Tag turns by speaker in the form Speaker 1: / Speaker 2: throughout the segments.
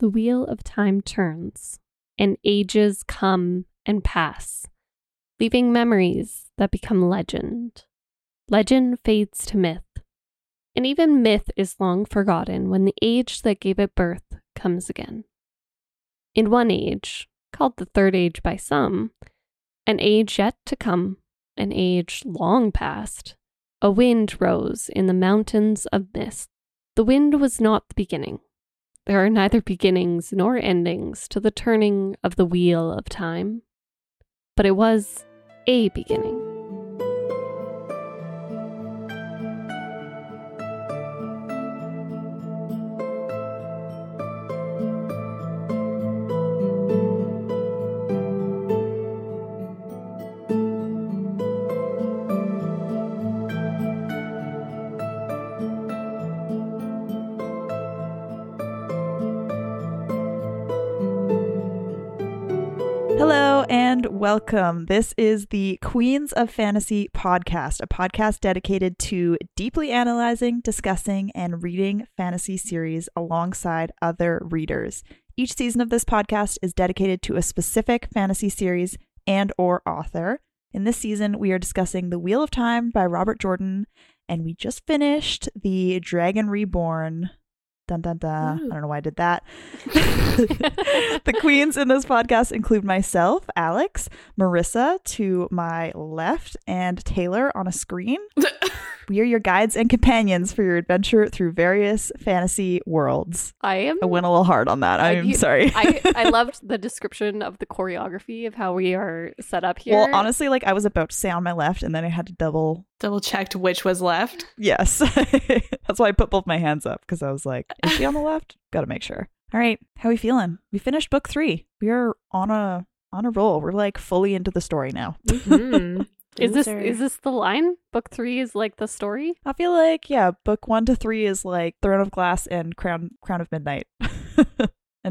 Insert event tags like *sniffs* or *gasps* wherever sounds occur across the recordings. Speaker 1: The wheel of time turns, and ages come and pass, leaving memories that become legend. Legend fades to myth, and even myth is long forgotten when the age that gave it birth comes again. In one age, called the Third Age by some, an age yet to come, an age long past, a wind rose in the mountains of mist. The wind was not the beginning. There are neither beginnings nor endings to the turning of the wheel of time, but it was a beginning.
Speaker 2: Hello and welcome. This is the Queens of Fantasy podcast, a podcast dedicated to deeply analyzing, discussing, and reading fantasy series alongside other readers. Each season of this podcast is dedicated to a specific fantasy series and or author. In this season, we are discussing The Wheel of Time by Robert Jordan, and we just finished The Dragon Reborn. Dun dun dun. I don't know why I did that. *laughs* the queens in this podcast include myself, Alex, Marissa to my left, and Taylor on
Speaker 1: *laughs*
Speaker 2: a screen. we are your guides and companions for your adventure through various fantasy worlds.
Speaker 1: I am.
Speaker 2: I went a little hard on that.
Speaker 1: Uh,
Speaker 2: I'm
Speaker 1: you-
Speaker 2: sorry.
Speaker 1: *laughs* I, I loved the description of the choreography of how we are set up here.
Speaker 2: *laughs* well, honestly, like I was about to say on my left, and then I had to double.
Speaker 3: double checked which was left.
Speaker 2: Yes. *laughs* That's why I put both my hands up because I was like, is she on the left? Got to make sure. All right. How we feeling? We finished book three. We are on a. On a roll. We're like fully into the story now.
Speaker 1: Mm-hmm.
Speaker 2: *laughs*
Speaker 1: is this is this the line? Book three is like the story.
Speaker 2: I feel like yeah, book one to three is like Throne of Glass and Crown Crown of Midnight, *laughs* and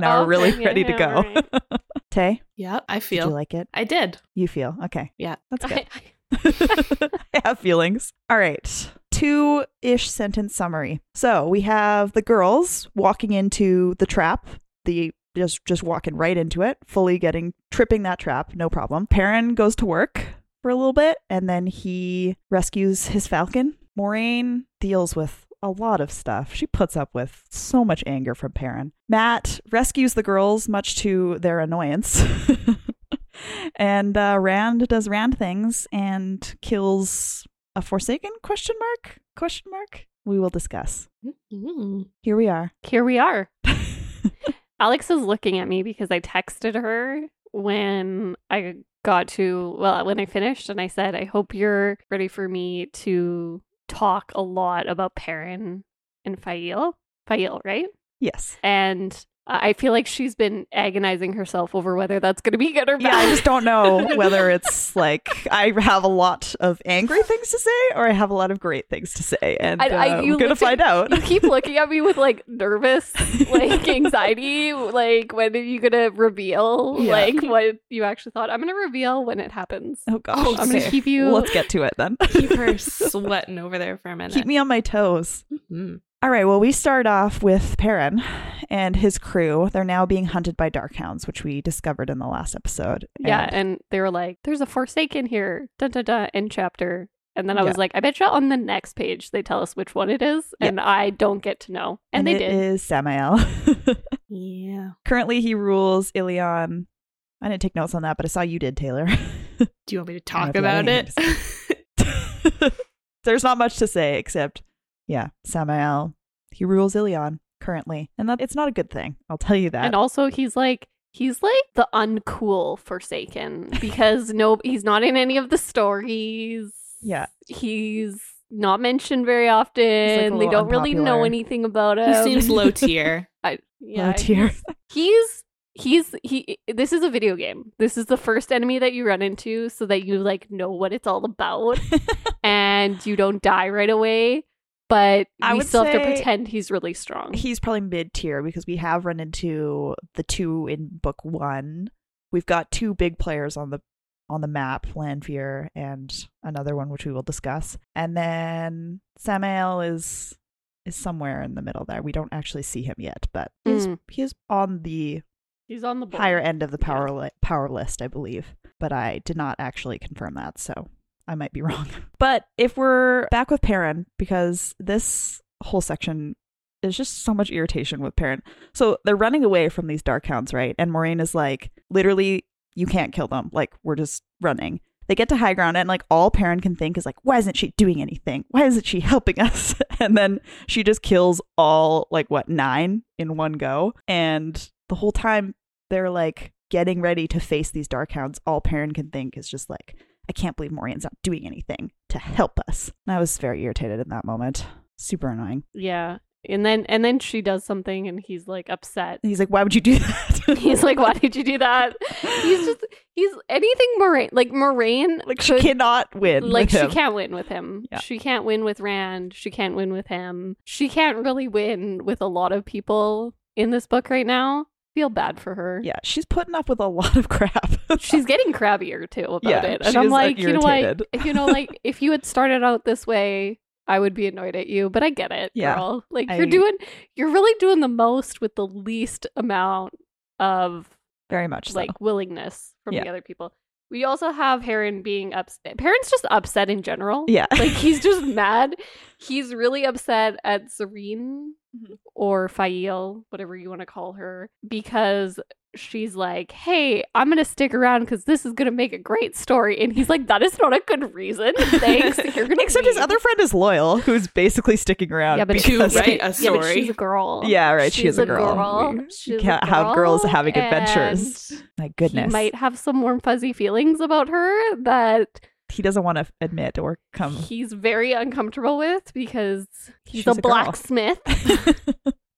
Speaker 2: now we're
Speaker 1: Okay,
Speaker 2: really ready to
Speaker 1: Oh, yeah,
Speaker 2: go. *laughs* Tay,
Speaker 3: Yep, I
Speaker 2: did
Speaker 3: feel.
Speaker 2: you like it?
Speaker 3: I did.
Speaker 2: You feel okay?
Speaker 3: Yeah.
Speaker 2: that's
Speaker 1: *laughs*
Speaker 2: good.
Speaker 1: I- I-
Speaker 2: *laughs* I have feelings. All right. Two ish sentence summary. So we have the girls walking into the trap, the just just walking right into it, fully getting tripping that trap, no problem. Perrin goes to work for a little bit and then he rescues his falcon. Moraine deals with a lot of stuff. She puts up with so much anger from Perrin. Matt rescues the girls, much to their annoyance. *laughs* and uh, Rand does Rand things and kills a Forsaken? Question mark? Question mark? We will discuss.
Speaker 3: Mm.
Speaker 2: Here we are.
Speaker 1: Here we
Speaker 2: *laughs*
Speaker 1: are. Alex is looking at me because I texted her when I got to well when I finished, and I said, "I hope you're ready for me to talk a lot about Perrin and Fael. Fael, right?" *laughs*
Speaker 2: yes.
Speaker 1: and uh, I feel like she's been agonizing herself over whether that's going to be good or
Speaker 2: Yeah, I
Speaker 1: bad.
Speaker 2: just don't know whether it's like I have a lot of angry things to say or I have a lot of great things to say. And
Speaker 1: I-
Speaker 2: I,
Speaker 1: I- you
Speaker 2: am going to
Speaker 1: looked at-
Speaker 2: find
Speaker 1: *laughs*
Speaker 2: out.
Speaker 1: you keep looking at me with like nervous,
Speaker 2: *laughs*
Speaker 1: like anxiety. Like, when are you gonna reveal
Speaker 2: Yeah.
Speaker 1: like what you actually thought? I'm gonna reveal when it happens.
Speaker 2: Oh, gosh.
Speaker 3: Oh,
Speaker 1: I'm gonna
Speaker 3: fair.
Speaker 1: keep you.
Speaker 2: Let's get to it
Speaker 1: *laughs*
Speaker 2: then. *laughs*
Speaker 3: Keep *laughs* her sweating over there for a minute.
Speaker 2: Keep me on my toes.
Speaker 3: Mhm.
Speaker 2: All right, well, we start off with Perrin and his crew. They're now being hunted by Darkhounds, which we discovered in the last episode.
Speaker 1: yeah,
Speaker 2: And
Speaker 1: and they were like, "There's a Forsaken here." Da da da. End chapter. And then I
Speaker 2: Yeah.
Speaker 1: was like, I bet you on the next page they tell us which one it is,
Speaker 2: Yeah.
Speaker 1: and I don't get to know. And, they
Speaker 2: it
Speaker 1: did.
Speaker 2: is Samael. *laughs*
Speaker 3: Yeah.
Speaker 2: Currently, he rules Ilion. I didn't take notes on that, but I saw you did, Taylor. *laughs*
Speaker 3: Do you want me to
Speaker 2: I
Speaker 3: talk
Speaker 2: don't know if
Speaker 3: about
Speaker 2: you have
Speaker 3: it? *laughs*
Speaker 2: There's not much to say except, yeah, Samael. He rules Ilion currently, and that it's not a good thing. I'll tell you that.
Speaker 1: And also, he's like he's like the uncool
Speaker 2: *laughs*
Speaker 1: Forsaken because no, he's not in any of the stories.
Speaker 2: Yeah.
Speaker 1: he's not mentioned very often.
Speaker 2: little
Speaker 1: they don't really know
Speaker 2: unpopular.
Speaker 1: anything about
Speaker 3: he
Speaker 1: him.
Speaker 3: seems
Speaker 1: *laughs*
Speaker 3: low tier.
Speaker 1: I, yeah,
Speaker 2: Low tier.
Speaker 1: He's he's he. This is a video game. This is the first enemy that you run into, so that you like know what it's all *laughs* about, and you don't die right away. But
Speaker 2: I
Speaker 1: we
Speaker 2: would
Speaker 1: still have to
Speaker 2: say-
Speaker 1: pretend he's really strong.
Speaker 2: He's probably mid tier because we have run into the two in book one. We've got two big players on the on the map, Lanfear and another one which we will discuss. And then Samael is is somewhere in the middle there. We don't actually see him yet, but he's
Speaker 1: Mm.
Speaker 2: he is on the
Speaker 1: He's on the board.
Speaker 2: higher end of the
Speaker 1: Yeah.
Speaker 2: power li- power list, I believe. But I did not actually confirm that, so I might be *laughs* wrong. But if we're back with Perrin, because this whole section is just so much irritation with Perrin. So they're running away from these dark hounds, right? And Moraine is like, literally, you can't kill them. Like, we're just running. They get to high ground, and like all Perrin can think is like, why isn't she doing anything? Why isn't she helping us? *laughs* And then she just kills all like what nine in one go. And the whole time they're like getting ready to face these dark hounds, all Perrin can think is just like, I can't believe Moraine's not doing anything to help us. And I was very irritated in that moment. Super annoying.
Speaker 1: Yeah. And then and then she does something and he's like upset.
Speaker 2: And he's like, Why would you do *laughs* that?
Speaker 1: *laughs* He's like, Why did you do *laughs* that? He's just he's anything Moraine like Moraine
Speaker 2: like she
Speaker 1: could-
Speaker 2: cannot win.
Speaker 1: like
Speaker 2: with
Speaker 1: she
Speaker 2: him.
Speaker 1: can't win with him.
Speaker 2: Yeah.
Speaker 1: She can't win with Rand. She can't win with him. She can't really win with a lot of people in this book right now. Feel bad for her.
Speaker 2: *laughs* Yeah, she's putting up with a lot of crap. *laughs*
Speaker 1: She's getting crabbier too about
Speaker 2: Yeah,
Speaker 1: it.
Speaker 2: she
Speaker 1: And I'm
Speaker 2: is,
Speaker 1: like,
Speaker 2: like,
Speaker 1: you know like
Speaker 2: irritated.
Speaker 1: you know,
Speaker 2: *laughs*
Speaker 1: like if you had started out this way, I would be annoyed at you, but I get it,
Speaker 2: Yeah.
Speaker 1: girl. Like you're
Speaker 2: I-
Speaker 1: doing you're really doing the most with the least amount of
Speaker 2: very much so.
Speaker 1: like willingness from
Speaker 2: Yeah.
Speaker 1: the other people. We also have Heron being upset. Heron's just upset in general.
Speaker 2: Yeah.
Speaker 1: Like he's just mad. He's really upset at Serene
Speaker 2: Mm-hmm.
Speaker 3: Mhm.
Speaker 1: or Fail, whatever you want to call her, because she's like, "Hey, I'm gonna stick around because this is gonna make a great story," and he's like, "That is not a good reason.
Speaker 2: *laughs*
Speaker 1: Thanks. You're gonna
Speaker 2: *laughs* Except his
Speaker 1: leave."
Speaker 2: other friend is loyal, who's basically sticking around.
Speaker 1: Yeah, but
Speaker 2: *laughs*
Speaker 3: To
Speaker 2: because-
Speaker 3: write a
Speaker 1: Yeah, but
Speaker 3: story.
Speaker 1: she's a girl.
Speaker 2: Yeah, right. She
Speaker 1: She's
Speaker 2: is a girl. You
Speaker 1: She's a
Speaker 2: can't have girls
Speaker 1: girl,
Speaker 2: having adventures.
Speaker 1: and
Speaker 2: my goodness.
Speaker 1: He might have some warm fuzzy feelings about her that
Speaker 2: he doesn't want to admit or come.
Speaker 1: he's very uncomfortable with because he's
Speaker 2: She's
Speaker 1: a,
Speaker 2: a girl.
Speaker 1: blacksmith.
Speaker 2: *laughs*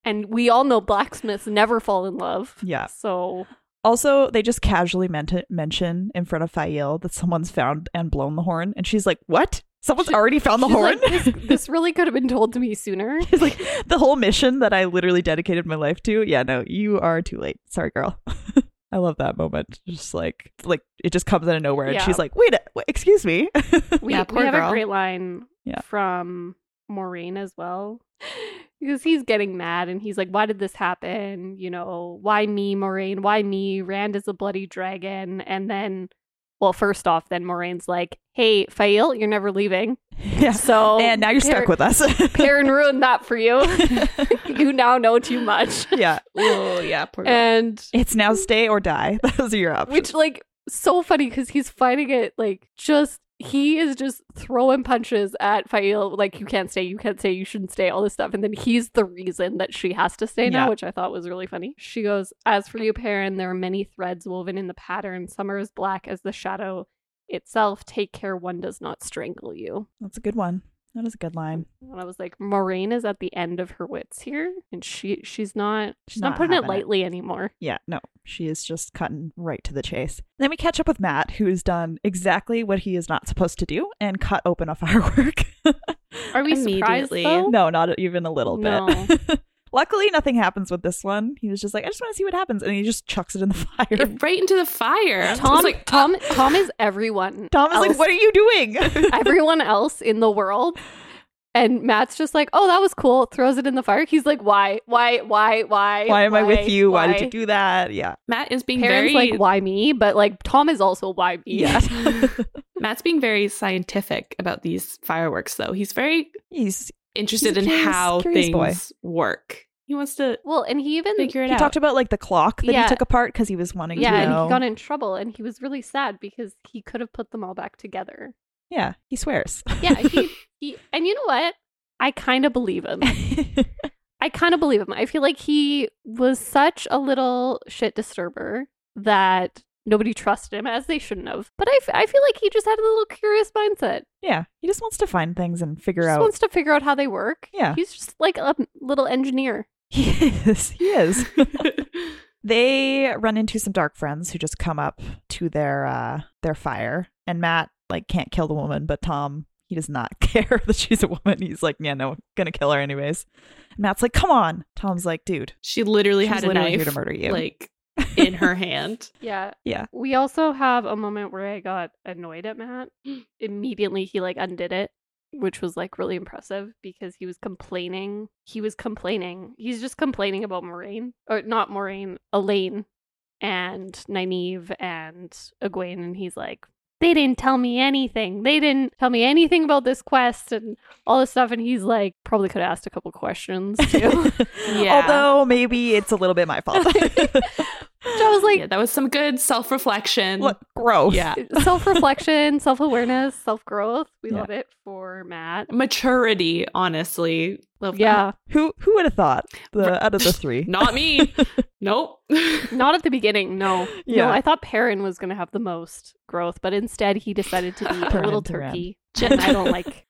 Speaker 1: and we all know blacksmiths never fall in love.
Speaker 2: Yeah.
Speaker 1: So
Speaker 2: Also, they just casually meant- mention in front of Fael that someone's found and blown the horn, and she's like, "What? Someone's
Speaker 1: She-
Speaker 2: already found the
Speaker 1: she's
Speaker 2: horn."
Speaker 1: like, this, this really could have been told to me
Speaker 2: *laughs*
Speaker 1: sooner.
Speaker 2: It's like the whole mission that I literally dedicated my life to. Yeah, no, you are too late. Sorry, girl. *laughs* I love that moment. Just like, like it just comes out of nowhere,
Speaker 1: Yeah.
Speaker 2: and she's like, "Wait, a- wait, excuse me." *laughs*
Speaker 1: We,
Speaker 3: Yeah,
Speaker 1: we
Speaker 3: poor
Speaker 1: have a
Speaker 3: girl.
Speaker 1: great line
Speaker 2: Yeah.
Speaker 1: from Maureen as well. *gasps* Because he's getting mad and he's like, Why did this happen? You know, why me, Moraine? Why me? Rand is a bloody dragon. And then, well, first off, then Moraine's like, Hey, Fail, you're never leaving.
Speaker 2: yeah,
Speaker 1: So
Speaker 2: and now you're
Speaker 1: Perrin-
Speaker 2: stuck with us.
Speaker 1: Perrin ruined that for you. *laughs* you now know too much.
Speaker 2: *laughs* yeah,
Speaker 3: Oh yeah, poor girl.
Speaker 1: And
Speaker 2: it's now stay or die. *laughs* Those are your options.
Speaker 1: which like so funny because he's fighting it like just he is just throwing punches at Fail like you can't stay, you can't stay, you shouldn't stay, all this stuff. And then he's the reason that she has to stay now,
Speaker 2: Yeah.
Speaker 1: which I thought was really funny. She goes, As for you, Perrin, there are many threads woven in the pattern. Summer is black as the shadow itself. Take care one does not strangle you.
Speaker 2: That's a good one. That is a good line.
Speaker 1: And I was like, Moraine is at the end of her wits here, and she she's not she's not,
Speaker 2: not
Speaker 1: putting it
Speaker 2: having it.
Speaker 1: lightly anymore.
Speaker 2: Yeah, no, she is just cutting right to the chase. Then we catch up with Matt, who's done exactly what he is not supposed to do and cut open a *laughs* firework.
Speaker 1: Uh, Are we surprised
Speaker 3: Immediately.
Speaker 1: though?
Speaker 2: no, not even a little
Speaker 1: No.
Speaker 2: bit. *laughs* Luckily, nothing happens with this one. He was just like, I just want to see what happens. And he just chucks it in the *laughs* fire.
Speaker 3: It- right into the fire. I
Speaker 1: Tom
Speaker 3: was like, "Ah."
Speaker 1: Tom Tom is everyone.
Speaker 2: *laughs* Tom is like,
Speaker 1: else-
Speaker 2: What are you
Speaker 1: *laughs*
Speaker 2: doing? *laughs*
Speaker 1: everyone else in the world. And Matt's just like, oh, that was cool. Throws it in the fire. He's like, why, why, why, why?
Speaker 2: Why am I with you? Why? did you do that? Yeah.
Speaker 3: Matt is being
Speaker 1: Parents
Speaker 3: very
Speaker 1: like, why me? But like, Tom is also why me.
Speaker 2: Yeah. *laughs*
Speaker 3: Matt's being very scientific about these fireworks though. He's very
Speaker 2: He's, He's
Speaker 3: interested
Speaker 2: a
Speaker 3: in
Speaker 2: curious-
Speaker 3: how
Speaker 2: curious boy.
Speaker 3: things work. He wants to
Speaker 1: *laughs* well, and he even
Speaker 3: figure it
Speaker 2: he
Speaker 3: out.
Speaker 2: talked about like the clock that
Speaker 1: Yeah.
Speaker 2: he took apart because he was wanting
Speaker 1: yeah,
Speaker 2: to
Speaker 1: and
Speaker 2: know.
Speaker 1: he got in trouble, and he was really sad because he could have put them all back together.
Speaker 2: yeah,
Speaker 1: *laughs*
Speaker 2: he swears. *laughs*
Speaker 1: Yeah, he, he and you know what? I kind of believe him. I kind of believe him. I feel like he was such a little shit disturber that nobody trusted him as they shouldn't have. But I, f- I feel like he just had a little curious mindset.
Speaker 2: yeah, he just wants to find things and figure
Speaker 1: Just
Speaker 2: out.
Speaker 1: wants to figure out how they work.
Speaker 2: Yeah.
Speaker 1: He's just like a little engineer.
Speaker 2: *laughs* He is. He is. they run into some dark friends who just come up to their uh their fire and Matt like can't kill the woman, but Tom he does not *laughs* care that she's a woman. He's like, yeah, no, gonna kill her anyways. And Matt's like, come on. Tom's like, dude,
Speaker 3: *laughs* she literally
Speaker 2: she's
Speaker 3: had a
Speaker 2: literally
Speaker 3: knife
Speaker 2: here to murder you. *laughs*
Speaker 3: like in her hand.
Speaker 1: Yeah.
Speaker 2: Yeah.
Speaker 1: We *gasps* also have a moment where I got annoyed at Matt. Immediately he like undid it which was like really impressive because he was complaining. He was complaining. He's just complaining about Moraine, or not Moraine, Elaine and Nynaeve and Egwene. And he's like, they didn't tell me anything. They didn't tell me anything about this quest and all this stuff. And he's like, probably could have asked a couple questions too. *laughs*
Speaker 3: Yeah.
Speaker 2: Although maybe it's a little bit my
Speaker 3: *laughs*
Speaker 2: fault.
Speaker 1: so I was like,
Speaker 3: yeah, that was some good self reflection.
Speaker 2: what growth.
Speaker 3: Yeah.
Speaker 1: self
Speaker 2: *laughs*
Speaker 1: reflection, self awareness, self growth. We
Speaker 2: Yeah.
Speaker 1: love it for Matt.
Speaker 3: Maturity, honestly. Love that.
Speaker 1: Yeah.
Speaker 2: Who who would have thought the out of the
Speaker 3: *laughs*
Speaker 2: three? *laughs*
Speaker 3: Not me. nope. *laughs*
Speaker 1: Not at the beginning, no.
Speaker 2: Yeah.
Speaker 1: No, I thought Perrin was going to have the most growth, but instead he decided
Speaker 2: *laughs*
Speaker 1: to be a
Speaker 2: Perrin
Speaker 1: little
Speaker 2: Duran.
Speaker 1: turkey.
Speaker 2: *laughs*
Speaker 1: And I don't like.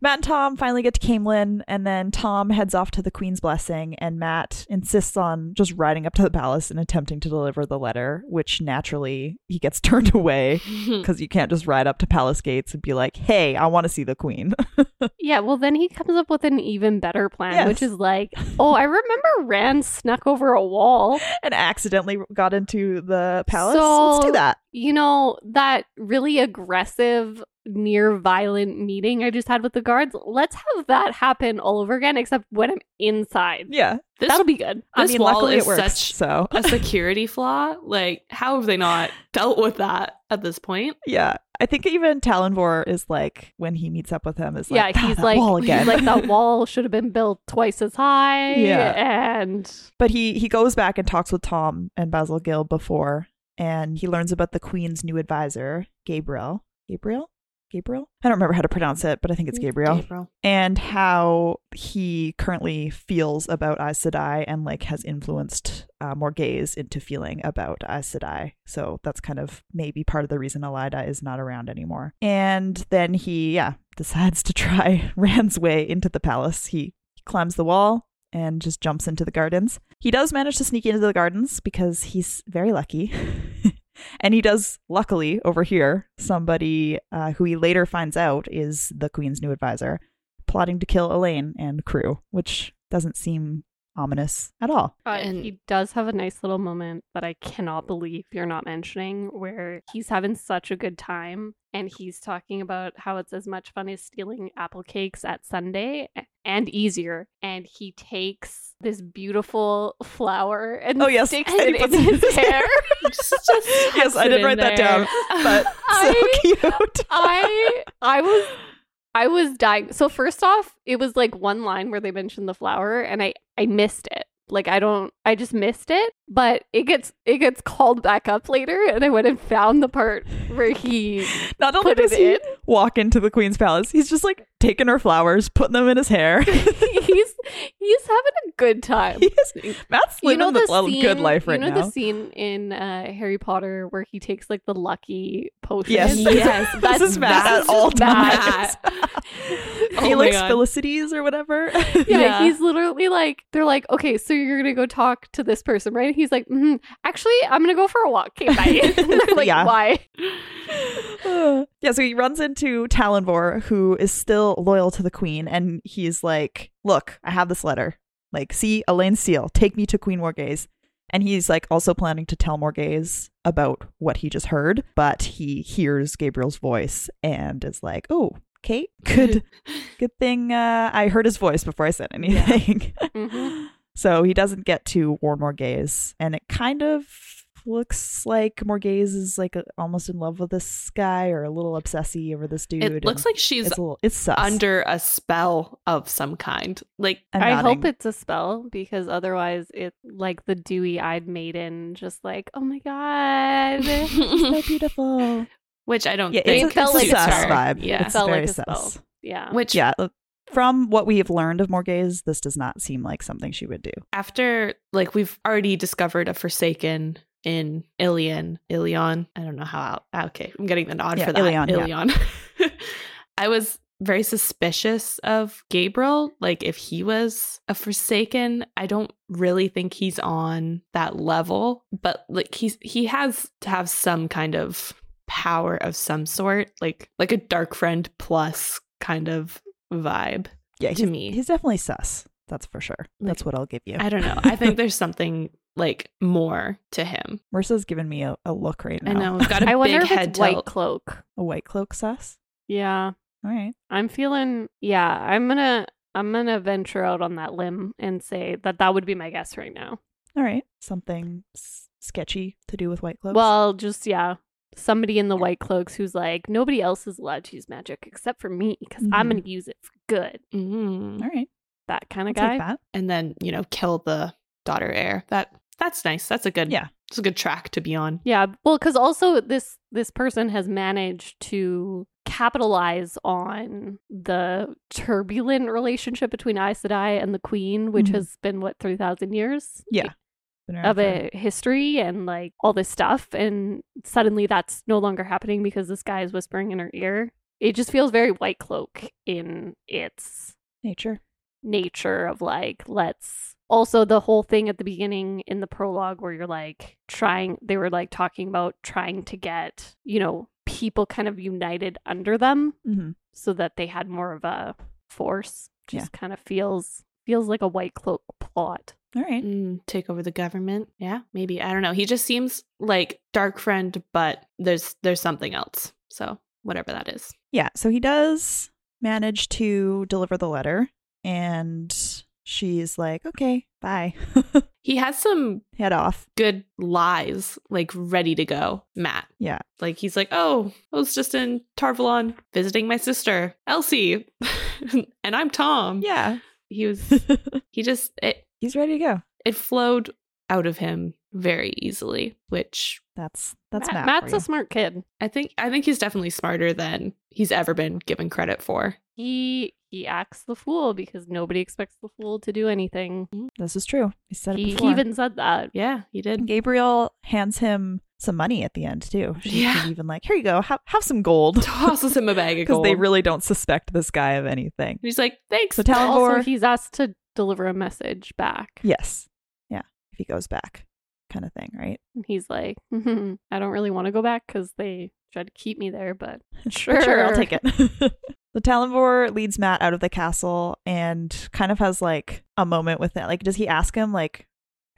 Speaker 2: Matt and Tom finally get to Camelin, and then Tom heads off to the Queen's blessing, and Matt insists on just riding up to the palace and attempting to deliver the letter, which naturally he gets *laughs* turned away because you can't just ride up to palace gates and be like, "Hey, I want to see the Queen." *laughs*
Speaker 1: Yeah, well, then he comes up with an even better plan, which
Speaker 2: Yes.
Speaker 1: is like, oh, I remember Rand snuck over a wall.
Speaker 2: and accidentally got into the palace. Let's
Speaker 1: So-
Speaker 2: do that.
Speaker 1: You know, that really aggressive, near violent meeting I just had with the guards. Let's have that happen all over again, except when I'm inside.
Speaker 2: Yeah,
Speaker 3: This,
Speaker 1: That'll be good.
Speaker 2: I
Speaker 3: this
Speaker 2: mean,
Speaker 3: wall
Speaker 2: luckily
Speaker 3: is
Speaker 2: it works.
Speaker 3: such
Speaker 2: so
Speaker 3: a security flaw. Like, how have they not
Speaker 2: *laughs*
Speaker 3: dealt with that at this point?
Speaker 2: yeah, I think even Talonvor is like when he meets up with him is
Speaker 1: yeah,
Speaker 2: like, "Ah,
Speaker 1: he's
Speaker 2: that
Speaker 1: like, *laughs*
Speaker 2: wall
Speaker 1: he's
Speaker 2: again.
Speaker 1: like,
Speaker 2: *laughs*
Speaker 1: that wall should have been built twice as high.
Speaker 2: Yeah.
Speaker 1: And
Speaker 2: But he he goes back and talks with Tom and Basil Gill before, and he learns about the Queen's new advisor, Gabriel. Gabriel? Gabriel? I don't remember how to pronounce it, but I think it's Gabriel. *laughs*
Speaker 3: Gabriel.
Speaker 2: And how he currently feels about Aes Sedai and like has influenced uh, Morghese into feeling about Aes Sedai. So that's kind of maybe part of the reason Elida is not around anymore. And then he, yeah, *laughs* decides to try *laughs* Rand's way into the palace. He climbs the wall and just jumps into the gardens. He does manage to sneak into the gardens because he's very lucky. *laughs* and he does, luckily, overhear somebody uh, who he later finds out is the Queen's new advisor plotting to kill Elaine and crew, which doesn't seem ominous at all.
Speaker 1: Uh,
Speaker 3: And-
Speaker 1: he does have a nice little moment that I cannot believe you're not mentioning where he's having such a good time and he's talking about how it's as much fun as stealing apple cakes at Sunday a- and easier. And he takes this beautiful flower and
Speaker 2: Oh, yes.
Speaker 1: sticks
Speaker 2: And he
Speaker 1: it
Speaker 2: puts
Speaker 1: in his hair.
Speaker 2: *laughs* yes, I did write that down.
Speaker 1: *laughs*
Speaker 2: But
Speaker 1: I-
Speaker 2: *laughs* so cute.
Speaker 1: I I was I was dying. So first off, it was like one line where they mentioned the flower and I I missed it. Like I don't I just missed it, but it gets it gets called back up later and I went and found the part where
Speaker 2: *laughs*
Speaker 1: he
Speaker 2: Not only
Speaker 1: put it
Speaker 2: does he
Speaker 1: in. *laughs*
Speaker 2: walk into the Queen's palace, he's just like taking her flowers, putting them in
Speaker 1: *laughs*
Speaker 2: his hair. *laughs*
Speaker 1: he's he's having a good time.
Speaker 2: He is- Matt's
Speaker 1: You
Speaker 2: living
Speaker 1: know
Speaker 2: the,
Speaker 1: the
Speaker 2: l-
Speaker 1: scene,
Speaker 2: good life right
Speaker 1: you know
Speaker 2: now.
Speaker 1: the scene in uh, Harry Potter where he takes like the lucky potion.
Speaker 2: Yes.
Speaker 3: Yes,
Speaker 2: *laughs* *laughs* this is Matt
Speaker 1: that's
Speaker 2: at all
Speaker 1: just Matt. *laughs* Oh
Speaker 2: times. *laughs*
Speaker 3: my
Speaker 2: Felix
Speaker 3: God.
Speaker 2: Felicities or whatever. *laughs*
Speaker 1: yeah,
Speaker 3: Yeah.
Speaker 1: he's literally like, they're like, okay, so you're gonna go talk to this person, right? He's like, mm, actually, I'm gonna go for a walk. Okay, bye. *laughs* And
Speaker 2: *laughs*
Speaker 1: they're like,
Speaker 2: Yeah.
Speaker 1: why?
Speaker 2: yeah, so he runs into Talonvor, who is still loyal to the queen, and he's like, Look, I have this letter. Like, see, Elaine's seal. Take me to Queen Morgaze. And he's like also planning to tell Morgaze about what he just heard, but he hears Gabriel's voice and is like, Oh, Kate, good good thing uh, I heard his voice before I said anything. Mm-hmm.
Speaker 1: *laughs* Mhm.
Speaker 2: So he doesn't get to warn Morgaze, and it kind of looks like Morgaze is like a, almost in love with this guy or a little obsessive over this dude.
Speaker 3: It looks like she's
Speaker 2: it's a little it's sus.
Speaker 3: under a spell of some kind. Like,
Speaker 2: I'm
Speaker 1: I
Speaker 2: nodding.
Speaker 1: hope it's a spell because otherwise, it's like the dewy-eyed maiden, just like, oh my
Speaker 2: *laughs*
Speaker 1: god.
Speaker 2: so beautiful.
Speaker 3: *laughs* which I don't
Speaker 2: Yeah,
Speaker 3: think
Speaker 1: It felt like
Speaker 2: it's
Speaker 1: a
Speaker 2: a sus
Speaker 1: spell.
Speaker 2: vibe.
Speaker 3: Yeah,
Speaker 2: It's
Speaker 1: felt
Speaker 2: very
Speaker 1: like a spell.
Speaker 2: sus.
Speaker 1: yeah.
Speaker 3: which
Speaker 2: Yeah. uh, From what we have learned of Morgaze, this does not seem like something she would do.
Speaker 3: after like we've already discovered a Forsaken in Ilion, Ilion. I don't know how. ah, Okay, I'm getting the nod
Speaker 2: Yeah,
Speaker 3: for that.
Speaker 2: Ilion, yeah.
Speaker 3: *laughs* I was very suspicious of Gabriel. Like if he was a Forsaken, I don't really think he's on that level. But like he's he has to have some kind of power of some sort, like like a dark friend plus kind of vibe.
Speaker 2: Yeah,
Speaker 3: To
Speaker 2: he's,
Speaker 3: me.
Speaker 2: he's definitely sus. That's for sure. That's what I'll give you.
Speaker 3: I don't know.
Speaker 2: *laughs*
Speaker 3: I think there's something like more to him.
Speaker 2: Mercer's giving me a, a look right now.
Speaker 3: I know we've got a
Speaker 1: I wonder
Speaker 3: big
Speaker 1: if
Speaker 3: head
Speaker 1: it's white
Speaker 3: tilt.
Speaker 1: cloak.
Speaker 2: A white cloak sus.
Speaker 1: Yeah,
Speaker 2: All right.
Speaker 1: I'm feeling, yeah, I'm gonna, I'm gonna venture out on that limb and say that that would be my guess right now.
Speaker 2: All right. Something s- sketchy to do with white cloaks.
Speaker 1: Well, just yeah, somebody in the white cloaks who's like, nobody else is allowed to use magic except for me because I'm
Speaker 2: Mhm.
Speaker 1: gonna use it for good.
Speaker 3: Mm.
Speaker 2: all right.
Speaker 1: That kind
Speaker 2: I'll
Speaker 1: of guy.
Speaker 2: take that.
Speaker 3: and then you know kill the daughter heir that that's nice that's a good
Speaker 2: Yeah.
Speaker 3: it's a good track to be on
Speaker 1: Yeah, well, because also this this person has managed to capitalize on the turbulent relationship between Aes Sedai and the Queen, which
Speaker 2: Mhm.
Speaker 1: has been what three thousand years,
Speaker 2: Yeah. Been around
Speaker 1: of
Speaker 2: for-
Speaker 1: a history and like all this stuff, and suddenly that's no longer happening because this guy is whispering in her ear. It just feels very White Cloak in its
Speaker 2: Nature.
Speaker 1: nature of like let's also the whole thing at the beginning in the prologue where you're like trying they were like talking about trying to get you know people kind of united under them
Speaker 2: hmm
Speaker 1: so that they had more of a force just kind of feels feels like a white cloak plot
Speaker 2: All right.
Speaker 3: Mm, take over the government yeah maybe i don't know he just seems like dark friend but there's there's something else so whatever that is
Speaker 2: Yeah. So he does manage to deliver the letter, and she's like, "Okay, bye." *laughs*
Speaker 3: he has some
Speaker 2: Head off.
Speaker 3: good lies like ready to go matt
Speaker 2: Yeah.
Speaker 3: like he's like oh i was just in tarvalon visiting my sister elsie *laughs* and i'm tom
Speaker 1: Mm.
Speaker 2: *laughs* Yeah.
Speaker 3: he was he just it,
Speaker 2: He's ready to go.
Speaker 3: it flowed out of him very easily, which
Speaker 2: That's that's
Speaker 1: Ma-
Speaker 2: Matt. for
Speaker 1: matt's
Speaker 2: you.
Speaker 1: a smart kid
Speaker 3: I think I think he's definitely smarter than he's ever been given credit for.
Speaker 1: he he acts the fool because nobody expects the fool to do anything
Speaker 2: This is true. He said it
Speaker 1: he,
Speaker 2: before.
Speaker 1: he even said that
Speaker 3: Yeah, he
Speaker 2: *laughs*
Speaker 3: did.
Speaker 2: Gabriel hands him some money at the end
Speaker 1: Oh,
Speaker 2: too. She-
Speaker 3: Yeah.
Speaker 2: She's even like, "Here you go. Have have
Speaker 1: *laughs*
Speaker 2: some gold." *laughs*
Speaker 3: Tosses him a bag of
Speaker 2: Because
Speaker 3: gold.
Speaker 2: they really don't suspect this guy of anything.
Speaker 3: and he's like, "Thanks."
Speaker 2: So tell-
Speaker 1: also
Speaker 2: Talvor-
Speaker 1: he's asked to deliver a message back
Speaker 2: Yes. Yeah. If he goes back, kind of thing, right?
Speaker 1: And he's like, "Mhm, I don't really want to go back because they tried to keep me there, but *laughs* sure,
Speaker 2: sure, I'll take it. *laughs* the Talonvor leads Matt out of the castle and kind of has like a moment with it. Like, does he ask him like,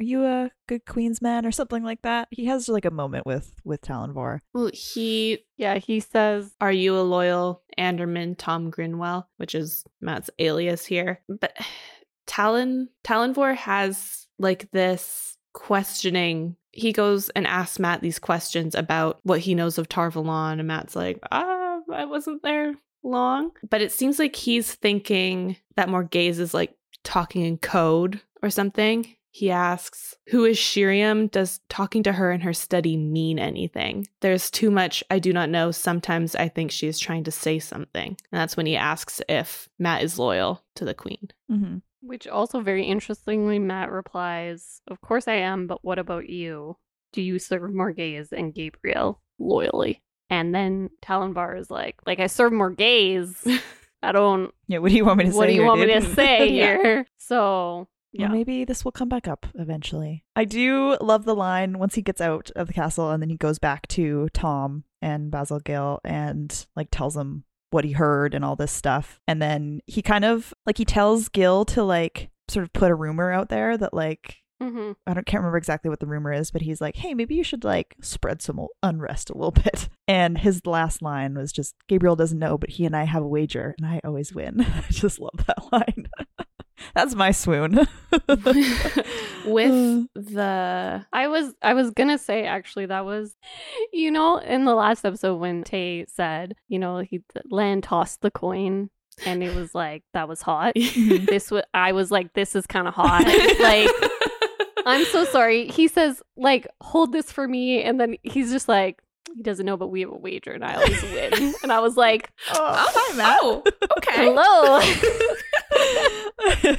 Speaker 2: "Are you a good queen's man?" or something like that? He has like a moment with with Talonvor.
Speaker 3: well, he
Speaker 1: Yeah, he says,
Speaker 3: are you a loyal Anderman Tom Grinwell, which is Matt's alias here. But *sighs* Talon Talonvor has like this questioning. He goes and asks Matt these questions about what he knows of Tarvalon, and Matt's like, ah, I wasn't there long. But it seems like he's thinking that Morgaze is like talking in code or something. He asks, Who is Shiriam? Does talking to her in her study mean anything? There's too much I do not know. Sometimes I think she is trying to say something. And that's when he asks if Matt is loyal to
Speaker 2: *laughs*
Speaker 3: the queen.
Speaker 2: Mm-hmm.
Speaker 1: which also very interestingly, Matt replies, Of course I am, but what about you? Do you serve Morgaze and Gabriel loyally? And then Talonvar is like, like I serve
Speaker 2: *laughs*
Speaker 1: Morgaze. I don't
Speaker 2: Yeah. What do you want me to say?
Speaker 1: what do you
Speaker 2: here,
Speaker 1: want me
Speaker 2: dude? *laughs*
Speaker 1: to say
Speaker 2: Yeah.
Speaker 1: here? So
Speaker 2: Well,
Speaker 1: Yeah.
Speaker 2: maybe this will come back up eventually. I do love the line once he gets out of the castle and then he goes back to Tom and Basil Gill and like tells him what he heard and all this stuff. And then he kind of like he tells Gill to like sort of put a rumor out there that like
Speaker 1: mhm.
Speaker 2: I don't can't remember exactly what the rumor is, but he's like, "Hey, maybe you should like spread some unrest a little *laughs* bit." And his last line was just, "Gabriel doesn't know, but he and I have a wager, and I always win." *laughs* I just love that *laughs* line. That's
Speaker 1: *laughs*
Speaker 2: my swoon. Mm.
Speaker 3: With the.
Speaker 1: I was I was gonna say actually that was you know in the last episode when Tay said you know he Lan tossed the coin and it was like that was
Speaker 2: *laughs*
Speaker 1: hot.
Speaker 2: Mm-hmm.
Speaker 3: *laughs*
Speaker 1: this was I was like this is kind of hot.
Speaker 2: *laughs*
Speaker 1: like I'm so sorry. He says like hold this for me and then he's just like he doesn't know but we have a wager and I always
Speaker 2: *laughs*
Speaker 1: win. and I was like
Speaker 2: *laughs* oh,
Speaker 3: Oh,
Speaker 2: hi, Matt.
Speaker 3: oh, okay.
Speaker 1: hello.
Speaker 2: *laughs*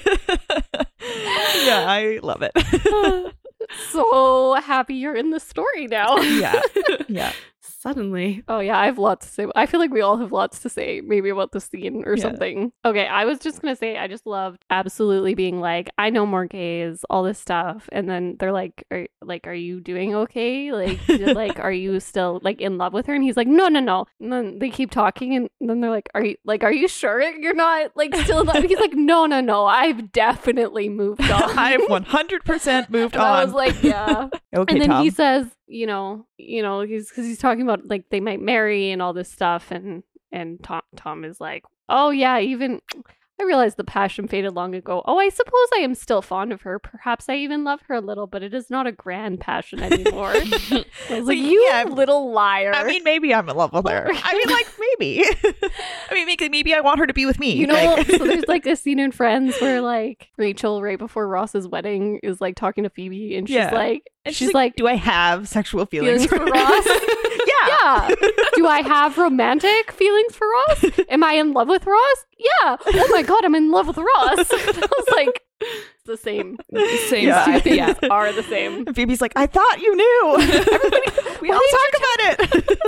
Speaker 2: yeah, I love it. *laughs*
Speaker 1: so happy you're in the story now.
Speaker 2: yeah,
Speaker 1: *laughs*
Speaker 2: yeah. *laughs*
Speaker 3: Suddenly.
Speaker 1: Oh yeah, I have lots to say. I feel like we all have lots to say, maybe about the scene or
Speaker 2: Yeah.
Speaker 1: something. Okay, I was just gonna say I just loved absolutely being like, I know more gays, all this stuff, and then they're like, are, like, are you doing okay? Like, did-
Speaker 2: *laughs*
Speaker 1: like, are you still like in love with her? And he's like, no, no, no. And then they keep talking, and then they're like, are you like, are you sure you're not like still in love? And he's like, no, no, no. I've definitely moved on.
Speaker 2: *laughs* I've 100%
Speaker 1: *laughs*
Speaker 2: moved
Speaker 1: And
Speaker 2: on.
Speaker 1: I was like, yeah
Speaker 2: *laughs* okay,
Speaker 1: and then
Speaker 2: Tom.
Speaker 1: he says, you know, you know, he's because he's talking about like they might marry and all this stuff, and And Tom Tom is like, "Oh yeah, even *sniffs* I realized the passion faded long ago. Oh, I suppose I am still fond of her. Perhaps I even love her a little, but it is not a grand passion
Speaker 2: *laughs*
Speaker 1: anymore." I was like,
Speaker 2: Like,
Speaker 1: "You
Speaker 2: yeah,
Speaker 1: little liar."
Speaker 2: I *laughs* mean, maybe I'm in love with her. I mean, like maybe. *laughs* I mean, maybe, maybe I want her to be with me.
Speaker 1: You know,
Speaker 2: like-
Speaker 1: so
Speaker 2: *laughs*
Speaker 1: there's like a scene in Friends where like Rachel, right before Ross's wedding, is like talking to Phoebe, and she's
Speaker 2: Yeah.
Speaker 1: like,
Speaker 2: And
Speaker 1: she's like,
Speaker 2: do I have sexual feelings,
Speaker 1: Feelings for Ross?
Speaker 2: *laughs* yeah.
Speaker 1: *laughs* yeah. Do I have romantic feelings for Ross? Am I in love with Ross? Yeah. Oh my god, I'm in love with Ross. *laughs* I was like, it's the same.
Speaker 2: *laughs*
Speaker 3: Same
Speaker 2: Yeah, I-
Speaker 3: yeah, yeah.
Speaker 1: are the same.
Speaker 2: And Phoebe's like, I thought
Speaker 1: *laughs*
Speaker 2: you knew. Everybody, we all talk about it.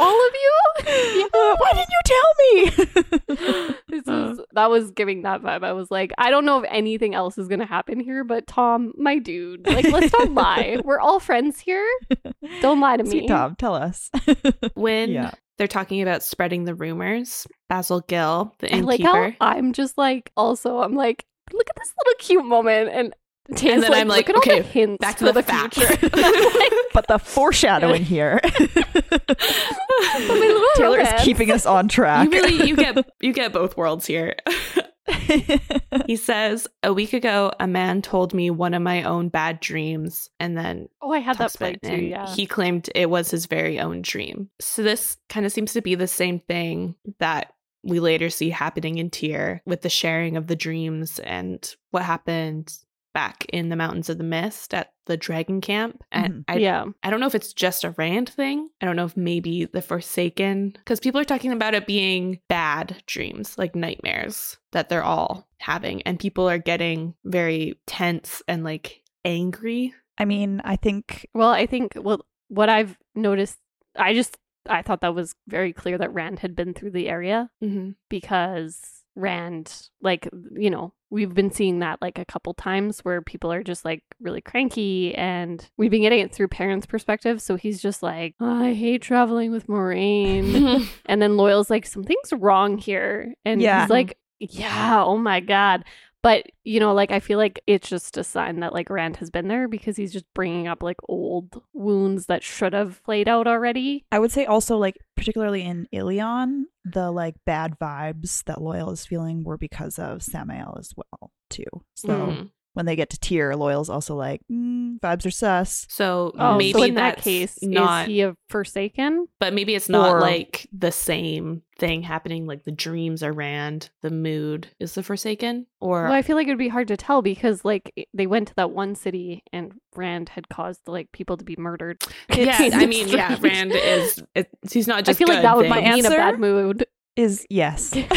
Speaker 1: All of
Speaker 2: *laughs*
Speaker 1: you? *laughs*
Speaker 2: Uh, why didn't you tell me?
Speaker 1: This
Speaker 3: Uh.
Speaker 1: is, that was giving that vibe. I was like, I don't know if anything else is gonna happen here, but Tom, my dude, like let's not
Speaker 3: *laughs*
Speaker 1: lie. We're all friends here. Don't lie to
Speaker 2: Sweet
Speaker 1: me.
Speaker 2: Tom, tell us. *laughs*
Speaker 3: When
Speaker 2: Yeah.
Speaker 3: they're talking about spreading the rumors, Basil Gill, the
Speaker 1: I like
Speaker 3: innkeeper,
Speaker 1: how I'm just like also I'm like, look at this little cute moment and Tan's
Speaker 3: And then
Speaker 1: like,
Speaker 3: I'm like,
Speaker 1: look at all
Speaker 3: okay,
Speaker 1: the hints
Speaker 3: back to
Speaker 1: for
Speaker 3: the,
Speaker 1: future.
Speaker 3: fact.
Speaker 1: *laughs*
Speaker 2: But the foreshadowing here, *laughs* Taylor's
Speaker 1: romance.
Speaker 2: keeping us on track.
Speaker 3: you really you *laughs* get you get both worlds here. *laughs* he says, "A week ago, a man told me one of my own bad dreams, and then
Speaker 1: Oh, I had that
Speaker 3: Tuxpan,
Speaker 1: played too.
Speaker 3: and
Speaker 1: Yeah.
Speaker 3: He claimed it was his very own dream. So this kind of seems to be the same thing that we later see happening in Tyr with the sharing of the dreams and what happened back in the Mountains of the Mist at the Dragon Camp. And
Speaker 2: Mhm.
Speaker 3: I
Speaker 1: Mm-hmm. yeah.
Speaker 3: I don't know if it's just a Rand thing. I don't know if maybe the Forsaken, because people are talking about it being bad dreams, like nightmares that they're all having, and people are getting very tense and like angry.
Speaker 2: *laughs* I mean, I think
Speaker 1: Well, I think well what I've noticed I just I thought that was very clear that Rand had been through the area
Speaker 3: *laughs* Mm-hmm.
Speaker 1: because Rand like you know, we've been seeing that like a couple times where people are just like really cranky and we've been getting it through parents' perspective, so he's just like, I hate traveling with Maureen and then Loyal's like, Something's wrong here and
Speaker 2: Yeah.
Speaker 1: he's like, Yeah, oh my god. But you know, like I feel like it's just a sign that like Rand has been there because he's just bringing up like old wounds that should have played out already.
Speaker 2: I would say also like particularly in Ilion, the like bad vibes that Loyal is feeling were because of Samael as well too. So
Speaker 3: Mhm.
Speaker 2: when they get to Tyr, Loyal's also like mm, vibes are sus.
Speaker 3: So
Speaker 2: Oh,
Speaker 3: maybe
Speaker 1: Um, so in that
Speaker 3: that's
Speaker 1: case,
Speaker 3: not,
Speaker 1: is he a forsaken?
Speaker 3: but maybe it's not
Speaker 2: Or-
Speaker 3: like the same thing happening. Like the dreams are Rand, the mood is the Forsaken, or
Speaker 1: Well, I feel like it would be hard to tell because like it- they went to that one city and Rand had caused like people to be murdered. *laughs*
Speaker 3: yeah,
Speaker 1: It's
Speaker 3: I mean, yeah,
Speaker 1: strange.
Speaker 3: Rand is. It, he's not
Speaker 1: I
Speaker 3: just.
Speaker 1: feel like
Speaker 3: good
Speaker 1: that would
Speaker 3: things.
Speaker 1: put me in a
Speaker 2: Answer?
Speaker 1: bad mood.
Speaker 2: Is
Speaker 3: *laughs*
Speaker 2: yes. *laughs*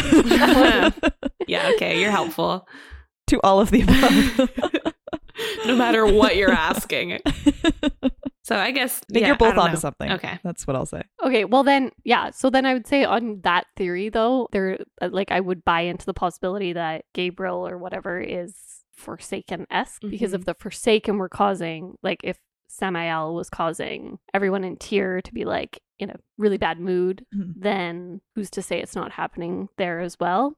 Speaker 3: Yeah, okay, you're helpful.
Speaker 2: to all of the
Speaker 3: *laughs*
Speaker 2: above.
Speaker 3: no matter
Speaker 2: *laughs*
Speaker 3: what you're asking. So I guess
Speaker 2: I think
Speaker 3: yeah,
Speaker 2: you're
Speaker 3: I
Speaker 2: both
Speaker 3: don't
Speaker 2: onto
Speaker 3: know.
Speaker 2: something.
Speaker 3: Okay.
Speaker 2: That's what I'll say.
Speaker 1: Okay, well then, yeah. So then I would say on that theory though, there uh, like I would buy into the possibility that Gabriel or whatever is forsaken esque because
Speaker 3: Mm-hmm.
Speaker 1: if the forsaken were causing like if Samael was causing everyone in Tyr to be like in a really bad mood,
Speaker 2: Mhm.
Speaker 3: Mm-hmm.
Speaker 1: then who's to say it's not happening there as well?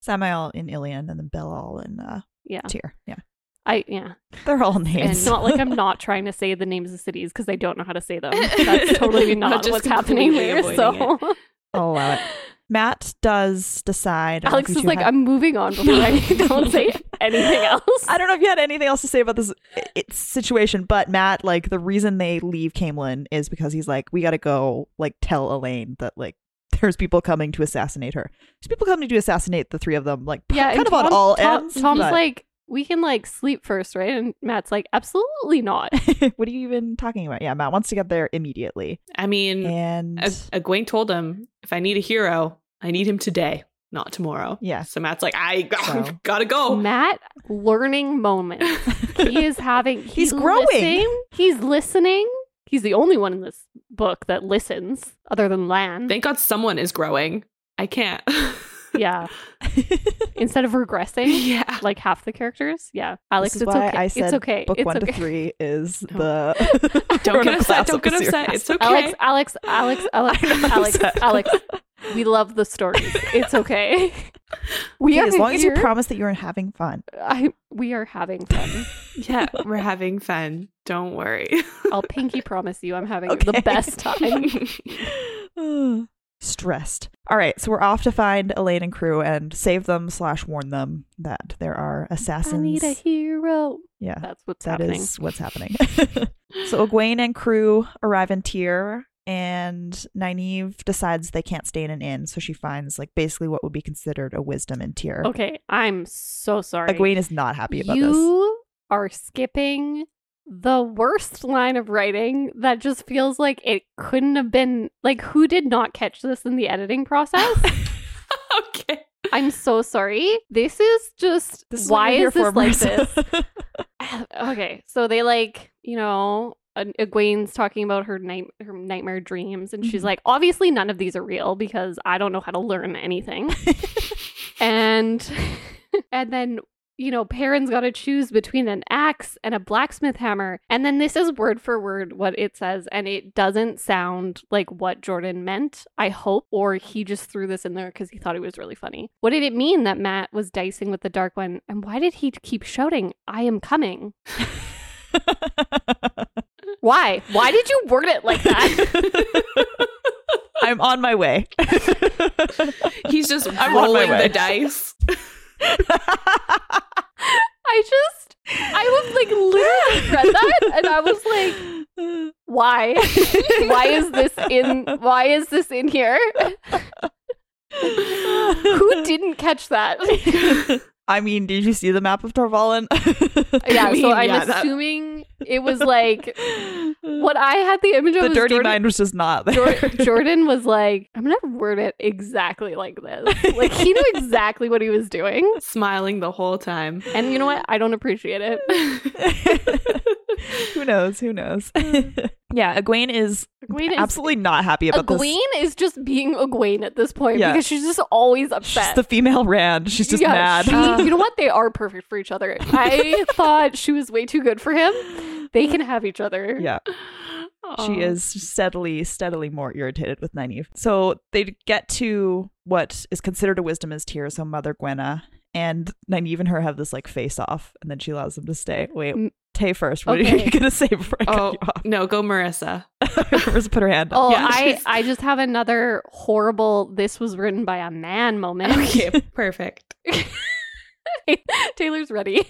Speaker 2: Samael in Ilion and then Belal in uh,
Speaker 1: Yeah.
Speaker 3: Oh.
Speaker 2: Tyr. Yeah.
Speaker 1: I yeah.
Speaker 2: They're all
Speaker 1: And
Speaker 2: names.
Speaker 1: it's
Speaker 2: *laughs*
Speaker 1: not like I'm
Speaker 3: *laughs*
Speaker 1: not trying to say the names of cities because I don't know how to say them. That's totally
Speaker 3: I'm
Speaker 1: not
Speaker 3: just
Speaker 1: what's happening
Speaker 3: completely
Speaker 1: there. So
Speaker 2: I'll allow it. Matt does decide. on
Speaker 1: Alex
Speaker 2: who
Speaker 1: is
Speaker 2: to
Speaker 1: like,
Speaker 2: have-
Speaker 1: I'm moving on before
Speaker 3: *laughs*
Speaker 1: I don't say anything else.
Speaker 2: I don't know if you had anything else to say about this i- i- situation, but Matt, like the reason they leave Camelin is because he's like, we gotta go, like tell Elaine that like *laughs* there's people coming to assassinate her. There's people coming to assassinate the three of them, like p-
Speaker 1: yeah, and
Speaker 2: kind of on
Speaker 1: Tom-
Speaker 2: all
Speaker 1: Tom-
Speaker 2: ends.
Speaker 1: Tom's
Speaker 2: but
Speaker 1: like, we can like sleep first, right? And Matt's like, absolutely
Speaker 2: *laughs*
Speaker 1: not.
Speaker 2: *laughs* what are you even talking about? Yeah, Matt wants to get there immediately,
Speaker 3: I
Speaker 1: Mm.
Speaker 3: mean,
Speaker 2: and *laughs*
Speaker 3: A- Egwene told him, if I need a hero, I need him today, not tomorrow.
Speaker 2: Yeah.
Speaker 3: So Matt's like, I
Speaker 2: So-
Speaker 3: *laughs* gotta
Speaker 2: Oh.
Speaker 3: go.
Speaker 1: Matt learning moment. He is having.
Speaker 2: *laughs* He's growing.
Speaker 1: listening, he's listening. He's the only one in this book that listens, other than Lan.
Speaker 3: Thank *laughs* God someone is growing. I can't. *laughs*
Speaker 1: yeah. Instead of regressing,
Speaker 3: yeah.
Speaker 1: like half the characters. Yeah, Alex,
Speaker 2: this is
Speaker 1: it's
Speaker 2: why
Speaker 1: okay.
Speaker 2: I said
Speaker 1: it's okay.
Speaker 2: book
Speaker 1: it's
Speaker 2: one
Speaker 1: okay.
Speaker 2: to three is
Speaker 3: No.
Speaker 2: the
Speaker 1: *laughs*
Speaker 3: Don't get
Speaker 2: chronoplast
Speaker 3: upset.
Speaker 2: of
Speaker 3: Don't
Speaker 2: the
Speaker 3: get upset.
Speaker 2: series.
Speaker 3: It's okay.
Speaker 1: Alex, Alex, Alex, Alex,
Speaker 2: *laughs* I know, I'm
Speaker 1: Alex,
Speaker 2: upset.
Speaker 1: Alex. We love the stories. It's
Speaker 2: *laughs*
Speaker 1: okay. We
Speaker 2: Okay,
Speaker 1: are
Speaker 2: as long
Speaker 1: here.
Speaker 2: as you promise that you're having fun.
Speaker 1: I, we are having fun.
Speaker 3: *laughs* yeah, we're having fun. Don't
Speaker 2: *laughs*
Speaker 3: worry.
Speaker 1: I'll pinky promise you, I'm having
Speaker 2: Okay.
Speaker 1: the best time.
Speaker 2: Ugh. *sighs* stressed. All right, so we're off to find Elaine and crew and save them slash warn them that there are assassins.
Speaker 1: I need a hero.
Speaker 2: yeah,
Speaker 1: That's what's
Speaker 2: that is
Speaker 1: happening.
Speaker 2: what's happening. *laughs* so Egwene and crew arrive in Tyr, and Nynaeve decides they can't stay in an inn, so she finds like basically what would be considered a wisdom in Tyr.
Speaker 1: Okay, I'm so sorry.
Speaker 2: Egwene is not happy about
Speaker 1: you
Speaker 2: this.
Speaker 1: are skipping the worst line of writing that just feels like it couldn't have been like who did not catch this in the editing process?
Speaker 3: *laughs*
Speaker 2: *laughs*
Speaker 3: okay.
Speaker 1: I'm so sorry. This is just
Speaker 2: This is what
Speaker 1: why
Speaker 2: you're
Speaker 1: is this
Speaker 2: here for,
Speaker 1: like
Speaker 2: Marissa.
Speaker 1: this?
Speaker 2: *laughs*
Speaker 1: okay, so they like you know, uh, Egwene's talking about her night her nightmare dreams, and she's
Speaker 2: Mhm.
Speaker 1: like, obviously none of these are real because I don't know how to learn anything, and *laughs* and then. You know, Perrin's got to choose between an axe and a blacksmith hammer. And then this is word for word what it says. And it doesn't sound like what Jordan meant, I hope, or he just threw this in there because he thought it was really funny. What did it mean that Matt was dicing with the Dark One? And why did he keep shouting, I am coming? Why? Why did you word it like *laughs*
Speaker 2: *laughs*
Speaker 1: that?
Speaker 2: I'm on
Speaker 1: *laughs*
Speaker 2: my way.
Speaker 3: He's just
Speaker 2: I'm on my
Speaker 3: rolling
Speaker 2: way. *laughs*
Speaker 3: the dice. *laughs*
Speaker 1: I just, I was like literally read that and I was like,
Speaker 2: *laughs*
Speaker 1: why? Why is this in, why is this in here? Who didn't catch
Speaker 2: *laughs*
Speaker 1: that?
Speaker 2: I mean, did you see the map of *laughs* Torvalen?
Speaker 1: Yeah,
Speaker 3: mean,
Speaker 1: so I'm
Speaker 3: yeah, that-
Speaker 1: assuming it was like, what I had the image of
Speaker 2: The
Speaker 1: was
Speaker 2: dirty
Speaker 1: Jordan,
Speaker 2: mind was just not there.
Speaker 1: Jor-
Speaker 2: *laughs*
Speaker 1: Jordan was like, I'm going to word it exactly like this. Like, he knew exactly what he was doing.
Speaker 3: Smiling the whole time. *laughs*
Speaker 1: And you know what? I don't appreciate
Speaker 2: *laughs*
Speaker 1: it.
Speaker 2: who knows? Who knows? *laughs* yeah, Egwene is
Speaker 1: Egwene is-
Speaker 2: absolutely not happy about
Speaker 1: Egwene is just being Egwene at this point
Speaker 2: Yeah.
Speaker 1: because she's just always
Speaker 2: this. She's
Speaker 1: upset.
Speaker 2: the female Rand. She's just
Speaker 1: Yeah,
Speaker 2: mad.
Speaker 1: she-
Speaker 3: Uh.
Speaker 1: you know what? They are perfect for each other. I thought she was way too good for him. They can have each other.
Speaker 2: *laughs* yeah. She
Speaker 1: Oh.
Speaker 3: Aw.
Speaker 2: is *laughs* steadily, steadily more irritated with Nynaeve. So they get to what is considered a wisdom is tier, so Mother Gwenna. And Nynaeve and her have this like face off, and then she allows them to stay. Wait,
Speaker 1: Mm.
Speaker 2: Tay first. What are you
Speaker 1: Okay.
Speaker 2: *laughs* gonna say before I
Speaker 3: Oh,
Speaker 2: cut
Speaker 3: no, go Marissa.
Speaker 2: you off? *laughs* Marissa put her hand up.
Speaker 1: Oh,
Speaker 3: Yeah,
Speaker 1: I,
Speaker 3: she's-
Speaker 1: I just have another horrible this was written by a man moment.
Speaker 3: *laughs* Okay, perfect.
Speaker 1: *laughs* Taylor's ready.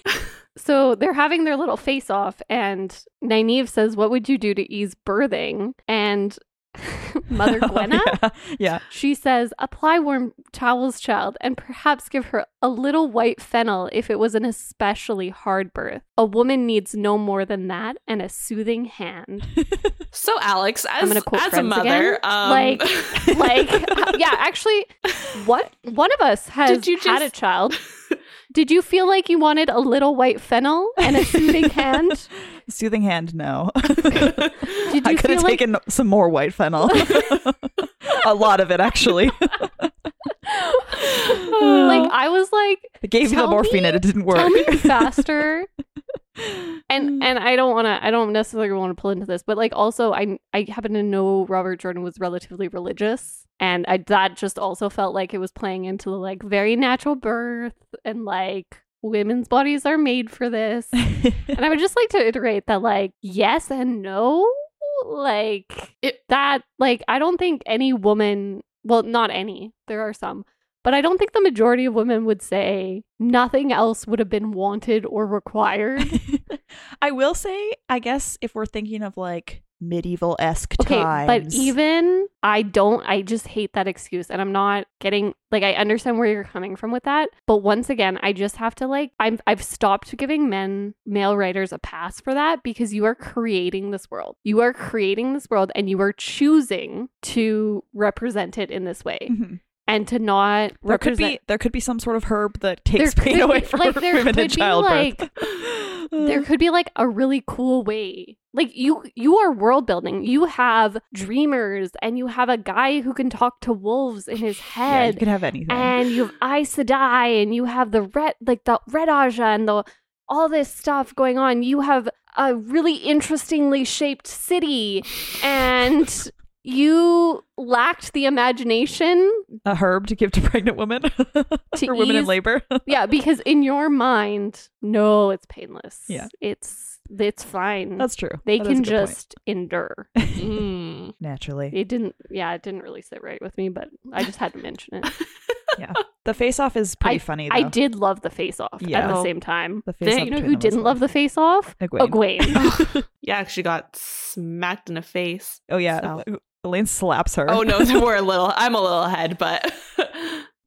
Speaker 1: So they're having their little face off, and Nynaeve says, What would you do to ease birthing? And *laughs* Oh,
Speaker 2: *laughs*
Speaker 1: Mother Gwenna,
Speaker 2: yeah. Oh, yeah.
Speaker 1: she says, Apply warm towels, child, and perhaps give her a little white fennel if it was an especially hard birth. A woman needs no more than that and a soothing
Speaker 3: *laughs*
Speaker 1: hand.
Speaker 3: So Alex, as,
Speaker 1: gonna quote
Speaker 3: as a
Speaker 1: Friends
Speaker 3: mother,
Speaker 1: again.
Speaker 3: um, *laughs*
Speaker 1: Like- Like, uh, yeah, actually, what one of us has
Speaker 3: Did you
Speaker 1: had a
Speaker 3: just- *laughs*
Speaker 1: child? Did you feel like you wanted a little white fennel and a
Speaker 3: *laughs*
Speaker 1: soothing hand?
Speaker 2: Soothing hand, no.
Speaker 1: *laughs* Did
Speaker 2: *laughs* I
Speaker 1: you
Speaker 2: could have
Speaker 1: feel like
Speaker 2: taken some more white fennel. *laughs* a lot of it actually.
Speaker 1: *laughs*
Speaker 2: *laughs*
Speaker 3: Oh.
Speaker 1: like I was like
Speaker 2: It gave you the
Speaker 1: Tell
Speaker 2: morphine
Speaker 1: me-
Speaker 2: and it didn't work.
Speaker 1: tell me faster and and I don't want to I don't necessarily want to pull into this but like also I I happen to know Robert Jordan was relatively religious and I that just also felt like it was playing into the like very natural birth and like women's bodies are made for this
Speaker 2: *laughs*
Speaker 1: *laughs* and I would just like to iterate that like yes and no like
Speaker 3: It-
Speaker 1: that like I don't think any woman well not any there are some but I don't think the majority of women would say nothing else would have been wanted or required.
Speaker 2: *laughs* I will say, I guess if we're thinking of like medieval esque
Speaker 1: Okay,
Speaker 2: times,
Speaker 1: but even I don't I just hate that excuse and I'm not getting like I understand where you're coming from with that, but once again, I just have to like I'm I've stopped giving men male writers a pass for that because you are creating this world. You are creating this world and you are choosing to represent it in this way *laughs*
Speaker 2: Mhm.
Speaker 1: and to not
Speaker 2: there could
Speaker 1: represent
Speaker 2: be there could be some sort of herb that takes
Speaker 1: There
Speaker 2: pain
Speaker 1: could
Speaker 2: away
Speaker 1: be-
Speaker 2: from
Speaker 1: like, there
Speaker 2: women in
Speaker 1: could be,
Speaker 2: *laughs* childbirth.
Speaker 1: there
Speaker 2: Mm.
Speaker 1: could be like a really cool way like you you are world building you have dreamers and you have a guy who can talk to wolves in his
Speaker 2: yeah, you
Speaker 1: head
Speaker 2: could have anything.
Speaker 1: and you have Aes Sedai and you have the red like the red Aja and the all this stuff going
Speaker 2: *laughs*
Speaker 1: on you have a really interestingly shaped city and you lacked the imagination.
Speaker 2: A herb to give to pregnant women *laughs*
Speaker 1: To
Speaker 2: for women in
Speaker 1: ease-
Speaker 2: labor. *laughs*
Speaker 1: Yeah, because in your mind, no, it's painless.
Speaker 2: Yeah.
Speaker 1: It's it's fine.
Speaker 2: That's true.
Speaker 1: they
Speaker 2: That is a
Speaker 1: can
Speaker 2: good point.
Speaker 1: just
Speaker 2: *laughs*
Speaker 1: endure.
Speaker 3: Mm.
Speaker 2: naturally.
Speaker 1: It didn't yeah, it didn't really sit right with me, but I just had to mention
Speaker 2: *laughs*
Speaker 1: it.
Speaker 2: The face off is pretty funny. Though.
Speaker 1: I did love the face off at
Speaker 2: Yeah. Oh,
Speaker 1: the same time.
Speaker 2: The face
Speaker 1: You know who didn't love the face off?
Speaker 2: Egwene.
Speaker 1: Egwene.
Speaker 2: *laughs*
Speaker 3: yeah, because she got smacked in the face.
Speaker 2: Oh yeah, Elaine slaps her.
Speaker 3: Oh no, we're a little. I'm a little ahead, but
Speaker 1: *laughs*
Speaker 3: *laughs*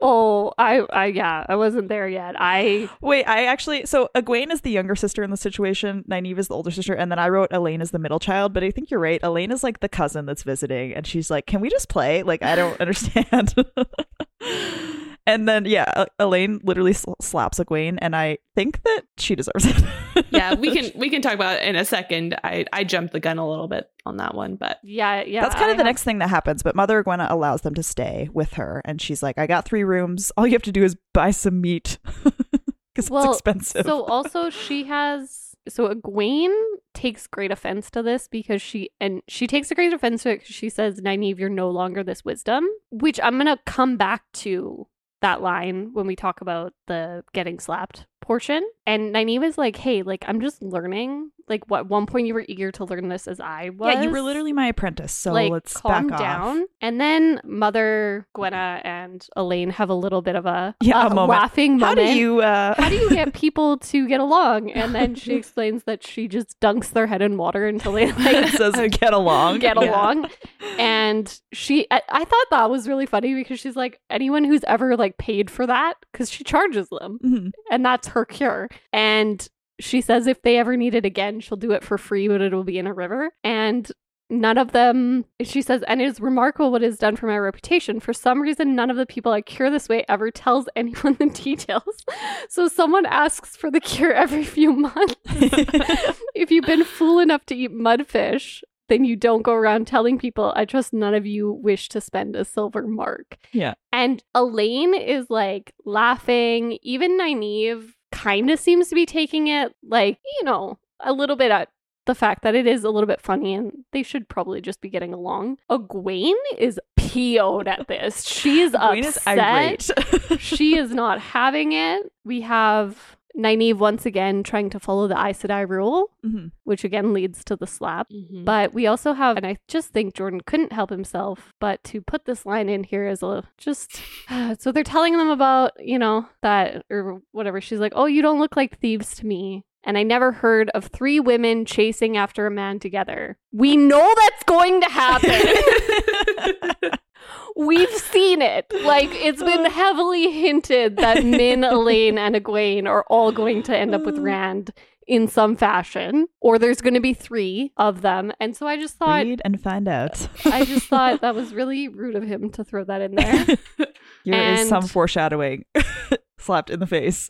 Speaker 1: oh, I, I yeah, I wasn't there yet. I
Speaker 2: Wait, I actually so Egwene is the younger sister in the situation. Nynaeve is the older sister, and then I wrote Elaine is the middle child. But I think you're right. Elaine is like the cousin that's visiting, and she's like, "Can we just play?" Like
Speaker 1: *laughs*
Speaker 2: I don't understand. *laughs* and then yeah, E- Elaine literally sl- slaps Egwene, and I think that she deserves it. *laughs*
Speaker 3: yeah, we can we can talk about it in a second. I I jumped the gun a little bit on that one, but
Speaker 1: yeah, yeah.
Speaker 2: That's kind
Speaker 1: I
Speaker 2: of the
Speaker 1: have-
Speaker 2: next thing that happens, but Mother Egwene allows them to stay with her, and she's like, "I got three rooms. All you have to do is buy some meat *laughs* because
Speaker 1: Well,
Speaker 2: it's expensive."
Speaker 1: So also she has so Egwene takes great offense to this because she and she takes a great offense to it 'cause she says, Nynaeve, you're no longer this wisdom. Which I'm gonna come back to that line when we talk about the getting slapped portion. And Nynaeve is like, hey, like I'm just learning. Like what one point you were eager to learn this as I was.
Speaker 2: yeah, you were literally my apprentice, so
Speaker 1: like
Speaker 2: let's
Speaker 1: calm
Speaker 2: back
Speaker 1: down.
Speaker 2: off.
Speaker 1: And then Mother Gwenna and Elaine have a little bit of a,
Speaker 2: Yeah, a moment.
Speaker 1: laughing
Speaker 2: How
Speaker 1: moment.
Speaker 2: do you? Uh,
Speaker 1: *laughs* How do you
Speaker 2: *laughs*
Speaker 1: get people to get along? And then she explains that she just dunks their head in water until
Speaker 2: *laughs*
Speaker 1: they
Speaker 2: it
Speaker 1: like *laughs*
Speaker 2: says get along?
Speaker 1: get
Speaker 2: *laughs* Yeah.
Speaker 1: along. And she, I, I thought that was really funny because she's like, anyone who's ever like paid for that, because she charges them,
Speaker 2: Mhm.
Speaker 1: and that's her cure. And she says if they ever need it again, she'll do it for free, but it'll be in a river. And none of them, she says, and it is remarkable what it has done for my reputation. For some reason, none of the people I cure this way ever tells anyone *laughs* the details. So someone asks for the cure every few months.
Speaker 2: *laughs*
Speaker 1: if you've been fool enough to eat mudfish, then you don't go around telling people, I trust none of you wish to spend a silver mark.
Speaker 2: Yeah.
Speaker 1: And Elaine is like laughing. Even Nynaeve kind of seems to be taking it like, you know, a little bit at the fact that it is a little bit funny and they should probably just be getting along. Egwene is PO'd at this. She is
Speaker 2: Egwene is
Speaker 1: upset.
Speaker 2: irate.
Speaker 1: she is not having it. We have Nynaeve once again trying to follow the Aes Sedai rule,
Speaker 2: Mhm.
Speaker 1: which again leads to the slap.
Speaker 3: but
Speaker 1: But we also have, and I just think Jordan couldn't help himself but to put this line in here as a just. *sighs* so they're telling them about, you know, that or whatever. She's like, oh, you don't look like thieves to me. And I never heard of three women chasing after a man together. We know that's going to
Speaker 2: *laughs*
Speaker 1: happen. We've seen it. Like, it's been
Speaker 2: Uh.
Speaker 1: heavily hinted
Speaker 2: *laughs*
Speaker 1: that Min, Elaine, and Egwene are all going to end up
Speaker 2: Uh.
Speaker 1: with Rand in some fashion, or there's going to be three of them. And so I just *laughs* thought,
Speaker 2: Read and find
Speaker 1: *laughs*
Speaker 2: out.
Speaker 1: I just thought that
Speaker 2: *laughs*
Speaker 1: was really rude of him to throw that in there.
Speaker 2: Here is
Speaker 1: and- Mm-hmm.
Speaker 2: some foreshadowing *laughs* slapped in the face.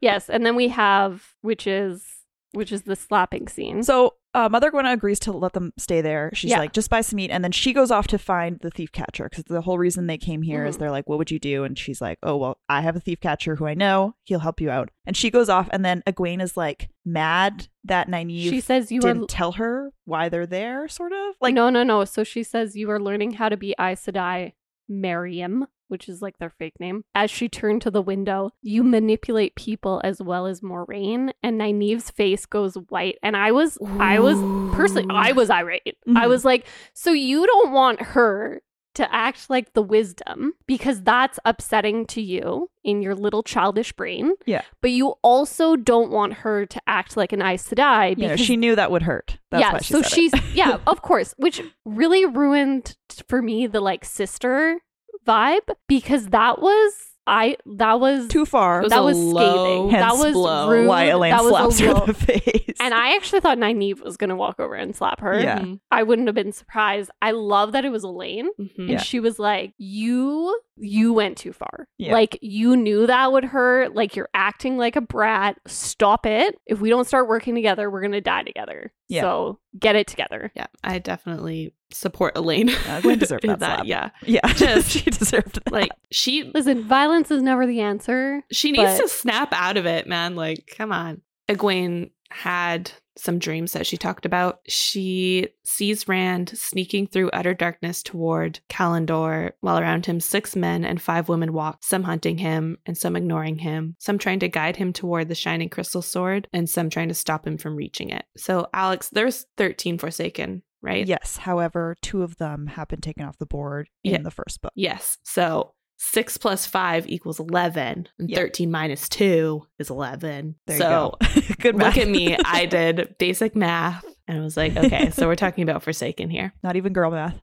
Speaker 1: yes. And then we have, which is, which is the slapping scene.
Speaker 2: So uh, Mother Gwenna agrees to let them stay there. She's
Speaker 1: Yeah.
Speaker 2: like, just buy some meat. And then she goes off to find the thief catcher because the whole reason they came here is
Speaker 1: Mhm.
Speaker 2: they're like, what would you do? And she's like, oh, well, I have a thief catcher who I know. He'll help you out. And she goes off. And then Egwene is like mad that Nynaeve
Speaker 1: she says, you
Speaker 2: didn't
Speaker 1: are.
Speaker 2: tell her why they're there, sort of.
Speaker 1: Like,
Speaker 2: Like,
Speaker 1: no, no, no. So she says, you are learning how to be Aes Sedai Mariam, which is like their fake name. As she turned to the window, you manipulate people as well as Moraine. And Nynaeve's face goes white. And I was, I was personally i was irate i
Speaker 2: Mhm.
Speaker 1: was like so you don't want her to act like the wisdom because that's upsetting to you in your little childish brain
Speaker 2: Yeah.
Speaker 1: but you also don't want her to act like an Aes Sedai
Speaker 2: you know,
Speaker 1: because
Speaker 2: she knew that would hurt. That's
Speaker 1: yeah
Speaker 2: why she
Speaker 1: so
Speaker 2: said it.
Speaker 1: she's
Speaker 2: *laughs*
Speaker 1: yeah of course which really ruined t- for me the like sister vibe because that was i that was
Speaker 2: too far.
Speaker 3: It was
Speaker 1: that
Speaker 3: a
Speaker 1: was
Speaker 3: low
Speaker 1: scathing that
Speaker 2: hence
Speaker 1: was
Speaker 3: blow.
Speaker 1: rude
Speaker 2: why Elaine
Speaker 1: that was a
Speaker 2: slaps her
Speaker 1: low-
Speaker 2: in the face.
Speaker 1: and I actually thought Nynaeve was going to walk over and slap her.
Speaker 2: Yeah.
Speaker 3: Mhm.
Speaker 1: I wouldn't have been surprised. I love that it was Elaine.
Speaker 3: Mhm.
Speaker 1: And
Speaker 2: Yeah.
Speaker 1: she was like, You you went too far.
Speaker 2: Yeah.
Speaker 1: Like you knew that would hurt. Like you're acting like a brat. Stop it. If we don't start working together, we're gonna die together.
Speaker 2: Yeah.
Speaker 1: So get it together.
Speaker 3: yeah, I definitely support Elaine.
Speaker 2: Gwen
Speaker 3: *laughs*
Speaker 2: deserved that slap.
Speaker 3: Yeah,
Speaker 2: yeah, *laughs*
Speaker 3: just-
Speaker 2: she deserved that.
Speaker 3: like she
Speaker 1: Listen, violence is never the answer.
Speaker 3: she needs
Speaker 1: but-
Speaker 3: to snap out of it, man. Like, come on, Egwene had some dreams that she talked about. She sees Rand sneaking through utter darkness toward Kalendor, while around him six men and five women walk, some hunting him and some ignoring him, some trying to guide him toward the shining crystal sword and some trying to stop him from reaching it. So Alex, there's 13 Forsaken, right?
Speaker 2: Yes. However, two of them have been taken off the board in
Speaker 3: Yeah.
Speaker 2: the first book.
Speaker 3: Yes. So 6 plus 5 equals 11 and
Speaker 2: Yeah.
Speaker 3: 13 minus 2 is 11.
Speaker 2: There
Speaker 3: so
Speaker 2: you go. *laughs* Good
Speaker 3: look
Speaker 2: math.
Speaker 3: at me. I did basic math and I was like, okay, so we're talking about Forsaken here.
Speaker 2: *laughs*
Speaker 3: *laughs*
Speaker 2: Not even girl
Speaker 1: *laughs*
Speaker 2: math.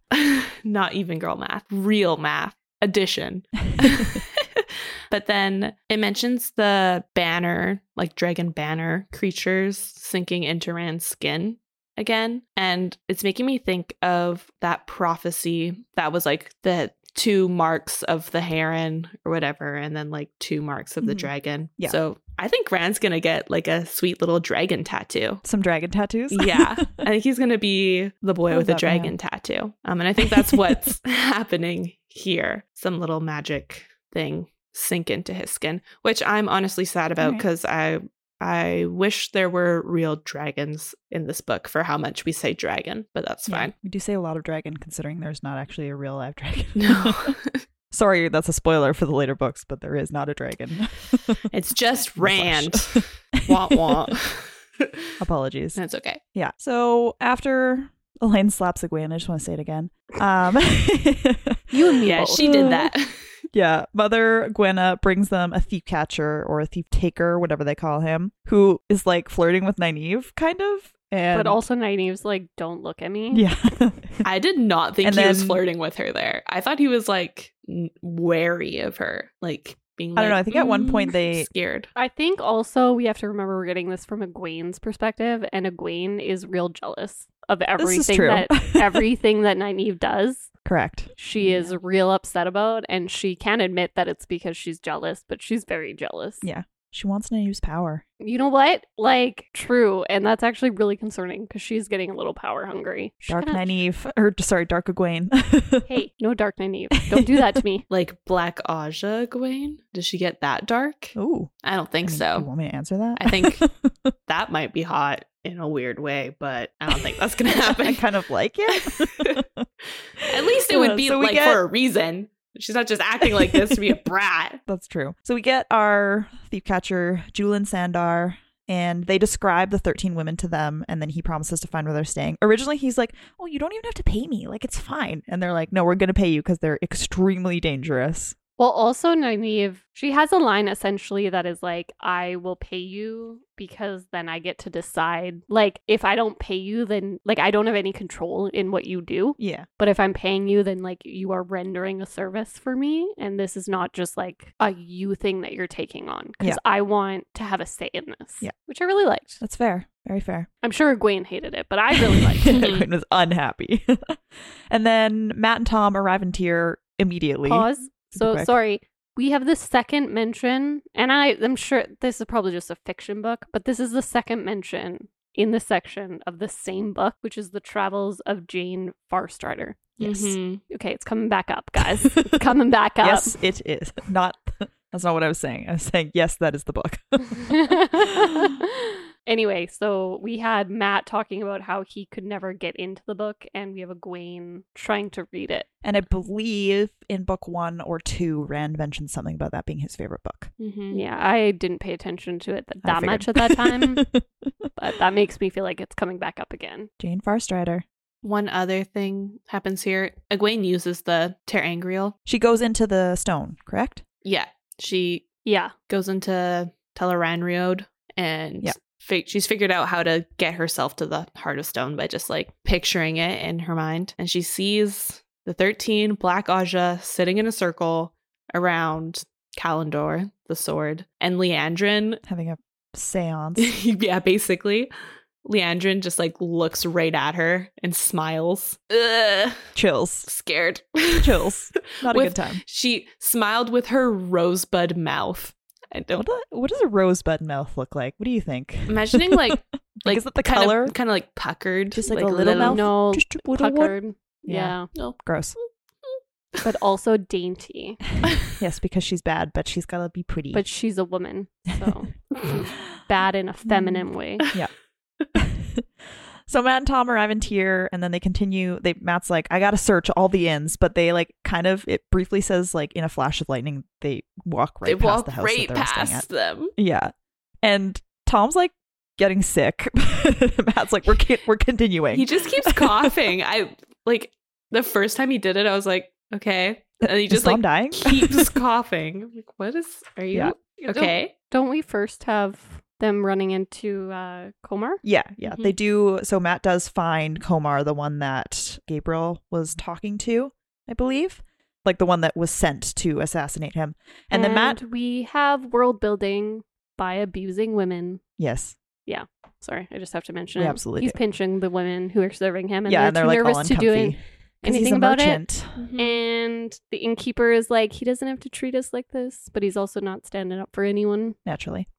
Speaker 3: Not even girl math, real math, addition. *laughs* but then it mentions the banner, like dragon banner creatures sinking into Rand's skin again. And it's making me think of that prophecy that was like the two marks of the heron or whatever, and then like two marks of the
Speaker 2: Mhm.
Speaker 3: dragon.
Speaker 2: Yeah.
Speaker 3: So I think Rand's going to get like a sweet little dragon tattoo.
Speaker 2: Some dragon
Speaker 1: *laughs*
Speaker 2: tattoos.
Speaker 3: Yeah. I think he's going to be the boy
Speaker 2: Love
Speaker 3: with a
Speaker 2: that man.
Speaker 3: dragon tattoo. Um, and I think
Speaker 1: *laughs*
Speaker 3: that's what's happening here. Some little magic thing sink into his skin, which I'm honestly sad about
Speaker 2: Alright.
Speaker 3: because I I wish there were real dragons in this book for how much we say dragon, but that's
Speaker 1: *laughs*
Speaker 2: Yeah,
Speaker 3: fine. *laughs*
Speaker 2: We do say a lot of dragon considering there's not actually a real live dragon. *laughs*
Speaker 3: No,
Speaker 2: Sorry, that's a spoiler for the later books, but there is not a dragon.
Speaker 1: *laughs*
Speaker 3: it's just
Speaker 2: In the
Speaker 3: Rand.
Speaker 2: flesh.
Speaker 3: womp womp.
Speaker 2: *laughs* Apologies.
Speaker 3: *laughs* That's okay.
Speaker 2: Yeah. So after Elaine slaps Egwene, I just want to say it again. Um, *laughs*
Speaker 1: You and me
Speaker 3: Yeah,
Speaker 1: both.
Speaker 3: she did that.
Speaker 1: *laughs*
Speaker 2: yeah. Mother Gwenna brings them a thief catcher or a thief taker, whatever they call him, who is like flirting with Nynaeve, kind of. And
Speaker 1: But also Nynaeve's like, don't look at me.
Speaker 2: *laughs*
Speaker 3: *laughs*
Speaker 2: yeah.
Speaker 3: I did not think
Speaker 2: And
Speaker 3: he was
Speaker 2: then-
Speaker 3: flirting with her there. I thought he was like n- wary of her, like being.
Speaker 2: I don't know,
Speaker 3: like,
Speaker 2: I think at one point
Speaker 3: "Mm,"
Speaker 2: they-
Speaker 3: *laughs* scared.
Speaker 1: I think also we have to remember we're getting this from Egwene's perspective, and Egwene is real jealous of everything
Speaker 2: true.
Speaker 1: that
Speaker 2: *laughs*
Speaker 1: everything that Nynaeve does.
Speaker 2: Correct.
Speaker 1: She is real upset about, and she can admit that it's because she's jealous, but she's very jealous.
Speaker 2: Yeah. She wants Nynaeve's power.
Speaker 1: You know what? Like, true, and that's actually really concerning because she's getting a little power hungry. She's
Speaker 2: Dark
Speaker 1: gonna-
Speaker 2: Nynaeve, or sorry, Dark Egwene. *laughs*
Speaker 1: Hey, no dark Nynaeve. Don't do that to me.
Speaker 3: Like Black Aja Gawain? Does she get that dark?
Speaker 2: Ooh.
Speaker 3: I don't think
Speaker 2: Oh, I mean, You
Speaker 3: so.
Speaker 2: want me to answer that?
Speaker 3: I think that might be hot in a weird way, but I don't think that's
Speaker 2: *laughs*
Speaker 3: gonna
Speaker 2: I
Speaker 3: happen.
Speaker 2: kind of like it.
Speaker 3: *laughs* At
Speaker 2: *laughs*
Speaker 3: least it would
Speaker 2: Uh,
Speaker 3: be
Speaker 2: so we
Speaker 3: like
Speaker 2: get-
Speaker 3: for a reason. She's not just acting like
Speaker 2: *laughs*
Speaker 3: this to be a brat.
Speaker 2: That's true. So we get our thief catcher, Julian Sandar, and they describe the 13 women to them, and then he promises to find where they're staying. Originally, he's like, Oh, you don't even have to pay me. Like, it's fine. And they're like, No, we're going to pay you because they're extremely dangerous.
Speaker 1: Well, also Nynaeve, she has a line essentially that is like, I will pay you because then I get to decide. Like, if I don't pay you, then like I don't have any control in what you do.
Speaker 2: Yeah.
Speaker 1: But if I'm paying you, then like you are rendering a service for me. And this is not just like a you thing that you're taking on because
Speaker 2: Yeah.
Speaker 1: I want to have a say in this.
Speaker 2: Yeah.
Speaker 1: Which I really liked.
Speaker 2: That's fair. Very fair.
Speaker 1: I'm sure Egwene hated it, but I really
Speaker 2: *laughs*
Speaker 1: liked it.
Speaker 2: Quinn was unhappy. *laughs* and then Matt and Tom arrive in tier immediately.
Speaker 1: Pause. So
Speaker 2: quick.
Speaker 1: sorry. We have the second mention, and I, I'm sure this is probably just a fiction book, but this is the second mention in the section of the same book, which is The Travels of Jane Farstrider.
Speaker 2: Yes.
Speaker 3: Mhm.
Speaker 1: Okay, it's coming back up, guys.
Speaker 2: *laughs*
Speaker 1: It's coming back up.
Speaker 2: Yes, it is. Not. *laughs* That's not what I was saying. I was saying, yes, that is the book.
Speaker 1: *laughs* anyway, so we had Matt talking about how he could never get into the book, and we have Egwene trying to read it.
Speaker 2: And I believe in book one or two, Rand mentioned something about that being his favorite book.
Speaker 3: Mhm.
Speaker 1: Yeah, I didn't pay attention to it th-
Speaker 2: Mm. I
Speaker 1: that
Speaker 2: figured.
Speaker 1: much at that
Speaker 2: *laughs*
Speaker 1: time, but that makes me feel like it's coming back up again.
Speaker 2: Jane Farstrider.
Speaker 3: One other thing happens here. Egwene uses the Terangriel.
Speaker 2: She goes into the stone, correct?
Speaker 3: Yeah. She
Speaker 1: Yeah.
Speaker 3: goes into Teleranriod and
Speaker 2: Yeah.
Speaker 3: fi- she's figured out how to get herself to the Heart of Stone by just like picturing it in her mind. And she sees the 13 Black Aja sitting in a circle around Kalendor, the sword, and Leandrin. *laughs*
Speaker 2: Having a
Speaker 1: *laughs*
Speaker 2: seance.
Speaker 3: yeah, basically. Leandrin just like looks right at her and smiles. Ugh,
Speaker 2: Chills.
Speaker 3: scared.
Speaker 2: Chills. Not a
Speaker 3: With-
Speaker 2: good time.
Speaker 3: *laughs* She smiled with her rosebud mouth. I don't
Speaker 2: What, the, what does a rosebud mouth look like? What do you think?
Speaker 1: Mm,
Speaker 2: *laughs*
Speaker 3: Imagining like like
Speaker 2: is it the
Speaker 3: kind
Speaker 2: color?
Speaker 3: of, kind of like puckered,
Speaker 2: Just like a little mouth?
Speaker 1: No,
Speaker 2: Just a little one?
Speaker 1: puckered.
Speaker 2: Yeah.
Speaker 1: Yeah.
Speaker 3: No,
Speaker 2: Gross.
Speaker 1: but also
Speaker 2: *laughs*
Speaker 1: dainty.
Speaker 2: Yes, because she's bad, but she's got to be pretty. *gasps*
Speaker 1: But she's a woman,
Speaker 2: *laughs*
Speaker 1: so bad in a
Speaker 2: Mm.
Speaker 1: feminine way.
Speaker 2: so Matt and Tom arrive in Tier, and then they continue. They Matt's like, I gotta search all the inns, but they like kind of it briefly says like in a flash of lightning, they walk right
Speaker 3: they
Speaker 2: past
Speaker 3: walk
Speaker 2: the house
Speaker 3: right
Speaker 2: that they're staying at.
Speaker 3: past them.
Speaker 2: Yeah, and Tom's like getting sick. *laughs* Matt's like, we're ki- we're continuing.
Speaker 3: He just
Speaker 2: *laughs*
Speaker 3: keeps coughing. I like the first time he did it, I was like, okay, and he
Speaker 2: Is
Speaker 3: just
Speaker 2: Tom
Speaker 3: like *laughs*
Speaker 2: dying. *laughs*
Speaker 3: keeps coughing. I'm Like, what is? Are you
Speaker 2: *laughs* Yeah.
Speaker 3: okay?
Speaker 1: Don't we first have them running into uh, Comar?
Speaker 2: Yeah, yeah. They
Speaker 3: Mm-hmm.
Speaker 2: do. So Matt does find Komar, the one that Gabriel was talking to, I believe, like the one that was sent to assassinate him. And, then Matt,
Speaker 1: we have world building by abusing women.
Speaker 2: yes,
Speaker 1: Sorry, I just have to mention
Speaker 2: We
Speaker 1: it.
Speaker 2: absolutely
Speaker 1: he's
Speaker 2: do.
Speaker 1: pinching the women who are serving him, and
Speaker 2: yeah, and
Speaker 1: they're
Speaker 2: they're like
Speaker 1: too
Speaker 2: all
Speaker 1: nervous to
Speaker 2: uncomfy
Speaker 1: do it.
Speaker 2: 'cause he's
Speaker 1: anything
Speaker 2: a
Speaker 1: about it.
Speaker 2: merchant.
Speaker 3: Mm. Mm-hmm.
Speaker 1: And the innkeeper is like, he doesn't have to treat us like this, but he's also not standing up for anyone
Speaker 2: naturally.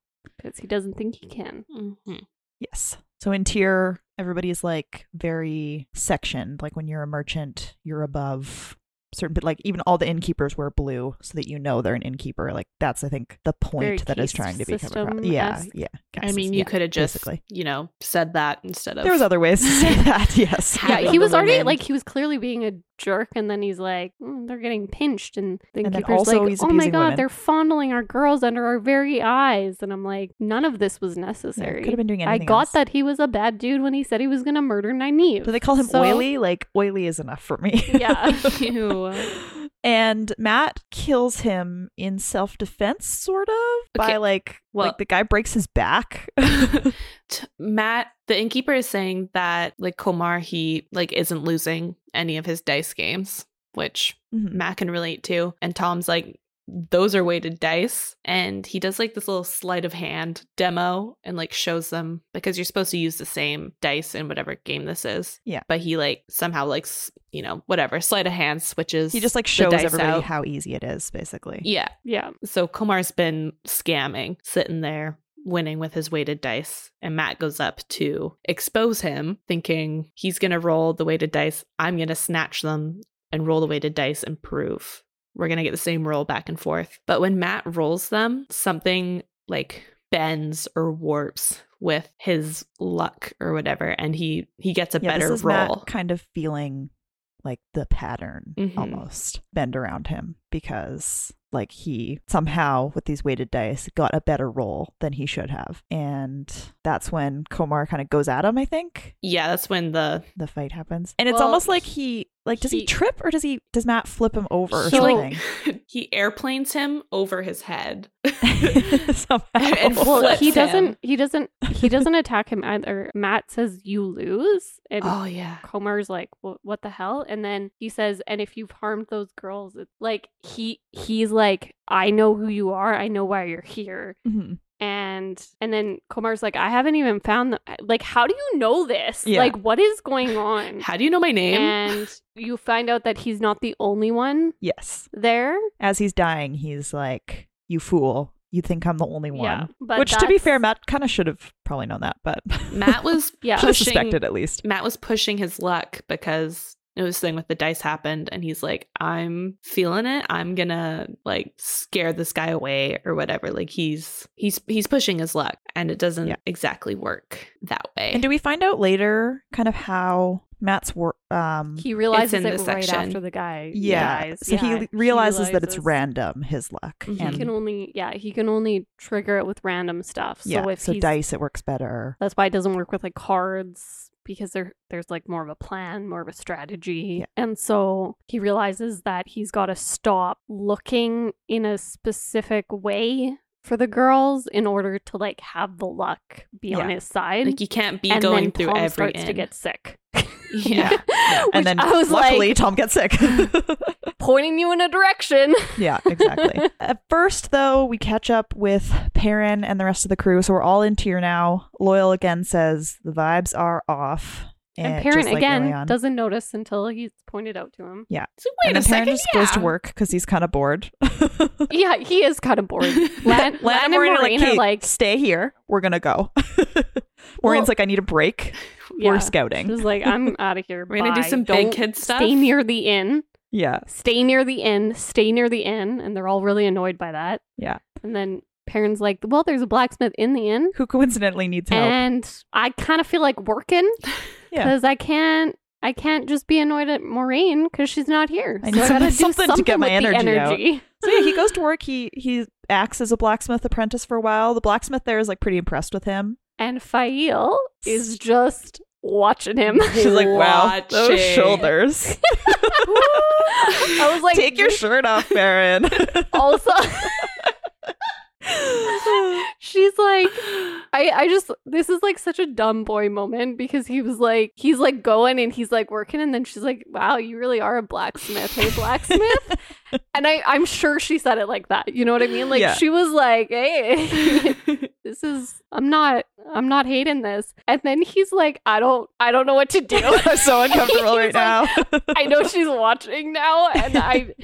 Speaker 1: because he doesn't think he can.
Speaker 3: Mhm.
Speaker 2: Yes. So in tier, everybody's like very sectioned. Like when you're a merchant, you're above certain, but like even all the innkeepers wear blue so that you know they're an innkeeper. Like that's, I think, the
Speaker 1: Very
Speaker 2: point that is trying to be covered. across. Yeah,
Speaker 1: system-esque.
Speaker 2: yeah.
Speaker 3: I mean, you
Speaker 2: yeah.
Speaker 3: could have just
Speaker 2: basically.
Speaker 3: you know said that instead of
Speaker 2: There
Speaker 3: *laughs*
Speaker 2: was other ways to say that. *laughs* Yes.
Speaker 3: having
Speaker 1: yeah, he
Speaker 3: the
Speaker 1: was already
Speaker 3: women-
Speaker 1: like he was clearly being a jerk, and then he's like, "Mm, they're getting pinched, and the
Speaker 2: And then
Speaker 1: innkeeper's
Speaker 2: also
Speaker 1: like,
Speaker 2: he's
Speaker 1: oh my
Speaker 2: abusing
Speaker 1: god,
Speaker 2: women.
Speaker 1: they're fondling our girls under our very eyes, and I'm like, none of this was
Speaker 2: Yeah,
Speaker 1: necessary.
Speaker 2: could have been doing
Speaker 1: I
Speaker 2: anything.
Speaker 1: got
Speaker 2: else.
Speaker 1: that he was a bad dude when he said he was gonna murder Nynaeve.
Speaker 2: Do they call him
Speaker 1: So-
Speaker 2: oily? Like oily is enough for me.
Speaker 3: *laughs*
Speaker 1: Yeah.
Speaker 3: Ew.
Speaker 2: and Matt kills him in self defense, sort of by
Speaker 3: Okay,
Speaker 2: like
Speaker 3: well-
Speaker 2: like the guy breaks his back. *laughs*
Speaker 3: T- Matt, the innkeeper is saying that like Komar, he like isn't losing any of his dice games, which
Speaker 2: Mhm.
Speaker 3: Matt can relate to. And Tom's like, those are weighted dice. And he does like this little sleight of hand demo and like shows them because you're supposed to use the same dice in whatever game this is.
Speaker 2: Yeah.
Speaker 3: But he like somehow like, s- you know, whatever, sleight of hand switches.
Speaker 2: He just like
Speaker 3: the
Speaker 2: shows
Speaker 3: dice
Speaker 2: everybody
Speaker 3: out.
Speaker 2: how easy it is, basically.
Speaker 3: Yeah.
Speaker 1: yeah,
Speaker 3: So Komar's been scamming, sitting there winning with his weighted dice. And Matt goes up to expose him, thinking he's going to roll the weighted dice. I'm going to snatch them and roll the weighted dice and prove we're going to get the same roll back and forth. But when Matt rolls them, something like bends or warps with his luck or whatever and he he gets a
Speaker 2: Yeah,
Speaker 3: better
Speaker 2: this is
Speaker 3: roll
Speaker 2: Matt kind of feeling like the pattern
Speaker 3: Mhm.
Speaker 2: almost bend around him because like he somehow with these weighted dice got a better roll than he should have. And that's when Komar kind of goes at him, I think.
Speaker 3: yeah that's when the *laughs*
Speaker 2: The fight happens. And it's
Speaker 1: Well,
Speaker 2: almost like he like does he,
Speaker 1: he-
Speaker 2: trip or does he does Matt flip him over or
Speaker 1: So-
Speaker 2: something?
Speaker 3: he airplanes him over
Speaker 2: *laughs*
Speaker 3: his head *laughs*
Speaker 1: *laughs*
Speaker 2: Somehow.
Speaker 3: And
Speaker 1: well,
Speaker 2: *laughs*
Speaker 3: flips
Speaker 1: he
Speaker 3: him.
Speaker 1: doesn't, he doesn't, he doesn't attack him either. Matt says you lose, and
Speaker 3: oh yeah
Speaker 1: Comer's like, "Wha- "What the hell?" And then he says, "And if you've harmed those girls, it's like he he's like, I know who you are. I know why you're here."
Speaker 2: Mhm.
Speaker 1: And and then Comer's like, "I haven't even found the like. How do you know this?
Speaker 2: Yeah.
Speaker 1: Like, what is
Speaker 2: *laughs*
Speaker 1: going on?"
Speaker 3: How do you know my name?
Speaker 1: and you find out that he's not the only one
Speaker 2: Yes.
Speaker 1: there.
Speaker 2: As he's dying, he's like, "You fool! You think I'm the only one."
Speaker 1: Yeah, but
Speaker 2: Which, to be fair,
Speaker 1: that's-
Speaker 2: Matt kind of should have probably known that, but *laughs*
Speaker 3: Matt was
Speaker 1: Yeah.
Speaker 2: should have
Speaker 3: pushing
Speaker 2: suspected at least.
Speaker 3: Matt was pushing his luck because it was thing with the dice happened and he's like, I'm feeling it. I'm gonna like scare this guy away or whatever. Like he's he's he's pushing his luck and it doesn't
Speaker 2: Yeah.
Speaker 3: exactly work that way.
Speaker 2: And do we find out later kind of how Matt's work? Um,
Speaker 1: he realizes
Speaker 3: in
Speaker 1: it
Speaker 3: this
Speaker 1: right
Speaker 3: section.
Speaker 1: after the guy.
Speaker 2: yeah.
Speaker 1: dies.
Speaker 2: So
Speaker 1: Yeah,
Speaker 2: he realizes that
Speaker 1: realizes-
Speaker 2: it's random his luck,
Speaker 3: Mhm. He
Speaker 1: He
Speaker 2: and
Speaker 1: can only yeah he can only trigger it with random stuff. So
Speaker 2: yeah,
Speaker 1: if
Speaker 2: so
Speaker 1: he's
Speaker 2: dice it works better.
Speaker 1: That's why it doesn't work with like cards because there there's like more of a plan, more of a strategy.
Speaker 2: Yeah.
Speaker 1: And so he realizes that he's got to stop looking in a specific way for the girls in order to like have the luck be on
Speaker 2: Yeah.
Speaker 1: his side.
Speaker 3: like you can't be
Speaker 1: and
Speaker 3: going
Speaker 1: then
Speaker 3: through
Speaker 1: Tom
Speaker 3: every
Speaker 1: starts to
Speaker 3: inn.
Speaker 1: get sick.
Speaker 3: *laughs*
Speaker 1: *laughs*
Speaker 3: yeah.
Speaker 2: *laughs*
Speaker 1: Which
Speaker 2: and then
Speaker 1: I was
Speaker 2: luckily
Speaker 1: like
Speaker 2: Tom gets *laughs* sick.
Speaker 1: pointing you in a
Speaker 2: *laughs*
Speaker 1: direction.
Speaker 2: yeah, exactly. At first, though, we catch up with Perrin and the rest of the crew, so we're all in tier now. Loyal again says the vibes are off,
Speaker 1: And,
Speaker 2: just
Speaker 1: parent
Speaker 2: like
Speaker 1: again
Speaker 2: Ilion.
Speaker 1: doesn't notice until he's pointed out to him.
Speaker 3: So
Speaker 2: and
Speaker 3: wait a
Speaker 2: then Perrin
Speaker 3: second.
Speaker 2: just goes to
Speaker 3: *laughs* yeah.
Speaker 2: work because he's kind of bored.
Speaker 1: *laughs*
Speaker 2: *laughs*
Speaker 1: yeah, he is kind of *laughs* bored. Lan, Lan, and
Speaker 2: Moraine are
Speaker 1: Moraine are
Speaker 2: "Kate,
Speaker 1: like,
Speaker 2: stay here. We're gonna go. *laughs* Maureen's like, I need a break.
Speaker 1: yeah.
Speaker 2: We're scouting. *laughs*
Speaker 1: She's like, I'm out of here.
Speaker 3: We're gonna do
Speaker 1: Bye.
Speaker 3: some big
Speaker 1: Don't
Speaker 3: kid stuff."
Speaker 1: Stay near the inn.
Speaker 2: Yeah.
Speaker 1: Stay near the inn, stay near the inn. And they're all really annoyed by that.
Speaker 2: Yeah.
Speaker 1: And then Perrin's like, well, there's a blacksmith in the inn.
Speaker 2: Who coincidentally needs
Speaker 1: Eh.
Speaker 2: help.
Speaker 1: And I kind of feel like *laughs* working
Speaker 2: Yeah.
Speaker 1: because I can't. I can't just be annoyed at Moraine because she's not here.
Speaker 2: I
Speaker 1: so
Speaker 2: need
Speaker 1: I gotta do
Speaker 2: something
Speaker 1: something,
Speaker 2: to get my
Speaker 1: with the
Speaker 2: energy out.
Speaker 1: energy.
Speaker 2: So yeah, he goes to work. He he acts as a blacksmith apprentice for a while. The blacksmith there is like pretty impressed with him.
Speaker 1: And Fael is just watching him. *laughs*
Speaker 2: She's like, wow, those
Speaker 3: Watching. *laughs*
Speaker 2: shoulders.
Speaker 1: I was like,
Speaker 2: Take your shirt off,
Speaker 3: *laughs*
Speaker 2: Baron.
Speaker 1: also, *laughs*
Speaker 2: *sighs*
Speaker 1: she's like, I, I just this is like such a dumb boy moment because he was like he's like going and he's like working and then she's like wow you really are a blacksmith hey
Speaker 2: *laughs*
Speaker 1: blacksmith and I I'm sure she said it like that you know what I mean like
Speaker 2: Yeah.
Speaker 1: she was like
Speaker 2: *laughs*
Speaker 1: hey *laughs* this is I'm not I'm not hating this and then he's like I don't I don't know what to do
Speaker 2: *laughs* I'm so
Speaker 3: *laughs*
Speaker 2: uncomfortable right
Speaker 1: He's like,
Speaker 2: now.
Speaker 1: I know she's watching now and I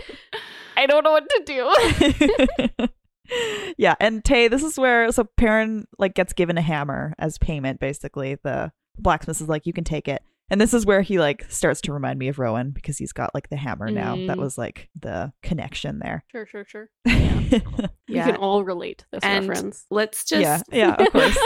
Speaker 1: I don't know what to do
Speaker 2: *laughs* yeah, and Tay, this is where so Perrin like gets given a hammer as payment. Basically, the blacksmith is like, "You can take it," and this is where he like starts to remind me of Rowan because he's got like the hammer now.
Speaker 3: Mm.
Speaker 2: That was like the connection there.
Speaker 1: sure sure sure
Speaker 2: *laughs* Yeah,
Speaker 1: we can all relate to this
Speaker 3: And-
Speaker 1: reference
Speaker 3: Let's just
Speaker 2: yeah, of
Speaker 3: *laughs*
Speaker 2: course.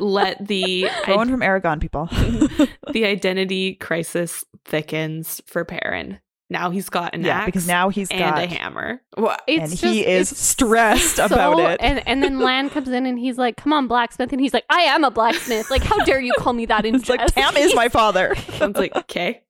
Speaker 3: let *laughs* the
Speaker 2: Rowan from Aragon,
Speaker 3: *laughs*
Speaker 2: people. *laughs*
Speaker 3: the identity crisis thickens for Perrin. Now he's got an
Speaker 2: yeah,
Speaker 3: axe
Speaker 2: because now he's
Speaker 3: and
Speaker 2: got
Speaker 3: a hammer. *laughs* Well,
Speaker 1: it's
Speaker 2: and
Speaker 1: just,
Speaker 2: he is
Speaker 1: it's
Speaker 2: stressed
Speaker 1: so-
Speaker 2: about it.
Speaker 1: And and
Speaker 2: *laughs*
Speaker 1: then Lan comes in and he's like, "Come on, blacksmith," and he's like, "I am a blacksmith. Like, how dare you call me that in
Speaker 2: it's like
Speaker 1: jest?"
Speaker 2: Tam is my father. *laughs*
Speaker 3: Sounds like okay.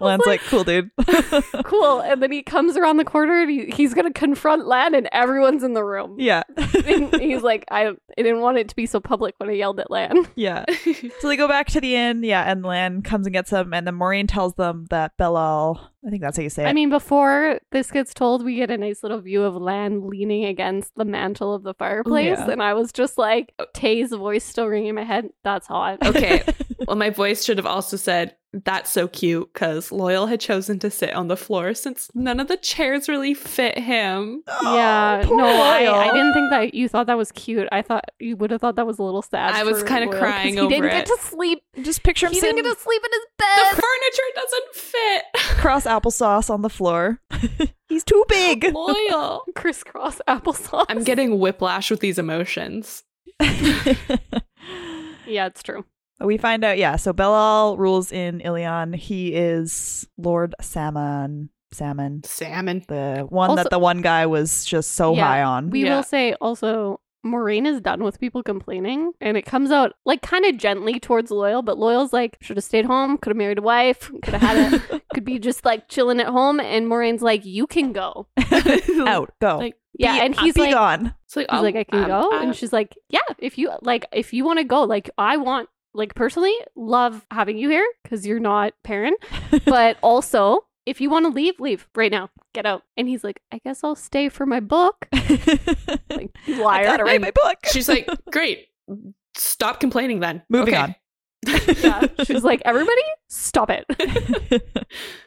Speaker 2: Lan's like, cool, dude.
Speaker 1: *laughs*
Speaker 2: *laughs*
Speaker 1: cool. And then he comes around the corner and he, he's gonna confront Lan, and everyone's in the
Speaker 2: *laughs*
Speaker 1: room.
Speaker 2: yeah,
Speaker 1: And he's like, I, I didn't want it to be so public when I yelled at Lan.
Speaker 2: yeah.
Speaker 1: *laughs*
Speaker 2: So they go back to the inn, yeah, and Lan comes and gets them, and then Maureen tells them that Belal, I think that's how you say it.
Speaker 1: I mean, before this gets told, we get a nice little view of Lan leaning against the mantle of the fireplace,
Speaker 2: Yeah.
Speaker 1: and I was just like, Tay's voice still ringing in my head. That's hot.
Speaker 3: Okay.
Speaker 2: *laughs*
Speaker 3: Well, my voice should have also said that's so cute because Loyal had chosen to sit on the floor since none of the chairs really fit him.
Speaker 1: *laughs* yeah,
Speaker 2: Oh, poor
Speaker 1: no, I, I
Speaker 2: Loyal.
Speaker 1: didn't think that you thought that was cute. I thought you would have thought that was a little sad.
Speaker 3: I was
Speaker 1: for
Speaker 3: kinda
Speaker 1: Royal 'cause
Speaker 3: crying
Speaker 1: he
Speaker 3: over
Speaker 1: didn't get
Speaker 3: it.
Speaker 1: to sleep.
Speaker 2: Just picture him
Speaker 1: He didn't
Speaker 2: sitting
Speaker 1: get to sleep in his
Speaker 3: The
Speaker 1: bed.
Speaker 3: furniture doesn't fit.
Speaker 2: *laughs* cross applesauce on the floor. *laughs* He's too
Speaker 1: *laughs*
Speaker 2: big.
Speaker 3: Loyal.
Speaker 1: Crisscross applesauce.
Speaker 3: I'm getting whiplash with these emotions.
Speaker 1: *laughs* Yeah, it's true.
Speaker 2: *laughs* we find out, yeah, so Belal rules in Ilion. He is Lord Salmon. Salmon.
Speaker 3: Salmon.
Speaker 2: The one
Speaker 1: Also-
Speaker 2: that the one guy was just so
Speaker 1: Yeah,
Speaker 2: high on.
Speaker 1: We
Speaker 3: Yeah.
Speaker 1: will say also. Maureen is done with people complaining, and it comes out like kind of gently towards Loyal, but Loyal's like, should have stayed home, could have married a wife, could have had
Speaker 3: *laughs*
Speaker 1: a, could be just like chilling at home. And Maureen's like, you can go.
Speaker 2: Out. Go.
Speaker 3: Like,
Speaker 1: Yeah.
Speaker 3: Oh. Be-
Speaker 1: and he's
Speaker 2: Be
Speaker 1: like,
Speaker 2: gone. *laughs*
Speaker 3: It's like,
Speaker 1: He's
Speaker 3: oh,
Speaker 1: like, I can
Speaker 3: um,
Speaker 1: go,
Speaker 3: um,
Speaker 1: and she's like, Yeah, if you like, if you want to go, like, I want, like, personally, love having you here because you're not
Speaker 3: *laughs*
Speaker 1: parent, but also if you want to leave, leave right now, get out. And he's like, I guess I'll stay for my book. *laughs*
Speaker 3: *laughs*
Speaker 1: Like, you
Speaker 2: I
Speaker 1: liar.
Speaker 2: gotta write my book.
Speaker 3: she's like, great. Stop complaining then.
Speaker 2: Moving
Speaker 3: Okay.
Speaker 2: *laughs*
Speaker 1: *laughs*
Speaker 2: on.
Speaker 1: yeah. She's like, everybody, stop it.
Speaker 2: *laughs*
Speaker 1: *laughs*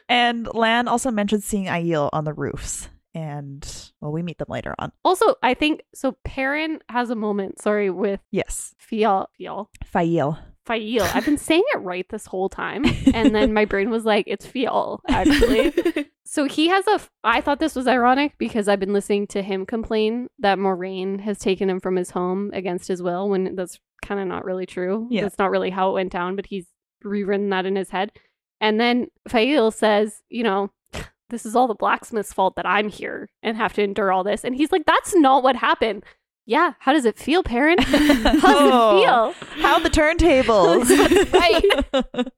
Speaker 2: and Lan also mentioned seeing Aiel on the roofs. And well, we meet them later on.
Speaker 1: Also, I think so. Perrin has a moment. Sorry, with
Speaker 2: Yes,
Speaker 1: Fial, Fial,
Speaker 2: Fael.
Speaker 1: Fial. I've been saying it right this whole time, and then my brain was like, it's Fial actually. *laughs* So he has a. f- I thought this was ironic because I've been listening to him complain that Moraine has taken him from his home against his will when that's kind of not really true.
Speaker 2: Yeah.
Speaker 1: That's not really how it went down, but he's rewritten that in his head. And then Fail says, you know, *sighs* this is all the blacksmith's fault that I'm here and have to endure all this. And he's like, that's not what happened. Yeah. How does it feel,
Speaker 2: *laughs*
Speaker 1: parent? How does
Speaker 2: Oh,
Speaker 1: it feel?
Speaker 2: How
Speaker 1: *laughs*
Speaker 2: the turntables.
Speaker 1: Right.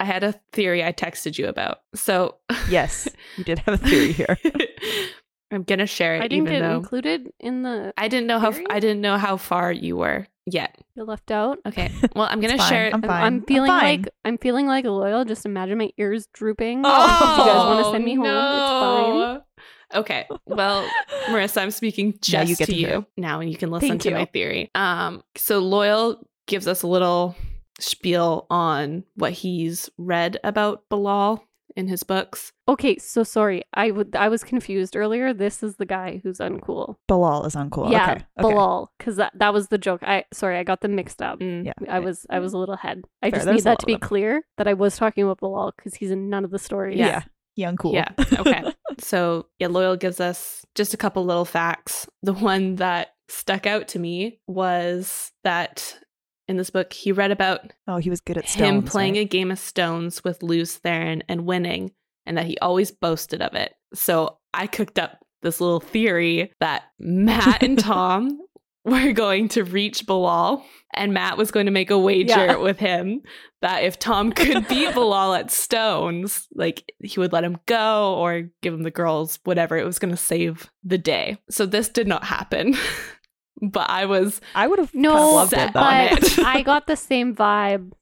Speaker 3: I had a theory I texted you about. So
Speaker 2: *laughs* yes, you did have a theory
Speaker 1: *laughs*
Speaker 2: here.
Speaker 3: *laughs* I'm gonna share it
Speaker 1: I didn't
Speaker 3: even
Speaker 1: get
Speaker 3: though
Speaker 1: included in the.
Speaker 3: I didn't know how
Speaker 1: Theory?
Speaker 3: I didn't know how far you were yet.
Speaker 1: You left out. *laughs*
Speaker 3: Okay. Well, I'm
Speaker 2: It's
Speaker 3: gonna
Speaker 2: fine.
Speaker 3: share it.
Speaker 2: I'm fine.
Speaker 1: I'm feeling
Speaker 2: fine.
Speaker 1: like I'm feeling like loyal. Just imagine my ears drooping.
Speaker 2: Oh,
Speaker 1: if you guys want to send me home, it's fine.
Speaker 3: Oh, no. Okay. Well, Marissa,
Speaker 1: *laughs*
Speaker 3: I'm speaking
Speaker 2: Now
Speaker 3: just
Speaker 2: you get
Speaker 3: to,
Speaker 2: to
Speaker 3: you
Speaker 2: hear
Speaker 3: now, and you can listen
Speaker 1: Thank
Speaker 3: to
Speaker 1: you.
Speaker 3: my theory. Um, so Loyal gives us a little spiel on what he's read about Bilal in his books.
Speaker 1: Okay, so sorry. I would I was confused earlier. This is the guy who's uncool.
Speaker 2: Balal is uncool.
Speaker 1: yeah,
Speaker 2: okay. okay.
Speaker 1: Balal, because that, that was the joke. I sorry, I got them mixed up.
Speaker 3: Mm.
Speaker 2: Yeah.
Speaker 1: I was I was a little head. I
Speaker 2: Fair,
Speaker 1: just
Speaker 2: there's
Speaker 1: need
Speaker 2: a
Speaker 1: that
Speaker 2: lot
Speaker 1: to
Speaker 2: of
Speaker 1: be
Speaker 2: them.
Speaker 1: clear that I was talking about Balal because he's in none of the stories.
Speaker 2: Yeah. young cool.
Speaker 3: Yeah. Okay. so, yeah, Loyal gives us just a couple little facts. The one that stuck out to me was that in this book, he read about
Speaker 2: *laughs* oh, he was good at stones.
Speaker 3: him playing
Speaker 2: right?
Speaker 3: a game of stones with Luz Theron and winning, and that he always boasted of it. So, I cooked up this little theory that
Speaker 2: *laughs*
Speaker 3: Matt and Tom were going to reach Bilal, and Matt was going to make a wager
Speaker 1: Yeah.
Speaker 3: with him that
Speaker 2: *laughs*
Speaker 3: if Tom could beat Bilal at stones, like he would let him go or give him the girls, whatever. It was going to save the day. So this did not happen. *laughs* but I was
Speaker 2: I would have
Speaker 1: No,
Speaker 2: kind of loved
Speaker 3: Set
Speaker 2: it.
Speaker 1: but
Speaker 2: Though. *laughs*
Speaker 3: on it.
Speaker 1: I got the same vibe.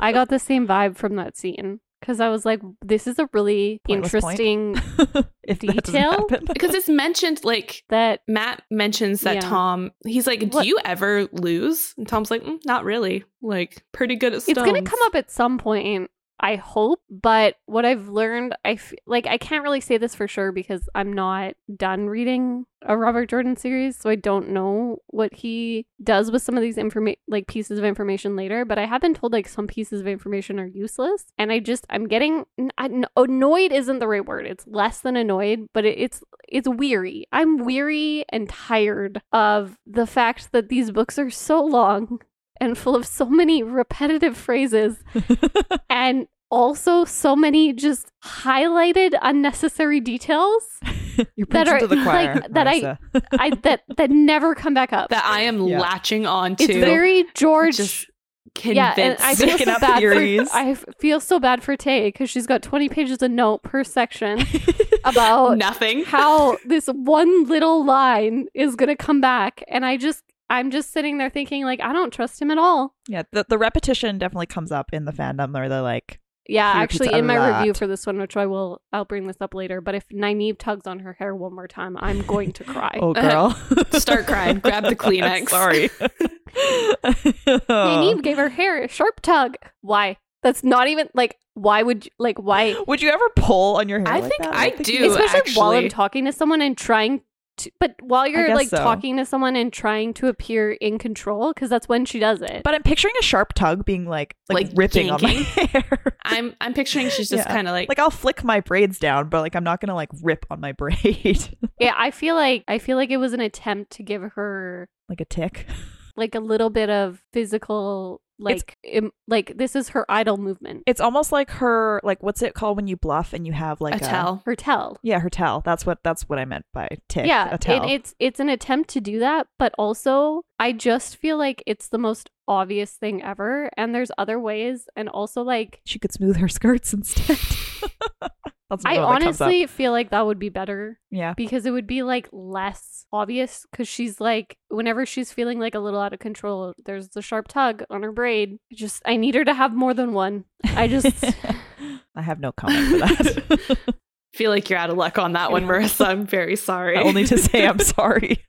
Speaker 1: I got the same vibe from that scene because I was like, "This is a really
Speaker 2: Pointless point.
Speaker 1: interesting
Speaker 2: *laughs* if that doesn't
Speaker 1: Detail?
Speaker 2: happen. *laughs*
Speaker 3: because it's mentioned like
Speaker 1: that."
Speaker 3: Matt mentions that
Speaker 1: Yeah.
Speaker 3: Tom, he's like, Do
Speaker 1: What-
Speaker 3: you ever lose? And Tom's like, "Mm, Not really. Like, pretty good at stones.
Speaker 1: It's going to come up at some point, I hope. But what I've learned, I f- like I can't really say this for sure because I'm not done reading a Robert Jordan series, so I don't know what he does with some of these informa- like pieces of information later. But I have been told like some pieces of information are useless, and I just I'm getting n- I- n- annoyed isn't the right word. It's less than annoyed, but it, it's it's weary. I'm weary and tired of the fact that these books are so long and full of so many repetitive phrases and also so many just highlighted unnecessary details
Speaker 2: You're
Speaker 1: That
Speaker 2: preaching
Speaker 1: are-
Speaker 2: to *laughs* the choir.
Speaker 1: like, that I-
Speaker 2: Marissa.
Speaker 1: I, that that never come back up.
Speaker 3: That I am
Speaker 2: Yeah.
Speaker 3: latching on to.
Speaker 1: it's very George.
Speaker 3: just
Speaker 1: yeah,
Speaker 3: convinced. *laughs*
Speaker 1: and I feel
Speaker 2: making
Speaker 1: so
Speaker 2: up
Speaker 1: bad
Speaker 2: theories.
Speaker 1: for I f- feel so bad for Tay because she's got twenty pages of note per
Speaker 2: *laughs*
Speaker 1: section *laughs* about
Speaker 3: Nothing.
Speaker 1: how this one little line is gonna come back, and I just I'm just sitting there thinking like I don't trust him at all.
Speaker 2: *laughs* Yeah, the, the repetition definitely comes up in the fandom where they're like,
Speaker 1: Yeah,
Speaker 2: He repeats
Speaker 1: actually,
Speaker 2: a
Speaker 1: in my review
Speaker 2: lot.
Speaker 1: for this one, which I will, I'll bring this up later. But if Nynaeve tugs on her hair one more time, I'm going to cry.
Speaker 3: *laughs*
Speaker 2: "Oh, girl,
Speaker 3: *laughs* Start crying. Grab
Speaker 1: *laughs*
Speaker 2: *laughs*
Speaker 3: the Kleenex. *laughs*
Speaker 2: Sorry.
Speaker 1: Nynaeve gave her hair a sharp tug. Why? That's not even like. Why would you, like why?
Speaker 2: Would you ever pull on your hair?
Speaker 3: I
Speaker 2: like
Speaker 3: think
Speaker 2: that?
Speaker 3: I
Speaker 2: don't
Speaker 3: do.
Speaker 2: you-
Speaker 1: Especially while I'm
Speaker 3: actually.
Speaker 1: talking to someone and trying. to But while you're
Speaker 2: guess
Speaker 1: like
Speaker 2: so.
Speaker 1: talking to someone and trying to appear in control, because that's when she does it.
Speaker 2: But I'm picturing a sharp tug being like like,
Speaker 3: Like
Speaker 2: ripping on my
Speaker 3: yanking?
Speaker 2: *laughs* hair.
Speaker 3: *laughs* I'm I'm picturing she's just
Speaker 2: Yeah.
Speaker 3: kind of like,
Speaker 2: like I'll flick my braids down, but like I'm not gonna like rip on my *laughs* braid
Speaker 1: yeah, I feel like I feel like it was an attempt to give her
Speaker 2: like a tick.
Speaker 1: like a little bit of physical
Speaker 2: It's-
Speaker 1: like im- like this is her idol movement.
Speaker 2: It's almost like her like what's it called when you bluff and you have like
Speaker 3: a tell.
Speaker 1: her tell.
Speaker 2: Yeah, her tell. That's what that's what I meant by tick.
Speaker 1: yeah,
Speaker 2: a tell.
Speaker 1: and it's it's an attempt to do that, but also I just feel like it's the most obvious thing ever, and there's other ways, and also like
Speaker 2: she could smooth her skirts instead. *laughs* that's
Speaker 1: I
Speaker 2: another one that comes up.
Speaker 1: honestly feel like that would be better
Speaker 2: yeah.
Speaker 1: because it would be like less obvious because she's like whenever she's feeling like a little out of control, there's the sharp tug on her braid. I just I need her to have more than one. I just
Speaker 2: *laughs* I have no comment
Speaker 1: *laughs*
Speaker 2: for that.
Speaker 3: Feel like you're out of luck on that one, Marissa. I'm very sorry.
Speaker 2: only to say I'm sorry.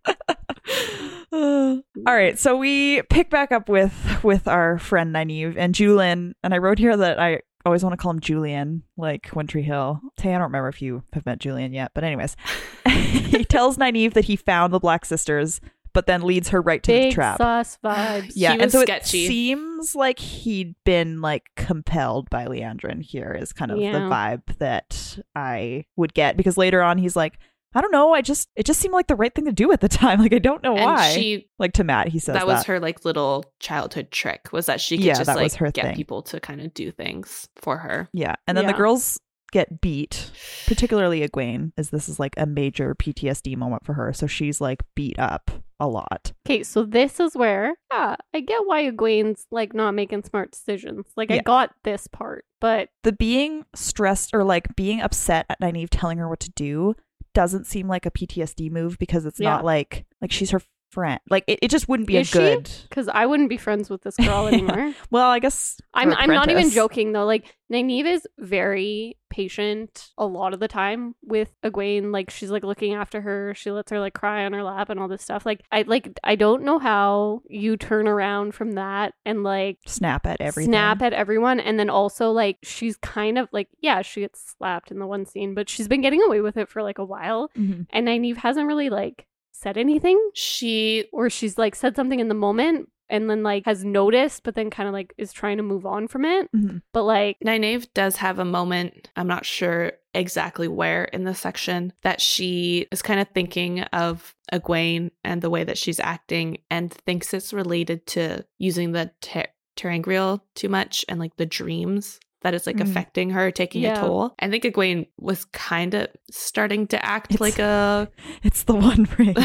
Speaker 2: all right, so we pick back up with with our friend Nynaeve and Julian, and I wrote here that I always want to call him Julian, like One Tree Hill. Tay, I don't remember if you have met Julian yet, but anyways, *laughs* he tells Nynaeve that he found the Black Sisters, but then leads her right to
Speaker 1: big
Speaker 2: the trap.
Speaker 1: sauce vibes.
Speaker 2: yeah,
Speaker 3: He
Speaker 2: and
Speaker 3: was
Speaker 2: so
Speaker 3: sketchy.
Speaker 2: it seems like he'd been like compelled by Leandrin. Here is kind of the
Speaker 1: Yeah.
Speaker 2: vibe that I would get because later on he's like, I don't know, I just it just seemed like the right thing to do at the *laughs* time. Like I don't know
Speaker 3: *laughs* and
Speaker 2: why.
Speaker 3: she
Speaker 2: like to Matt, he says
Speaker 3: that was her like little childhood trick was that she could
Speaker 2: Yeah,
Speaker 3: just
Speaker 2: that
Speaker 3: like
Speaker 2: was her
Speaker 3: get
Speaker 2: thing.
Speaker 3: people to kind of do things for her.
Speaker 2: Yeah, and then the
Speaker 1: Yeah.
Speaker 2: girls get beat. Particularly Egwene, is this is like a major PTSD moment for her. So she's like beat up a lot.
Speaker 1: *gasps* Okay, so this is where yeah, I get why Egwene's like not making smart decisions. Like
Speaker 2: Yeah.
Speaker 1: I got this part, but
Speaker 2: the being stressed or like being upset at Nynaeve telling her what to do doesn't seem like a PTSD move because it's
Speaker 1: Yeah.
Speaker 2: not like like she's her friend. Like it, it just wouldn't be
Speaker 1: Is
Speaker 2: a
Speaker 1: she?
Speaker 2: good
Speaker 1: because I wouldn't be friends with this
Speaker 2: *laughs*
Speaker 1: girl anymore.
Speaker 2: Well, I guess
Speaker 1: I'm
Speaker 2: her
Speaker 1: I'm not even
Speaker 2: apprentice.
Speaker 1: joking though. Like Nynaeve is very patient a lot of the time with Egwene. Like she's like looking after her. She lets her like cry on her lap and all this stuff. Like I like I don't know how you turn around from that and like
Speaker 2: Snap at everything.
Speaker 1: snap at everyone and then also like she's kind of like yeah she gets slapped in the one scene but she's been getting away with it for like a while
Speaker 2: Mhm.
Speaker 1: and Nynaeve hasn't really like said anything
Speaker 3: She
Speaker 1: or she's like said something in the moment and then like has noticed but then kind of
Speaker 3: Mm-hmm.
Speaker 1: like is trying to move on from it
Speaker 2: Mhm.
Speaker 1: but like
Speaker 3: Nynaeve does have a moment. I'm not sure exactly where in the section that she is kind of thinking of Egwene and the way that she's acting and thinks it's related to using the ter- Terangriel too much and like the dreams that is like
Speaker 2: Mm.
Speaker 3: affecting her, taking
Speaker 1: Yeah.
Speaker 3: a toll. I think Egwene was kind of starting to act
Speaker 2: It's-
Speaker 3: like
Speaker 1: *laughs*
Speaker 3: a *laughs*
Speaker 2: It's the one ring.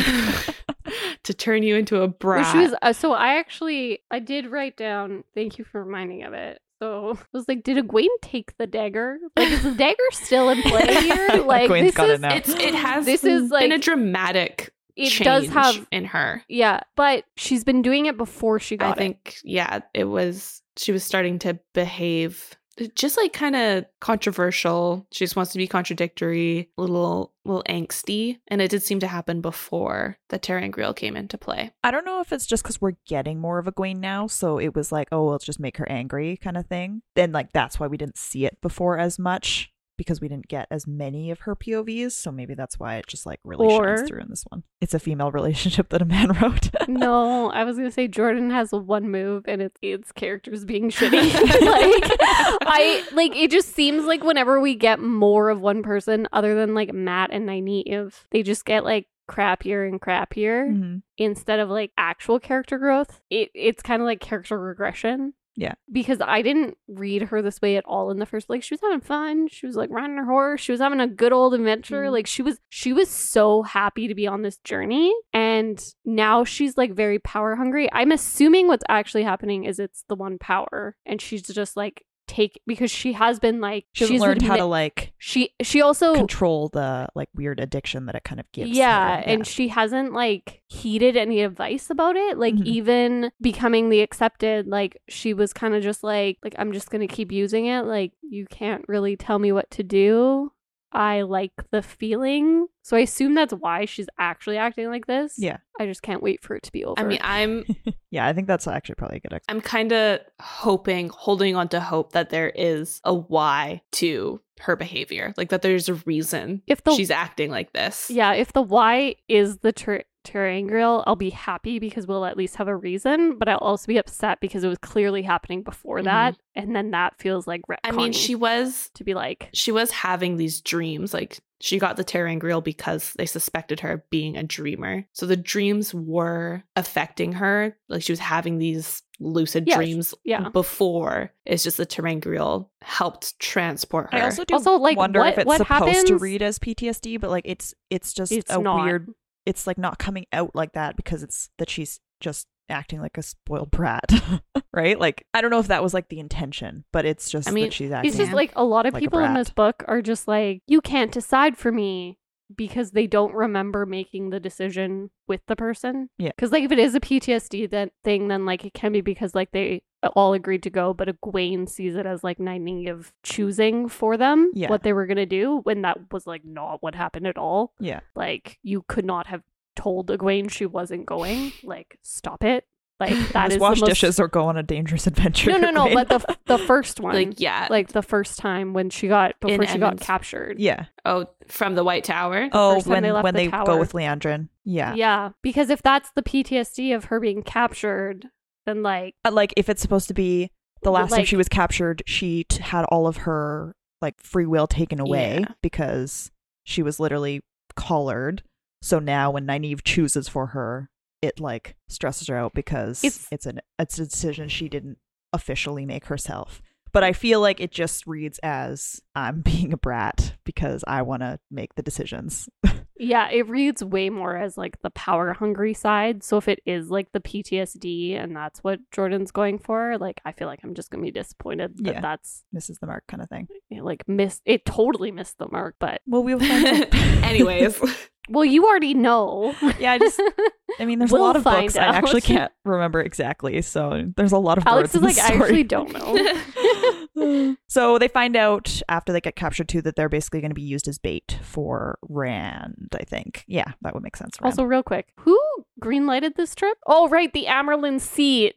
Speaker 3: to turn you into a
Speaker 1: Well,
Speaker 3: brat.
Speaker 1: she was, uh, so I actually I did write down. Thank you for reminding of it. So *laughs* I was like, did Egwene take the dagger? Like, is the dagger still in
Speaker 2: *laughs*
Speaker 1: play here? Like,
Speaker 2: Egwene's
Speaker 1: this
Speaker 2: got it
Speaker 1: is,
Speaker 2: now.
Speaker 3: it's it has
Speaker 1: This is,
Speaker 3: been a
Speaker 1: like-
Speaker 3: dramatic
Speaker 1: it
Speaker 3: change
Speaker 1: does have,
Speaker 3: in her.
Speaker 1: yeah, but she's been doing it before she
Speaker 3: I
Speaker 1: got it.
Speaker 3: think yeah, it was she was starting to behave uh, just like kind of controversial. She just wants to be contradictory, little little angsty, and it did seem to happen before the Terangriel came into play.
Speaker 2: I don't know if it's just because we're getting more of Egwene now, so it was like, oh, well, let's just make her angry kind of thing. Then, like, that's why we didn't see it before as much because we didn't get as many of her POVs. So maybe that's why it just like really
Speaker 1: Or-
Speaker 2: shines through in this one. It's a female relationship that a man *laughs* wrote.
Speaker 1: no, I was gonna say Jordan has one move, and it's it's characters being shitty. *laughs* like I like it just seems like whenever we get more of one person, other than like Matt and Nynaeve, they just get like crappier and crappier
Speaker 2: Mhm.
Speaker 1: instead of like actual character growth. It it's kind of like character regression.
Speaker 2: Yeah.
Speaker 1: because I didn't read her this way at all in the first. Like she was having fun. She was like riding her horse. She was having a good old adventure.
Speaker 2: Mm-hmm.
Speaker 3: Mhm.
Speaker 1: Like she was she was so happy to be on this journey. And now she's like very power hungry. I'm assuming what's actually happening is it's the one power, and she's just like take because she has been like
Speaker 2: She hasn't
Speaker 1: she's Oh.
Speaker 2: learned how
Speaker 1: admit-
Speaker 2: to like
Speaker 1: She she also
Speaker 2: control the like weird addiction that it kind of gives. her.
Speaker 1: yeah, and she hasn't like heeded any advice about it. Like
Speaker 2: Mhm.
Speaker 1: even becoming the accepted, like she was kind of just like, like I'm just gonna keep using it. Like you can't really tell me what to do. I like the feeling, so I assume that's why she's actually acting like this.
Speaker 2: Yeah.
Speaker 1: I just can't wait for it to be over.
Speaker 3: I mean, I'm
Speaker 2: yeah, I think that's actually probably a good. Ex-
Speaker 3: I'm kind of hoping, holding on to hope that there is a why to her behavior, like that there's a reason
Speaker 1: if the
Speaker 3: she's acting like this.
Speaker 1: yeah, if the why is the ter- Terangriel, I'll be happy because we'll at least have a reason, but I'll also be upset because it was clearly happening before
Speaker 2: Mm-hmm.
Speaker 3: Mhm.
Speaker 1: that, and then that feels like retconning.
Speaker 3: I mean, she was
Speaker 1: to be like,
Speaker 3: she was having these dreams. Like she got the Terangriel because they suspected her of being a dreamer. So the dreams were affecting her. Like she was having these lucid
Speaker 1: Yes.
Speaker 3: dreams
Speaker 1: yeah.
Speaker 3: before. It's just the Terangriel helped transport her.
Speaker 2: I also do
Speaker 1: Also, like,
Speaker 2: wonder
Speaker 1: what,
Speaker 2: if it's
Speaker 1: what
Speaker 2: supposed
Speaker 1: happens?
Speaker 2: to read as PTSD, but like it's it's just
Speaker 1: It's
Speaker 2: a
Speaker 1: not.
Speaker 2: weird it's like not coming out like that because it's that she's just acting like a spoiled brat, *laughs* right? Like I don't know if that was like the intention, but it's just
Speaker 3: I mean,
Speaker 2: that she's acting.
Speaker 1: It's just
Speaker 2: *laughs*
Speaker 3: Yeah.
Speaker 1: like a lot of
Speaker 2: Like a
Speaker 1: people in
Speaker 2: brat.
Speaker 1: this book are just like, you can't decide for me because they don't remember making the decision with the person.
Speaker 2: Yeah.
Speaker 1: Because like if it is a PTSD that thing, then like it can be because like they all agreed to go, but Egwene sees it as like Nightning of choosing for them
Speaker 2: Yeah.
Speaker 1: what they were gonna do when that was like not what happened at all.
Speaker 2: yeah,
Speaker 1: Like you could not have told Egwene she wasn't going. Like stop it.
Speaker 2: *laughs*
Speaker 1: Like
Speaker 2: Just
Speaker 1: that is
Speaker 2: wash
Speaker 1: the most...
Speaker 2: dishes or go on a dangerous *laughs* adventure.
Speaker 1: No, no, no. But
Speaker 2: right?
Speaker 1: the f- the first one,
Speaker 3: like
Speaker 2: Uh,
Speaker 3: yeah,
Speaker 1: like the first time when she got before she got
Speaker 3: Emmons.
Speaker 1: captured.
Speaker 2: *laughs* yeah.
Speaker 3: oh from the White Tower.
Speaker 2: Oh,
Speaker 1: first time
Speaker 2: when
Speaker 1: they left
Speaker 2: when
Speaker 1: the
Speaker 2: they
Speaker 1: tower.
Speaker 2: go with Leandrin, yeah.
Speaker 1: because if that's the PTSD of her being captured, then like
Speaker 2: Uh, Like if it's supposed to be the
Speaker 1: But,
Speaker 2: last time
Speaker 1: like-
Speaker 2: she was captured, she t- had all of her like free will taken away
Speaker 3: Yeah.
Speaker 2: because she was literally collared. So now when Nynaeve chooses for her, it like stresses her out because
Speaker 1: It's-
Speaker 2: it's an it's a decision she didn't officially make herself. But I feel like it just reads as I'm *laughs* being a brat because I want to make the decisions.
Speaker 1: yeah, it reads way more as like the power hungry side. So if it is like the PTSD and that's what Jordan's going for, like I feel like I'm just gonna be disappointed that
Speaker 2: Yeah.
Speaker 1: that's
Speaker 2: Misses the mark kind of thing.
Speaker 1: you know, like miss it totally missed the mark. But
Speaker 2: Well, we'll find *laughs*
Speaker 1: *laughs*
Speaker 2: out.
Speaker 3: Anyways,
Speaker 1: well, you already
Speaker 2: *laughs*
Speaker 1: know.
Speaker 2: yeah,
Speaker 1: *laughs*
Speaker 2: I just I mean, there's
Speaker 1: We'll
Speaker 2: a lot of
Speaker 1: find
Speaker 2: books.
Speaker 1: out.
Speaker 2: I actually can't remember exactly, so there's a lot of
Speaker 1: Alex
Speaker 2: words
Speaker 1: is
Speaker 2: in
Speaker 1: like,
Speaker 2: this
Speaker 1: I
Speaker 2: story.
Speaker 1: actually don't
Speaker 2: *laughs*
Speaker 1: know. Oh.
Speaker 2: so they find out after they get captured too that they're basically going to be used as bait for Rand. I think, yeah, that would make sense. Rand. *laughs*
Speaker 1: Also, real quick, who greenlighted this trip? Oh, right, the Amerlin seat.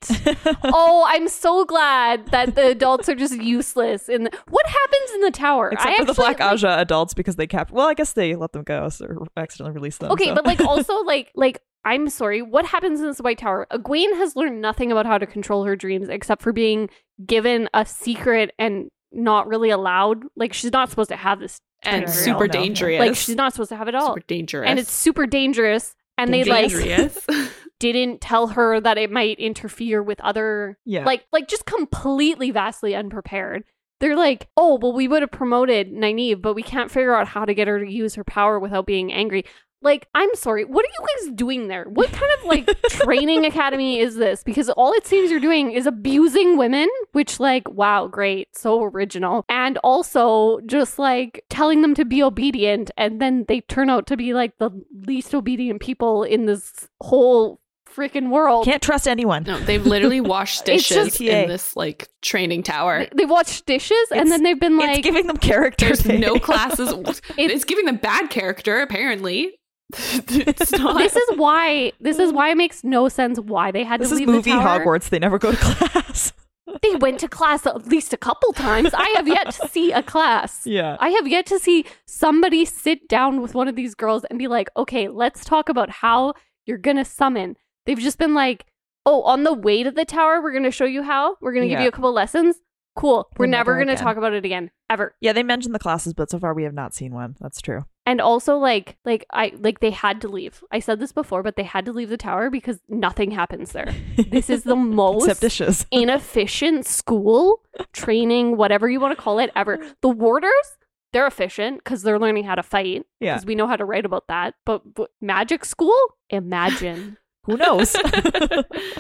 Speaker 1: oh, I'm so glad that the adults are just useless. In the- what happens in the tower?
Speaker 2: except
Speaker 1: I
Speaker 2: for the
Speaker 1: actually,
Speaker 2: Black
Speaker 1: like-
Speaker 2: Aja adults because they cap. Well, I guess they let them go so or accidentally released them.
Speaker 1: Okay,
Speaker 2: so.
Speaker 3: *laughs*
Speaker 1: but like also like like I'm sorry. What happens in this White Tower? Egwene has learned nothing about how to control her dreams except for being given a secret and not really allowed. Like she's not supposed to have this.
Speaker 3: *laughs* and
Speaker 1: Material.
Speaker 3: super
Speaker 2: No.
Speaker 3: dangerous.
Speaker 1: Like she's not supposed to have it all,
Speaker 3: super dangerous.
Speaker 1: and it's super dangerous. And they like
Speaker 3: dangerous. *laughs*
Speaker 1: didn't tell her that it might interfere with other
Speaker 2: *laughs* Yeah.
Speaker 1: like like just completely vastly unprepared. They're like, oh well, we would have promoted Nynaeve, but we can't figure out how to get her to use her power without being angry. Like, I'm sorry, what are you guys doing there? What kind of
Speaker 2: *laughs*
Speaker 1: like training academy is this? Because all it seems you're doing is abusing women, which like, wow, great, so original, and also just like telling them to be obedient, and then they turn out to be like the least obedient people in this whole freaking world.
Speaker 2: Can't trust anyone.
Speaker 3: no, they've literally
Speaker 1: *laughs*
Speaker 3: washed
Speaker 1: It's
Speaker 3: dishes
Speaker 2: just-
Speaker 3: in this like training tower.
Speaker 1: They- They watched dishes and
Speaker 2: It's-
Speaker 1: then they've been
Speaker 2: it's
Speaker 1: like,
Speaker 2: giving them character.
Speaker 3: There's
Speaker 2: day. *laughs*
Speaker 3: no classes. it's, giving them bad character,
Speaker 2: *laughs*
Speaker 3: apparently. it's not.
Speaker 1: this is why this is why it makes no sense why they had
Speaker 2: Mm. This
Speaker 1: to
Speaker 2: is
Speaker 1: leave
Speaker 2: movie
Speaker 1: the tower.
Speaker 2: Hogwarts. They never go
Speaker 1: *laughs*
Speaker 2: to *laughs* class.
Speaker 1: They went to class at least a couple times. I have yet to see a class.
Speaker 2: *laughs* yeah.
Speaker 1: I have yet to see somebody sit down with one of these girls and be like, "Okay, let's talk about how you're going to summon." They've just been like, "Oh, on the way to the tower, we're going to show you how. We're going to give
Speaker 2: Yeah.
Speaker 1: you a couple lessons. Cool. We're
Speaker 2: And
Speaker 1: never,
Speaker 2: never
Speaker 1: going to
Speaker 2: again.
Speaker 1: talk about it again ever."
Speaker 2: Yeah, they mentioned the classes, but so far we have not seen one. That's true.
Speaker 1: and also like like i like they had to leave i said this before but they had to leave the tower because nothing happens there this is the
Speaker 2: *laughs* Except
Speaker 1: most
Speaker 2: dishes.
Speaker 1: inefficient school training whatever you want to call it ever the warders they're efficient because they're learning how to fight
Speaker 2: Yeah.
Speaker 1: because we know how to write about that but, but magic school
Speaker 2: *laughs*
Speaker 1: imagine
Speaker 2: *laughs* Who knows?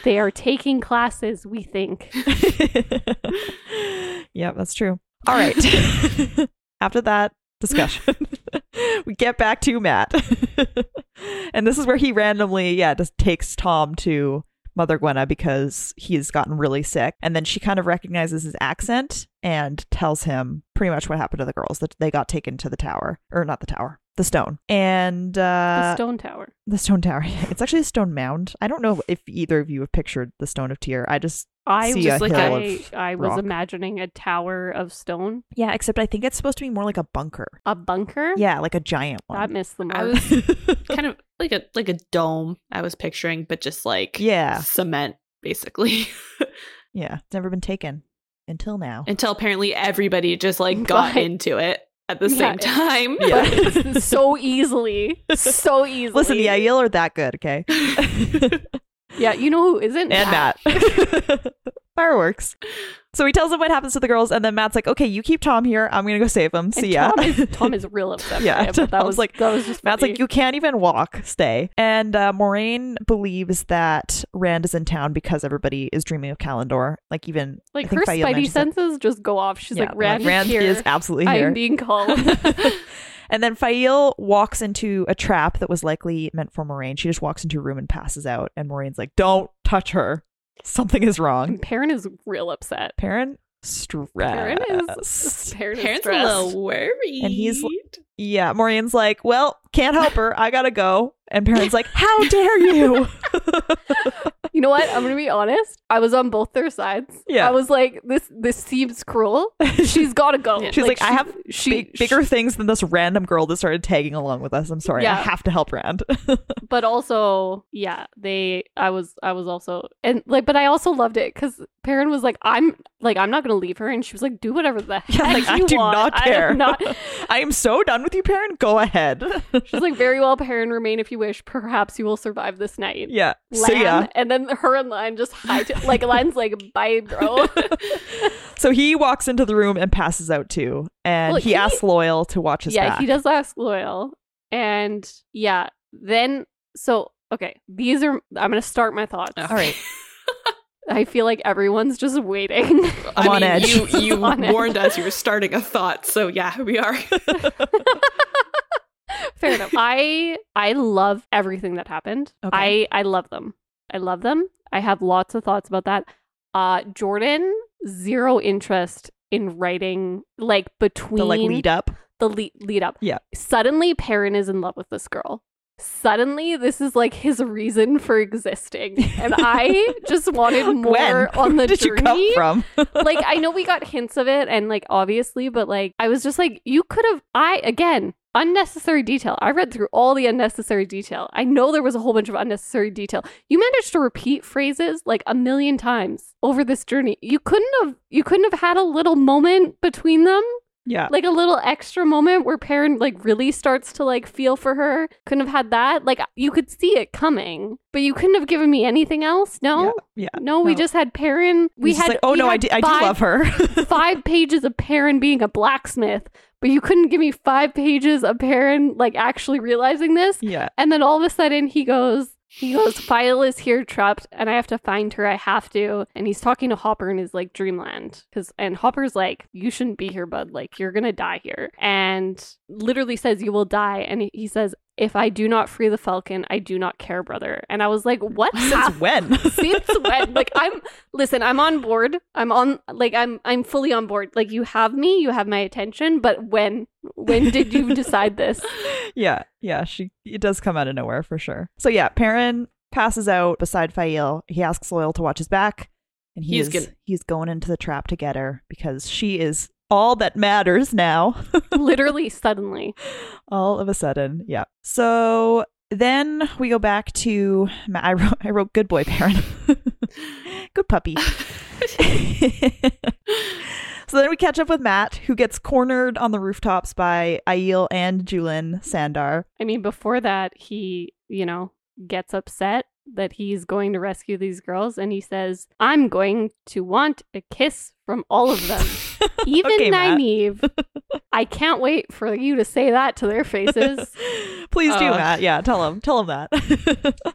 Speaker 1: they are taking classes we think
Speaker 2: yeah, that's true. All *laughs* right. After that discussion, *laughs* we get back to Matt. *laughs* and this is where he randomly, yeah, just takes Tom to Mother Gwenna because he's gotten really sick. And then she kind of recognizes his accent and tells him pretty much what happened to the girls that they got taken to the tower, or not the tower, the stone. And
Speaker 1: the
Speaker 2: uh,
Speaker 1: stone tower
Speaker 2: the stone tower. *laughs* It's actually a stone mound. I don't know if either of you have pictured the stone of tear. I just
Speaker 1: i
Speaker 2: see
Speaker 1: was
Speaker 2: a
Speaker 1: like
Speaker 2: hill
Speaker 1: i,
Speaker 2: of
Speaker 1: I was
Speaker 2: rock.
Speaker 1: imagining a tower of stone
Speaker 2: yeah, except I think it's supposed to be more like a bunker.
Speaker 1: a bunker
Speaker 2: Yeah, like a giant
Speaker 1: that
Speaker 2: *laughs* one.
Speaker 1: missed the mark
Speaker 3: I was *laughs* kind of like a like a dome. I was picturing, but just like
Speaker 2: yeah,
Speaker 3: cement, basically. *laughs*
Speaker 2: yeah. It's never been taken until now.
Speaker 3: Until apparently everybody just like got
Speaker 1: Right.
Speaker 3: into it at the
Speaker 1: Yeah.
Speaker 3: same time.
Speaker 2: *laughs*
Speaker 3: *laughs*
Speaker 2: Yeah.
Speaker 1: but so easily, so easily.
Speaker 2: *laughs* Listen, the Aiel are that good, *laughs* okay?
Speaker 1: yeah, you know who isn't?
Speaker 2: and *laughs* Matt. Fireworks. So he tells him what happens to the girls, and then Matt's like, "Okay, you keep Tom here. I'm gonna go save him.
Speaker 1: And
Speaker 2: See ya."
Speaker 1: Tom
Speaker 2: *laughs*
Speaker 1: is, Tom is real upset.
Speaker 2: Yeah,
Speaker 1: Yeah, but that
Speaker 2: Tom's
Speaker 1: was
Speaker 2: like-
Speaker 1: like that was just
Speaker 2: Matt's
Speaker 1: funny.
Speaker 2: like, you can't even walk, stay. And uh, Moraine believes that Rand is in town because everybody is dreaming of Kalendor. Like, even
Speaker 1: like
Speaker 2: I think
Speaker 1: her
Speaker 2: Fael
Speaker 1: spidey
Speaker 2: mentions that-
Speaker 1: senses just go off. She's
Speaker 2: Yeah,
Speaker 1: like, Rand, is
Speaker 2: Rand
Speaker 1: here.
Speaker 2: is absolutely
Speaker 1: I am
Speaker 2: *laughs* here.
Speaker 1: being called.
Speaker 2: and then Fael walks into a trap that was likely meant for Moraine. She just walks into a room and passes out. And Moraine's like, don't touch her. Something is wrong.
Speaker 1: and Perrin is real upset.
Speaker 2: *laughs* Parent stressed.
Speaker 1: Perrin is Perrin is
Speaker 3: Parents are a
Speaker 1: stressed.
Speaker 3: little worried.
Speaker 2: And he's l- Yeah, Moraine's like, well, can't help her. I gotta go. And Parent's like, how dare you?
Speaker 1: You know what? I'm gonna be honest. I was on both their sides.
Speaker 2: Yeah.
Speaker 1: I was like, this this seems
Speaker 2: *laughs*
Speaker 1: cruel. She's gotta go.
Speaker 3: Yeah.
Speaker 2: She's like, I
Speaker 1: she-
Speaker 2: have
Speaker 1: she,
Speaker 2: big, bigger things than this random girl that started tagging along with us. I'm sorry, I
Speaker 1: Yeah.
Speaker 2: have to help Rand. *laughs*
Speaker 1: but also yeah they i was i was also and like but i also loved it because perrin was like i'm like i'm not gonna leave her and she was like do whatever
Speaker 2: *laughs*
Speaker 1: the heck
Speaker 2: Yeah, like, I
Speaker 1: you
Speaker 2: do
Speaker 1: want.
Speaker 2: not
Speaker 1: I am
Speaker 2: care." *laughs*
Speaker 1: not
Speaker 2: I am so done with you, Perrin. Go ahead. *laughs*
Speaker 1: she's like very well perrin remain if you wish perhaps you will survive this night
Speaker 2: yeah. So
Speaker 1: Lan,
Speaker 2: yeah.
Speaker 1: and then her and Lan just high
Speaker 2: *laughs*
Speaker 1: like Lan's like bye bro
Speaker 2: So he walks into the room and passes out too, and
Speaker 1: Well,
Speaker 2: he,
Speaker 1: he-
Speaker 2: asks Loyal to watch
Speaker 1: *laughs*
Speaker 2: his
Speaker 1: yeah
Speaker 2: back.
Speaker 1: he does ask loyal and yeah then so okay these are I'm gonna start my thoughts
Speaker 3: All right.
Speaker 1: I feel like everyone's just waiting
Speaker 2: *laughs* I'm on edge.
Speaker 3: You, you
Speaker 1: On edge.
Speaker 3: warned us you were starting a thought, so yeah,
Speaker 2: *laughs*
Speaker 3: we are.
Speaker 1: Fair enough. I I love everything that happened.
Speaker 2: Okay.
Speaker 1: I I love them. I love them. I have lots of thoughts about that. Uh Jordan zero interest in writing like between
Speaker 2: to like lead up.
Speaker 1: the lead, lead up.
Speaker 2: Yeah.
Speaker 1: Suddenly Perrin is in love with this girl. Suddenly this is like his reason for existing. And I
Speaker 2: *laughs*
Speaker 1: just wanted more
Speaker 2: when
Speaker 1: on the
Speaker 2: *laughs* Where did
Speaker 1: journey
Speaker 2: you come from? *laughs*
Speaker 1: like I know we got hints of it and like obviously, but like I was just like you could have I again unnecessary detail. I read through all the unnecessary detail. I know there was a whole bunch of unnecessary detail. You managed to repeat phrases like a million times over this journey. You couldn't have you couldn't have had a little moment between them,
Speaker 2: Yeah.
Speaker 1: like a little extra moment where Perrin like really starts to like feel for her. Couldn't have had that. Like you could see it coming, but you couldn't have given me anything else. No.
Speaker 2: Yeah. yeah.
Speaker 1: No, we
Speaker 2: No.
Speaker 1: just had Perrin. We
Speaker 2: He's just
Speaker 1: had
Speaker 2: like, oh
Speaker 1: we
Speaker 2: no, I
Speaker 1: had
Speaker 2: do, I do
Speaker 1: five
Speaker 2: love her. *laughs*
Speaker 1: five pages of Perrin being a blacksmith, but you couldn't give me five pages of Perrin like actually realizing this.
Speaker 2: yeah.
Speaker 1: And then all of a sudden he goes, he goes, File is here trapped and I have to find her. I have to. And he's talking to Hopper in his like dreamland. Cause and Hopper's like, You shouldn't be here, bud. Like you're gonna die here. And literally says you will die. And he- he says, If I do not free the Falcon, I do not care, brother. And I was like, What
Speaker 2: Since when? *laughs*
Speaker 1: since when like i'm listen i'm on board i'm on like i'm i'm fully on board like you have me you have my attention but when when did you decide
Speaker 2: *laughs*
Speaker 1: this
Speaker 2: yeah, yeah, she it does come out of nowhere for sure. So yeah, Perrin passes out beside Fael. He asks Loyal to watch his back, and he
Speaker 3: He's
Speaker 2: is-
Speaker 3: gonna-
Speaker 2: he's going into the trap to get her because she is all that matters now. *laughs*
Speaker 1: literally suddenly
Speaker 2: all of a sudden, yeah. So then we go back to Ma- I wrote I wrote good boy Perrin, *laughs* good
Speaker 3: *laughs*
Speaker 2: puppy. *laughs* so then we catch up with Matt, who gets cornered on the rooftops by Aiel and Julian Sandar.
Speaker 1: i mean before that he you know gets upset that he's going to rescue these girls and he says i'm going to want a kiss from all of
Speaker 2: *laughs*
Speaker 1: them even
Speaker 2: Okay, Matt. *laughs*
Speaker 1: Nynaeve, I can't wait for you to say that to their faces.
Speaker 2: *laughs* Please do,
Speaker 3: Ugh.
Speaker 1: Uh,
Speaker 2: Matt. Yeah, tell him. Tell him that.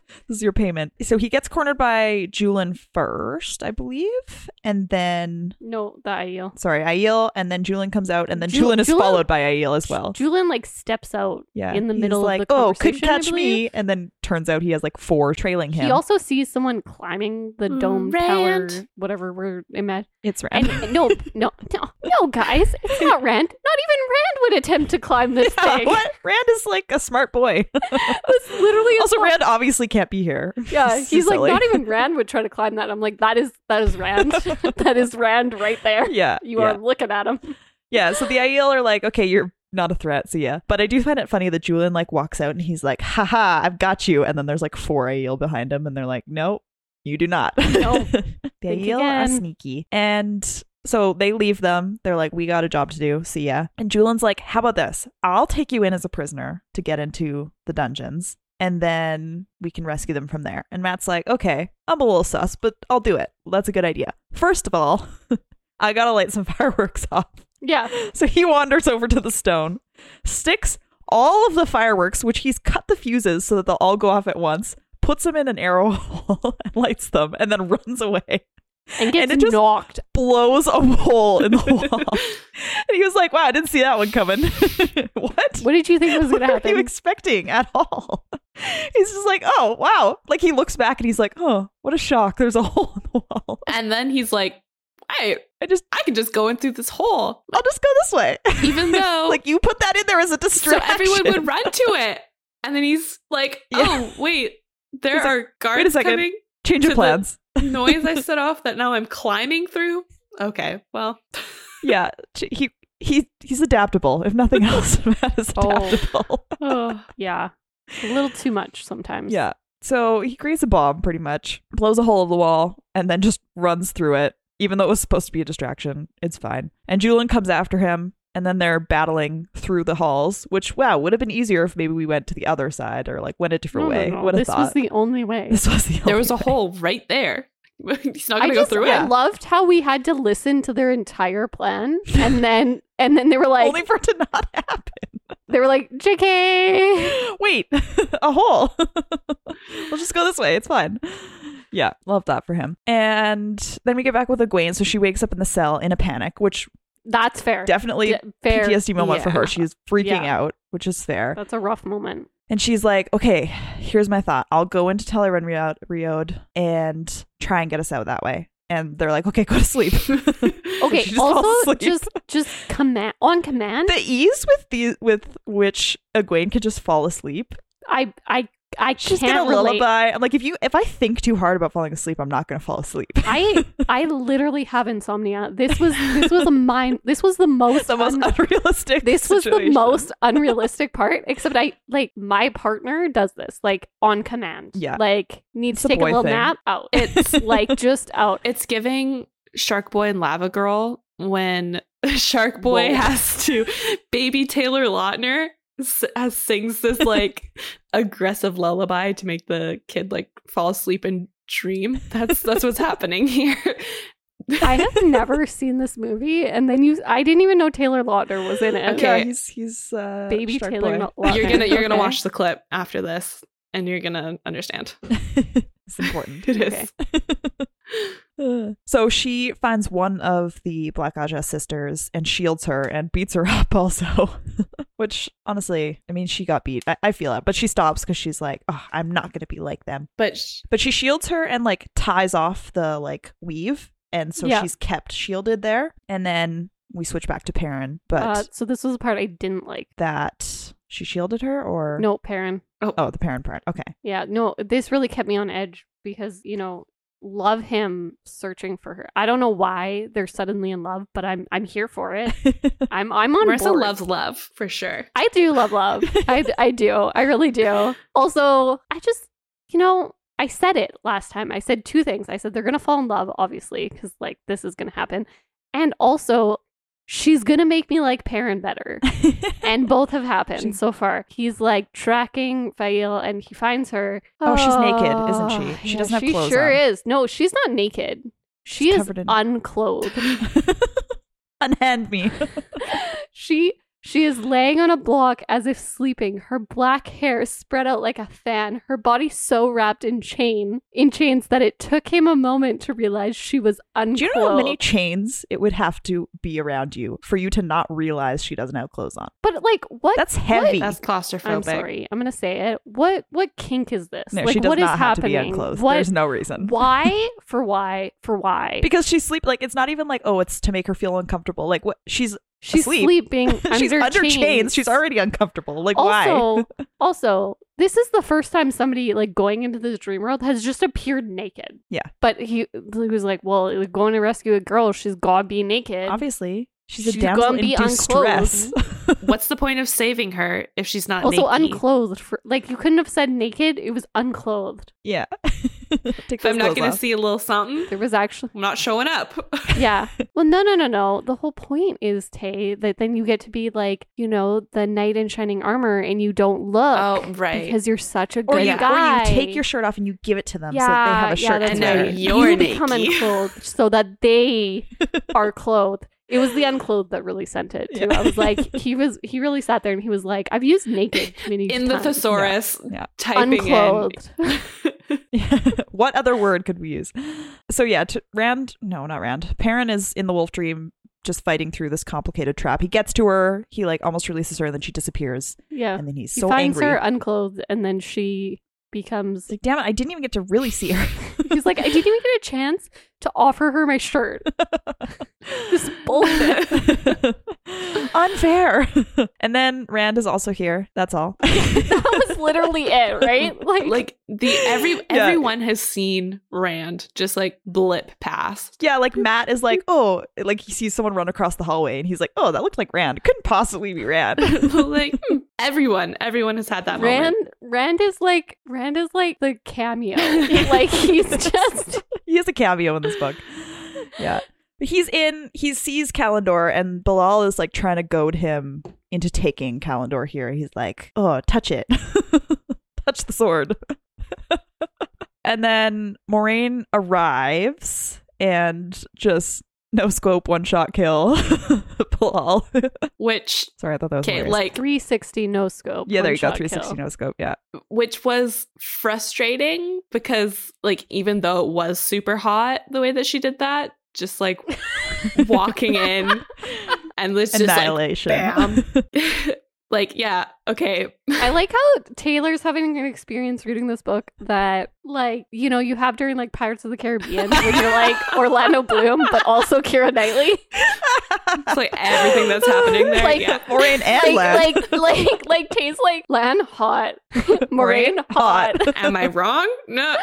Speaker 2: *laughs* this is your payment. So he gets cornered by Julian first, I believe. And then,
Speaker 1: No, the Aiel.
Speaker 2: sorry, Aiel. And then Julian comes out. And then
Speaker 1: Ju-
Speaker 2: Julian is
Speaker 1: Julian-
Speaker 2: followed by Aiel as well.
Speaker 1: Julian like steps out
Speaker 2: Yeah.
Speaker 1: in the
Speaker 2: he's
Speaker 1: middle
Speaker 2: like,
Speaker 1: of the
Speaker 2: oh, couldn't
Speaker 1: conversation. I
Speaker 2: catch
Speaker 1: believe.
Speaker 2: me. And then turns out he has like four trailing him.
Speaker 1: He also sees someone climbing the dome
Speaker 3: Rant.
Speaker 1: tower, whatever we're
Speaker 2: *laughs*
Speaker 1: imagining.
Speaker 2: it's Rand.
Speaker 1: And no, no, no, no, guys, it's
Speaker 2: *laughs*
Speaker 1: not Rand. Not even Rand would attempt to climb this
Speaker 2: Yeah,
Speaker 1: thing.
Speaker 2: what? Rand is like a
Speaker 1: *laughs*
Speaker 2: smart boy.
Speaker 1: It's literally a
Speaker 2: also,
Speaker 1: thought-
Speaker 2: Rand obviously can't be here.
Speaker 1: *laughs* Yeah,
Speaker 2: This is
Speaker 1: he's like
Speaker 2: silly.
Speaker 1: not even Rand would try to climb that. I'm like, that is that is
Speaker 2: *laughs*
Speaker 1: Rand. *laughs* that is Rand right there.
Speaker 2: Yeah.
Speaker 1: You
Speaker 2: yeah.
Speaker 1: are looking at him.
Speaker 2: Yeah, so the Aiel are like, okay, you're not a threat, so yeah. But I do find it funny that Julian like walks out and he's like, haha, I've got you. And then there's like four Aiel behind him, and they're like, nope, you do not. *laughs*
Speaker 1: No.
Speaker 2: the
Speaker 1: Think
Speaker 2: Aiel are
Speaker 1: again.
Speaker 2: sneaky. And so they leave them. They're like, we got a job to do, see ya. And Julian's like, how about this? I'll take you in as a prisoner to get into the dungeons. And then we can rescue them from there. And Matt's like, okay, I'm a little sus, but I'll do it. That's a good idea. First of all, *laughs* I gotta light some *laughs* fireworks off.
Speaker 1: Yeah,
Speaker 2: *laughs* So he wanders over to the stone, sticks all of the fireworks, which he's cut the fuses so that they'll all go off at once, puts them in an arrow *laughs* hole and lights them, and then *laughs* runs away.
Speaker 1: and gets
Speaker 2: it just-
Speaker 1: knocked.
Speaker 2: Blows a hole in the wall.
Speaker 3: *laughs*
Speaker 2: and he was like, wow, I didn't see that one coming. *laughs* what?
Speaker 1: What did you think was going to
Speaker 2: *laughs* What were you
Speaker 1: happen?
Speaker 2: expecting at all? *laughs* He's just like, oh, wow. Like he looks back and he's like, oh, what a shock. There's a *laughs* hole in the wall.
Speaker 3: and then he's like, I
Speaker 2: I just,
Speaker 3: I can just go in through this hole.
Speaker 2: I'll just go this way. *laughs*
Speaker 3: Even though
Speaker 2: like you put that in there as a
Speaker 3: Oh. so
Speaker 2: distraction.
Speaker 3: everyone
Speaker 2: *laughs*
Speaker 3: would run to it. And then he's like,
Speaker 2: Yeah.
Speaker 3: Oh, wait, there
Speaker 2: He's like,
Speaker 3: are guards
Speaker 2: second.
Speaker 3: coming.
Speaker 2: Change of
Speaker 3: to the-
Speaker 2: plans.
Speaker 3: Noise I set off that now I'm climbing through. Okay, well,
Speaker 2: yeah, ch- he he he's adaptable.
Speaker 1: *laughs*
Speaker 2: If nothing else, *laughs* Matt is
Speaker 1: Oh. *laughs*
Speaker 2: adaptable.
Speaker 3: oh,
Speaker 1: Yeah, a little too much sometimes.
Speaker 2: yeah. So he creates a bomb, pretty much blows a hole in the wall, and then just runs through it. Even though it was supposed to be a distraction, it's fine. And Julian comes after him, and then they're battling through the halls. Which wow, would have been easier if maybe we went to the other side or like went a different
Speaker 1: No, no,
Speaker 2: way.
Speaker 1: no,
Speaker 2: Would have
Speaker 1: This
Speaker 2: thought
Speaker 1: was the only way.
Speaker 2: *laughs* this was the
Speaker 3: there
Speaker 2: only
Speaker 3: was a
Speaker 2: way.
Speaker 3: hole right there. *laughs* he's not
Speaker 1: I
Speaker 3: gonna
Speaker 1: just
Speaker 3: go through
Speaker 1: I
Speaker 3: it.
Speaker 1: loved how we had to listen to their entire plan,
Speaker 2: *laughs*
Speaker 1: and then and then they were like
Speaker 2: only for it to not *laughs* happen.
Speaker 1: they were like JK.
Speaker 2: Wait, *laughs* a hole. *laughs* we'll just go this way. It's fine. Yeah, love that for him. And then we get back with Egwene. So she wakes up in the cell in a panic, which
Speaker 1: That's fair.
Speaker 2: definitely
Speaker 1: D- fair.
Speaker 2: PTSD moment for her.
Speaker 3: Yeah.
Speaker 2: She's freaking
Speaker 1: Yeah.
Speaker 2: out, which is fair.
Speaker 1: That's a rough moment.
Speaker 2: And she's like, okay, here's my thought. I'll go into Telerin Riod- Riod and try and get us out that way. And they're like, okay, go
Speaker 1: *laughs*
Speaker 2: to sleep. *laughs*
Speaker 1: Okay.
Speaker 2: *laughs* She just falls
Speaker 1: also,
Speaker 2: asleep.
Speaker 1: just just command on command.
Speaker 2: the ease with the with which Egwene could just fall asleep
Speaker 1: I I I
Speaker 2: She's
Speaker 1: can't
Speaker 2: gonna
Speaker 1: relate.
Speaker 2: lullaby. I'm like, if you if I think too hard about falling asleep, I'm not gonna fall asleep. *laughs*
Speaker 1: I I literally have insomnia. This was this
Speaker 2: *laughs*
Speaker 1: was a mind. This was the most.
Speaker 2: the most
Speaker 1: un-
Speaker 2: unrealistic.
Speaker 1: this was the
Speaker 2: situation.
Speaker 1: most unrealistic part. Except I like my partner does this like on command.
Speaker 2: Yeah.
Speaker 1: like needs to
Speaker 2: It's a
Speaker 1: take a
Speaker 2: boy
Speaker 1: little
Speaker 2: thing.
Speaker 1: nap
Speaker 2: *laughs*
Speaker 1: out. It's like just out.
Speaker 3: It's giving Shark Boy and Lava Girl when *laughs* Shark Boy
Speaker 1: Whoa.
Speaker 3: has to baby Taylor Lautner s- has sings this like aggressive lullaby to make the kid like fall asleep and dream. That's that's what's happening here.
Speaker 1: I
Speaker 2: *laughs*
Speaker 1: have never seen this movie, and then you. I didn't even know Taylor Lautner was in it.
Speaker 3: Okay.
Speaker 2: Yeah, he's he's uh,
Speaker 1: *laughs* baby
Speaker 2: Shark
Speaker 1: Taylor
Speaker 2: Boy.
Speaker 1: Nau- Lautner.
Speaker 3: You're gonna you're gonna
Speaker 1: Okay.
Speaker 3: watch the clip after this and you're gonna
Speaker 1: *laughs*
Speaker 3: understand.
Speaker 2: *laughs* it's important.
Speaker 3: It is.
Speaker 1: Okay.
Speaker 2: Uh, so she finds one of the Black Aja sisters and shields her and beats her *laughs* up also. Which honestly, I mean, she got beat. I, I feel it, but she stops because she's like, oh, I'm not gonna be like them.
Speaker 3: But sh-
Speaker 2: But she shields her and like ties off the like weave, and so
Speaker 1: Yeah.
Speaker 2: she's kept shielded there. And then we switch back to Perrin, but
Speaker 1: Uh, so this was the part I didn't like.
Speaker 2: that she shielded her or
Speaker 1: No, Perrin.
Speaker 2: Oh, the Perrin part.
Speaker 1: *laughs*
Speaker 2: Okay,
Speaker 1: Yeah, no, this really kept me on edge because, you know, love him searching for her. I don't know why they're suddenly in love, but I'm I'm here for it. I'm I'm on
Speaker 3: Marissa
Speaker 1: board.
Speaker 3: loves love for sure.
Speaker 1: I do love love. I I do. I really do. Also, I just, you know, I said it last time. I said two things. I said they're going to fall in love obviously because like this is going to happen. And also She's gonna make me like Perrin better. And both have happened
Speaker 2: She-
Speaker 1: so far. He's like tracking Fail and he finds her.
Speaker 2: Oh, she's naked, isn't she?
Speaker 1: Oh,
Speaker 2: She doesn't have
Speaker 1: she
Speaker 2: clothes
Speaker 1: sure
Speaker 2: on.
Speaker 1: is. No, she's not naked. *laughs* She
Speaker 2: She's
Speaker 1: is
Speaker 2: covered in- *laughs*
Speaker 1: unclothed.
Speaker 2: unhand me.
Speaker 1: she she is laying on a block as if sleeping, her black hair spread out like a fan, her body so wrapped in chain in chains that it took him a moment to realize she was unclothed.
Speaker 2: Do you know how many chains it would have to be around you for you to not realize she doesn't have clothes on?
Speaker 1: But like what
Speaker 2: That's heavy.
Speaker 3: That's claustrophobic.
Speaker 1: I'm sorry, I'm gonna say it. What what kink is this?
Speaker 2: no,
Speaker 1: like
Speaker 2: she does
Speaker 1: what is
Speaker 2: not have
Speaker 1: happening?
Speaker 2: to be unclothed.
Speaker 1: What
Speaker 2: There's no reason.
Speaker 1: why for why for why?
Speaker 2: *laughs* Because she sleep like it's not even like oh it's to make her feel uncomfortable. Like what she's
Speaker 1: she's
Speaker 2: asleep.
Speaker 1: sleeping under,
Speaker 2: *laughs* she's under chains.
Speaker 1: chains.
Speaker 2: She's already uncomfortable. Like why? *laughs*
Speaker 1: also, also, this is the first time somebody like going into this dream world has just appeared naked.
Speaker 2: Yeah.
Speaker 1: But he, he was like, well, like, going to rescue a girl, she's gotta be naked.
Speaker 2: Obviously, she's,
Speaker 1: She's
Speaker 2: a damsel
Speaker 1: gonna
Speaker 2: in
Speaker 1: be
Speaker 2: distress.
Speaker 3: What's the point of saving her if she's not
Speaker 1: also
Speaker 3: naked?
Speaker 1: unclothed for like you couldn't have said naked. It was unclothed.
Speaker 2: *laughs* yeah. Take
Speaker 3: If I'm
Speaker 2: those
Speaker 3: not
Speaker 2: clothes
Speaker 3: going to
Speaker 2: off.
Speaker 3: see a little something,
Speaker 1: There was actually
Speaker 3: I'm not showing up.
Speaker 1: yeah.
Speaker 2: *laughs*
Speaker 1: Well, no, no, no, no. The whole point is Tay that then you get to be like you know the knight in shining armor and you don't look
Speaker 3: *laughs* oh, right.
Speaker 1: because you're such a good
Speaker 2: or you,
Speaker 1: guy.
Speaker 2: or you take your shirt off and you give it to them Um, so that they have a shirt
Speaker 1: that's
Speaker 2: to
Speaker 3: and
Speaker 2: wear.
Speaker 3: then
Speaker 1: right.
Speaker 3: you're
Speaker 1: you become
Speaker 3: naked.
Speaker 1: unclothed so that they are clothed. It was the unclothed that really sent it too.
Speaker 2: Yeah.
Speaker 1: I was like, he was he really sat there and he was like, I've used naked many
Speaker 3: in the
Speaker 1: times.
Speaker 3: thesaurus,
Speaker 2: Yeah.
Speaker 3: typing
Speaker 1: unclothed.
Speaker 3: in.
Speaker 2: *laughs* what other word could we use? So yeah, t- Rand, no, not Rand. Perrin is in the wolf dream just fighting through this complicated trap. He gets to her, he like almost releases her and then she disappears
Speaker 1: yeah,
Speaker 2: and then he's
Speaker 1: he
Speaker 2: so
Speaker 1: finds
Speaker 2: angry.
Speaker 1: her unclothed and then she becomes.
Speaker 2: It's like, "Damn it, I didn't even get to really see her."
Speaker 1: He's like, I didn't even get a chance to offer her my shirt. *laughs* this is bullshit.
Speaker 2: *laughs* Unfair. *laughs* and then Rand is also here. That's all. *laughs*
Speaker 1: That was literally it,
Speaker 3: *laughs*
Speaker 1: right? Like,
Speaker 3: like
Speaker 1: *laughs*
Speaker 3: the every
Speaker 2: Yeah.
Speaker 3: everyone has seen Rand just like blip past. *laughs*
Speaker 2: yeah, like Matt is like, "Oh, like he sees someone run across the hallway and he's like, "Oh, that looked like Rand. Couldn't possibly be Rand." *laughs*
Speaker 3: like hmm, everyone, everyone has had that
Speaker 1: Rand,
Speaker 3: moment.
Speaker 1: Rand is like Rand is like the
Speaker 3: *laughs*
Speaker 1: cameo. like he's just
Speaker 2: he is a cameo in this
Speaker 3: *laughs*
Speaker 2: book. Yeah. But he's in, he sees Kalendor, and Bilal is like trying to goad him into taking Kalendor here. He's like, oh, touch it. *laughs* touch the sword. *laughs* and then Moraine arrives and just no scope, one shot kill *laughs* Bilal.
Speaker 3: Which
Speaker 2: Sorry, I thought that was
Speaker 3: okay,
Speaker 2: hilarious.
Speaker 3: like
Speaker 1: 360 no scope.
Speaker 2: Yeah, there you go.
Speaker 1: one-shot
Speaker 2: 360
Speaker 1: kill.
Speaker 2: no scope. Yeah.
Speaker 3: which was frustrating because like even though it was super hot the way that she did that, just like walking in and it's just like
Speaker 2: *laughs* Annihilation.
Speaker 3: bam. *laughs* Like, yeah, okay.
Speaker 1: I like how Taylor's having an experience reading this book that, like, you know, you have during like Pirates of the Caribbean when you're like Orlando Bloom, but also Kira Knightley.
Speaker 3: It's like everything
Speaker 2: *laughs*
Speaker 3: that's happening there.
Speaker 1: Like-
Speaker 3: yeah.
Speaker 2: Moraine and Lan.
Speaker 1: like, like, like, like, tastes like Lan hot, Moraine hot,
Speaker 2: *laughs* Hot.
Speaker 3: Am I wrong? No.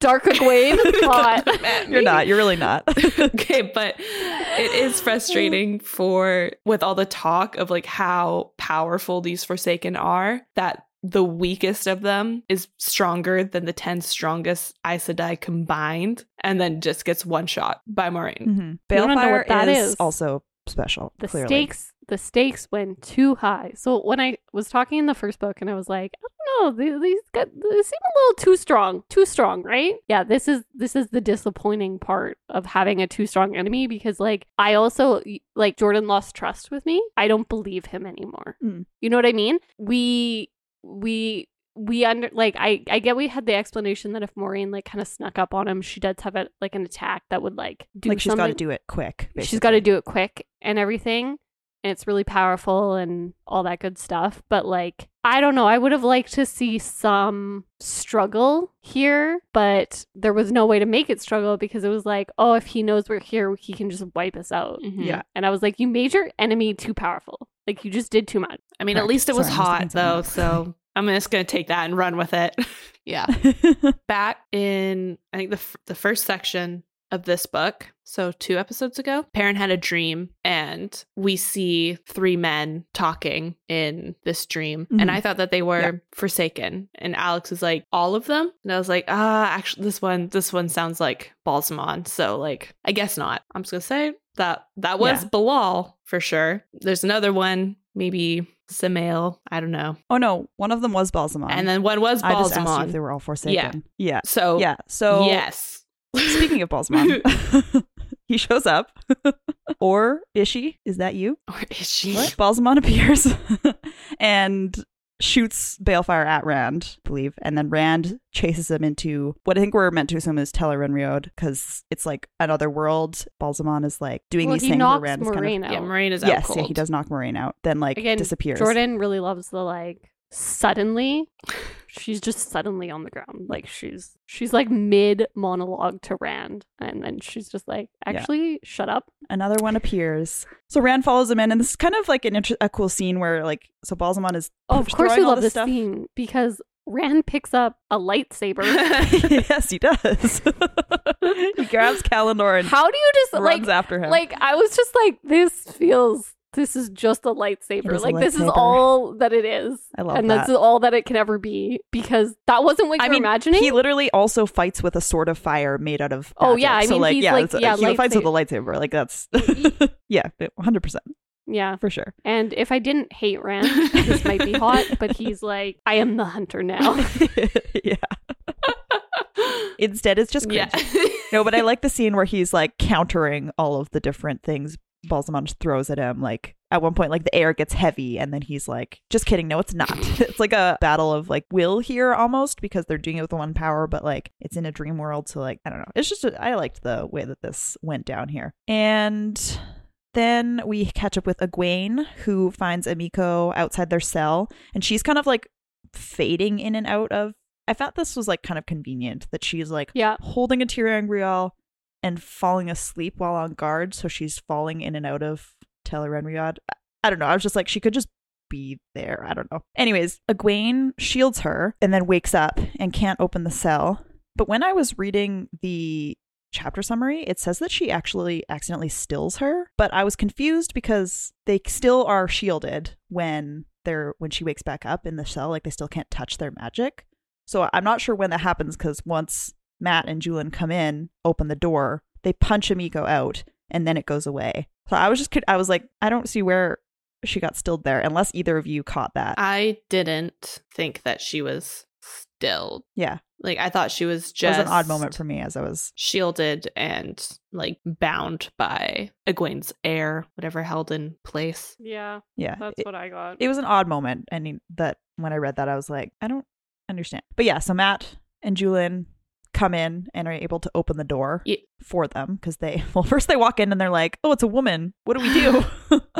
Speaker 1: Dark
Speaker 3: *laughs*
Speaker 1: McWave hot.
Speaker 3: Come at me.
Speaker 2: You're not. You're really *laughs* not.
Speaker 1: *laughs*
Speaker 3: *laughs* okay, but it is frustrating for with all the talk of like how powerful these Forsaken are that the weakest of them is stronger than the 10 strongest Aes Sedai combined and then just gets one shot by Moraine.
Speaker 2: mm-hmm.
Speaker 1: don't know
Speaker 2: Balefire
Speaker 1: what that
Speaker 2: is
Speaker 1: is.
Speaker 2: also special.
Speaker 1: the
Speaker 2: clearly.
Speaker 1: stakes the stakes went too high. So when I was talking in the first book, and I was like, I don't know, the- these got, they seem a little too strong, too strong, right? Yeah, this is this is the disappointing part of having a too strong enemy because like I also like Jordan lost trust with me. I don't believe him anymore.
Speaker 2: Mm.
Speaker 1: You know what I mean? We we we under like I I get we had the explanation that if Maureen like kind of snuck up on him, she does have a, like an attack that would like do
Speaker 2: like she's got to
Speaker 1: something
Speaker 2: do it quick.
Speaker 1: she's got to do it quick and everything and it's really powerful and all that good stuff but like i don't know i would have liked to see some struggle here but there was no way to make it struggle because it was like oh if he knows we're here he can just wipe us out
Speaker 3: Mhm.
Speaker 2: Yeah.
Speaker 1: and i was like you made your enemy too powerful like you just did too much
Speaker 3: I mean, at
Speaker 2: Correct.
Speaker 3: least it was
Speaker 2: Sorry, I
Speaker 3: hot
Speaker 2: was looking at
Speaker 3: though, so I'm just going to take that and run with it. *laughs* yeah.
Speaker 2: do.
Speaker 3: back in I think the f- the first section of this book, so two episodes ago, Perrin had a dream and we see three men talking in this dream.
Speaker 2: Mhm.
Speaker 3: And I thought that they were
Speaker 2: Yeah.
Speaker 3: forsaken. And Alex was like, all of them? And I was like, ah, actually this one this one sounds like Balsamon. So like I guess not. I'm just gonna say that that was
Speaker 2: Yeah.
Speaker 3: Balal for sure. There's another one, maybe Samael, I don't know.
Speaker 2: *laughs* oh no, one of them was Balsamon.
Speaker 3: And then one was
Speaker 2: I just asked you if they
Speaker 3: Balsamon.
Speaker 2: were all forsaken. Yeah.
Speaker 3: So,
Speaker 1: Oh.
Speaker 2: Yeah.
Speaker 3: yeah.
Speaker 2: So *laughs*
Speaker 3: yes.
Speaker 2: speaking
Speaker 1: *laughs*
Speaker 2: of Balsamon, *laughs* he shows up. *laughs* or Ishi, is that you?
Speaker 3: Or is she?
Speaker 2: What? Balsamon appears *laughs* and shoots Balefire at Rand, I believe, and then Rand chases him into what I think we're meant to assume is Telerenriod because it's like another world. Balsamon is like doing
Speaker 1: well
Speaker 2: these
Speaker 1: he
Speaker 2: things where
Speaker 1: knocks
Speaker 2: Rand is kind
Speaker 1: Moraine
Speaker 3: Yeah,
Speaker 1: out
Speaker 3: Moraine is
Speaker 2: of
Speaker 3: out
Speaker 2: yes,
Speaker 3: cold.
Speaker 2: yeah, he does *laughs* knock Moraine out, then like
Speaker 1: Again,
Speaker 2: disappears.
Speaker 1: jordan really loves the like suddenly she's just suddenly on the ground like she's she's like mid monologue to rand and then she's just like
Speaker 2: Yeah.
Speaker 1: actually shut up
Speaker 2: another one appears. So Rand follows him in, and this is kind of like an inter- a cool scene where like so Balsamon is
Speaker 1: oh, of course
Speaker 2: throwing
Speaker 1: we
Speaker 2: all
Speaker 1: love
Speaker 2: this
Speaker 1: this
Speaker 2: stuff.
Speaker 1: scene because rand picks up a lightsaber
Speaker 2: *laughs* yes, he does. *laughs* he grabs Kalendor *laughs* and
Speaker 1: how do you just
Speaker 2: runs
Speaker 1: like
Speaker 2: after him.
Speaker 1: like i was just like this feels this is just a lightsaber
Speaker 2: is a
Speaker 1: like this is
Speaker 2: lightsaber.
Speaker 1: all that it is
Speaker 2: I love
Speaker 1: and this
Speaker 2: that.
Speaker 1: is all that it can ever be because that wasn't what you
Speaker 2: I
Speaker 1: were
Speaker 2: mean,
Speaker 1: imagining
Speaker 2: he literally also fights with a sword of fire made out of.
Speaker 1: Oh, yeah,
Speaker 2: magic.
Speaker 1: I
Speaker 2: so
Speaker 1: mean,
Speaker 2: like
Speaker 1: he's
Speaker 2: yeah,
Speaker 1: like-
Speaker 2: it's-
Speaker 1: yeah,
Speaker 2: he fights with a
Speaker 1: lightsa-
Speaker 2: lightsaber. Like that's *laughs* yeah, one hundred percent
Speaker 1: yeah *laughs*
Speaker 2: for sure. *laughs*
Speaker 1: and if i didn't hate rand this might be hot but he's like i am the hunter
Speaker 2: *laughs*
Speaker 1: now
Speaker 2: yeah. Instead, it's just
Speaker 3: yeah.
Speaker 2: cringe. No, but I like the scene where he's like countering all of the different things Balsamon throws at him. Like at one point, like the air gets heavy, and then he's like, "Just kidding, no, it's not." *laughs* it's like a battle of like will here almost because they're doing it with one power, but like it's in a dream world. So like I don't know. It's just a, I liked the way that this went down here, and. Then we catch up with Egwene, who finds Amiko outside their cell, and she's kind of like fading in and out of. I thought this was like kind of convenient that she's like
Speaker 1: yeah
Speaker 2: holding a Tyrion and falling asleep while on guard, so she's falling in and out of Telerenriad. I- I don't know. I was just like, she could just be there. I don't know. Anyways, Egwene shields her and then wakes up and can't open the cell. But when I was reading the chapter summary, it says that she actually accidentally stills her. But I was confused because they still are shielded when they're when she wakes back up in the cell. Like they still can't touch their magic. So I'm not sure when that happens because once Matt and Julian come in, open the door, they punch Amiko out, and then it goes away. So I was just con- I was like, I don't see where she got stilled there unless either of you caught that.
Speaker 3: *laughs* I didn't think that she was stilled.
Speaker 2: yeah,
Speaker 3: Like I thought she
Speaker 2: it
Speaker 3: was
Speaker 2: was
Speaker 3: just
Speaker 2: an odd moment for me as I was.
Speaker 3: shielded and like bound by Egwene's air, whatever held in
Speaker 2: *laughs*
Speaker 3: place.
Speaker 1: yeah
Speaker 2: Yeah, it,
Speaker 1: what I got.
Speaker 2: it was an odd moment. I mean, that when I read that, I was like, I don't understand. But yeah, so Matt and Julian come in and are able to open the door
Speaker 3: Ye-
Speaker 2: *laughs* for them because they well first they walk in and they're like, oh, it's a woman. What do *laughs* we do? Because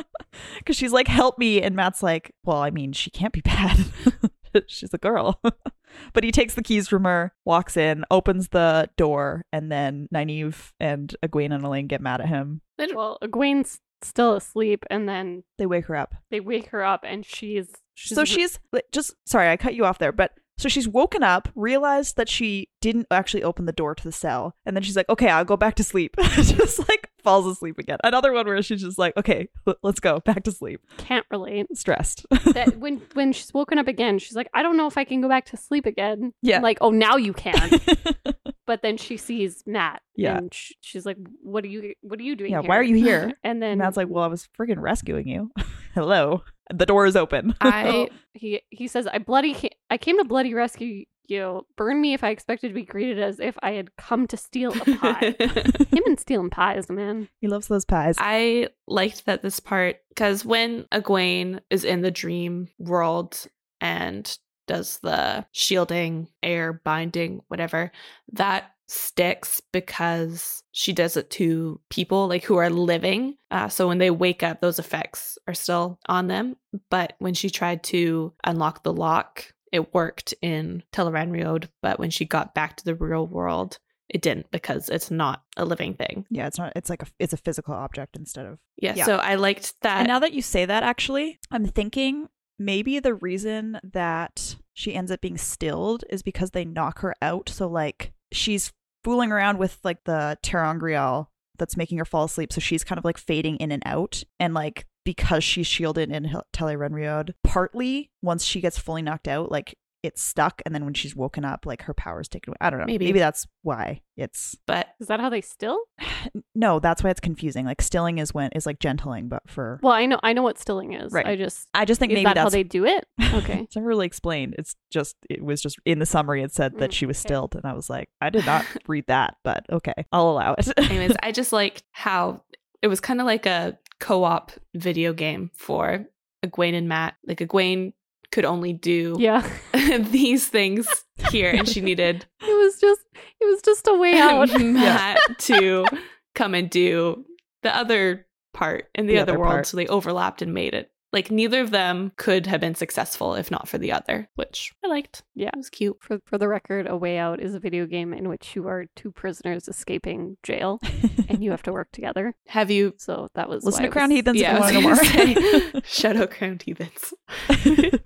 Speaker 2: because she's like, help me. And Matt's like, well, I mean, she can't be bad. *laughs* she's a girl. *laughs* but he takes the keys from her, walks in, opens the door, and then Nynaeve and Egwene and Elaine get mad at him.
Speaker 3: They-
Speaker 1: Well, Egwene's still asleep, and then
Speaker 2: They wake her up.
Speaker 1: they wake her up, and she's, she's
Speaker 2: so she's li- just sorry, I cut you off there, but so she's woken up, realized that she didn't actually open the door to the cell, and then she's like, "Okay, I'll go back to sleep." *laughs* just like falls asleep again. Another one where she's just like, "Okay, l- let's go back to sleep."
Speaker 1: can't
Speaker 2: *laughs*
Speaker 1: relate.
Speaker 2: Stressed.
Speaker 1: That when when she's woken up again, she's like, I don't know if I can go back to sleep again.
Speaker 2: Yeah.
Speaker 1: I'm like, oh, now you
Speaker 2: *laughs*
Speaker 1: can. but then she sees Matt.
Speaker 2: Yeah.
Speaker 1: and sh- she's like, what are you what are you doing?
Speaker 2: Yeah,
Speaker 1: here?
Speaker 2: why are you here?
Speaker 1: *laughs* and then
Speaker 2: and Matt's like, "Well, I was friggin' rescuing you." *laughs* Hello. The door is
Speaker 3: *laughs*
Speaker 2: open. *laughs*
Speaker 3: I
Speaker 2: Oh.
Speaker 1: he he says, I bloody ca- I came to bloody rescue you. Burn me if I expected to be greeted as if I had come to steal a
Speaker 2: *laughs*
Speaker 1: pie. Him and stealing pies, man.
Speaker 2: he loves those pies.
Speaker 3: I liked that this part because when Egwene is in the dream world and does the shielding, air binding, whatever, that sticks because she does it to people like who are living. Uh, so when they wake up, those effects are still on them. But when she tried to unlock the lock, it worked in Teleran Road. But when she got back to the real world, it didn't because it's not a living thing.
Speaker 2: yeah, it's not. It's like a. It's a physical object instead of
Speaker 3: Yeah,
Speaker 2: Yeah.
Speaker 3: so I liked that.
Speaker 2: And now that you say that, actually, I'm thinking maybe the reason that she ends up being stilled is because they knock her out. So, like, she's fooling around with, like, the Terangrial that's making her fall asleep. So she's kind of, like, fading in and out. And, like, because she's shielded in Hel- Telerenriod, partly once she gets fully knocked out, like, it's stuck. And then when she's woken up, like, her power's taken away. I don't know.
Speaker 3: Maybe.
Speaker 2: Maybe that's why it's.
Speaker 3: but
Speaker 1: Is that how they still?
Speaker 2: No, that's why it's confusing. Like, stilling is when is like gentling, but for.
Speaker 1: Well, I know I know what stilling is.
Speaker 2: Right.
Speaker 1: I just
Speaker 2: I just think
Speaker 1: is
Speaker 2: maybe
Speaker 1: that
Speaker 2: that's
Speaker 1: how they do it?
Speaker 2: *laughs*
Speaker 1: Okay. *laughs*
Speaker 2: it's never really explained. It's just it was just in the summary it said that
Speaker 1: Mm,
Speaker 2: she was
Speaker 1: okay.
Speaker 2: stilled and I was like, I did
Speaker 3: *laughs*
Speaker 2: not read that, but okay. I'll allow *laughs* it.
Speaker 3: anyways, I just liked how it was kind of like a co-op video game for Egwene and Matt. Like Egwene could only do
Speaker 1: yeah.
Speaker 3: *laughs* these things here, and she needed
Speaker 1: It was just it was just a way out.
Speaker 2: *laughs*
Speaker 3: *laughs* Matt to come and do the other part in the,
Speaker 2: The
Speaker 3: other,
Speaker 2: other
Speaker 3: world.
Speaker 2: part.
Speaker 3: So they overlapped and made it. Like neither of them could have been successful if not for the other, which I liked.
Speaker 1: Yeah.
Speaker 3: it was cute.
Speaker 1: For for the record, A Way Out is a video game in which you are two prisoners escaping jail
Speaker 2: *laughs*
Speaker 1: and you have to work together.
Speaker 3: Have you?
Speaker 1: So that was
Speaker 2: Listen
Speaker 1: why
Speaker 2: to
Speaker 1: I
Speaker 2: Crown
Speaker 1: was-
Speaker 2: Heathens
Speaker 3: yeah,
Speaker 2: if
Speaker 3: I
Speaker 2: you
Speaker 3: was
Speaker 2: want to
Speaker 3: gonna
Speaker 2: know
Speaker 3: say, *laughs* Shadow Crowned Heathens. *laughs*
Speaker 2: more.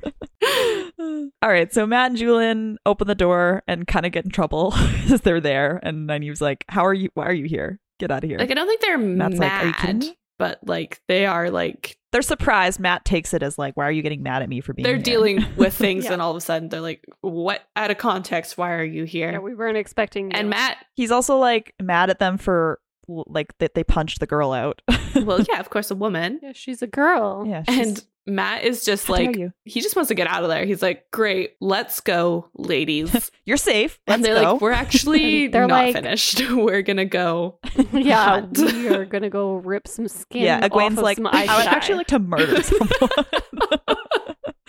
Speaker 2: *laughs* All right, so Matt and Julian open the door and kind of get in trouble *laughs* because they're there and then he was like, How are you why are you here? Get out of here.
Speaker 3: Like I don't think they're
Speaker 2: Matt's like,
Speaker 3: mad,
Speaker 2: "Are you kidding me?"
Speaker 3: but like they are like
Speaker 2: they're surprised. Matt takes it as like, Why are you getting mad at me for being
Speaker 3: they're
Speaker 2: here?"
Speaker 3: dealing
Speaker 2: *laughs*
Speaker 3: with things,
Speaker 1: Yeah.
Speaker 3: and all of a sudden they're like, "What? Out of context? Why are you here?"
Speaker 1: Yeah, we weren't expecting you.
Speaker 3: and Matt,
Speaker 2: He's also like mad at them for like that they punched the girl out. *laughs*
Speaker 3: Oh, well, yeah, of course, a woman,
Speaker 1: Yeah, she's a girl.
Speaker 2: yeah. she's-
Speaker 3: and Matt is just
Speaker 2: How dare
Speaker 3: like
Speaker 2: you.
Speaker 3: he just wants to get out of there. He's like, "Great, let's go, ladies."
Speaker 2: You're safe. *laughs* Let's
Speaker 3: and they're
Speaker 2: go.
Speaker 3: like,
Speaker 2: *laughs*
Speaker 3: "We're actually
Speaker 1: They're
Speaker 3: not
Speaker 1: like-
Speaker 3: finished. *laughs* We're gonna go."
Speaker 1: *laughs* yeah,
Speaker 3: Hot.
Speaker 1: we
Speaker 2: *laughs*
Speaker 1: are gonna go rip some skin.
Speaker 2: Uh-huh. yeah,
Speaker 1: off
Speaker 2: Egwene's
Speaker 1: of
Speaker 2: like,
Speaker 1: some
Speaker 2: I would
Speaker 1: eyeshadow."
Speaker 2: actually like
Speaker 1: *laughs*
Speaker 2: to murder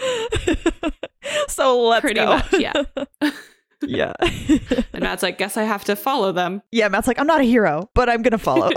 Speaker 2: someone. *laughs* so let's
Speaker 3: Pretty
Speaker 2: go.
Speaker 3: much, yeah.
Speaker 2: *laughs* yeah.
Speaker 3: And Matt's like, "Guess I have to follow them."
Speaker 2: yeah, Matt's like, I'm not a hero, but I'm going
Speaker 1: *laughs*
Speaker 2: to follow.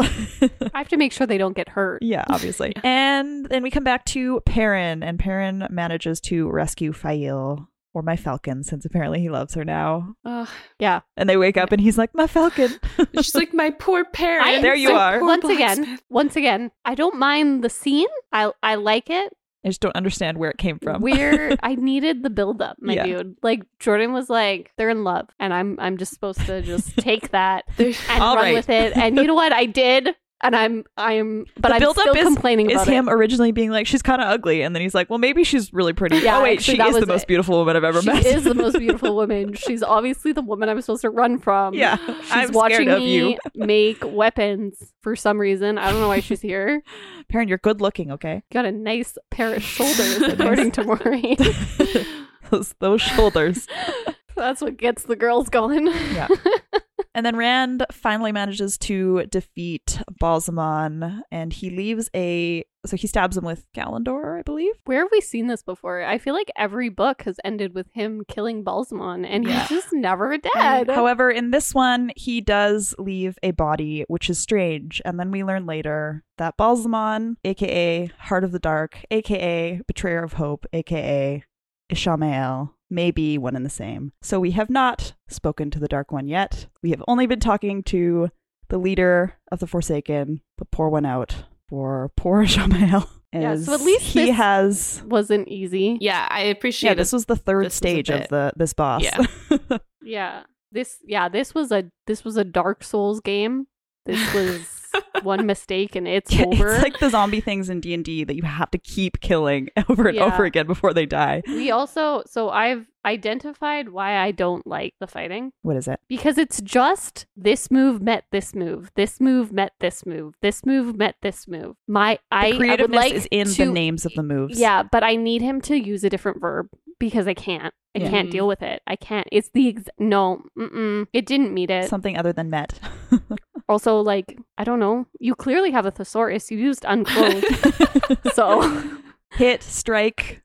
Speaker 1: I have to make sure they don't get hurt.
Speaker 2: yeah, obviously. And then we come back to Perrin, and Perrin manages to rescue Fail or my falcon, since apparently he loves her now.
Speaker 3: Ugh.
Speaker 1: Yeah.
Speaker 2: And they wake up, and he's like, my falcon.
Speaker 3: she's like, "My
Speaker 2: *laughs*
Speaker 3: poor parents."
Speaker 1: I-
Speaker 2: There you
Speaker 1: so
Speaker 2: are.
Speaker 3: Poor
Speaker 1: Once again,
Speaker 3: blacksmith.
Speaker 1: once again, I don't mind the scene. I I like it.
Speaker 2: I just don't understand where it came from. *laughs*
Speaker 1: Where I needed the buildup, my
Speaker 2: Yeah.
Speaker 1: dude. Like Jordan was like, they're in love, and I'm I'm just supposed to
Speaker 2: *laughs*
Speaker 1: just take that
Speaker 3: There's-
Speaker 1: and
Speaker 2: All
Speaker 1: run
Speaker 2: right.
Speaker 1: with it. And you know what? I did, and I'm I'm, but
Speaker 2: The
Speaker 1: I'm
Speaker 2: buildup
Speaker 1: still
Speaker 2: is-
Speaker 1: complaining
Speaker 2: is
Speaker 1: about
Speaker 2: him
Speaker 1: it.
Speaker 2: originally being like she's kind of ugly and then he's like well maybe she's really pretty
Speaker 1: Yeah,
Speaker 2: oh wait
Speaker 1: actually,
Speaker 2: she
Speaker 1: that
Speaker 2: is the
Speaker 1: was
Speaker 2: most
Speaker 1: it.
Speaker 2: beautiful woman i've ever
Speaker 1: She
Speaker 2: met
Speaker 1: is the
Speaker 2: *laughs*
Speaker 1: most beautiful woman. She's obviously the woman I'm supposed to run from.
Speaker 2: yeah *laughs*
Speaker 1: She's
Speaker 2: i'm
Speaker 1: watching
Speaker 2: scared of
Speaker 1: me
Speaker 2: you
Speaker 1: *laughs* make weapons for some reason. I don't know why she's here. *laughs*
Speaker 2: Perrin, you're good looking okay *laughs*
Speaker 1: Got a nice pair of shoulders, according to Maureen. *laughs*
Speaker 2: those, those shoulders *laughs*
Speaker 1: That's what gets the girls going. *laughs*
Speaker 2: Yeah. And then Rand finally manages to defeat Balsamon and he leaves a. So he stabs him with Gallindor, I believe.
Speaker 1: Where have we seen this before? I feel like every book has ended with him killing Balsamon, and
Speaker 3: Yeah.
Speaker 1: he's just never dead.
Speaker 2: However, in this one, he does leave a body, which is strange. And then we learn later that Balsamon, aka Heart of the Dark, aka Betrayer of Hope, aka Ishmael, may be one and the same. So we have not spoken to the Dark One yet. We have only been talking to the leader of the Forsaken, but pour one out for poor *laughs* Ishmael.
Speaker 1: Yeah, so
Speaker 2: as
Speaker 1: at least *laughs*
Speaker 2: he
Speaker 1: this-
Speaker 2: has.
Speaker 1: Wasn't easy.
Speaker 3: *laughs* Yeah, I appreciate
Speaker 2: Yeah,
Speaker 3: this.
Speaker 2: this was the third
Speaker 3: this was a
Speaker 2: stage of
Speaker 3: bit-
Speaker 2: the this boss.
Speaker 3: Yeah.
Speaker 2: *laughs*
Speaker 1: Yeah. This yeah, this was a this was a Dark Souls game. This
Speaker 2: *laughs*
Speaker 1: was one mistake and it's
Speaker 2: Yeah,
Speaker 1: over.
Speaker 2: It's like the zombie things in D and D that you have to keep killing *laughs* over and
Speaker 1: Yeah.
Speaker 2: over again before they die.
Speaker 1: we also so I've identified why I don't like the fighting
Speaker 2: What is it?
Speaker 1: because it's just this move met this move, this move met this move, this move met this move. My I,
Speaker 2: The
Speaker 1: I would
Speaker 2: creativeness
Speaker 1: like
Speaker 2: is in
Speaker 1: to
Speaker 2: the names of the moves.
Speaker 1: Yeah, but I need him to use a different verb because I can't. I
Speaker 2: Yeah.
Speaker 1: can't
Speaker 3: Mhm.
Speaker 1: deal with it. I can't. It's the ex- no. Mm-mm. It didn't meet it.
Speaker 2: something other than met. *laughs*
Speaker 1: also, like I don't know. You clearly have a thesaurus. You used
Speaker 2: *laughs*
Speaker 1: unquote. so
Speaker 2: Hit, strike.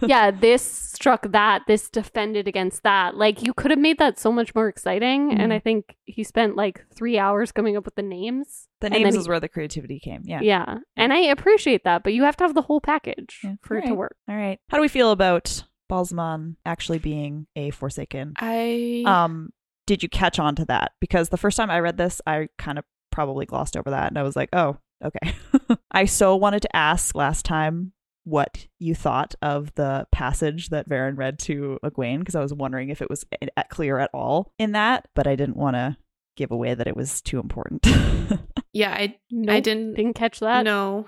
Speaker 1: yeah, this struck that. This defended against that. Like you could have made that so much more exciting. And
Speaker 2: Mhm.
Speaker 1: I think he spent like three hours coming up with the names.
Speaker 2: The
Speaker 1: And then
Speaker 2: names
Speaker 1: he-
Speaker 2: is where the creativity came. Yeah.
Speaker 1: Yeah, and I appreciate that. But you have to have the whole package
Speaker 2: Yeah.
Speaker 1: for it to
Speaker 2: Alright.
Speaker 1: work.
Speaker 2: All right. How do we feel about Balsamon actually being a Forsaken?
Speaker 3: I
Speaker 2: Um, did you catch on to that? Because the first time I read this, I kind of probably glossed over that, and I was like, oh, okay. *laughs* I so wanted to ask last time what you thought of the passage that Varen read to Egwene, because I was wondering if it was i- at- clear at all in that, but I didn't want to give away that it was too important. *laughs*
Speaker 3: yeah, I
Speaker 1: No,
Speaker 3: I didn't
Speaker 1: didn't catch that. *laughs*
Speaker 3: know.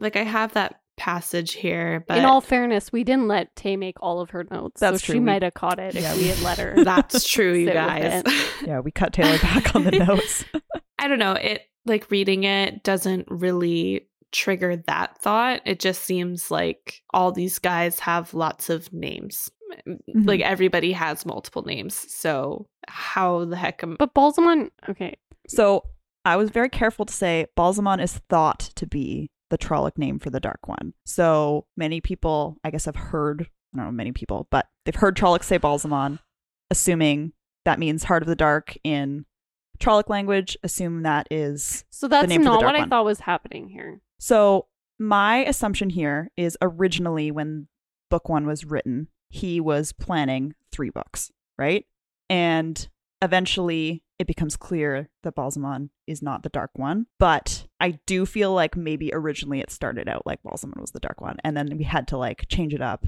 Speaker 3: like I have that passage here, but
Speaker 1: In all fairness, we didn't let Tay make all of her notes,
Speaker 2: That's
Speaker 1: so
Speaker 2: true.
Speaker 1: she
Speaker 2: We-
Speaker 1: might have caught it
Speaker 2: Yeah,
Speaker 1: if we had let
Speaker 2: *laughs*
Speaker 1: her. *laughs*
Speaker 3: *laughs* that's true, you
Speaker 1: Sit with
Speaker 3: guys.
Speaker 2: yeah, we cut Taylor back on the notes.
Speaker 3: *laughs* I don't know. It like reading it doesn't really trigger that thought. It just seems like all these guys have lots of names. Like
Speaker 1: Mm-hmm.
Speaker 3: everybody has multiple names. So how the heck am
Speaker 1: But Balsamon, okay,
Speaker 2: So I was very careful to say Balsamon is thought to be the Trolloc name for the Dark One. So many people, I guess, have heard, I don't know, many people, but they've heard Trollocs say Balsamon, assuming that means Heart of the Dark in Trolloc language, assume that is.
Speaker 1: so that's
Speaker 2: name for the
Speaker 1: not
Speaker 2: dark
Speaker 1: what I
Speaker 2: one.
Speaker 1: thought was happening here.
Speaker 2: So my assumption here is originally when book one was written, he was planning three books, right? And eventually it becomes clear that Balsamon is not the Dark One. But I do feel like maybe originally it started out like Balsamon was the Dark One, and then we had to like change it up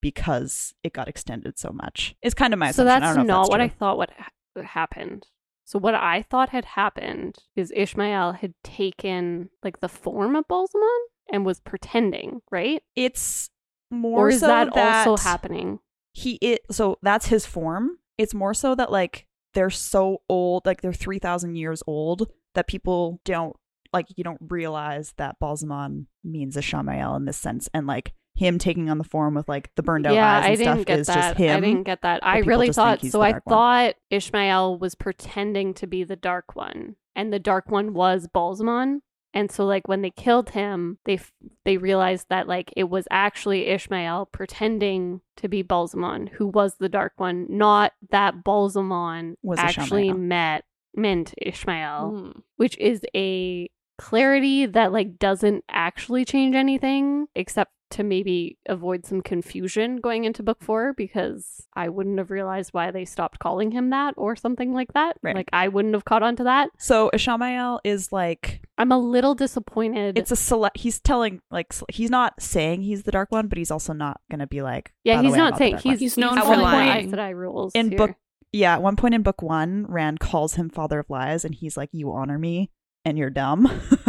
Speaker 2: because it got extended so much. It's kind of my
Speaker 1: so
Speaker 2: assumption.
Speaker 1: that's
Speaker 2: I don't know
Speaker 1: not
Speaker 2: if
Speaker 1: what I
Speaker 2: that's
Speaker 1: thought what ha- what happened. So what I thought had happened is Ishmael had taken like the form of Balsamon and was pretending, right?
Speaker 2: true. It's more
Speaker 1: Or is
Speaker 2: so
Speaker 1: that, also
Speaker 2: happening?
Speaker 1: happening?
Speaker 2: he it so that's his form it's more so that like they're so old like they're 3000 years old that people don't like you don't realize that balsamon means a shamael in this sense and like him taking on the form with like the burned out
Speaker 1: yeah,
Speaker 2: eyes and
Speaker 1: I didn't
Speaker 2: stuff
Speaker 1: get
Speaker 2: is
Speaker 1: that.
Speaker 2: just him
Speaker 1: I didn't get that. I
Speaker 2: people
Speaker 1: really
Speaker 2: just think
Speaker 1: thought
Speaker 2: he's
Speaker 1: so.
Speaker 2: the
Speaker 1: I
Speaker 2: dark one.
Speaker 1: thought Ishmael was pretending to be the dark one, and the dark one was Balsamon. And so, like when they killed him, they f- they realized that like it was actually Ishmael pretending to be Balsamon, who was the dark one, not that Balsamon
Speaker 2: Was a
Speaker 1: actually
Speaker 2: Shamael.
Speaker 1: met meant Ishmael
Speaker 3: Hmm.
Speaker 1: which is a clarity that like doesn't actually change anything except to maybe avoid some confusion going into book 4 because I wouldn't have realized why they stopped calling him that or something like that.
Speaker 2: Right.
Speaker 1: Like I wouldn't have caught on to that.
Speaker 2: so Ishamael is like
Speaker 1: I'm a little disappointed.
Speaker 2: it's a select he's telling like sele- he's not saying he's the dark one but he's also not gonna be like
Speaker 1: yeah,
Speaker 2: "By the
Speaker 1: he's
Speaker 2: way, I'm
Speaker 1: not
Speaker 2: the
Speaker 1: saying
Speaker 2: Dark One."
Speaker 1: he's
Speaker 3: He's known
Speaker 1: he's
Speaker 2: for
Speaker 1: following
Speaker 3: lying.
Speaker 1: Aes Sedai rules
Speaker 2: In
Speaker 1: here.
Speaker 2: book yeah at one point in book one rand calls him father of lies and he's like you honor me and you're dumb *laughs*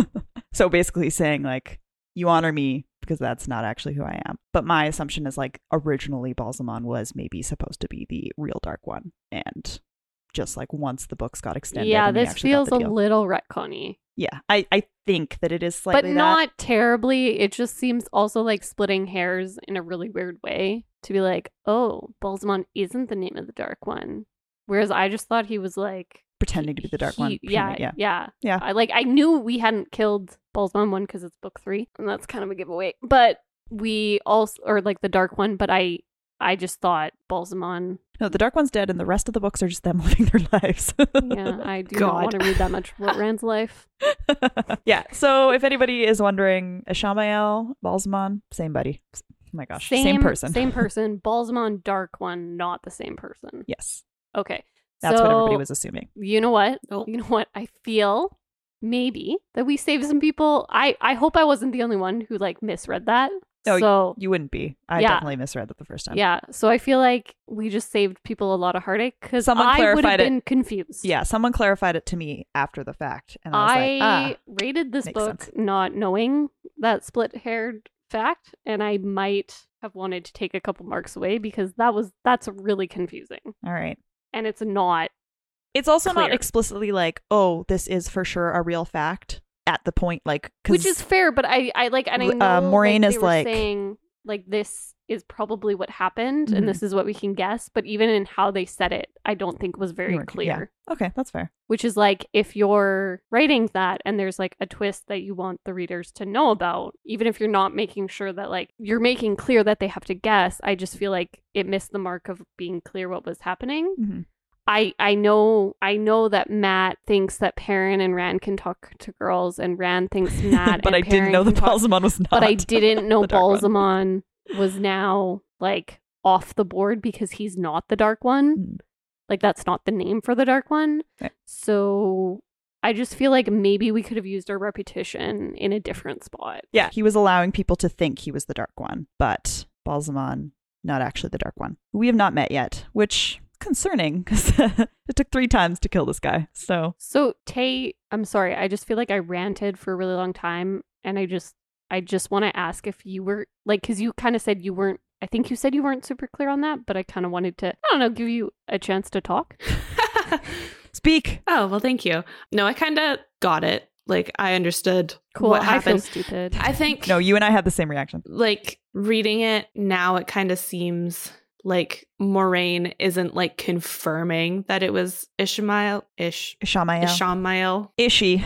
Speaker 2: so basically saying like you honor me because that's not actually who i am but my assumption is like originally balsamon was maybe supposed to be the real dark one and just like once the books got extended
Speaker 1: yeah,
Speaker 2: and we
Speaker 1: this
Speaker 2: actually got
Speaker 1: feels
Speaker 2: the
Speaker 1: a
Speaker 2: deal.
Speaker 1: little retconny,
Speaker 2: yeah I, I think that it is
Speaker 1: but
Speaker 2: slightly that.
Speaker 1: not terribly. It just seems also like splitting hairs in a really weird way to be like, oh, Balsamon isn't the name of the Dark One, whereas I just thought he was like
Speaker 2: pretending to be the Dark
Speaker 1: he-
Speaker 2: One.
Speaker 1: Yeah,
Speaker 2: Pretending,
Speaker 1: yeah,
Speaker 2: yeah.
Speaker 1: yeah,
Speaker 2: Yeah.
Speaker 1: I, like I knew we hadn't killed Balzman one because it's book three, and that's kind of a giveaway. But we also, or like the Dark One, but I, I just thought
Speaker 2: *laughs*
Speaker 1: Balzamon.
Speaker 2: No, the Dark One's dead, and the rest of the books are just them *laughs* living their lives.
Speaker 1: Yeah, I do not
Speaker 3: God.
Speaker 1: want to read that
Speaker 2: *laughs*
Speaker 1: much about Rand's life.
Speaker 2: yeah. So if anybody is wondering, Ishamael, Balzamon, same buddy. Oh my gosh, same, person. *laughs*
Speaker 1: same person. Balzamon, Dark One, not the same person.
Speaker 2: Yes,
Speaker 1: Okay,
Speaker 2: that's what everybody
Speaker 1: so-
Speaker 2: was Oh. assuming.
Speaker 1: you know what?
Speaker 3: Nope.
Speaker 1: You know what? I feel maybe that we saved some people. I I hope I wasn't the only one who like misread that.
Speaker 2: No,
Speaker 1: so
Speaker 2: Oh, You wouldn't be. I
Speaker 1: Yeah.
Speaker 2: definitely misread it the first time.
Speaker 1: yeah, so I feel like we just saved people a lot of heartache because
Speaker 2: Someone
Speaker 1: I would have
Speaker 2: clarified it.
Speaker 1: been confused.
Speaker 2: Yeah. Someone clarified it to me after the fact, and I was
Speaker 1: I
Speaker 2: like, ah,
Speaker 1: rated this
Speaker 2: makes
Speaker 1: book
Speaker 2: sense.
Speaker 1: not knowing that split haired fact, and I might have wanted to take a couple marks away because that was that's really confusing,
Speaker 2: all right.
Speaker 1: and it's not
Speaker 2: It's also not
Speaker 1: Clear.
Speaker 2: explicitly like, oh, this is for sure a real fact at the point, like, 'cause-
Speaker 1: which is fair but i i like and i
Speaker 2: Uh,
Speaker 1: know like,
Speaker 2: Maureen
Speaker 1: they
Speaker 2: is
Speaker 1: were
Speaker 2: like-
Speaker 1: saying like this is probably what happened
Speaker 2: Mhm.
Speaker 1: and this is what we can guess but even in how they said it i don't think was very
Speaker 2: You weren't-
Speaker 1: clear
Speaker 2: yeah. okay. That's fair.
Speaker 1: which is like if you're writing that and there's like a twist that you want the readers to know about even if you're not making sure that like you're making clear that they have to guess i just feel like it missed the mark of being clear what was happening
Speaker 2: Mhm.
Speaker 1: I I know I know that Matt thinks that Perrin and Rand can talk to girls, and Rand
Speaker 2: *laughs*
Speaker 1: thinks Matt.
Speaker 2: but
Speaker 1: and
Speaker 2: I didn't
Speaker 1: Perrin
Speaker 2: know the
Speaker 1: can talk-
Speaker 2: Balzamon was not.
Speaker 1: But I
Speaker 2: *laughs*
Speaker 1: didn't know
Speaker 2: the Dark One.
Speaker 1: Balzamon was now like off the board because he's not the Dark One.
Speaker 2: Mm. Eh.
Speaker 1: Like that's not the name for the Dark One.
Speaker 2: Right.
Speaker 1: So I just feel like maybe we could have used our repetition in a different spot.
Speaker 2: Yeah, he was allowing people to think he was the Dark One, but Balzamon, not actually the Dark One. We have not met yet, which concerning because *laughs* it took three times to kill this guy. So
Speaker 1: So Tay, I'm sorry. I just feel like I ranted for a really long time, and I just, I just want to ask if you were like, because you kind of said you weren't. I think you said you weren't super clear on that, but I kind of wanted to, I don't know, give you a chance to talk.
Speaker 2: speak.
Speaker 3: Hmm. *laughs* oh, well, thank you. No, I kind of got it. Like, I understood
Speaker 1: Cool.
Speaker 3: what
Speaker 1: I feel
Speaker 3: happened.
Speaker 1: stupid.
Speaker 3: I think
Speaker 2: No, you and I had the same reaction.
Speaker 3: like reading it now it kind of seems like Moraine isn't like confirming that it was Ishmael Ish
Speaker 2: Ishamael. *laughs*
Speaker 3: Ishmael *laughs*
Speaker 2: Ishi.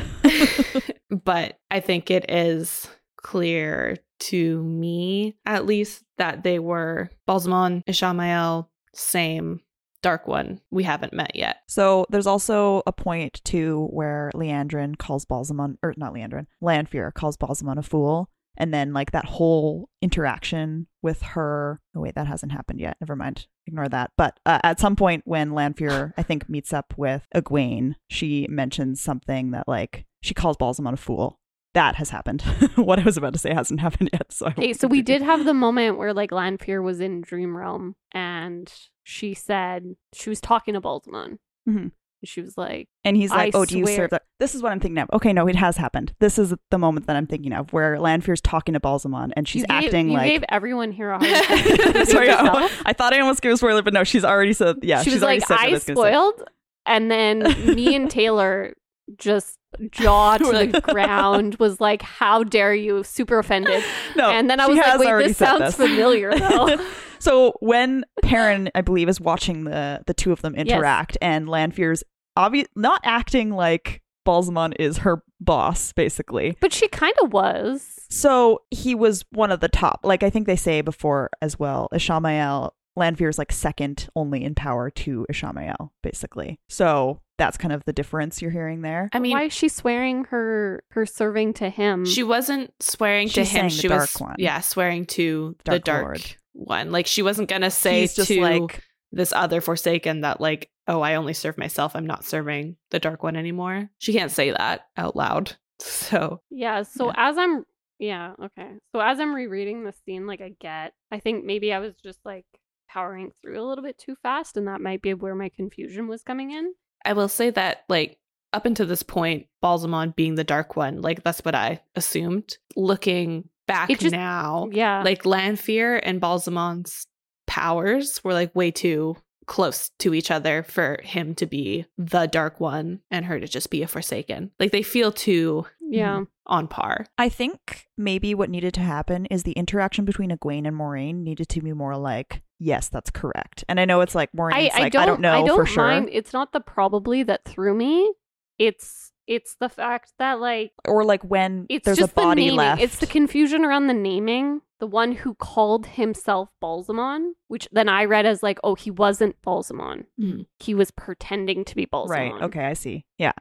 Speaker 3: but I think it is clear to me at least that they were Balzamon Ishmael same dark one we haven't met yet
Speaker 2: So there's also a point too where Leandrin calls Balzamon, or not Leandrin, Lanfear calls Balzamon a fool. And then like that whole interaction with her. Oh wait, that hasn't happened yet. Never mind. Ignore that. But uh, at some point when Lanfear, I think, meets up with Egwene, she mentions something that like she calls Balzamon a fool. That has happened. *laughs* what I was about to say hasn't happened yet. So I
Speaker 1: Okay,
Speaker 2: won't
Speaker 1: so we
Speaker 2: continue.
Speaker 1: did
Speaker 2: *laughs*
Speaker 1: have the moment where like Lanfear was in Dream Realm and she said she was talking to Baltimon.
Speaker 2: Mhm.
Speaker 1: She was like,
Speaker 2: And he's
Speaker 1: I
Speaker 2: like, "Oh, do you
Speaker 1: swear-
Speaker 2: serve that?" This is what I'm thinking of. Okay, no, it has happened. This is the moment that I'm thinking of, where Lanfear's talking to Balzamon, and she's
Speaker 1: you gave-
Speaker 2: acting
Speaker 1: you
Speaker 2: like.
Speaker 1: gave everyone here a hard time.
Speaker 2: Sorry, I,
Speaker 1: Yourself?
Speaker 2: *laughs* I thought I almost gave a spoiler, but no, she's already said. Yeah,
Speaker 1: she
Speaker 2: she's
Speaker 1: was
Speaker 2: already
Speaker 1: like,
Speaker 2: said what
Speaker 1: I
Speaker 2: was gonna say.
Speaker 1: spoiled. And then me
Speaker 2: *laughs*
Speaker 1: and Taylor just jaw to
Speaker 2: We're
Speaker 1: the
Speaker 2: like- *laughs*
Speaker 1: ground was like, How dare you? Super offended.
Speaker 2: No,
Speaker 1: and then I
Speaker 2: Oh, she
Speaker 1: was like,
Speaker 2: has
Speaker 1: Wait,
Speaker 2: already
Speaker 1: this
Speaker 2: said
Speaker 1: sounds
Speaker 2: this."
Speaker 1: familiar though.
Speaker 2: *laughs* So when Perrin, I believe, is watching the the two of them
Speaker 1: Yes.
Speaker 2: interact, and Lanfear's obvious not acting like Balzamon is her boss, basically.
Speaker 1: but she kind of was.
Speaker 2: So he was one of the top. Like I think they say before as well, Ishamael Lanfear is like second only in power to Ishamael, basically. So that's kind of the difference you're hearing there.
Speaker 3: i mean
Speaker 1: Why is she swearing her her serving to him?
Speaker 3: She wasn't swearing to
Speaker 2: Mm. She's
Speaker 3: him.
Speaker 2: saying the
Speaker 3: She was
Speaker 2: Dark One.
Speaker 3: yeah, swearing to the
Speaker 2: Dark
Speaker 3: dark
Speaker 2: Lord.
Speaker 3: one. Like she wasn't gonna say
Speaker 2: He's just
Speaker 3: to
Speaker 2: like
Speaker 3: this other Forsaken that like, oh, I only serve myself. I'm not serving the dark one anymore. She can't say that out loud. *laughs* So
Speaker 1: Yeah. So as I'm, yeah, okay. So as I'm rereading the scene, like I get, I think maybe I was just like powering through a little bit too fast, and that might be where my confusion was coming in.
Speaker 3: I will say that like up until this point, Balzamon being the dark one, like that's what I assumed. Looking back
Speaker 1: It just-
Speaker 3: now,
Speaker 1: Yeah.
Speaker 3: like Lanfear and Balzamon's powers were like way too close to each other for him to be the dark one and her to just be a forsaken. Like they feel too
Speaker 1: yeah.
Speaker 2: mm,
Speaker 3: on par.
Speaker 2: I think maybe what needed to happen is the interaction between Egwene and Moraine needed to be more like Yes, that's correct. And I know it's like more.
Speaker 1: I,
Speaker 2: like, I don't know
Speaker 1: I don't
Speaker 2: for sure.
Speaker 1: mind. It's not the probably that threw me. It's it's the fact that like
Speaker 2: Or like when
Speaker 1: it's
Speaker 2: there's a
Speaker 1: just the
Speaker 2: body
Speaker 1: naming.
Speaker 2: left.
Speaker 1: It's the confusion around the naming. The one who called himself Balsamon, which then I read as like, oh, he wasn't Balsamon.
Speaker 3: Mm.
Speaker 1: He was pretending to be Balsamon.
Speaker 2: right. Okay, I see. Yeah.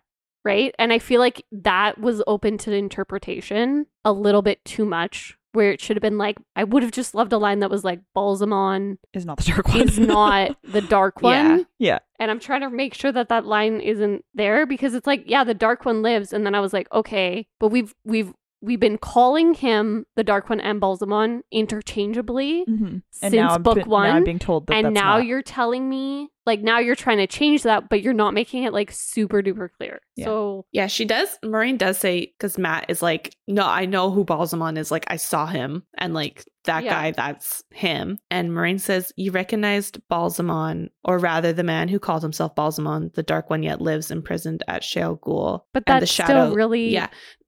Speaker 1: right? And I feel like that was open to interpretation a little bit too much, where it should have been like, I would have just loved a line that was like, Balsamon
Speaker 2: Is not the dark one.
Speaker 1: is not the dark one.
Speaker 3: Yeah.
Speaker 2: *laughs* Yeah.
Speaker 1: And I'm trying to make sure that that line isn't there because it's like, yeah, the dark one lives. And then I was like, okay, but we've, we've, We've been calling him the Dark One and Balsamon interchangeably
Speaker 2: Mhm.
Speaker 1: since
Speaker 2: now I'm
Speaker 1: book
Speaker 2: be-
Speaker 1: one
Speaker 2: Now I'm being told that
Speaker 1: and
Speaker 2: that's
Speaker 1: now
Speaker 2: not-
Speaker 1: you're telling me like now you're trying to change that but you're not making it like super duper clear
Speaker 2: Yeah.
Speaker 1: so
Speaker 3: Yeah, she does. Maureen does say because Matt is like, no, I know who Balsamon is. Like, I saw him, and like that
Speaker 1: Yeah.
Speaker 3: guy, that's him. And Maureen says, you recognized Balsamon, or rather, the man who calls himself Balsamon, the Dark One, yet lives imprisoned at Shale Ghoul.
Speaker 1: but
Speaker 3: and the
Speaker 1: that's
Speaker 3: shadow-
Speaker 1: still really
Speaker 3: Yeah,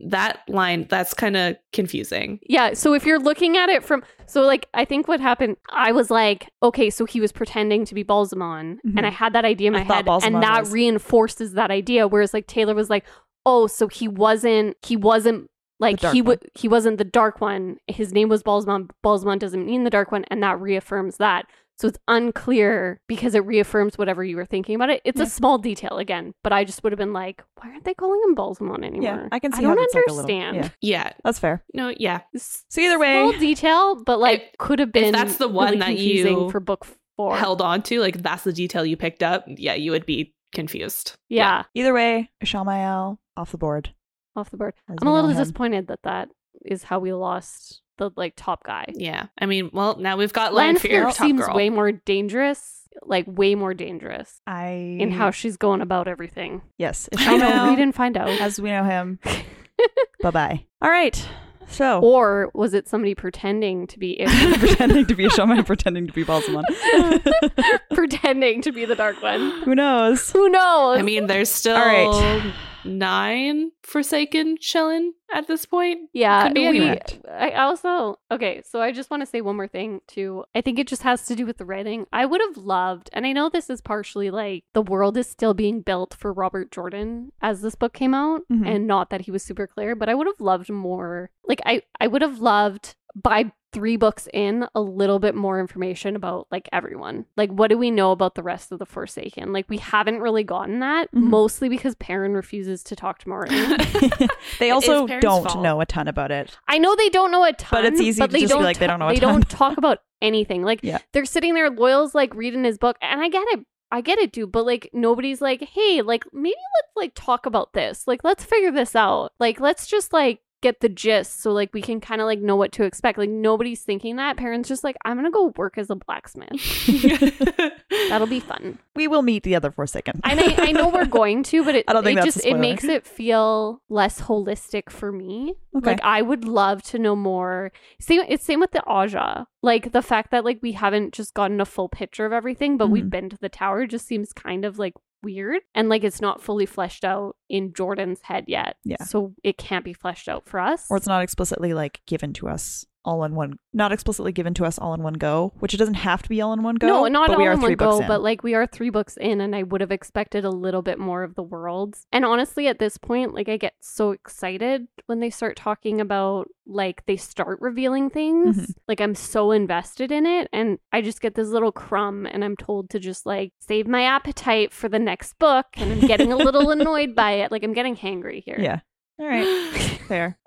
Speaker 3: that line that's kind of confusing.
Speaker 1: yeah so if you're looking at it from so like i think what happened i was like okay so he was pretending to be balsamon
Speaker 2: Mhm.
Speaker 1: and i had that idea in
Speaker 2: I
Speaker 1: my
Speaker 2: thought
Speaker 1: head
Speaker 2: Balsamon
Speaker 1: and that
Speaker 2: was-
Speaker 1: reinforces that idea whereas like taylor was like oh so he wasn't he wasn't like
Speaker 2: dark
Speaker 1: he would he wasn't the dark one his name was balsamon balsamon doesn't mean the dark one and that reaffirms that so it's unclear because it reaffirms whatever you were thinking about it. It's
Speaker 2: Yeah.
Speaker 1: a small detail again, but I just would have been like, why aren't they calling him Balsamon anymore?
Speaker 2: Yeah, I can see
Speaker 1: I don't
Speaker 2: how that's
Speaker 1: understand.
Speaker 2: Like a little, yeah,
Speaker 3: Yeah,
Speaker 2: that's fair.
Speaker 3: no, yeah,
Speaker 1: S-
Speaker 2: So either way,
Speaker 1: small detail, but like
Speaker 3: If-
Speaker 1: could have been.
Speaker 3: that's the one
Speaker 1: really
Speaker 3: that
Speaker 1: confusing
Speaker 3: you
Speaker 1: for book four.
Speaker 3: held on to. Like, that's the detail you picked up. Yeah, you would be confused.
Speaker 1: yeah,
Speaker 2: either way, Shalmael off the board.
Speaker 1: off the board.
Speaker 2: as
Speaker 1: I'm
Speaker 2: we
Speaker 1: a
Speaker 2: know
Speaker 1: little
Speaker 2: him.
Speaker 1: disappointed that that is how we lost the like top guy.
Speaker 3: Yeah, I mean, well, now we've got
Speaker 1: Lanfear
Speaker 3: Lanfear, top
Speaker 1: seems
Speaker 3: girl.
Speaker 1: way more dangerous, like way more dangerous
Speaker 2: I
Speaker 1: in how she's going about everything.
Speaker 2: *laughs* yes,
Speaker 3: I
Speaker 1: *laughs* I Mm-hmm.
Speaker 3: know.
Speaker 1: know we
Speaker 2: Shalmael
Speaker 1: didn't find out.
Speaker 2: as we
Speaker 1: *laughs*
Speaker 2: know him. bye bye. All right.
Speaker 3: Oh.
Speaker 2: So
Speaker 1: Or was it somebody pretending to be *laughs* it?
Speaker 2: *laughs* pretending to be a shaman, pretending to be Balsamon. *laughs*
Speaker 1: pretending to be the dark
Speaker 3: *laughs*
Speaker 1: one?
Speaker 2: Who knows? *laughs*
Speaker 1: Who knows?
Speaker 3: I mean, there's still
Speaker 2: All right.
Speaker 3: nine Forsaken chilling at this point.
Speaker 1: Yeah,
Speaker 3: Could be
Speaker 1: we-
Speaker 3: anyone.
Speaker 1: I also okay. So I just want to say one more thing too. I think it just has to do with the writing. I would have loved, and I know this is partially like the world is still being built for Robert Jordan as this book came out,
Speaker 3: Mm-hmm.
Speaker 2: Mhm.
Speaker 1: and not that he was super clear, but I would have loved more. Like I, I would have loved by three books in a little bit more information about like everyone like what do we know about the rest of the forsaken like we haven't really gotten that
Speaker 2: Mhm.
Speaker 3: Mm-hmm.
Speaker 1: mostly because perrin refuses to talk to Maureen.
Speaker 2: they
Speaker 3: *laughs* It is
Speaker 2: also
Speaker 3: Perrin's
Speaker 2: don't
Speaker 3: fault.
Speaker 2: know a ton about it.
Speaker 1: I know they don't know a ton,
Speaker 2: it's easy to
Speaker 1: they
Speaker 2: just be
Speaker 1: don't
Speaker 2: like, they
Speaker 1: ta-
Speaker 2: don't know a
Speaker 1: They
Speaker 2: ton.
Speaker 1: don't talk about anything. Like
Speaker 2: Yeah.
Speaker 1: they're sitting there, Loyal's like reading his book, and I get it. I get it, dude. But like nobody's like, hey, like maybe let's like talk about this. Like let's figure this out. Like let's just like get the gist so like we can kind of like know what to expect. Like nobody's thinking that. Parents just like, I'm gonna go work as a blacksmith. That'll be fun.
Speaker 2: We will meet the other Forsaken.
Speaker 1: And I, I know we're
Speaker 2: *laughs*
Speaker 1: going to, but it,
Speaker 2: I don't think
Speaker 1: it
Speaker 2: that's a
Speaker 1: just it
Speaker 2: spoiler.
Speaker 1: makes it feel less holistic for me.
Speaker 2: Okay.
Speaker 1: Like I would love to know more. Same it's same with the Aja. Like the fact that like we haven't just gotten a full picture of everything, but
Speaker 2: Mhm.
Speaker 1: we've been to the tower just seems kind of like weird and like it's not fully fleshed out in Jordan's head yet.
Speaker 2: Yeah.
Speaker 1: So it can't be fleshed out for us.
Speaker 2: or it's not explicitly like given to us all in one not explicitly given to us all in one go which it doesn't have to be all in one go
Speaker 1: no, not
Speaker 2: but
Speaker 1: all
Speaker 2: we are
Speaker 1: in
Speaker 2: three
Speaker 1: one
Speaker 2: books
Speaker 1: go,
Speaker 2: in.
Speaker 1: but like we are three books in, and I would have expected a little bit more of the worlds. And honestly, at this point, like I get so excited when they start talking about like they start revealing things.
Speaker 2: Mhm.
Speaker 1: Like I'm so invested in it, and I just get this little crumb, and I'm told to just like save my appetite for the next book, and I'm getting a
Speaker 2: *laughs*
Speaker 1: little annoyed by it. Like I'm getting hangry here.
Speaker 2: yeah all
Speaker 1: *laughs*
Speaker 2: right
Speaker 3: *laughs*
Speaker 2: fair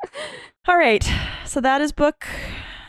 Speaker 2: all right so that is book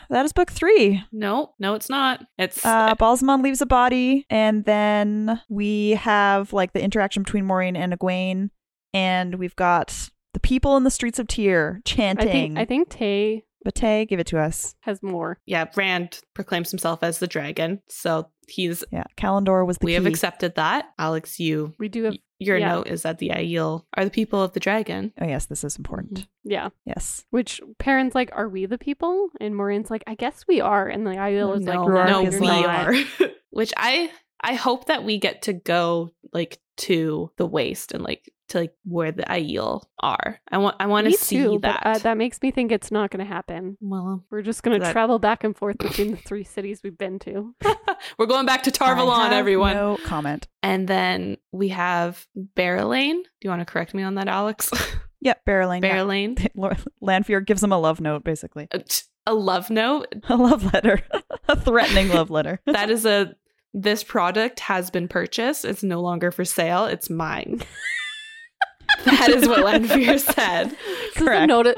Speaker 2: that is book three
Speaker 3: no, no, it's not. It's
Speaker 2: uh balsamon leaves a body and then we have like the interaction between maureen and egwene and we've got the people in the streets of tyr
Speaker 1: I
Speaker 2: chanting
Speaker 1: think I think Tay
Speaker 2: Bate, give it to us
Speaker 1: has more.
Speaker 3: yeah. Rand proclaims himself as the dragon, so he's.
Speaker 2: yeah kalendor was the
Speaker 3: We
Speaker 2: key.
Speaker 3: have accepted that, Alex. You,
Speaker 1: We do have,
Speaker 3: your
Speaker 1: yeah.
Speaker 3: note is that the Aiel are the people of the dragon.
Speaker 2: oh yes this is important
Speaker 1: yeah.
Speaker 2: yes
Speaker 1: Which parents like, are we the people? And Maureen's like, I guess we are. And the IEL is
Speaker 3: no,
Speaker 1: like,
Speaker 2: Rourke
Speaker 3: no,
Speaker 1: *laughs*
Speaker 2: is
Speaker 1: you're
Speaker 3: we
Speaker 1: not."
Speaker 2: like-
Speaker 3: are. Which I I hope that we get to go like to the waist and like to like where the Aiel are. I want I want to
Speaker 1: Me
Speaker 3: see
Speaker 1: too,
Speaker 3: that.
Speaker 1: But, uh, that makes me think it's not going to happen.
Speaker 3: well,
Speaker 1: We're just going to
Speaker 2: That-
Speaker 1: travel back and forth between the three cities we've been to. *laughs*
Speaker 3: we're going back to
Speaker 2: I
Speaker 3: Tarvalon,
Speaker 2: have
Speaker 3: everyone.
Speaker 2: No comment.
Speaker 3: And then we have Barrelane. Do you want to correct me on that, Alex?
Speaker 2: Yep, barreling.
Speaker 3: *laughs*
Speaker 2: Yeah.
Speaker 3: Barrelane.
Speaker 2: *laughs* Lor- Lanfear gives him a love note, basically.
Speaker 3: A- Uh, A love note.
Speaker 2: A love letter. *laughs* a threatening
Speaker 1: *laughs*
Speaker 2: love letter.
Speaker 3: That is a this product has been purchased. It's no longer for sale.
Speaker 1: *laughs*
Speaker 3: It's mine. that is what Lanfear said.
Speaker 1: This is, a
Speaker 2: Correct.
Speaker 1: noti-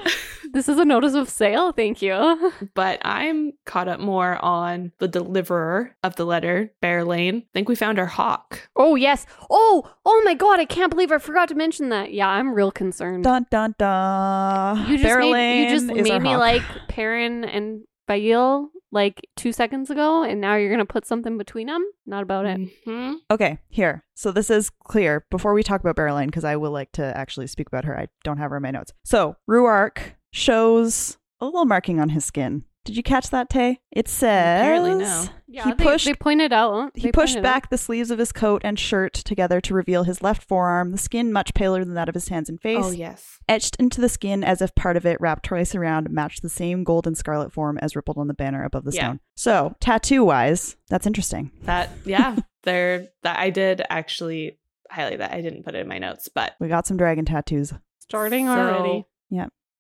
Speaker 1: this is a notice of sale. Thank you. *laughs*
Speaker 3: But I'm caught up more on the deliverer of the letter, Bear Lane. I think we found our hawk.
Speaker 1: Oh, yes. Oh, oh my God. I can't believe I forgot to mention that. Yeah, I'm real concerned.
Speaker 2: Dun dun dun.
Speaker 1: You just made, you
Speaker 2: Barreling
Speaker 1: just
Speaker 2: is our
Speaker 1: made me
Speaker 2: hawk.
Speaker 1: like Perrin and Bail like two seconds ago, and now you're going to put something between them? Not about it.
Speaker 3: Mhm.
Speaker 2: Okay, here. So this is clear. Before we talk about Barreline, because I will like to actually speak about her. I don't have her in my notes. So Ruark shows a little marking on his skin. Did you catch that, Tay? It says
Speaker 3: Apparently no.
Speaker 1: Yeah,
Speaker 2: He
Speaker 1: they, they
Speaker 2: pushed-
Speaker 1: pointed out.
Speaker 2: He
Speaker 1: they
Speaker 2: pushed
Speaker 1: pointed out.
Speaker 2: back the sleeves of his coat and shirt together to reveal his left forearm, the skin much paler than that of his hands and face.
Speaker 3: Oh yes.
Speaker 2: Etched into the skin as if part of it wrapped twice around matched the same gold and scarlet form as rippled on the banner above the
Speaker 3: Yeah.
Speaker 2: stone. So, tattoo wise, that's interesting.
Speaker 3: That yeah. *laughs* there that I did actually highlight that. I didn't put it in my notes, but
Speaker 2: We got some dragon tattoos.
Speaker 1: Starting
Speaker 3: So-
Speaker 1: already.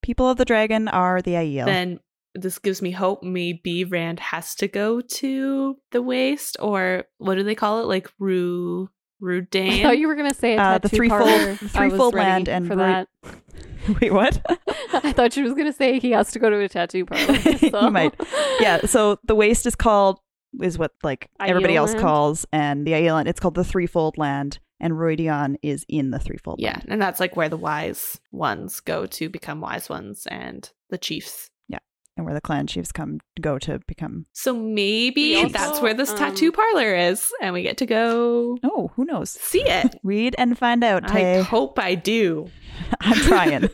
Speaker 2: People of the dragon are the Aiel.
Speaker 3: then this gives me hope maybe Rand has to go to the waist or what do they call it? Like Rue
Speaker 1: I
Speaker 3: Rudan.
Speaker 1: thought you were gonna say a
Speaker 2: Uh,
Speaker 1: tattoo
Speaker 2: the threefold-
Speaker 1: parlor.
Speaker 2: the
Speaker 1: I was
Speaker 2: threefold
Speaker 1: ready
Speaker 2: land and
Speaker 1: for
Speaker 2: root-
Speaker 1: that. *laughs*
Speaker 2: *laughs* Wait,
Speaker 3: *laughs*
Speaker 2: what?
Speaker 1: I thought she was gonna say he has to go to a tattoo
Speaker 2: *laughs*
Speaker 1: parlor.
Speaker 2: You
Speaker 1: so-
Speaker 2: might. yeah, so the waist is called is what like everybody
Speaker 1: Aiel
Speaker 2: else
Speaker 1: land?
Speaker 2: calls and the Aiel land- it's called the threefold land and Roydion is in the threefold
Speaker 3: yeah,
Speaker 2: land.
Speaker 3: and that's like where the wise ones go to become wise ones and the chiefs.
Speaker 2: And where the clan chiefs come go to become
Speaker 3: So maybe
Speaker 1: We also,
Speaker 3: that's where this
Speaker 1: um,
Speaker 3: tattoo parlor is and we get to go
Speaker 2: Oh, who knows?
Speaker 3: see
Speaker 2: *laughs*
Speaker 3: it.
Speaker 2: Read and find out,
Speaker 3: I
Speaker 2: Tay.
Speaker 3: hope I do.
Speaker 2: *laughs* I'm trying.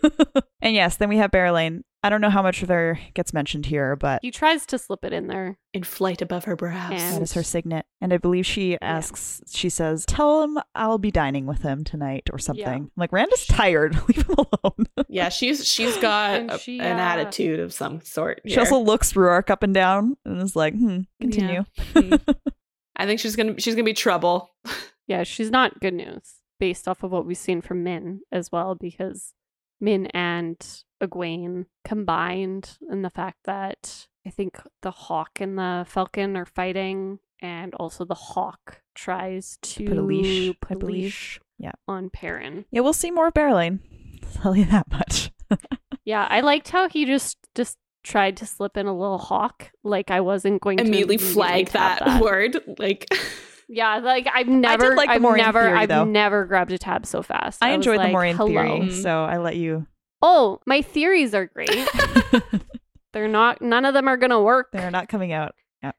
Speaker 2: and yes, then we have Barrelane. I don't know how much of her gets mentioned here, but
Speaker 1: *laughs* He tries to slip it in there.
Speaker 3: In flight above her brows.
Speaker 1: And-
Speaker 2: that is her signet. And I believe she asks, she says, Tell him I'll be dining with him tonight or something. I'm like, Randa's tired. *laughs* Leave him alone.
Speaker 3: *laughs* yeah, she's *laughs* she's got
Speaker 1: And
Speaker 3: a-
Speaker 1: she,
Speaker 3: an
Speaker 1: uh,
Speaker 3: attitude of some sort.
Speaker 2: She
Speaker 3: here.
Speaker 2: also looks Ruark up and down and is like, hmm, continue. *laughs*
Speaker 3: Hmm. I think she's gonna she's gonna be trouble.
Speaker 1: Yeah, she's not good news based off of what we've seen from Min as well, because Min and Egwene combined and the fact that I think the hawk and the falcon are fighting, and also the hawk tries to
Speaker 2: Put a leash, I
Speaker 1: put a
Speaker 2: believe.
Speaker 1: leash
Speaker 2: Yeah.
Speaker 1: on Perrin.
Speaker 2: Yeah, we'll see more of Barrelane. *laughs* Tell you that much.
Speaker 1: Yeah, I liked how he just just tried to slip in a little hawk, like I wasn't going
Speaker 3: immediately
Speaker 1: to
Speaker 3: flag
Speaker 1: tap
Speaker 3: that, word. *laughs* Like
Speaker 1: Yeah, like I've never,
Speaker 2: like the
Speaker 1: I've
Speaker 2: Maureen
Speaker 1: never,
Speaker 2: theory,
Speaker 1: I've
Speaker 2: though.
Speaker 1: never grabbed a tab so fast.
Speaker 2: I,
Speaker 1: was
Speaker 2: enjoyed the
Speaker 1: like,
Speaker 2: Moraine
Speaker 1: Hello. Mm.
Speaker 2: theory, so I let you.
Speaker 1: Oh, my theories are
Speaker 2: *laughs*
Speaker 1: great. They're not. None of them are gonna work.
Speaker 2: They're not
Speaker 1: *laughs*
Speaker 2: coming out.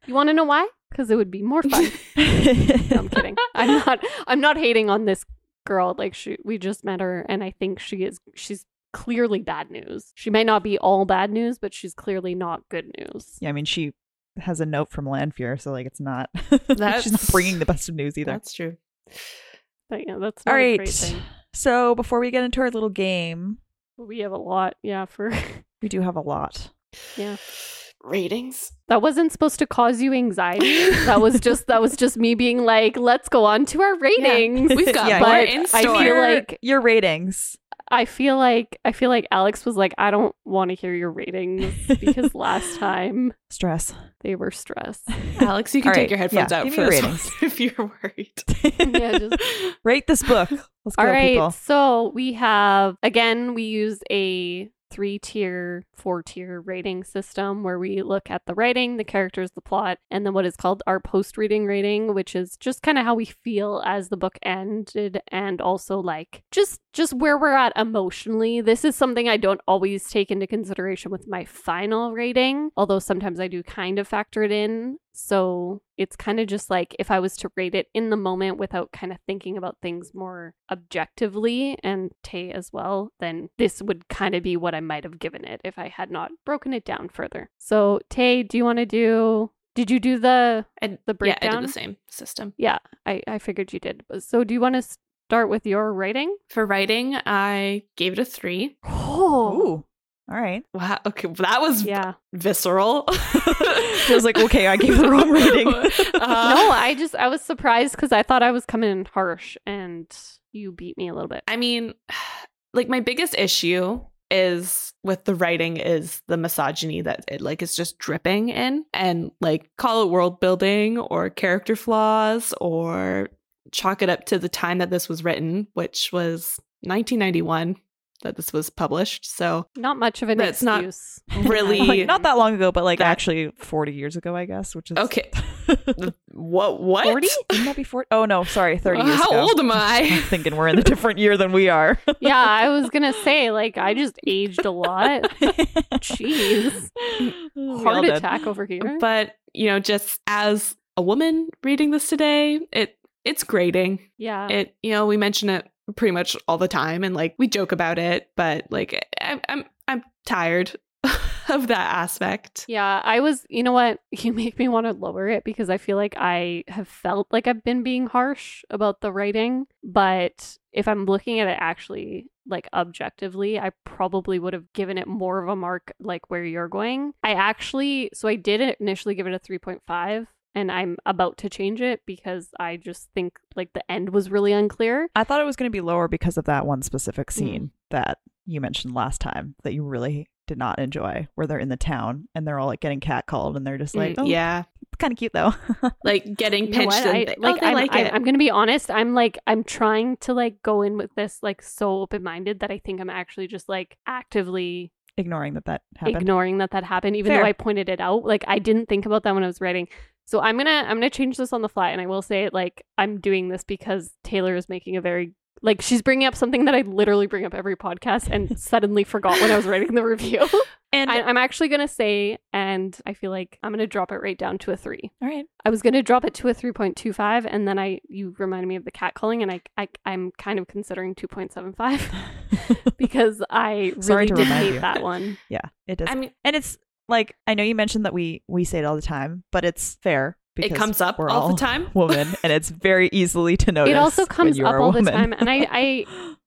Speaker 1: You want to know why? Because it would be more
Speaker 3: *laughs*
Speaker 1: fun. No, I'm
Speaker 2: yeah,
Speaker 1: kidding. I'm not. I'm not hating on this girl. Like she, we just met her, and I think she is. She's clearly bad news. She might not be all bad news, but she's clearly not good news.
Speaker 2: I mean, she has a note from Lanfear, so like it's not. *laughs* she's not
Speaker 3: That's-
Speaker 2: bringing the best of news either.
Speaker 3: that's true.
Speaker 1: But yeah, that's not
Speaker 2: All
Speaker 1: a
Speaker 2: right.
Speaker 1: great thing.
Speaker 2: So before we get into our little game,
Speaker 1: We have a lot. Yeah, for *laughs*
Speaker 2: we do have a lot.
Speaker 1: Yeah.
Speaker 3: Ratings.
Speaker 1: that wasn't supposed to cause you anxiety. That was just that was just me being like, let's go on to our ratings.
Speaker 3: We've
Speaker 2: *laughs*
Speaker 3: got
Speaker 2: Yeah,
Speaker 3: more
Speaker 1: but
Speaker 3: in
Speaker 1: I
Speaker 3: store.
Speaker 1: feel like
Speaker 2: Your ratings.
Speaker 1: I feel like I feel like Alex was like, I don't want to hear your
Speaker 2: *laughs*
Speaker 1: ratings because last time
Speaker 2: Stress.
Speaker 1: they were stressed.
Speaker 3: *laughs* Alex, you can
Speaker 2: All
Speaker 3: take
Speaker 2: right,
Speaker 3: your headphones
Speaker 2: yeah,
Speaker 3: out
Speaker 2: give
Speaker 3: for
Speaker 2: me
Speaker 3: *laughs* this
Speaker 2: your
Speaker 3: one if you're worried.
Speaker 1: Yeah, just-
Speaker 2: *laughs* Rate this book. Let's go,
Speaker 1: All right,
Speaker 2: people.
Speaker 1: so we have again we use a three tier, four tier rating system where we look at the writing, the characters, the plot, and then what is called our post reading rating, which is just kind of how we feel as the book ended and also like just just where we're at emotionally. This is something I don't always take into consideration with my final rating, although sometimes I do kind of factor it in. So it's kind of just like if I was to rate it in the moment without kind of thinking about things more objectively and Tay as well, then this would kind of be what I might have given it if I had not broken it down further. So Tay, do you want to do Did you do the?
Speaker 3: And
Speaker 1: The
Speaker 3: Yeah, I
Speaker 1: breakdown?
Speaker 3: did the same system.
Speaker 1: Yeah, I I figured you did. So do you want to start with your writing?
Speaker 3: For writing, I gave it a three.
Speaker 1: Oh,
Speaker 2: Ooh. All right.
Speaker 1: *laughs*
Speaker 3: Wow. Okay. well, that was *laughs*
Speaker 1: yeah.
Speaker 3: visceral.
Speaker 2: Feels like, okay, I gave the wrong rating.
Speaker 1: *laughs*
Speaker 3: Uh,
Speaker 2: *laughs*
Speaker 1: no, I just I was surprised because I thought I was coming in harsh, and you beat me a little bit.
Speaker 3: I mean, *sighs* like my biggest issue is with the writing is the misogyny that it like is just dripping in and like call it world building or character flaws or chalk it up to the time that this was written, which was 1991 that this was published. So
Speaker 1: Not much of an
Speaker 3: That's not
Speaker 1: excuse. *laughs*
Speaker 3: really
Speaker 1: Like,
Speaker 2: Not that long ago, but like
Speaker 3: That-
Speaker 2: actually 40 years ago, I guess, which is. *laughs*
Speaker 3: okay. what what?
Speaker 2: 40? Wouldn't that be 40? Oh, no, sorry, 30 years
Speaker 3: How
Speaker 2: ago.
Speaker 3: old am
Speaker 2: *laughs* I'm
Speaker 3: I?
Speaker 2: thinking we're in a different year than we
Speaker 3: *laughs*
Speaker 2: are.
Speaker 1: yeah, I was gonna say like I just aged a
Speaker 2: *laughs*
Speaker 1: lot. *laughs* Jeez.
Speaker 2: We all
Speaker 1: Heart
Speaker 2: did.
Speaker 1: attack over here.
Speaker 3: But, you know, just as a woman reading this today, it it's grating.
Speaker 1: yeah,
Speaker 3: it you know we mention it pretty much all the time and like we joke about it but like I, i'm i'm tired *laughs* of that aspect
Speaker 1: Yeah, I was, you know what? *laughs* You make me want to lower it because I feel like I have felt like I've been being harsh about the writing. But if I'm looking at it actually, like objectively, I probably would have given it more of a mark, like where you're going. I actually, so I did initially give it a 3.5. And I'm about to change it because I just think like the end was really unclear.
Speaker 2: I thought it was going to be lower because of that one specific
Speaker 3: Hmm.
Speaker 2: scene that you mentioned last time that you really did not enjoy, where they're in the town and they're all like getting catcalled and they're just like,
Speaker 3: Mm,
Speaker 2: oh, yeah,
Speaker 3: yeah
Speaker 2: it's kind of cute though. *laughs*
Speaker 3: like getting
Speaker 1: You know
Speaker 3: pinched
Speaker 1: what?
Speaker 3: and
Speaker 1: I,
Speaker 3: th-
Speaker 1: like,
Speaker 3: oh, they
Speaker 1: I'm,
Speaker 3: like
Speaker 1: I'm,
Speaker 3: it
Speaker 1: I'm gonna be honest. I'm like, I'm trying to like go in with this like so open minded that I think I'm actually just like actively
Speaker 2: Ignoring that that happened.
Speaker 1: ignoring that that happened, even
Speaker 2: Fair.
Speaker 1: though I pointed it out. Like I didn't think about that when I was writing. So I'm gonna I'm gonna change this on the fly, and I will say like I'm doing this because Taylor is making a very like she's bringing up something that I literally bring up every podcast
Speaker 3: *laughs*
Speaker 1: and suddenly forgot when I was writing the review.
Speaker 2: and
Speaker 1: I, I'm actually gonna say, and I feel like I'm gonna drop it right down to a three.
Speaker 2: all right,
Speaker 3: *laughs*
Speaker 1: I was gonna drop it to a three point two five, and then I you reminded me of the cat calling, and I, I I'm kind of considering two point seven five *laughs* because I really
Speaker 2: Sorry to
Speaker 1: did
Speaker 2: remind
Speaker 1: hate
Speaker 2: you.
Speaker 1: that one.
Speaker 2: yeah, it does.
Speaker 3: i mean
Speaker 2: and it's like I know you mentioned that we we say it all the time, but it's fair because
Speaker 3: it comes
Speaker 2: *laughs*
Speaker 3: up
Speaker 2: we're
Speaker 3: all the
Speaker 2: all
Speaker 3: time
Speaker 2: woman, and it's very easily to *laughs* notice.
Speaker 1: It also
Speaker 2: when
Speaker 1: comes
Speaker 2: you
Speaker 1: up
Speaker 2: are a
Speaker 1: all the
Speaker 2: woman.
Speaker 1: time,
Speaker 2: *laughs*
Speaker 1: and I I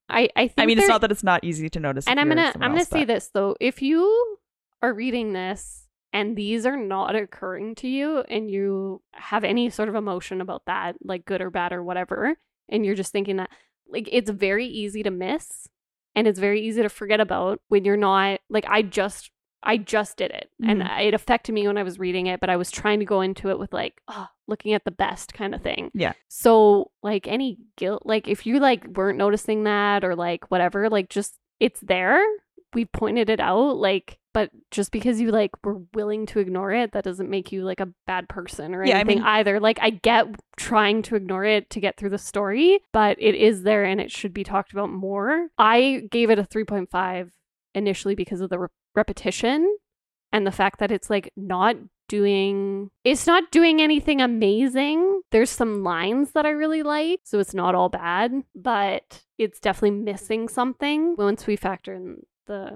Speaker 1: I, I think
Speaker 2: I mean, it's
Speaker 1: there-
Speaker 2: not that it's not easy to notice.
Speaker 1: and
Speaker 2: if
Speaker 1: I'm
Speaker 2: you're
Speaker 1: gonna
Speaker 2: someone
Speaker 1: I'm gonna
Speaker 2: else,
Speaker 1: say
Speaker 2: but-
Speaker 1: this though: if you are reading this and these are not occurring to you, and you have any sort of emotion about that, like good or bad or whatever, and you're just thinking that, like, it's very easy to miss, and it's very easy to forget about when you're not like I just. I just did it and
Speaker 2: Mhm.
Speaker 1: it affected me when I was reading it, but I was trying to go into it with like, oh, looking at the best kind of thing. So, like any guilt, like if you like weren't noticing that or like whatever, like just it's there. We pointed it out, like, but just because you like were willing to ignore it, that doesn't make you like a bad person or
Speaker 2: Yeah, I
Speaker 1: anything
Speaker 2: mean-
Speaker 1: either. Like, I get trying to ignore it to get through the story, but it is there and it should be talked about more. I gave it a 3.5 initially because of the re- repetition and the fact that it's like not doing it's not doing anything amazing there's some lines that i really like so it's not all bad but it's definitely missing something once we factor in the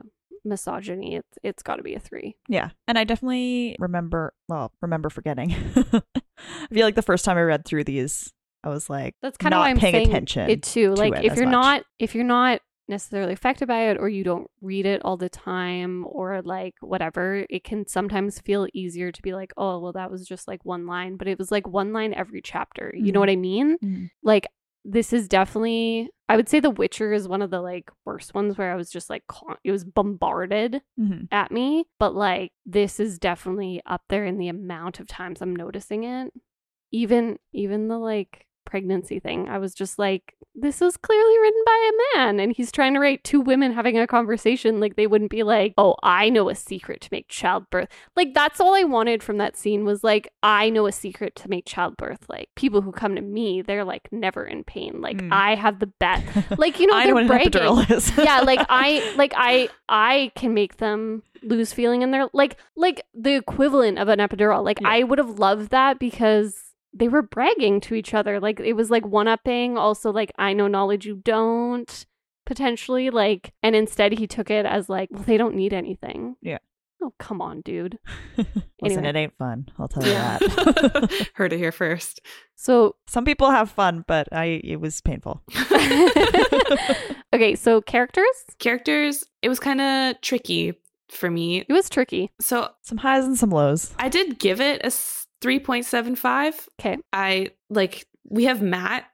Speaker 1: misogyny it's it's got to be a three
Speaker 2: Yeah. And I definitely remember, well, remember forgetting. *laughs* I feel like the first time I read through these, I was like,
Speaker 1: that's kind
Speaker 2: not
Speaker 1: of why i'm
Speaker 2: paying
Speaker 1: saying
Speaker 2: attention.
Speaker 1: it too
Speaker 2: to
Speaker 1: like
Speaker 2: it
Speaker 1: if
Speaker 2: as
Speaker 1: you're
Speaker 2: much.
Speaker 1: not if you're not necessarily affected by it or you don't read it all the time or like whatever it can sometimes feel easier to be like oh well that was just like one line but it was like one line every chapter you know
Speaker 2: Mhm.
Speaker 1: what i mean
Speaker 2: Mhm.
Speaker 1: like this is definitely i would say the witcher is one of the like worst ones where i was just like con- it was bombarded
Speaker 2: Mhm.
Speaker 1: at me but like this is definitely up there in the amount of times i'm noticing it even even the like pregnancy thing i was just like this was clearly written by a man and he's trying to write two women having a conversation like they wouldn't be like oh i know a secret to make childbirth like that's all I wanted from that scene was like I know a secret to make childbirth. Like people who come to me, they're like never in pain. Like
Speaker 2: Mm.
Speaker 1: I have the
Speaker 2: *laughs*
Speaker 1: best. Uh, Like you know
Speaker 2: I
Speaker 1: they're
Speaker 2: know what
Speaker 1: bragging.
Speaker 2: an epidural is.
Speaker 1: yeah, like
Speaker 2: *laughs*
Speaker 1: I like I I can make them lose feeling in their like like the equivalent of an epidural. Like
Speaker 2: Yeah.
Speaker 1: I would have loved that because they were bragging to each other. Like it was like one upping. Also like I know knowledge you don't potentially like and instead he took it as like well they don't need anything
Speaker 2: Yeah.
Speaker 1: Oh, come on, dude.
Speaker 2: Listen,
Speaker 1: Anyway.
Speaker 2: it ain't fun. I'll tell you
Speaker 3: Yeah.
Speaker 2: that. *laughs*
Speaker 3: *laughs* Heard it here
Speaker 1: *laughs*
Speaker 3: first. *laughs*
Speaker 1: So,
Speaker 2: Some people have fun, but I it was painful.
Speaker 1: okay, so characters,
Speaker 3: Characters, it was kind of tricky for me.
Speaker 1: it was tricky.
Speaker 3: So
Speaker 2: Some highs and some lows.
Speaker 3: I did give it a s- 3.75.
Speaker 1: Okay.
Speaker 3: I like, we have Matt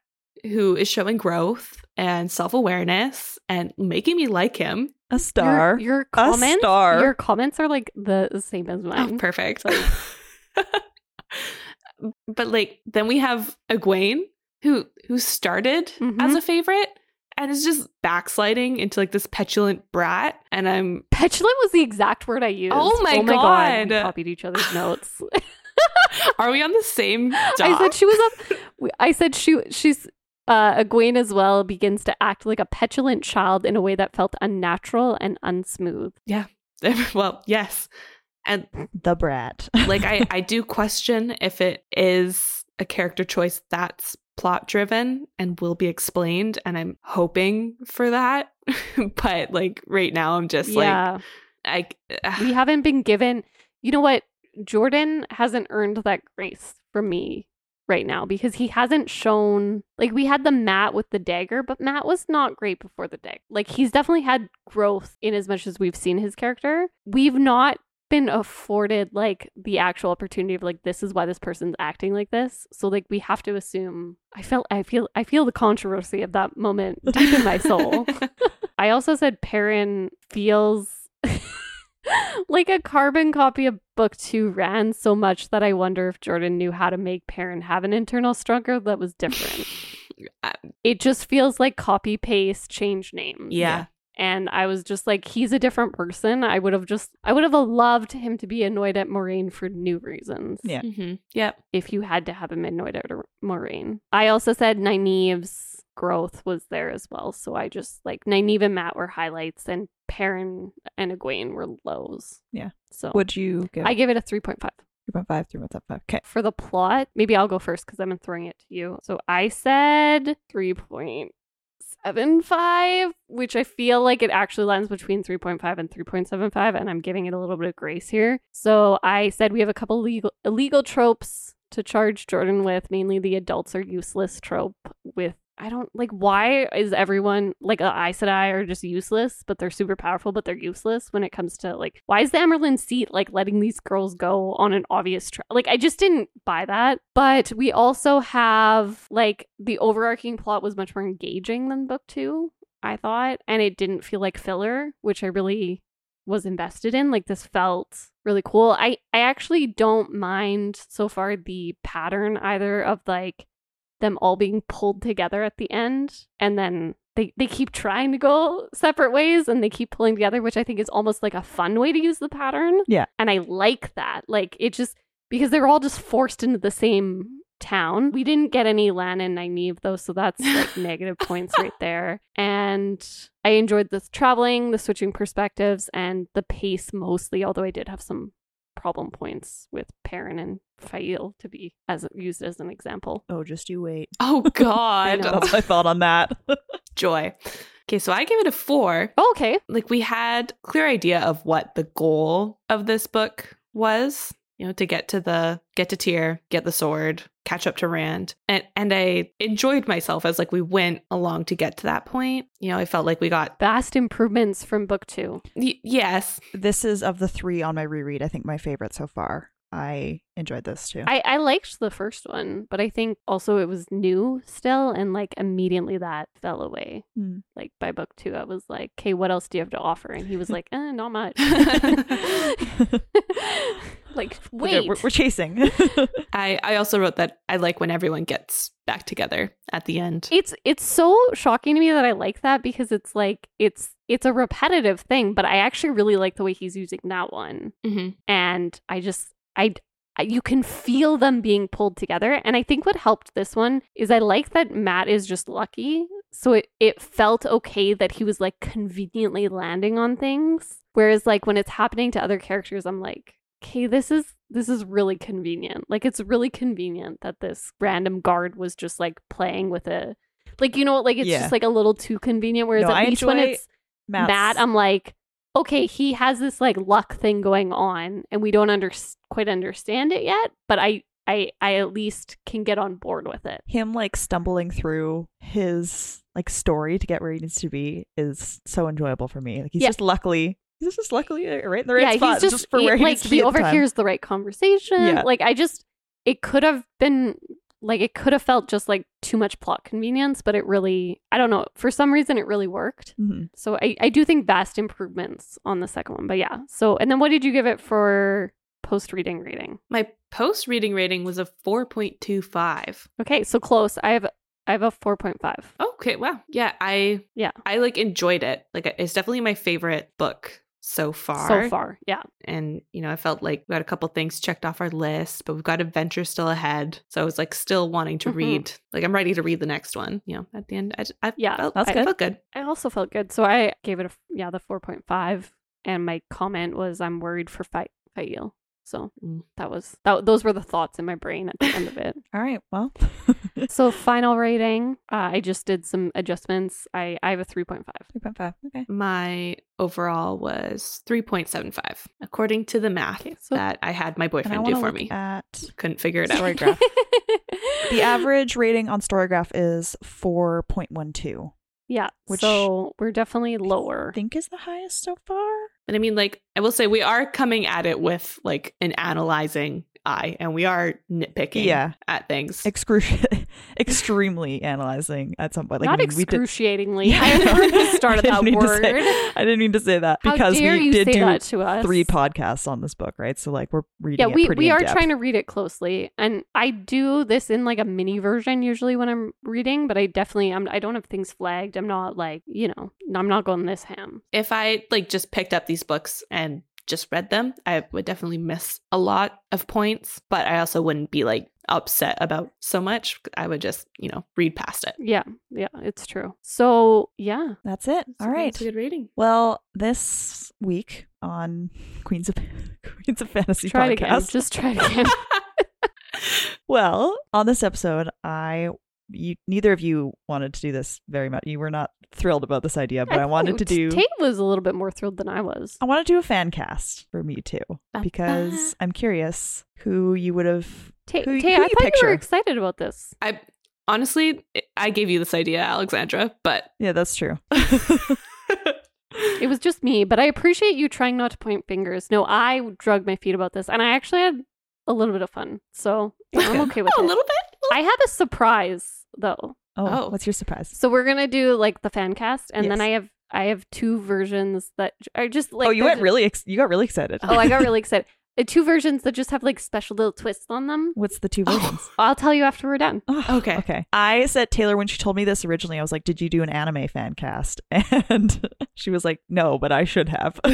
Speaker 3: who is showing growth and self awareness and making me like him.
Speaker 2: A
Speaker 1: Your-
Speaker 2: star.
Speaker 1: Your, comments,
Speaker 2: star.
Speaker 1: your comments are like the same as mine.
Speaker 3: Oh, perfect.
Speaker 1: Sorry.
Speaker 3: *laughs* but like then we have Egwene who who started
Speaker 1: Mhm.
Speaker 3: as a favorite and is just backsliding into like this petulant brat and I'm
Speaker 1: Petulant was the exact word I used.
Speaker 3: Oh my
Speaker 1: We
Speaker 3: God.
Speaker 1: copied each
Speaker 3: *sighs*
Speaker 1: other's notes. *laughs*
Speaker 3: are we on the same
Speaker 1: I
Speaker 3: doc?
Speaker 1: said she was
Speaker 3: *laughs*
Speaker 1: a. I said she she's uh, Egwene as well begins to act like a petulant child in a way that felt unnatural and unsmooth.
Speaker 3: *laughs* well, yes. And
Speaker 2: the brat.
Speaker 3: like I I do question if it is a character choice that's plot driven and will be explained and I'm hoping for that. *laughs* but like right now I'm just
Speaker 1: yeah,
Speaker 3: like I
Speaker 1: we haven't been given. You know what? Jordan hasn't earned that grace from me right now because he hasn't shown like we had the Matt with the dagger, but Matt was not great before the dagger. Like he's definitely had growth in as much as we've seen his character. We've not been afforded like the actual opportunity of like this is why this person's acting like this. So like we have to assume I felt I feel I feel the controversy of that moment *sighs* deep in my
Speaker 3: *laughs*
Speaker 1: soul. I also said Perrin feels *laughs* like a carbon copy of book two ran so much that I wonder if Jordan knew how to make Perrin have an internal struggle that was different.
Speaker 3: *laughs* I-
Speaker 1: it just feels like copy paste, change names.
Speaker 3: yeah.
Speaker 1: And I was just like, he's a different person. I would have just, I would have loved him to be annoyed at Moraine for new reasons
Speaker 2: Yeah.
Speaker 3: Mm-hmm. Yep.
Speaker 1: if you had to have him annoyed at Moraine. I also said Nynaeve's growth was there as well. So I just like Nynaeve and Matt were highlights and Perrin and Egwene were lows.
Speaker 2: Yeah.
Speaker 1: So
Speaker 2: *laughs* Would you give
Speaker 1: I give it a 3.5.
Speaker 2: 3.5, 3.75? Okay.
Speaker 1: For the plot, maybe I'll go first because I'm throwing it to you. So I said 3.75, which I feel like it actually lands between 3.5 and 3.75, and I'm giving it a little bit of grace here. So I said we have a couple legal illegal tropes to charge Jordan with, mainly the adults are useless trope with I don't like why is everyone like a Aes Sedai are just useless, but they're super powerful, but they're useless when it comes to like why is the Emerlin seat like letting these girls go on an obvious track? Like I just didn't buy that. But we also have like the overarching plot was much more engaging than book two, I thought, and it didn't feel like filler, which I really was invested in. Like this felt really cool. I I actually don't mind so far the pattern either of like them all being pulled together at the end and then they, they keep trying to go separate ways and they keep pulling together which i think is almost like a fun way to use the pattern
Speaker 2: Yeah.
Speaker 1: and i like that like it just because they're all just forced into the same town we didn't get any lan and nynaeve though so that's like negative points right there and i enjoyed the traveling the switching perspectives and the pace mostly although i did have some problem points with Perrin and Fail to be as used as an example
Speaker 2: Oh, just you *laughs* wait.
Speaker 1: *laughs*
Speaker 3: Oh
Speaker 1: know.
Speaker 3: God.
Speaker 2: That's my thought on that.
Speaker 3: *laughs*
Speaker 2: *laughs*
Speaker 3: Joy. Okay, so I give it a four.
Speaker 1: Oh, okay.
Speaker 3: Like we had clear idea of what the goal of this book was. You know, to get to the get to Tyr, get the sword, catch up to Rand, and and I enjoyed myself as like we went along to get to that point. You know, I felt like we got
Speaker 1: Vast improvements from book two.
Speaker 3: y- yes,
Speaker 2: this is of the three on my reread, I think my favorite so far. I enjoyed this *laughs* too.
Speaker 1: I, *laughs* I liked the first one, but I think also it was new still, and like immediately that fell away.
Speaker 2: Hmm.
Speaker 1: Like by book two, I was like, okay, what else do you have to offer? And he was like, eh, not
Speaker 2: *laughs*
Speaker 1: much. *laughs* like,
Speaker 2: We're
Speaker 1: wait.
Speaker 2: good. We're, we're chasing. *laughs*
Speaker 3: I I also wrote that I like when everyone gets back together at the end.
Speaker 1: It's it's so shocking to me that I like that because it's like it's it's a repetitive thing, but I actually really like the way he's using that one.
Speaker 3: Mm-hmm.
Speaker 1: and I just I I- you can feel them being pulled together and I think what helped this one is I like that Matt is just lucky so it it felt okay that he was like conveniently landing on things whereas like when it's happening to other characters I'm like okay this is this is really convenient like it's really convenient that this random guard was just like playing with a like you know like it's
Speaker 2: Yeah.
Speaker 1: just like a little too convenient whereas
Speaker 2: No,
Speaker 1: at
Speaker 2: I
Speaker 1: least when
Speaker 2: enjoy
Speaker 1: it's
Speaker 2: Matt's-
Speaker 1: Matt I'm like okay, he has this like luck thing going on and we don't under- quite understand it yet, but I I I at least can get on board with it.
Speaker 2: Him like stumbling through his like story to get where he needs to be is so enjoyable for me. Like he's
Speaker 1: Yeah.
Speaker 2: just luckily he's just luckily uh, right in the right
Speaker 1: yeah,
Speaker 2: spot
Speaker 1: he's just,
Speaker 2: for
Speaker 1: he-
Speaker 2: where he,
Speaker 1: like
Speaker 2: needs to be. at the time.
Speaker 1: overhears the right conversation.
Speaker 2: Yeah.
Speaker 1: Like I just it could have been like it could have felt just like too much plot convenience, but it really I don't know, for some reason it really worked.
Speaker 2: Mhm.
Speaker 1: So I, I do think vast improvements on the second one. But yeah. So and then what did you give it for post reading reading?
Speaker 3: My post reading rating was a 4.25.
Speaker 1: Okay, so close. I have I have a four point five.
Speaker 3: Okay, wow. Yeah, I
Speaker 1: Yeah.
Speaker 3: I like enjoyed it. Like it's definitely my favorite book so far.
Speaker 1: So far. Yeah.
Speaker 3: And you know, I felt like we got a couple things checked off our list, but we've got adventure still ahead. So I was like still wanting to
Speaker 1: Mhm.
Speaker 3: read. Like I'm ready to read the next one. You know, at the end, I, I
Speaker 1: Yeah,
Speaker 3: felt,
Speaker 1: that's
Speaker 3: I
Speaker 1: good.
Speaker 3: felt good.
Speaker 1: I also felt good. So I gave it a yeah, the 4.5 and my comment was I'm worried for fight Fail. So
Speaker 3: Mm.
Speaker 1: that was that those were the thoughts in my brain at the end of it.
Speaker 2: All right, well, *laughs*
Speaker 1: so final rating, uh, I just did some adjustments. I I have a 3.5.
Speaker 2: three point five. Okay,
Speaker 3: My overall was 3.75 according to the math
Speaker 1: Okay, so-
Speaker 3: that I had my
Speaker 2: and I
Speaker 3: boyfriend
Speaker 2: want
Speaker 3: do
Speaker 2: to
Speaker 3: for
Speaker 2: look
Speaker 3: me.
Speaker 2: at
Speaker 3: Couldn't figure it
Speaker 1: *laughs*
Speaker 3: out.
Speaker 2: Storygraph. the average rating on Storygraph is four point one two.
Speaker 1: Yeah.
Speaker 2: Which-
Speaker 1: so we're definitely lower.
Speaker 2: Think is the highest so far.
Speaker 3: And I mean, like, I will say we are coming at it with like an analyzing eye and we are nitpicking
Speaker 2: Yeah.
Speaker 3: at things.
Speaker 2: Excruci- *laughs* extremely analyzing at some point. Like,
Speaker 1: Not
Speaker 2: I mean, we did- *laughs*
Speaker 1: excruciatingly. *laughs* I heard the start of
Speaker 2: I
Speaker 1: that
Speaker 2: didn't mean to
Speaker 1: word.
Speaker 2: say- I didn't mean to say that
Speaker 1: How
Speaker 2: because
Speaker 1: dare
Speaker 2: we
Speaker 1: you
Speaker 2: did
Speaker 1: say
Speaker 2: do
Speaker 1: that to us?
Speaker 2: three podcasts on this book, right? So like we're reading.
Speaker 1: yeah
Speaker 2: it
Speaker 1: we,
Speaker 2: pretty
Speaker 1: we
Speaker 2: in
Speaker 1: are
Speaker 2: depth.
Speaker 1: trying to read it closely and i do this in like a mini version usually when i'm reading but i definitely I'm, i don't have things flagged i'm not like you know i'm not going this ham
Speaker 3: If I like just picked up these books and just read them, I would definitely miss a lot of points, but I also wouldn't be like upset about so much. I would just, you know, read past it.
Speaker 1: yeah yeah it's true so yeah
Speaker 2: That's it. All
Speaker 3: So
Speaker 2: right.
Speaker 3: It's a good rating.
Speaker 2: Well, this week on Queens of *laughs* Queens of Fantasy
Speaker 1: try it again
Speaker 2: podcast.
Speaker 1: just try it
Speaker 2: *laughs*
Speaker 1: again
Speaker 2: Well, on this episode, I you neither of you wanted to do this very much. You were not thrilled about this idea, but
Speaker 1: *laughs*
Speaker 2: I, wanted to do. Oh,
Speaker 1: tate was a little bit more thrilled than i was
Speaker 2: I want to do a fan cast for me too
Speaker 3: Ba-ba.
Speaker 2: because I'm curious who you would have.
Speaker 1: tate,
Speaker 2: Who-
Speaker 1: tate
Speaker 2: who
Speaker 1: i thought
Speaker 2: you
Speaker 1: you
Speaker 2: picture?
Speaker 1: were excited about this
Speaker 3: I honestly, I gave you this idea, Alexandra,
Speaker 1: *laughs*
Speaker 3: but *laughs*
Speaker 2: Yeah, that's true.
Speaker 1: it was just me but i appreciate you trying not to point fingers no i drug my feet about this and i actually had a little bit of fun
Speaker 2: *laughs*
Speaker 1: so i'm okay with
Speaker 3: oh,
Speaker 1: it
Speaker 3: a little bit.
Speaker 1: I have a surprise though.
Speaker 2: Oh,
Speaker 3: Oh.
Speaker 2: what's your surprise?
Speaker 1: So we're gonna do like the fan cast, and then
Speaker 2: Yes.
Speaker 1: I have I have two versions that are just like.
Speaker 2: oh, you
Speaker 1: that
Speaker 2: got
Speaker 1: ju-
Speaker 2: really ex- you got really excited.
Speaker 1: Oh, I got
Speaker 3: *laughs*
Speaker 1: really excited. Uh, Two versions that just have like special little twists on
Speaker 3: *laughs*
Speaker 1: them.
Speaker 2: What's the two
Speaker 3: Oh.
Speaker 2: versions?
Speaker 1: I'll tell you after we're done.
Speaker 2: *sighs* Oh,
Speaker 3: Okay.
Speaker 2: Okay. I said Taylor when she told me this originally. I was like, "Did you do an anime fan cast?" *laughs* And she was like, "No, but I should have." *laughs*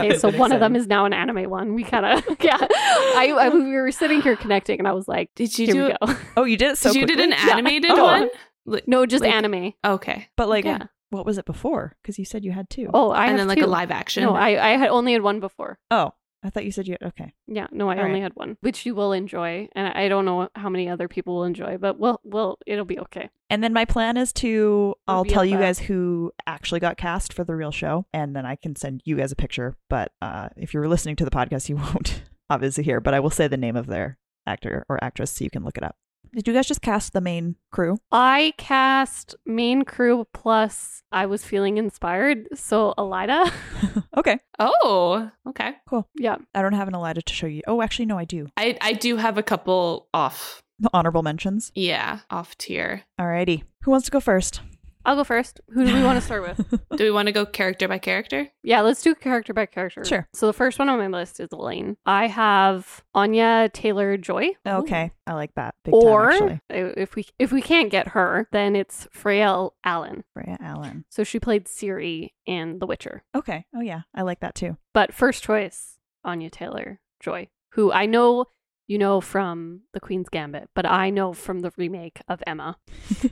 Speaker 1: Okay, so one of them is now an anime one. We kind of *laughs* yeah. I, I
Speaker 3: *gasps*
Speaker 1: we were sitting here connecting, and I was like,
Speaker 3: Did you
Speaker 1: here
Speaker 3: do
Speaker 1: we go. *laughs*
Speaker 2: Oh, you did it so
Speaker 3: did you did an
Speaker 1: quickly? Yeah.
Speaker 2: *laughs*
Speaker 3: animated
Speaker 1: Oh.
Speaker 3: one? Li-
Speaker 1: No, just
Speaker 3: Like-
Speaker 1: anime.
Speaker 3: Okay.
Speaker 2: But like,
Speaker 1: Yeah.
Speaker 2: what was it before? Because you said you had two.
Speaker 1: Oh, I
Speaker 3: and
Speaker 1: have
Speaker 3: then like
Speaker 1: two.
Speaker 3: a live action.
Speaker 1: No, I I had only had one before.
Speaker 2: Oh, I thought you said you had. Okay.
Speaker 1: Yeah, no, I
Speaker 2: All
Speaker 1: only
Speaker 2: right.
Speaker 1: had one, which you will enjoy, and I I don't know how many other people will enjoy, but we'll we'll it'll be okay.
Speaker 2: And then my plan is to I'll
Speaker 1: Reveal
Speaker 2: tell you
Speaker 1: the-
Speaker 2: guys who actually got cast for the real show, and then I can send you guys a picture. But uh, if you're listening to the podcast, you *laughs* won't obviously hear. But I will say the name of their actor or actress so you can look it up. Did you guys just cast the main crew?
Speaker 1: I cast main crew plus I was feeling inspired. So Elida.
Speaker 2: *laughs*
Speaker 1: *laughs*
Speaker 2: Okay.
Speaker 3: oh, okay.
Speaker 1: yeah.
Speaker 2: I don't have an Elida to show you. Oh, actually, no, I do.
Speaker 3: I I do have a couple off.
Speaker 2: Honorable mentions.
Speaker 3: Yeah, off tier.
Speaker 2: Alrighty. Who wants to go first?
Speaker 1: I'll go first. Who do we want to start with?
Speaker 2: *laughs*
Speaker 3: Do we want to go character by character?
Speaker 1: Yeah, let's do character by character.
Speaker 2: Sure.
Speaker 1: So the first one on my list is Elaine. I have Anya Taylor Joy.
Speaker 2: Oh, Okay. I like that. Big
Speaker 1: Or
Speaker 2: time, actually.
Speaker 1: if we if we can't get her, then it's Frail Allen.
Speaker 2: Freya Allen.
Speaker 1: So she played Siri in The Witcher.
Speaker 2: Okay. Oh yeah. I like that *laughs* too.
Speaker 1: But first choice, Anya Taylor Joy, who I know you know from The Queen's Gambit, but I know from the remake of Emma.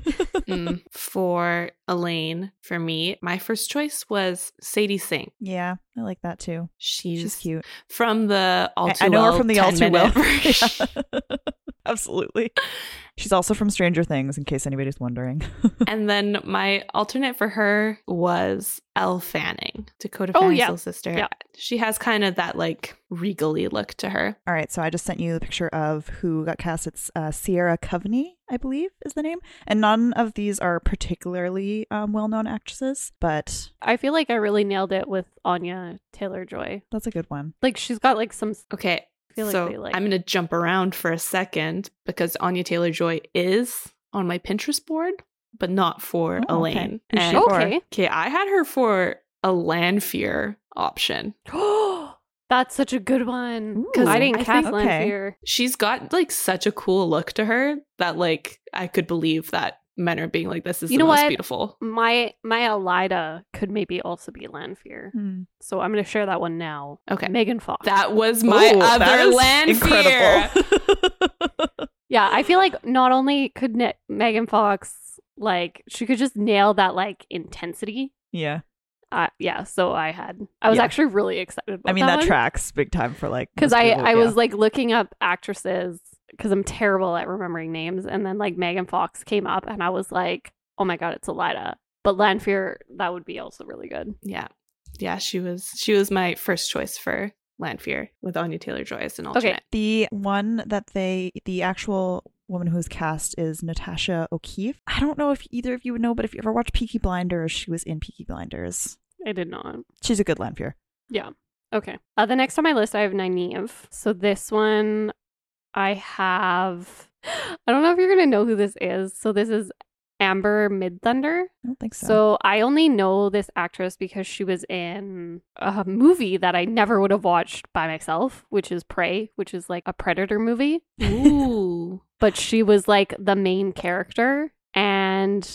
Speaker 3: Mm. for Elaine, for me, my first choice was Sadie Singh.
Speaker 2: Yeah, I like that too.
Speaker 3: She's,
Speaker 2: She's cute.
Speaker 3: from the All
Speaker 2: I-
Speaker 3: Too
Speaker 2: I know her
Speaker 3: Well
Speaker 2: from the
Speaker 3: 10
Speaker 2: All Too
Speaker 3: minute
Speaker 2: Well. *laughs*
Speaker 3: version.
Speaker 2: Yeah. Absolutely. She's also from Stranger Things, in case anybody's wondering.
Speaker 3: and then my alternate for her was Elle Fanning, Dakota
Speaker 1: Oh,
Speaker 3: Fanning's
Speaker 1: yeah.
Speaker 3: little sister.
Speaker 1: Yeah.
Speaker 3: She has kind of that like regally look to her.
Speaker 2: All right, so I just sent you the picture of who got cast. It's uh, Sierra Coveney, I believe, is the name. And none of these are particularly um, well known actresses, but
Speaker 1: I feel like I really nailed it with Anya Taylor Joy.
Speaker 2: that's a good one.
Speaker 1: Like she's got like some.
Speaker 3: Okay.
Speaker 1: feel like
Speaker 3: so
Speaker 1: they, like-
Speaker 3: I'm going to jump around for a second because Anya Taylor Joy is on my Pinterest board, but not for
Speaker 2: Oh, okay.
Speaker 3: Elaine.
Speaker 2: Who's she
Speaker 3: And-
Speaker 2: for?
Speaker 1: Okay,
Speaker 3: okay, I had her for a Lanfear option.
Speaker 1: that's such a good one.
Speaker 2: Ooh,
Speaker 1: Because I didn't
Speaker 3: I
Speaker 1: cast
Speaker 2: think- okay.
Speaker 1: Lanfear.
Speaker 3: She's got like such a cool look to her that like I could believe that men are being like, this is
Speaker 1: You
Speaker 3: the
Speaker 1: know
Speaker 3: most
Speaker 1: what?
Speaker 3: beautiful.
Speaker 1: My my Elida could maybe also be Lanfear.
Speaker 2: Hmm.
Speaker 1: So I'm going to share that one now.
Speaker 3: Okay.
Speaker 1: Megan Fox.
Speaker 3: That was my
Speaker 2: Ooh, that
Speaker 3: other
Speaker 2: is
Speaker 3: Lanfear.
Speaker 2: incredible.
Speaker 1: yeah, I feel like not only could ne- Megan Fox like she could just nail that like intensity.
Speaker 2: *laughs* yeah.
Speaker 1: Uh, yeah, so I had I was
Speaker 2: Yeah.
Speaker 1: actually really excited. About
Speaker 2: I mean, that,
Speaker 1: one.
Speaker 2: tracks big time for like.
Speaker 1: because
Speaker 2: most
Speaker 1: I,
Speaker 2: people,
Speaker 1: I
Speaker 2: yeah.
Speaker 1: was like looking up actresses because I'm terrible at remembering names, and then like Megan Fox came up, and I was like, oh my god, it's Elida. But Lanfear, that would be also really good.
Speaker 3: Yeah. Yeah, she was she was my first choice for Lanfear with Anya Taylor Joy as an alternate.
Speaker 2: The one that they, the actual woman who's cast is Natasha O'Keefe. I don't know if either of you would know, but if you ever watched Peaky Blinders, she was in Peaky Blinders.
Speaker 1: I did not.
Speaker 2: She's a good Lanfear.
Speaker 1: Okay. Uh, the next on my list, I have Nynaeve. So this one, I have. *gasps* I don't know if you're gonna know who this is. So this is Amber Mid Thunder.
Speaker 2: I don't think
Speaker 1: So. I only know this actress because she was in a movie that I never would have watched by myself, which is Prey, which is like a predator movie.
Speaker 3: Ooh.
Speaker 1: But she was like the main character, and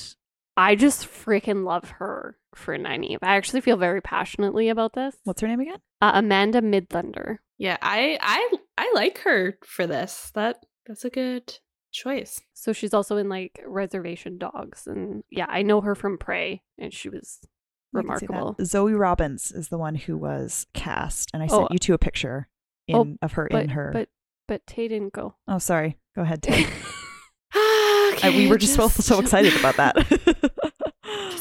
Speaker 1: I just freaking love her for Nynaeve. I actually feel very passionately about this.
Speaker 2: What's her name again?
Speaker 1: Uh, Amanda Mid Thunder.
Speaker 3: yeah, I I I like her for this. That that's a good choice.
Speaker 1: So she's also in like Reservation Dogs, and yeah, I know her from Prey, and she was
Speaker 2: I can see that.
Speaker 1: remarkable.
Speaker 2: Zoe Robbins is the one who was cast, and I
Speaker 1: Oh.
Speaker 2: sent you two a picture in,
Speaker 1: Oh,
Speaker 2: of her
Speaker 1: But
Speaker 2: in her.
Speaker 1: but but Tay didn't go. *laughs*
Speaker 2: oh, sorry. Go ahead. Tay. I-
Speaker 3: okay,
Speaker 2: we were just, both so excited
Speaker 1: *laughs*
Speaker 2: about that.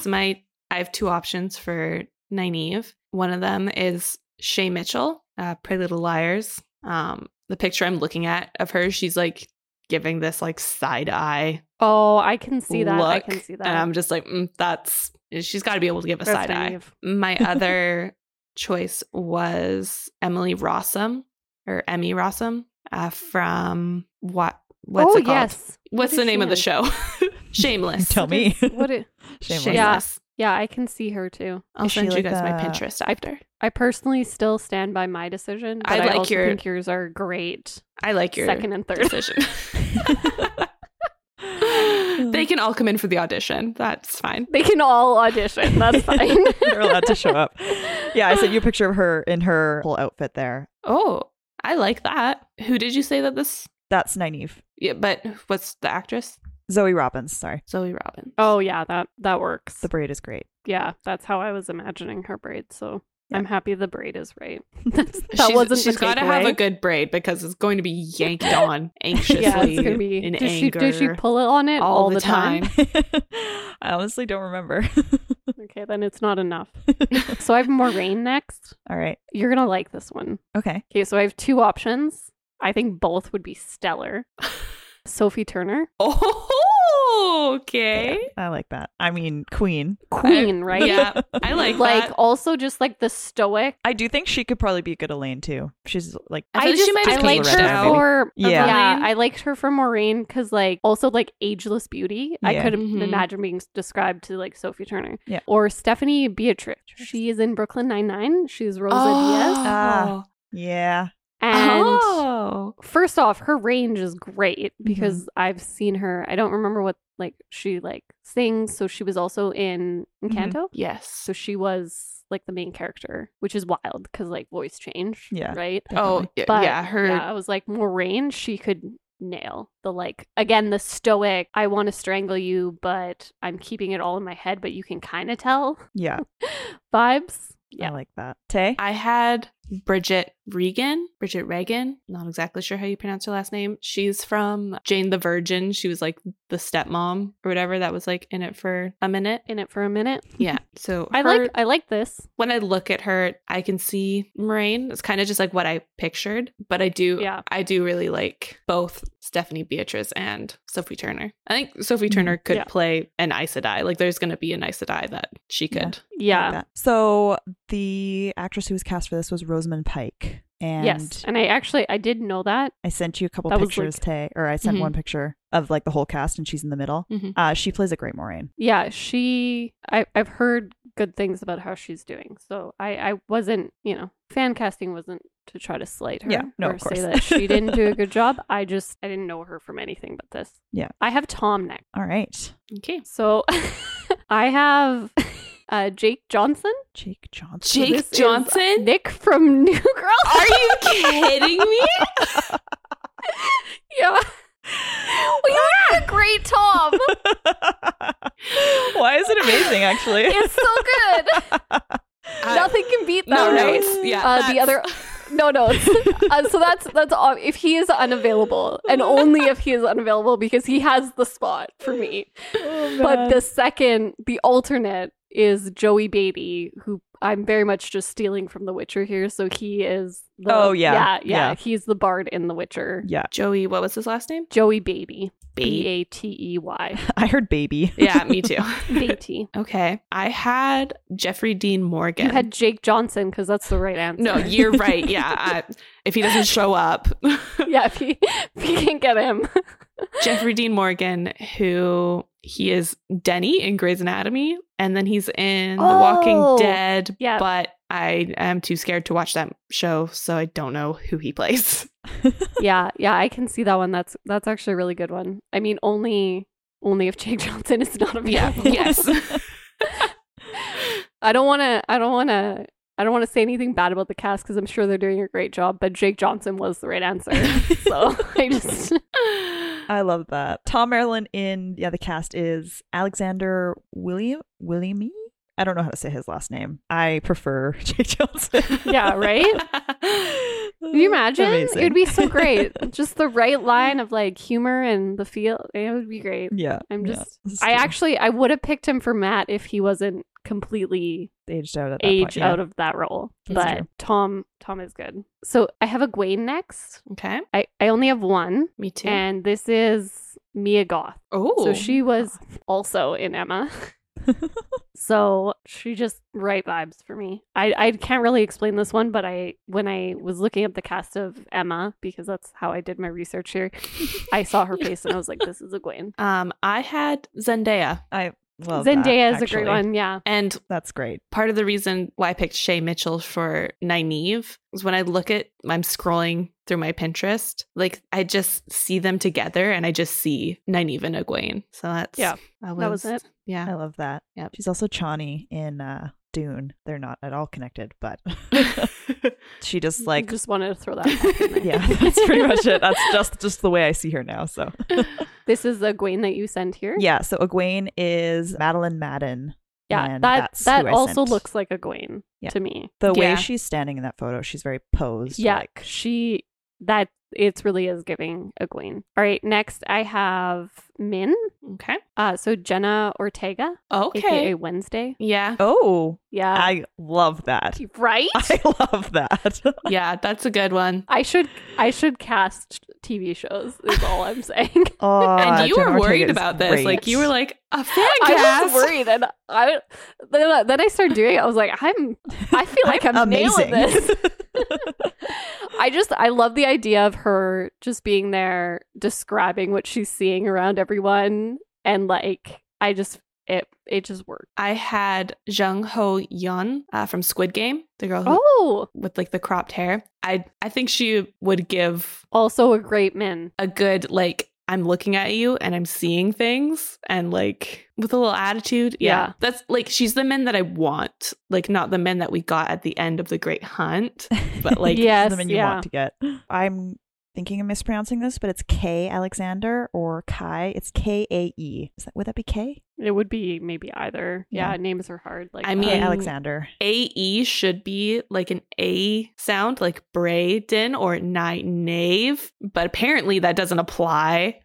Speaker 3: So my I have two options for Nynaeve. One of them is Shay Mitchell, uh, Pretty Little Liars. Um, the picture I'm looking at of her, she's like giving this like side eye
Speaker 1: Oh, I can see that. I
Speaker 3: look,
Speaker 1: can see that.
Speaker 3: And I'm just like, mm, that's she's got to be able to give a
Speaker 1: That's
Speaker 3: side eye.
Speaker 1: naive. *laughs*
Speaker 3: My other choice was Emily Rossum or Emmy Rossum uh, from what? What's
Speaker 1: oh
Speaker 3: it called?
Speaker 1: yes.
Speaker 3: What's
Speaker 1: What
Speaker 3: the
Speaker 1: is
Speaker 3: name
Speaker 1: she
Speaker 3: of the
Speaker 1: in?
Speaker 3: show? *laughs* Shameless.
Speaker 2: Tell me.
Speaker 3: *laughs*
Speaker 1: What? It,
Speaker 2: Shameless.
Speaker 1: Yeah.
Speaker 3: Shameless.
Speaker 1: yeah, I can see her too.
Speaker 3: I'll
Speaker 2: Is she
Speaker 3: send you
Speaker 2: like
Speaker 3: guys my
Speaker 2: the-
Speaker 3: Pinterest after.
Speaker 1: I personally still stand by my decision. But
Speaker 3: I
Speaker 1: I,
Speaker 3: like
Speaker 1: also
Speaker 3: your-
Speaker 1: think yours are great.
Speaker 3: I like your
Speaker 1: Second and
Speaker 3: *laughs*
Speaker 1: third. *laughs*
Speaker 3: decision. *laughs* they can all come in for the audition. That's fine.
Speaker 1: They can all audition.
Speaker 2: *laughs*
Speaker 3: *laughs*
Speaker 1: That's fine.
Speaker 2: They're allowed to show up. Yeah, I sent you a picture of her in her whole outfit there.
Speaker 3: Oh, I like that. Who did you say that this?
Speaker 2: That's Nynaeve.
Speaker 3: Yeah, but what's the actress?
Speaker 2: Zoe Robbins, sorry.
Speaker 3: Zoe Robbins.
Speaker 1: *laughs* Oh yeah, that that works.
Speaker 2: The braid is great. *laughs*
Speaker 1: yeah, that's how I was imagining her braid. So
Speaker 2: Yeah.
Speaker 1: I'm happy the braid is
Speaker 3: *laughs*
Speaker 1: right. *laughs* That's, that
Speaker 3: she's,
Speaker 1: wasn't.
Speaker 3: She's
Speaker 1: the
Speaker 3: got to have a
Speaker 1: takeaway.
Speaker 3: good braid because it's going to be yanked on
Speaker 1: *laughs*
Speaker 3: anxiously
Speaker 1: Yeah, it's gonna be.
Speaker 3: in
Speaker 1: Did she,
Speaker 3: anger.
Speaker 1: did she pull it on it all, the time?
Speaker 2: I honestly don't remember.
Speaker 1: *laughs*
Speaker 2: *laughs*
Speaker 1: okay, then it's not
Speaker 3: *laughs*
Speaker 1: enough. so I have Moraine next.
Speaker 2: All right.
Speaker 1: You're gonna like this one.
Speaker 2: Okay.
Speaker 1: Okay, so I have two options. I think both would be
Speaker 3: *laughs*
Speaker 1: stellar. Sophie Turner,
Speaker 3: *laughs* Oh, okay.
Speaker 2: Yeah, I like that. I mean, Queen.
Speaker 1: Queen, right?
Speaker 3: Yeah, I like,
Speaker 1: Like
Speaker 3: that.
Speaker 1: also just like the stoic.
Speaker 2: *laughs* I do think she could probably be a good Elaine too. She's like
Speaker 3: I feel like she might
Speaker 1: I
Speaker 3: just
Speaker 1: liked
Speaker 3: leave it
Speaker 1: her
Speaker 3: out.
Speaker 1: for
Speaker 2: Maybe.
Speaker 1: yeah.
Speaker 2: Yeah.
Speaker 3: Moraine.
Speaker 1: I liked her for Maureen because like also like ageless beauty. I
Speaker 2: Yeah.
Speaker 1: could
Speaker 3: Mhm.
Speaker 1: imagine being described to like Sophie Turner.
Speaker 2: Yeah.
Speaker 1: Or Stephanie Beatrice. She is in Brooklyn Nine Nine. She's Rosa Diaz.
Speaker 3: oh.
Speaker 2: yeah.
Speaker 1: Ah. And
Speaker 3: oh.
Speaker 1: first off, her range is great because I've seen her. I don't remember what like she like sings. So she was also in
Speaker 2: Mhm.
Speaker 1: Encanto.
Speaker 3: Yes.
Speaker 1: So she was like the main character, which is wild because like voice change.
Speaker 2: Yeah.
Speaker 1: Right.
Speaker 3: Oh,
Speaker 2: definitely.
Speaker 3: y-
Speaker 1: But,
Speaker 3: yeah. Her.
Speaker 1: Yeah, I was like Moraine. She could nail the like again the stoic. I want to strangle you, but I'm keeping it all in my head. But you can kind of tell
Speaker 2: yeah,
Speaker 1: vibes.
Speaker 2: I
Speaker 1: Yeah.
Speaker 2: like that. Tay,
Speaker 3: I had Bridget Regan. Bridget Regan, not exactly sure how you pronounce her last name. She's from Jane the Virgin. She was like the stepmom or whatever that was like in it for a minute.
Speaker 1: in it for a minute.
Speaker 3: Yeah. So
Speaker 1: *laughs* I
Speaker 3: her-
Speaker 1: like I like this.
Speaker 3: when I look at her, I can see Moraine. It's kind of just like what I pictured, but I do,
Speaker 1: Yeah.
Speaker 3: I do really like both Stephanie Beatrice and Sophie Turner. I think Sophie Turner could
Speaker 1: Mm-hmm. Yeah.
Speaker 3: play an Aes Sedai. Like there's going to be an Aes Sedai that she
Speaker 2: Yeah.
Speaker 3: could.
Speaker 1: Yeah.
Speaker 2: Like that. So the actress who was cast for this was Rosamund Pike, and
Speaker 1: yes. And I actually I did know that.
Speaker 2: I sent you a couple
Speaker 1: That was,
Speaker 2: pictures,
Speaker 1: like-
Speaker 2: Tay, or I sent
Speaker 3: Mhm.
Speaker 2: one picture of like the whole cast, and she's in the middle.
Speaker 3: Mhm.
Speaker 2: Uh, she plays a great Moraine.
Speaker 1: Yeah, she I I've heard good things about how she's doing. So I I wasn't, you know, fan casting wasn't to try to slight her
Speaker 2: Yeah, no,
Speaker 1: or
Speaker 2: of
Speaker 1: say
Speaker 2: course.
Speaker 1: that she didn't do a
Speaker 2: *laughs*
Speaker 1: good job. I just I didn't know her from anything but this.
Speaker 2: Yeah.
Speaker 1: I have Tom next.
Speaker 2: All right,
Speaker 3: Okay.
Speaker 1: So *laughs* I have *laughs* uh Jake Johnson.
Speaker 2: Jake Johnson.
Speaker 3: Jake
Speaker 1: This is
Speaker 3: Johnson?
Speaker 1: Nick from *laughs* New Girl.
Speaker 3: Are you kidding me?
Speaker 2: *laughs*
Speaker 1: yeah. Well, you are a great Tom.
Speaker 2: *laughs* Why is it
Speaker 1: *laughs*
Speaker 2: amazing? Actually,
Speaker 1: It's so good.
Speaker 3: I-
Speaker 1: Nothing can beat
Speaker 3: No,
Speaker 1: that,
Speaker 3: no,
Speaker 1: right?
Speaker 3: it's- yeah,
Speaker 1: Uh, the
Speaker 3: that's-
Speaker 1: other, no,
Speaker 3: *laughs*
Speaker 1: no. it's- uh, so that's that's all. If he is unavailable, and only if he is unavailable, because he has the spot for me.
Speaker 2: *laughs*
Speaker 1: But the second, the alternate is Joey Beatty, who I'm very much just stealing from The Witcher here. So he is. The,
Speaker 2: Oh, yeah,
Speaker 1: yeah, yeah,
Speaker 2: yeah.
Speaker 1: He's the bard in The Witcher.
Speaker 2: yeah,
Speaker 3: *laughs* Joey, what was his last name?
Speaker 1: Joey Beatty, B
Speaker 3: B.
Speaker 1: A T E Y,
Speaker 2: I heard baby.
Speaker 3: *laughs* Yeah, me too. *laughs*
Speaker 1: Beatty.
Speaker 3: Okay. I had Jeffrey Dean Morgan.
Speaker 1: You had Jake Johnson because that's the right answer.
Speaker 3: no,
Speaker 1: *laughs*
Speaker 3: you're right. Yeah. I, if he doesn't show up, *laughs*
Speaker 1: yeah, if he, if he can get him.
Speaker 3: Jeffrey Dean Morgan, who he is Denny in Grey's Anatomy, and then he's in The
Speaker 1: Oh.
Speaker 3: Walking Dead.
Speaker 1: *laughs* Yeah.
Speaker 3: But I am too scared to watch that show, so I don't know who he plays. *laughs*
Speaker 1: yeah, yeah, I can see that one. That's that's actually a really good one. I mean, only only if Jake *laughs* Johnson is not
Speaker 3: Yeah.
Speaker 1: available.
Speaker 3: yes.
Speaker 1: *laughs* I don't want to. I don't want to. I don't want to say anything bad about the cast because I'm sure they're doing a great job. But Jake Johnson was the right *laughs* answer, so I just *laughs*
Speaker 2: I love that. Tom Maryland in yeah, the cast is Alexander William Williamy. I don't know how to say his last name. I prefer *laughs* Jay Johnson.
Speaker 1: yeah,
Speaker 2: *laughs*
Speaker 1: right. Can you imagine? It would be so *laughs* great. just the right line of like humor and the feel. It would be great.
Speaker 2: *laughs* yeah.
Speaker 1: I'm
Speaker 2: yeah,
Speaker 1: just-
Speaker 2: this is
Speaker 1: I
Speaker 2: true.
Speaker 1: actually I would have picked him for Matt if he wasn't completely
Speaker 2: aged out at that
Speaker 1: age
Speaker 2: point. yeah.
Speaker 1: out of that role.
Speaker 2: That's
Speaker 1: but
Speaker 2: true.
Speaker 1: Tom Tom is good. So I have a Gwen next.
Speaker 3: okay.
Speaker 1: I, I only have one.
Speaker 3: Me too.
Speaker 1: And this is Mia Goth.
Speaker 3: oh.
Speaker 1: So she was also in
Speaker 2: *laughs*
Speaker 1: Emma. so she just right vibes for me. I, I can't really explain this one, but I when I was looking at the cast of Emma, because that's how I did my research here, I saw
Speaker 2: *laughs*
Speaker 1: her face and I was like, This is a Gwen.
Speaker 3: Um, I had Zendaya,
Speaker 2: I love that,
Speaker 1: Zendaya is a
Speaker 2: actually.
Speaker 1: great one, yeah.
Speaker 3: and
Speaker 2: That's great.
Speaker 3: part of the reason why I picked Shay Mitchell for Nynaeve is when I look at I'm scrolling through my Pinterest, like I just see them together and I just see Nynaeve and Egwene. So that's
Speaker 1: Yeah,
Speaker 3: that was,
Speaker 1: that was it.
Speaker 2: I
Speaker 1: *laughs*
Speaker 3: Yeah.
Speaker 2: love that.
Speaker 3: Yep.
Speaker 2: She's also Chani in uh, Dune. They're not at all connected, but *laughs*
Speaker 1: *laughs*
Speaker 2: she just like
Speaker 1: just wanted to throw that back
Speaker 2: *laughs*
Speaker 1: in there.
Speaker 2: yeah, that's pretty much it. That's just just the way I see her now. So
Speaker 1: *laughs* This is the Gwen that you sent here.
Speaker 2: yeah, so Egwene is Madeline Madden.
Speaker 1: yeah.
Speaker 2: and
Speaker 1: That
Speaker 2: that's
Speaker 1: that
Speaker 2: who I
Speaker 1: also
Speaker 2: sent.
Speaker 1: looks like a Gwen
Speaker 2: Yeah.
Speaker 1: to me.
Speaker 2: The
Speaker 3: Yeah.
Speaker 2: way she's standing in that photo, she's very posed.
Speaker 1: yeah,
Speaker 2: like-
Speaker 1: she that it really is giving a Gwen. All right, next I have Min.
Speaker 3: okay.
Speaker 1: Uh, so Jenna Ortega,
Speaker 3: Okay.
Speaker 1: aka Wednesday.
Speaker 3: Yeah.
Speaker 2: oh,
Speaker 3: Uh,
Speaker 1: Yeah,
Speaker 2: I love that.
Speaker 1: *laughs* right.
Speaker 2: *laughs* I love that.
Speaker 3: *laughs* Yeah, that's a
Speaker 1: *laughs*
Speaker 3: good one.
Speaker 1: I should I should cast TV shows. Is all
Speaker 2: *laughs*
Speaker 1: I'm saying.
Speaker 2: Oh,
Speaker 1: Ah,
Speaker 3: and you
Speaker 2: Jenna
Speaker 3: were
Speaker 2: Ortega
Speaker 3: worried
Speaker 2: is
Speaker 3: about this.
Speaker 2: great.
Speaker 3: Like you were like a fan
Speaker 1: *laughs* I was
Speaker 3: cast.
Speaker 1: worried, and I then, then I started doing it. I was like, I'm. I
Speaker 2: *laughs*
Speaker 1: feel like I'm,
Speaker 2: amazing.
Speaker 1: nailing this.
Speaker 2: *laughs*
Speaker 3: *laughs*
Speaker 1: I just I love the idea of her just being there describing what she's seeing around everyone and like I just it it just worked.
Speaker 3: I had Jung Ho Yun uh, from Squid Game, the girl who,
Speaker 1: Oh,
Speaker 3: with like the cropped hair. I I think she would give
Speaker 1: also a great min.
Speaker 3: a good like I'm looking at you and I'm seeing things and like with a little attitude. Yeah.
Speaker 1: Yeah.
Speaker 3: That's like she's the men that I want. Like not the men that we got at the end of the
Speaker 1: *laughs*
Speaker 3: Great Hunt. But like
Speaker 1: Yeah. Yes,
Speaker 2: the man you
Speaker 1: yeah.
Speaker 2: want to get. I'm thinking I'm mispronouncing this, but it's K Alexander or Kai. It's K A E. Is that would that be K?
Speaker 1: It would be maybe either. Yeah,
Speaker 2: Yeah.
Speaker 1: names are hard. Like um,
Speaker 3: I
Speaker 1: that.
Speaker 2: Okay,
Speaker 3: mean-
Speaker 2: Alexander.
Speaker 3: AE E should be like an A sound, like Braden or night knave, but apparently that doesn't apply.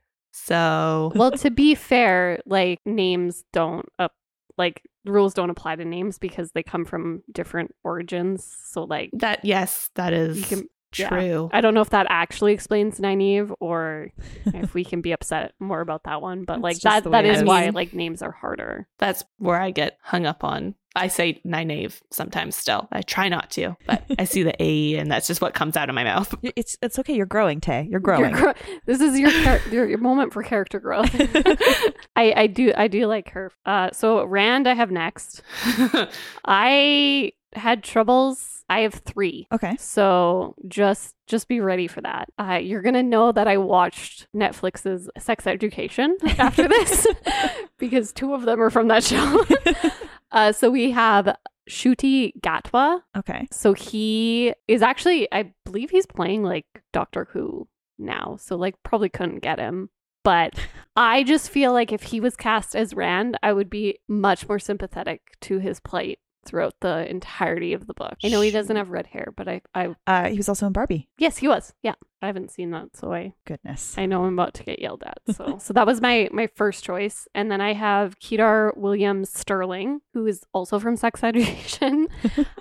Speaker 3: So
Speaker 1: well, to be fair, like names don't up like rules don't apply to names because they come from different origins. So like
Speaker 3: that, yes, that
Speaker 1: you
Speaker 3: is
Speaker 1: can yeah.
Speaker 3: true.
Speaker 1: I don't know if that actually explains naive or if we can be upset more about that one, but
Speaker 2: That's
Speaker 1: like
Speaker 2: just
Speaker 1: that
Speaker 2: the
Speaker 1: that
Speaker 2: way it
Speaker 1: is
Speaker 3: is.
Speaker 1: why
Speaker 3: Mhm.
Speaker 1: like names are harder.
Speaker 3: That's where I get hung up on. I say naive sometimes still. I try not to, but I see the AE and that's just what comes out of my mouth.
Speaker 2: Y- It's it's okay. You're growing, Tay. You're
Speaker 1: Your
Speaker 2: growing.
Speaker 1: gro- this is your, char- your your moment for character
Speaker 2: *laughs*
Speaker 1: growth. I I do I do like her. Uh so Rand I have next. I had troubles. I have 3.
Speaker 2: okay.
Speaker 1: So just just be ready for that. Uh, you're gonna know that I watched Netflix's Sex Education after this *laughs* because two of them are from that show. uh, so we have Shuti Gatwa.
Speaker 2: Okay.
Speaker 1: So he is actually, I believe, he's playing like Doctor Who now. So like probably couldn't get him. But I just feel like if he was cast as Rand, I would be much more sympathetic to his plight throughout the entirety of the book. I know he doesn't have red hair, but I, I
Speaker 2: Uh, he was also in Barbie.
Speaker 1: Yes, he was. Yeah. I haven't seen that, so I,
Speaker 2: Goodness.
Speaker 1: I know I'm about to get yelled at.
Speaker 3: *laughs*
Speaker 1: So so that was my my first choice. And then I have Kedar Williams Sterling, who is also from Sex
Speaker 3: *laughs*
Speaker 1: Education.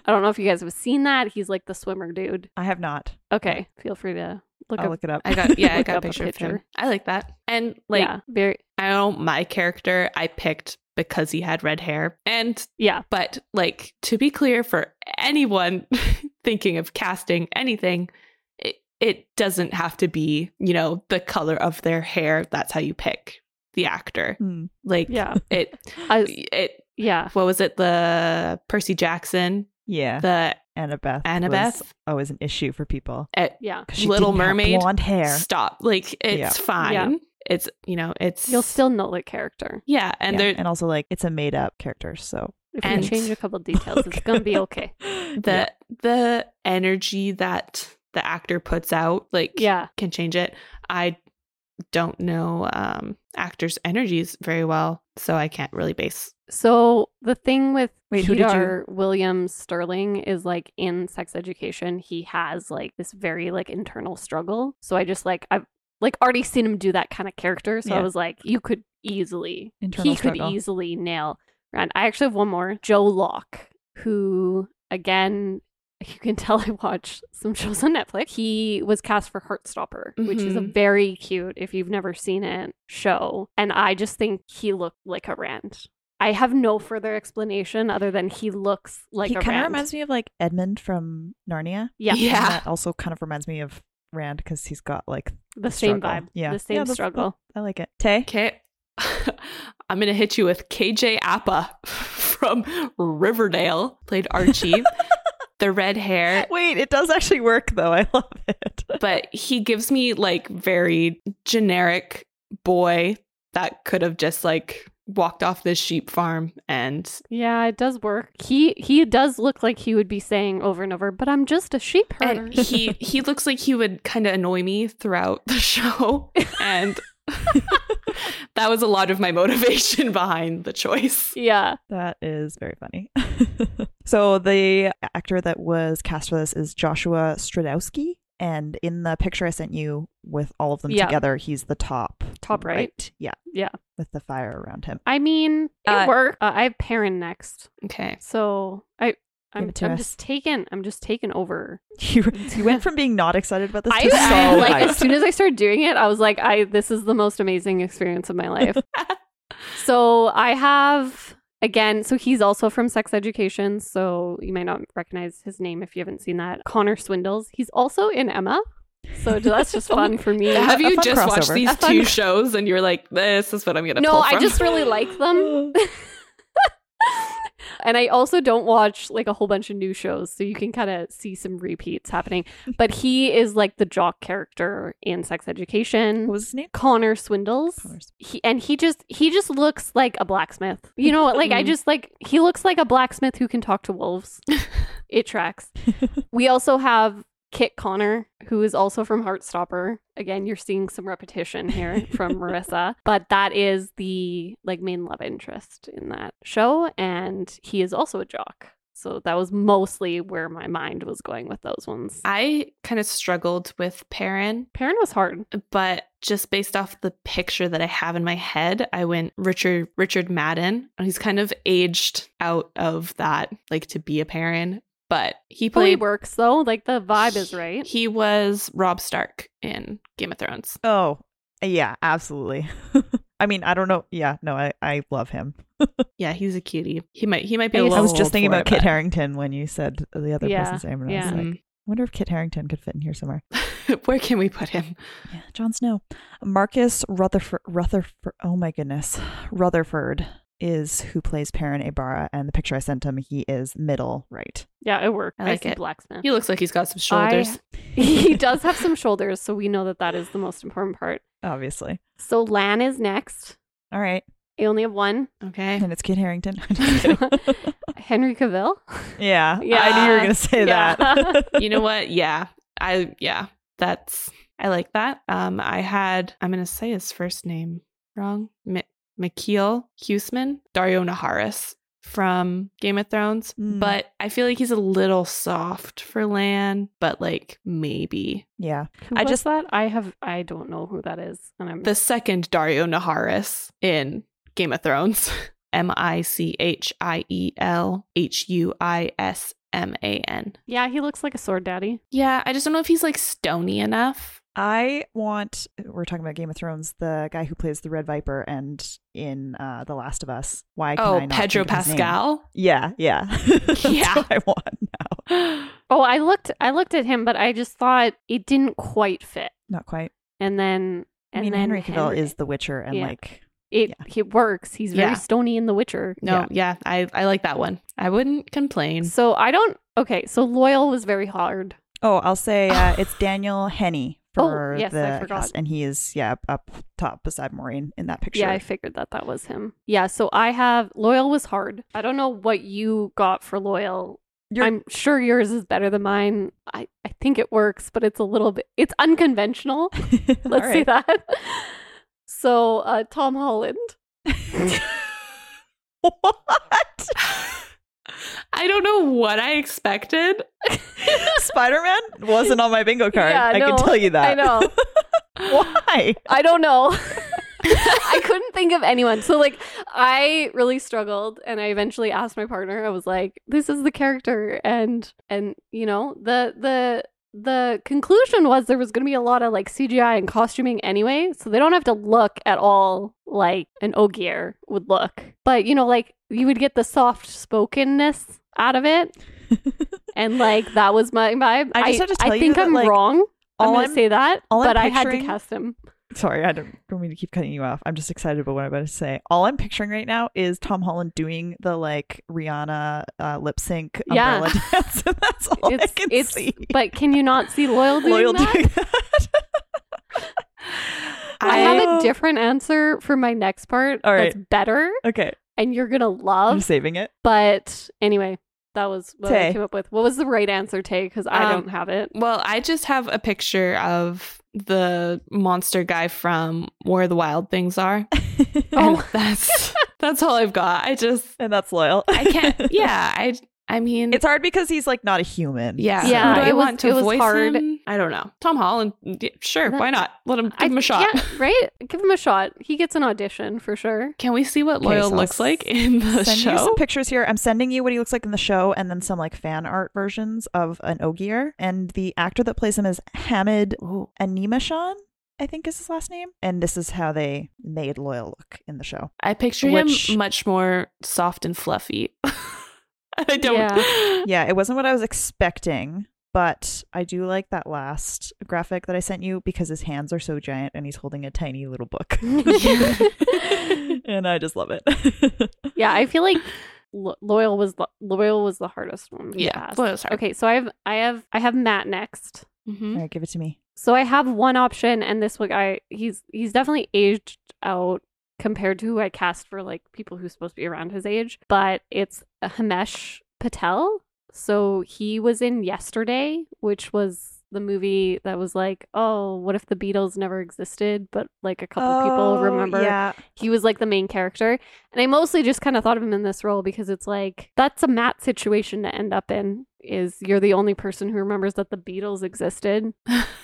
Speaker 1: I don't know if you guys have seen that. He's like the swimmer dude.
Speaker 2: I have not.
Speaker 1: Okay. Feel free to
Speaker 3: Oh,
Speaker 1: look
Speaker 2: I'll
Speaker 1: up
Speaker 2: look it up.
Speaker 3: *laughs* I got, *laughs* yeah, I
Speaker 1: Look
Speaker 3: got a
Speaker 1: up a
Speaker 3: picture, of him.
Speaker 1: picture.
Speaker 3: I like that. And like,
Speaker 1: yeah, very
Speaker 3: I don't, my character I picked because he had red hair and
Speaker 1: yeah.
Speaker 3: But like to be clear for anyone *laughs* thinking of casting anything, it it doesn't have to be, you know, the color of their hair. That's how you pick the actor.
Speaker 2: *laughs* Hmm.
Speaker 3: Like
Speaker 1: Yeah.
Speaker 3: it *laughs*
Speaker 1: I,
Speaker 3: it
Speaker 1: yeah.
Speaker 3: what was it? The Percy Jackson,
Speaker 2: Yeah.
Speaker 3: the
Speaker 2: Annabeth.
Speaker 3: Annabeth,
Speaker 2: was always an issue for people.
Speaker 3: eh,
Speaker 1: Yeah.
Speaker 2: 'Cause she
Speaker 3: Little
Speaker 2: didn't have
Speaker 3: Mermaid.
Speaker 2: blonde hair.
Speaker 3: stop. Like it's
Speaker 2: Yeah.
Speaker 3: fine.
Speaker 1: Yeah.
Speaker 3: It's you know, it's
Speaker 1: You'll still know the character.
Speaker 3: Yeah, and
Speaker 2: Yeah,
Speaker 3: there
Speaker 2: and also like it's a made up character. So *gasps*
Speaker 1: If you
Speaker 3: And-
Speaker 1: change a couple details, it's gonna
Speaker 3: *laughs*
Speaker 1: be okay.
Speaker 3: the the energy that the actor puts out, like
Speaker 1: Yeah.
Speaker 3: can change it. I don't know um, actors' energies very well, so I can't really base.
Speaker 1: So the thing with
Speaker 2: Wait, who did you-
Speaker 1: Kedar Williams Sterling is like in sex education, he has like this very like internal struggle. So I just like I've like already seen him do that kind of character. So I
Speaker 2: Yeah.
Speaker 1: was like, you could easily
Speaker 2: Internal
Speaker 1: he
Speaker 2: struggle.
Speaker 1: could easily nail Rand. I actually have one more. Joe Locke, who again *laughs* you can tell I watch some shows on Netflix. He was cast for Heartstopper, which is a
Speaker 2: Mm-hmm.
Speaker 3: Mhm.
Speaker 1: very cute, if you've never seen it, show. And I just think he looked like a Rand. I have no further explanation other than he looks like
Speaker 2: he
Speaker 1: a
Speaker 2: kind
Speaker 1: Rand.
Speaker 2: of reminds me of like Edmund from Narnia.
Speaker 1: yeah,
Speaker 2: And
Speaker 3: Yeah.
Speaker 2: that also kind of reminds me of Rand because he's got like
Speaker 1: *laughs* the same
Speaker 2: struggle.
Speaker 1: vibe.
Speaker 2: Yeah.
Speaker 1: The same
Speaker 2: Yeah, that's-
Speaker 1: struggle.
Speaker 2: I like it. Tay.
Speaker 3: Okay, *laughs* I'm gonna hit you with KJ Appa *laughs* from Riverdale, played
Speaker 1: *laughs*
Speaker 3: Archie, the red hair,
Speaker 2: Wait, it does actually work though. I *laughs* love it.
Speaker 3: but he gives me like very generic boy that could have just like walked off this sheep farm and
Speaker 1: Yeah, it does work. He he does look like he would be saying over and over, but I'm just a sheep herder.
Speaker 3: and he he looks like he would kind of annoy me throughout the *laughs* show
Speaker 1: *laughs*
Speaker 3: and that was a lot of my motivation behind the choice
Speaker 1: yeah.
Speaker 2: That is very funny. *laughs* so the actor that was cast for this is Joshua Stradowski, and in the picture I sent you with all of them
Speaker 1: Yeah.
Speaker 2: together, he's the top
Speaker 1: Top right.
Speaker 2: Yeah,
Speaker 1: Yeah.
Speaker 2: with the fire around him. *laughs*
Speaker 1: I mean, it
Speaker 3: Uh,
Speaker 1: worked. Uh, I have Perrin next,
Speaker 3: okay
Speaker 1: so I I'm,
Speaker 2: it to
Speaker 1: I'm
Speaker 2: us.
Speaker 1: just taken. I'm just taken over.
Speaker 2: You,
Speaker 1: *laughs*
Speaker 2: you went from being not excited about this
Speaker 1: I,
Speaker 2: to so
Speaker 1: I, like
Speaker 2: hyped.
Speaker 1: *laughs* as soon as I started doing it, I was like, I this is the most amazing experience of my life. so I have again. So he's also from Sex Education. So you might not recognize his name if you haven't seen that. Connor Swindles. He's also in Emma. So that's just fun for me.
Speaker 3: have
Speaker 2: a
Speaker 3: you
Speaker 2: fun
Speaker 3: just watched
Speaker 2: crossover.
Speaker 3: these
Speaker 1: A fun-
Speaker 3: two shows and you're like this is what i'm gonna
Speaker 1: No,
Speaker 3: pull
Speaker 1: I
Speaker 3: from?
Speaker 1: just really like them. *laughs* and I also don't watch like a whole bunch of new shows, so you can kind of see some repeats happening. But he is like the jock character in Sex Education.
Speaker 2: what was his name?
Speaker 1: Connor Swindles.
Speaker 2: Connor Swindles.
Speaker 1: He and he just he just looks like a blacksmith. You know what? Like I
Speaker 3: Mhm.
Speaker 1: just like he looks like a blacksmith who can talk to wolves. it tracks. we also have Kit Connor, who is also from Heartstopper. Again, you're seeing some repetition here from Marissa, but that is the like main love interest in that show, and he is also a jock. So that was mostly where my mind was going with those ones.
Speaker 3: I kind of struggled with Perrin,
Speaker 1: Perrin was hard.
Speaker 3: but just based off the picture that I have in my head, I went Richard Richard Madden. And he's kind of aged out of that, like to be a Perrin. But he
Speaker 1: Probably
Speaker 3: played
Speaker 1: works though. Like the vibe is right.
Speaker 3: He was Rob Stark in Game of Thrones.
Speaker 2: Oh, yeah, absolutely. *laughs* I mean, I don't know. Yeah, no, I, I love him.
Speaker 3: Yeah, he's a cutie. He might he might be
Speaker 1: I
Speaker 3: a
Speaker 1: guess-
Speaker 3: little
Speaker 2: I was just
Speaker 3: old
Speaker 2: thinking
Speaker 3: for
Speaker 2: about
Speaker 3: it,
Speaker 2: Kit
Speaker 3: but-
Speaker 2: Harrington when you said the other
Speaker 1: Yeah,
Speaker 2: person's name, and I was
Speaker 1: yeah. Mm-hmm.
Speaker 2: like, I wonder if Kit Harrington could fit in here somewhere.
Speaker 3: Mhm. *laughs* Where can we put him?
Speaker 2: Yeah, Jon Snow. Marcus Rutherford, Rutherford, oh my goodness, Rutherford is who plays Perrin Ibarra, and the picture I sent him, he is middle right.
Speaker 1: Yeah, it worked.
Speaker 3: I like
Speaker 1: see
Speaker 3: it.
Speaker 1: Blacksmith.
Speaker 3: He looks like he's got some shoulders.
Speaker 1: he does have some shoulders, so we know that that is the most important part.
Speaker 2: Obviously.
Speaker 1: So Lan is next.
Speaker 2: All right,
Speaker 1: I only have one.
Speaker 3: okay.
Speaker 2: and it's Kit Harrington. *laughs* Just
Speaker 3: *laughs*
Speaker 2: kidding.
Speaker 1: Henry Cavill. Uh,
Speaker 2: yeah,
Speaker 1: Yeah.
Speaker 2: I knew you were gonna say
Speaker 1: Yeah.
Speaker 2: that.
Speaker 3: *laughs* you know what? Yeah. I yeah. That's I like that. Um I had I'm gonna say his first name wrong. M- Mikeel Huseman, Dario Naharis from Game of Thrones.
Speaker 2: *laughs* Mm.
Speaker 3: But I feel like he's a little soft for Lan, but like maybe.
Speaker 2: yeah,
Speaker 1: Who
Speaker 2: I
Speaker 1: was
Speaker 2: just-
Speaker 1: that I have I don't know who that is, and I'm
Speaker 3: The second Dario Naharis in Game of Thrones. *laughs* M I C H I E L H U I S M A N.
Speaker 1: yeah he looks like a sword daddy.
Speaker 3: Yeah, I just don't know if he's like stony enough.
Speaker 2: I want we're talking about Game of Thrones, the guy who plays the Red Viper and in uh The Last of Us. Why can I
Speaker 3: Oh,
Speaker 2: not
Speaker 3: Pedro
Speaker 2: think of his name?
Speaker 3: Pascal.
Speaker 2: Yeah, yeah. *laughs* That's
Speaker 3: Yeah.
Speaker 2: what I want now.
Speaker 1: Oh, I looked I looked at him, but I just thought it didn't quite fit.
Speaker 2: Not quite.
Speaker 1: And then and
Speaker 2: I mean
Speaker 1: then
Speaker 2: Henry Cavill
Speaker 1: Henry-
Speaker 2: is the Witcher and
Speaker 1: Yeah.
Speaker 2: like
Speaker 1: it
Speaker 2: yeah.
Speaker 1: it works. He's very
Speaker 3: Yeah.
Speaker 1: stony in The Witcher.
Speaker 3: no, yeah, I, I like that one. I wouldn't complain.
Speaker 1: So I don't okay. So loyal was very hard.
Speaker 2: Oh, I'll say uh, it's Daniel Henney for
Speaker 1: Oh, yes, I
Speaker 2: the
Speaker 1: forgot.
Speaker 2: cast, and he is yeah up top beside Maureen in that picture. *laughs*
Speaker 1: Yeah, I figured that that was him. Yeah, so I have loyal was hard. I don't know what you got for loyal.
Speaker 2: Your-
Speaker 1: I'm sure yours is better than mine. I I think it works, but it's a little bit it's unconventional. Let's say that. *laughs* So uh, Tom Holland.
Speaker 2: *laughs*
Speaker 1: *laughs*
Speaker 2: what?
Speaker 3: I don't know what I expected.
Speaker 2: Spider Man wasn't on my bingo card.
Speaker 1: Yeah,
Speaker 2: I
Speaker 1: no,
Speaker 2: can tell you that.
Speaker 1: I know.
Speaker 2: *laughs* Why?
Speaker 1: I don't know. *laughs* I couldn't think of anyone. So like I really struggled and I eventually asked my partner. I was like, this is the character and and you know, the the the conclusion was there was going to be a lot of like CGI and costuming anyway, so they don't have to look at all like an Ogier would look. But you know like you would get the soft spokenness out of
Speaker 2: *laughs*
Speaker 1: it. and like that was my vibe.
Speaker 2: I just have to tell
Speaker 1: I
Speaker 2: you
Speaker 1: think
Speaker 2: that,
Speaker 1: I'm
Speaker 2: like,
Speaker 1: wrong. I'm
Speaker 2: all
Speaker 1: gonna
Speaker 2: I'm-
Speaker 1: say that,
Speaker 2: all I'm
Speaker 1: but I had to
Speaker 2: picturing-
Speaker 1: cast him.
Speaker 2: Sorry, I don't, don't mean to keep cutting you off. I'm just excited about what I'm about to say. All I'm picturing right now is Tom Holland doing the like Rihanna uh, lip sync
Speaker 1: Yeah.
Speaker 2: umbrella *laughs* dance, and that's all I can see.
Speaker 1: But can you not see loyal doing
Speaker 2: Loyal *laughs*
Speaker 1: that?
Speaker 2: doing that.
Speaker 1: I
Speaker 2: Oh.
Speaker 1: have a different answer for my next part
Speaker 2: All
Speaker 1: that's better
Speaker 2: Okay,
Speaker 1: and you're gonna
Speaker 2: I'm
Speaker 1: love.
Speaker 2: saving *laughs* it.
Speaker 1: But anyway, that was what I
Speaker 2: Tay.
Speaker 1: came up with. What was the right answer, Tay? Because I
Speaker 3: Um,
Speaker 1: don't have it.
Speaker 3: Well, I just have a picture of the monster guy from Where the Wild Things *laughs* Are. And
Speaker 1: Oh.
Speaker 3: *laughs* that's that's all I've got. I just
Speaker 2: and that's loyal.
Speaker 3: I *laughs* can't. Yeah, I I mean
Speaker 2: It's hard because he's like not a human.
Speaker 3: Yeah,
Speaker 1: Yeah,
Speaker 3: Who do I
Speaker 1: it was-
Speaker 3: want
Speaker 1: it
Speaker 3: to
Speaker 1: was
Speaker 3: voice
Speaker 1: hard.
Speaker 3: him? I don't know. Tom Holland. yeah, Sure,
Speaker 1: That-
Speaker 3: why not? Let him give
Speaker 1: I-
Speaker 3: him a shot. *laughs*
Speaker 1: Yeah, right? Give him a shot. He gets an audition for sure. *laughs*
Speaker 3: Can we see what
Speaker 2: Okay,
Speaker 3: Loyal
Speaker 2: so I'll
Speaker 3: looks like in the
Speaker 2: Send
Speaker 3: show?
Speaker 2: you some pictures here. I'm sending you what he looks like in the show and then some like fan art versions of an Ogier. And the actor that plays him is Hamid
Speaker 3: Ooh.
Speaker 2: Animashan, I think is his last name. And this is how they made Loyal look in the show.
Speaker 3: I picture
Speaker 2: Which-
Speaker 3: him much more soft and fluffy. *laughs* I don't. *laughs*
Speaker 2: Yeah, it wasn't what I was expecting, but I do like that last graphic that I sent you because his hands are so giant and he's holding a tiny
Speaker 1: *laughs*
Speaker 2: little book. and I just love
Speaker 1: Hmm.
Speaker 2: it.
Speaker 1: Yeah, I feel like lo- loyal was the- loyal was the hardest one. to
Speaker 3: Yeah,
Speaker 1: pass.
Speaker 3: Loyal's hard.
Speaker 1: Okay, so I have I have I have Matt next.
Speaker 3: Mhm.
Speaker 2: All right, give it to me.
Speaker 1: So I have one option, and this one guy, he's he's definitely aged out compared to who I cast for like people who's supposed to be around his age. But it's Himesh Patel. So he was in Yesterday, which was the movie that was like, oh, what if the Beatles never existed? But like a couple people
Speaker 2: Oh,
Speaker 1: remember
Speaker 2: Yeah.
Speaker 1: he was like the main character. And I mostly just kind of thought of him in this role because it's like that's a Matt situation to end up in is you're the only person who remembers that the Beatles existed.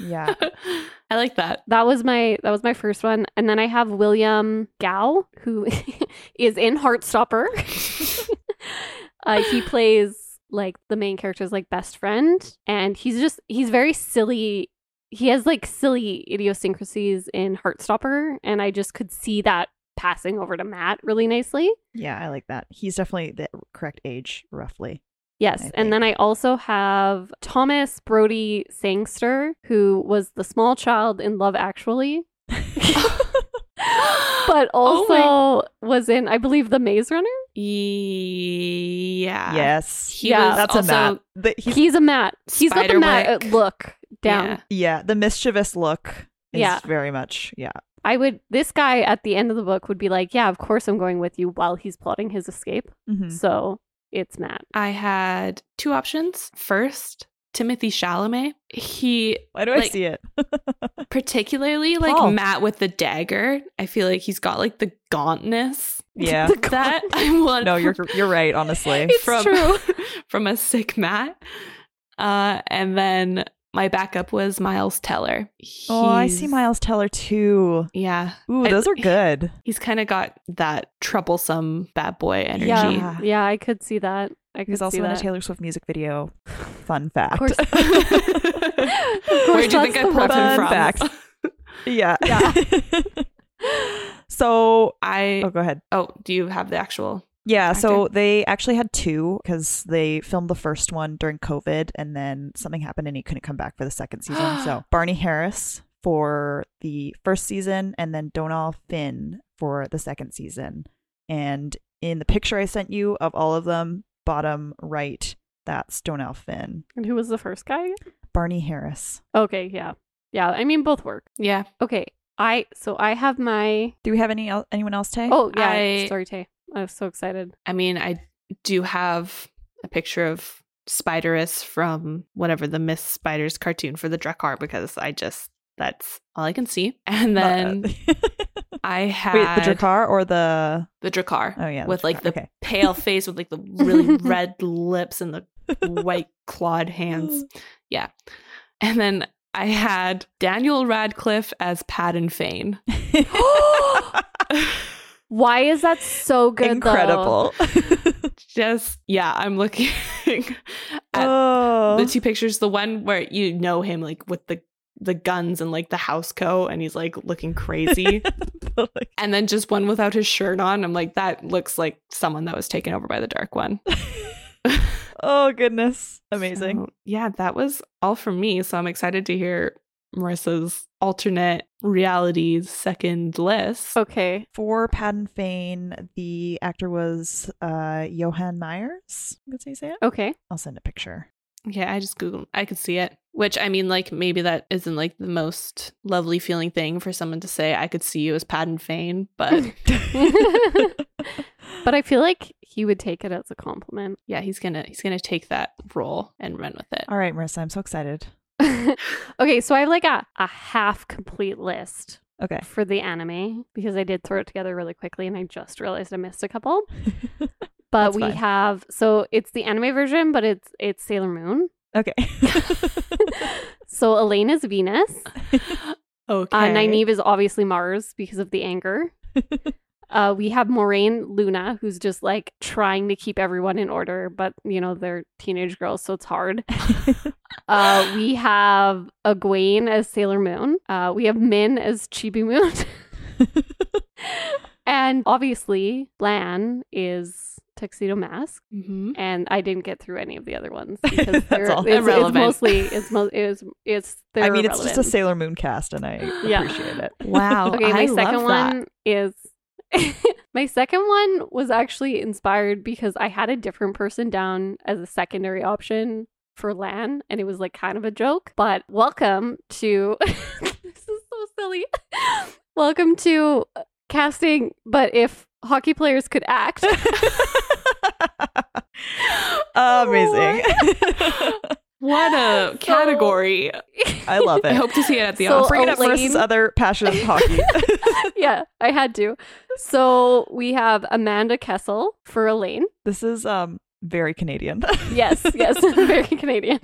Speaker 2: Yeah.
Speaker 3: *laughs* I like that. *gasps*
Speaker 1: That was my that was my first one. And then I have William Gow, who *laughs* is in Heartstopper. *laughs* uh, he plays like the main character's like best friend, and he's just he's very silly. He has like silly idiosyncrasies in Heartstopper, and I just could see that passing over to Matt really nicely.
Speaker 2: Yeah, I like that. He's definitely the correct age,
Speaker 1: *laughs*
Speaker 2: roughly.
Speaker 1: Yes.
Speaker 2: I
Speaker 1: And then I also have Thomas Brody Sangster, who was the small child in Love Actually, but
Speaker 3: Oh
Speaker 1: also
Speaker 3: my-
Speaker 1: was in, I believe, The Maze Runner.
Speaker 3: yeah.
Speaker 2: yes.
Speaker 3: He
Speaker 1: Yeah.
Speaker 3: was
Speaker 2: That's
Speaker 3: also,
Speaker 2: a Matt. The-
Speaker 1: He's,
Speaker 2: he's-
Speaker 1: a Matt. He's got the Matt uh,
Speaker 3: Spiderwick.
Speaker 1: look down.
Speaker 3: Yeah.
Speaker 2: yeah, the mischievous look is
Speaker 1: Yeah.
Speaker 2: very much, yeah.
Speaker 1: I would, this guy at the end of the book would be like, yeah, of course I'm going with you while he's plotting his escape.
Speaker 2: Mhm.
Speaker 1: So it's Matt.
Speaker 3: I had two options. First, Timothy Chalamet. He
Speaker 2: Why do I
Speaker 3: Like-
Speaker 2: see
Speaker 1: *laughs*
Speaker 2: it? *laughs*
Speaker 3: particularly like
Speaker 2: Paul.
Speaker 3: Matt with the dagger. I feel like he's got like the gauntness.
Speaker 2: yeah.
Speaker 3: That I want.
Speaker 2: No, you're you're right, honestly.
Speaker 1: It's true.
Speaker 3: *laughs* from a sick Matt. Uh, and then my backup was Miles Teller.
Speaker 2: Oh, I see
Speaker 3: He's-
Speaker 2: Miles Teller too.
Speaker 3: Yeah,
Speaker 2: Ooh,
Speaker 3: *laughs* I-
Speaker 2: those are good.
Speaker 3: he's kind of got that troublesome bad boy energy.
Speaker 1: Yeah. Yeah. I could see that. I could
Speaker 2: He was also
Speaker 1: see
Speaker 2: in
Speaker 1: that.
Speaker 2: a Taylor Swift music video. Fun fact.
Speaker 1: Of
Speaker 2: *laughs*
Speaker 1: course.
Speaker 3: *laughs* Where do you
Speaker 1: that's
Speaker 3: think
Speaker 1: the
Speaker 3: I pulled him
Speaker 2: fun
Speaker 3: from?
Speaker 2: fact. yeah.
Speaker 1: Yeah.
Speaker 2: *laughs* so,
Speaker 3: *laughs* I
Speaker 2: oh, go ahead.
Speaker 3: oh, do you have the actual?
Speaker 2: Yeah, so
Speaker 3: Actor.
Speaker 2: they actually had two because they filmed the first one during COVID and then something happened and he couldn't come back for the second
Speaker 3: *gasps*
Speaker 2: season. so Barney Harris for the first season and then Donal Finn for the second season. And in the picture I sent you of all of them, bottom right, that's Donal Finn.
Speaker 1: And who was the first guy?
Speaker 2: Barney Harris.
Speaker 1: Okay. Yeah. Yeah. I mean, both work.
Speaker 3: Yeah,
Speaker 1: Okay. I so I have my
Speaker 2: Do we have any el- anyone else, Tay?
Speaker 1: oh yeah
Speaker 3: I-
Speaker 1: sorry Tay I was so excited
Speaker 3: I mean, I do have a picture of Spiderus from whatever the Miss Spiders cartoon for the Drakkar because I just that's all I can see. And
Speaker 2: Not- *laughs*
Speaker 3: then
Speaker 2: Wait,
Speaker 3: I had
Speaker 2: the Drakkar or the
Speaker 3: the Drakkar
Speaker 2: Oh yeah. the
Speaker 3: with like
Speaker 2: Drakkar.
Speaker 3: the
Speaker 2: okay.
Speaker 3: pale face with like the really red lips and the white
Speaker 2: *laughs*
Speaker 3: clawed hands. *gasps* Yeah. And then I had Daniel Radcliffe as Pat and Fane.
Speaker 1: why is that so good though?
Speaker 2: Incredible.
Speaker 3: Just yeah, I'm looking *laughs* at
Speaker 2: oh.
Speaker 3: the two pictures the one where you know him like with the the guns and like the house coat and he's like looking *laughs* crazy
Speaker 2: *laughs*
Speaker 3: and then just one without his shirt on i'm like that looks like someone that was taken over by the dark one
Speaker 2: oh goodness, amazing!
Speaker 3: So, Um, yeah that was all from me so i'm excited to hear marissa's alternate realities second list
Speaker 1: okay
Speaker 2: For Patton Fane, the actor was uh, Johan Myers. That's how you say it.
Speaker 1: okay
Speaker 2: I'll send a picture.
Speaker 3: yeah i just googled i could see it which i mean like maybe that isn't like the most lovely feeling thing for someone to say i could see you as pat and fane but
Speaker 1: but I feel like he would take it as a compliment
Speaker 3: yeah he's gonna he's gonna take that role and run with it
Speaker 2: *laughs* All right, Marissa, I'm so excited.
Speaker 1: *laughs* okay so I have like a, a half complete list *laughs*
Speaker 2: Okay.
Speaker 1: for the anime because I did throw it together really quickly and I just realized I missed a couple but
Speaker 2: That's
Speaker 1: we
Speaker 2: fine.
Speaker 1: have so it's the anime version but it's it's Sailor Moon *laughs*
Speaker 2: okay.
Speaker 1: so Elena's Venus
Speaker 3: okay
Speaker 1: Uh, Nynaeve is obviously Mars because of the
Speaker 2: *laughs*
Speaker 1: anger. uh, we have Moraine Luna, who's just like trying to keep everyone in order, but you know, they're teenage girls, so it's
Speaker 2: *laughs*
Speaker 1: hard. Uh, we have Egwene as Sailor Moon. Uh, we have Min as Chibi Moon. *laughs* and obviously, Lan is Tuxedo Mask.
Speaker 3: Mhm.
Speaker 1: And I didn't get through any of the other ones
Speaker 2: *laughs*
Speaker 1: because they're
Speaker 2: all.
Speaker 1: It's, it's
Speaker 3: Irrelevant.
Speaker 1: mostly, it's, mo- it's, it's, they're
Speaker 2: I mean, it's
Speaker 1: irrelevant.
Speaker 2: just a Sailor Moon cast, and I
Speaker 1: Yeah.
Speaker 2: appreciate it.
Speaker 3: wow
Speaker 2: *laughs*
Speaker 1: Okay, my
Speaker 3: I love
Speaker 1: second
Speaker 3: that.
Speaker 1: one is *laughs* my second one was actually inspired because I had a different person down as a secondary option for Lan, and it was like kind of a joke. But welcome to *laughs* this is so silly. *laughs* welcome to uh, casting, but if hockey players could act.
Speaker 2: Amazing.
Speaker 3: *laughs* What
Speaker 1: *laughs*
Speaker 3: a
Speaker 1: So-
Speaker 3: category.
Speaker 2: *laughs* I love
Speaker 3: I
Speaker 2: it.
Speaker 3: hope to see it at the
Speaker 1: So-
Speaker 2: *laughs*
Speaker 3: Oscars.
Speaker 2: Bring it up versus
Speaker 1: Elaine.
Speaker 2: oh, other
Speaker 1: *laughs*
Speaker 2: passion of hockey. *laughs*
Speaker 1: yeah, I had to. So we have Amanda Kessel for Elaine.
Speaker 2: this is um very Canadian. *laughs*
Speaker 1: Yes, yes, *laughs* very Canadian.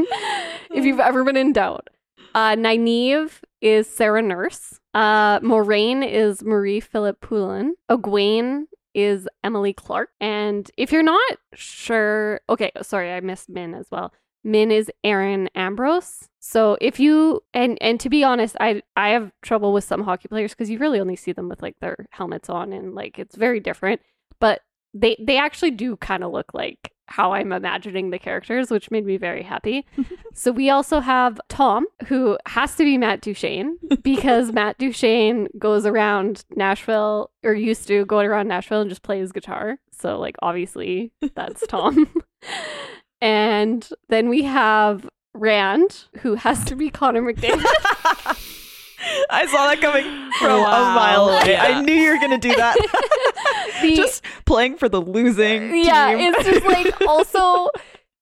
Speaker 1: If you've ever been in doubt, uh, Nynaeve is Sarah Nurse. Uh, Moraine is Marie Philip Poulin. Egwene is Emily Clark. And if you're not sure, okay, sorry, I missed Min as well. Min is Aaron Ambrose. So if you and and to be honest, I I have trouble with some hockey players because you really only see them with like their helmets on and like it's very different. But they they actually do kind of look like how I'm imagining the characters, which made me very happy. so we also have Tom, who has to be Matt Duchesne because Matt Duchesne goes around Nashville or used to go around Nashville and just play his guitar. So like obviously that's Tom. and then we have Rand, who has to be Connor McDavid.
Speaker 2: I saw that coming from
Speaker 3: Wow.
Speaker 2: a mile away.
Speaker 3: Yeah.
Speaker 2: I knew you were going to do
Speaker 1: *laughs*
Speaker 2: that.
Speaker 1: The-
Speaker 2: *laughs* just playing for the losing
Speaker 1: Yeah,
Speaker 2: team.
Speaker 1: it's just like also,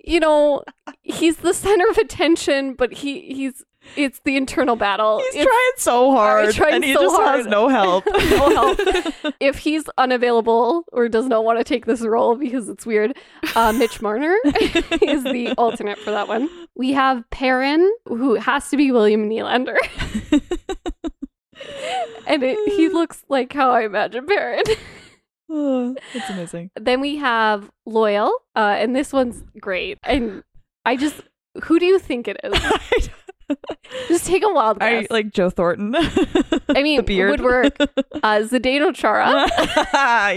Speaker 1: you know, he's the center of attention, but he he's it's the internal battle.
Speaker 2: *laughs* he's
Speaker 1: It's-
Speaker 2: trying so hard
Speaker 1: trying
Speaker 2: and he
Speaker 1: so
Speaker 2: just
Speaker 1: hard.
Speaker 2: has
Speaker 1: *laughs*
Speaker 2: no help. *sighs*
Speaker 1: no help.
Speaker 2: *laughs*
Speaker 1: if he's unavailable or does not want to take this role because it's weird, uh, Mitch Marner *laughs* is the alternate for that one. We have Perrin, who has to be William
Speaker 2: *laughs*
Speaker 1: Nylander. and it, he looks like how I imagine Perrin. *laughs*
Speaker 2: it's amazing. *laughs*
Speaker 1: Then we have Loyal, uh, and this one's great. And I just, who do you think it
Speaker 2: *laughs*
Speaker 1: is? Just take a wild
Speaker 2: Are
Speaker 1: guess.
Speaker 2: you like Joe Thornton? *laughs* I
Speaker 1: mean,
Speaker 2: the beard.
Speaker 1: would work. uh, Zdeno
Speaker 2: *laughs*
Speaker 1: Chara.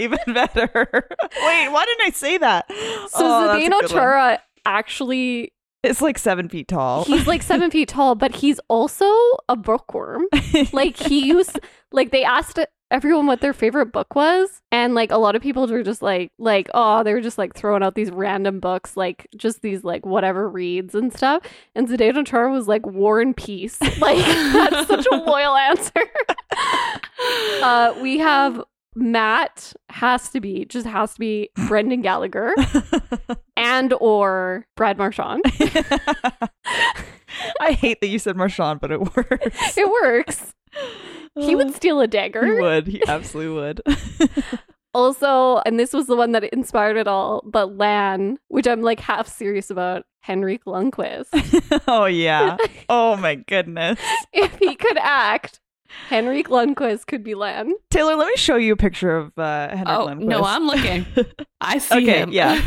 Speaker 2: Even better. *laughs* Wait, why didn't I say that?
Speaker 1: So
Speaker 2: Oh, that's a
Speaker 1: Zdeno
Speaker 2: good one.
Speaker 1: Chara actually
Speaker 2: It's like seven feet tall.
Speaker 1: He's like seven feet tall, but he's also a bookworm. Like he used, like they asked everyone what their favorite book was, and like a lot of people were just like, like oh, they were just like throwing out these random books, like just these like whatever reads and stuff. And Zdeno Char was like War and Peace. *laughs* Like that's such a loyal answer. Uh, we have Matt has to be just has to be Brendan Gallagher
Speaker 2: *laughs*
Speaker 1: and or Brad Marchand.
Speaker 2: I hate that you said Marchand, but it works.
Speaker 1: It works. Oh. He would steal a dagger.
Speaker 2: *laughs* He would. He absolutely would. *laughs*
Speaker 1: Also, and this was the one that inspired it all, but Lan, which I'm like half serious about, Henrik *laughs* Lundqvist. *laughs*
Speaker 2: oh yeah. Oh my goodness.
Speaker 1: if he could act, Henrik Lundqvist could be Lan.
Speaker 2: Taylor, let me show you a picture of uh, Henrik
Speaker 3: oh,
Speaker 2: Lundqvist.
Speaker 3: no, I'm looking. I see
Speaker 2: Okay,
Speaker 1: *laughs*
Speaker 3: him.
Speaker 2: yeah.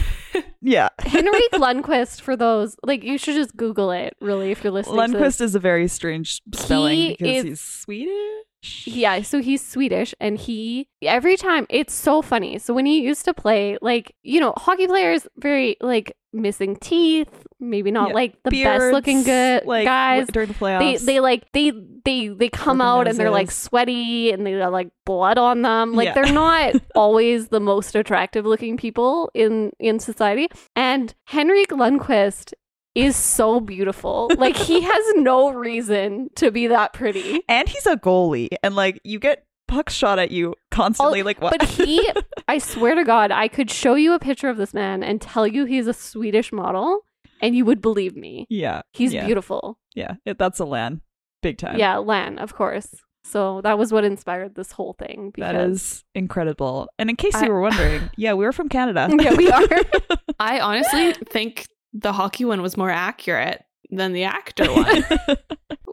Speaker 2: yeah.
Speaker 1: Henrik Lundqvist, for those, like, you should just Google it, really, if you're listening to this.
Speaker 2: Lundqvist is a very strange spelling
Speaker 1: He
Speaker 2: because
Speaker 1: is-
Speaker 2: he's Swedish.
Speaker 1: Yeah, so he's Swedish and he every time it's so funny. So when he used to play, like, you know, hockey players very like missing teeth, maybe not
Speaker 2: Yeah.
Speaker 1: like the
Speaker 2: Beards,
Speaker 1: best looking good
Speaker 2: like,
Speaker 1: guys.
Speaker 2: w- during the
Speaker 1: they
Speaker 2: playoffs.
Speaker 1: they like they they they come
Speaker 2: Broken
Speaker 1: out and they're like
Speaker 2: noses.
Speaker 1: sweaty and they got like blood on them like
Speaker 2: Yeah.
Speaker 1: they're
Speaker 2: *laughs*
Speaker 1: not always the most attractive looking people in in society and henrik lundquist is so beautiful like he
Speaker 2: *laughs*
Speaker 1: has no reason to be that pretty
Speaker 2: and he's a goalie, and like you get pucks shot at you constantly. like what?
Speaker 1: Oh, but he i swear to god i could show you a picture of this man and tell you he's a swedish model and you would believe me
Speaker 2: *laughs* yeah,
Speaker 1: he's
Speaker 2: yeah,
Speaker 1: beautiful
Speaker 2: Yeah, it, that's a land, big time.
Speaker 1: Yeah, Lan, of course. So that was what inspired this whole thing. Because
Speaker 2: that is incredible. And in case
Speaker 1: I-
Speaker 2: you were
Speaker 1: *laughs*
Speaker 2: wondering, yeah, we were from Canada.
Speaker 1: yeah,
Speaker 2: *laughs*
Speaker 1: we are.
Speaker 3: I honestly think the hockey one was more accurate than
Speaker 2: *laughs*
Speaker 3: the actor one.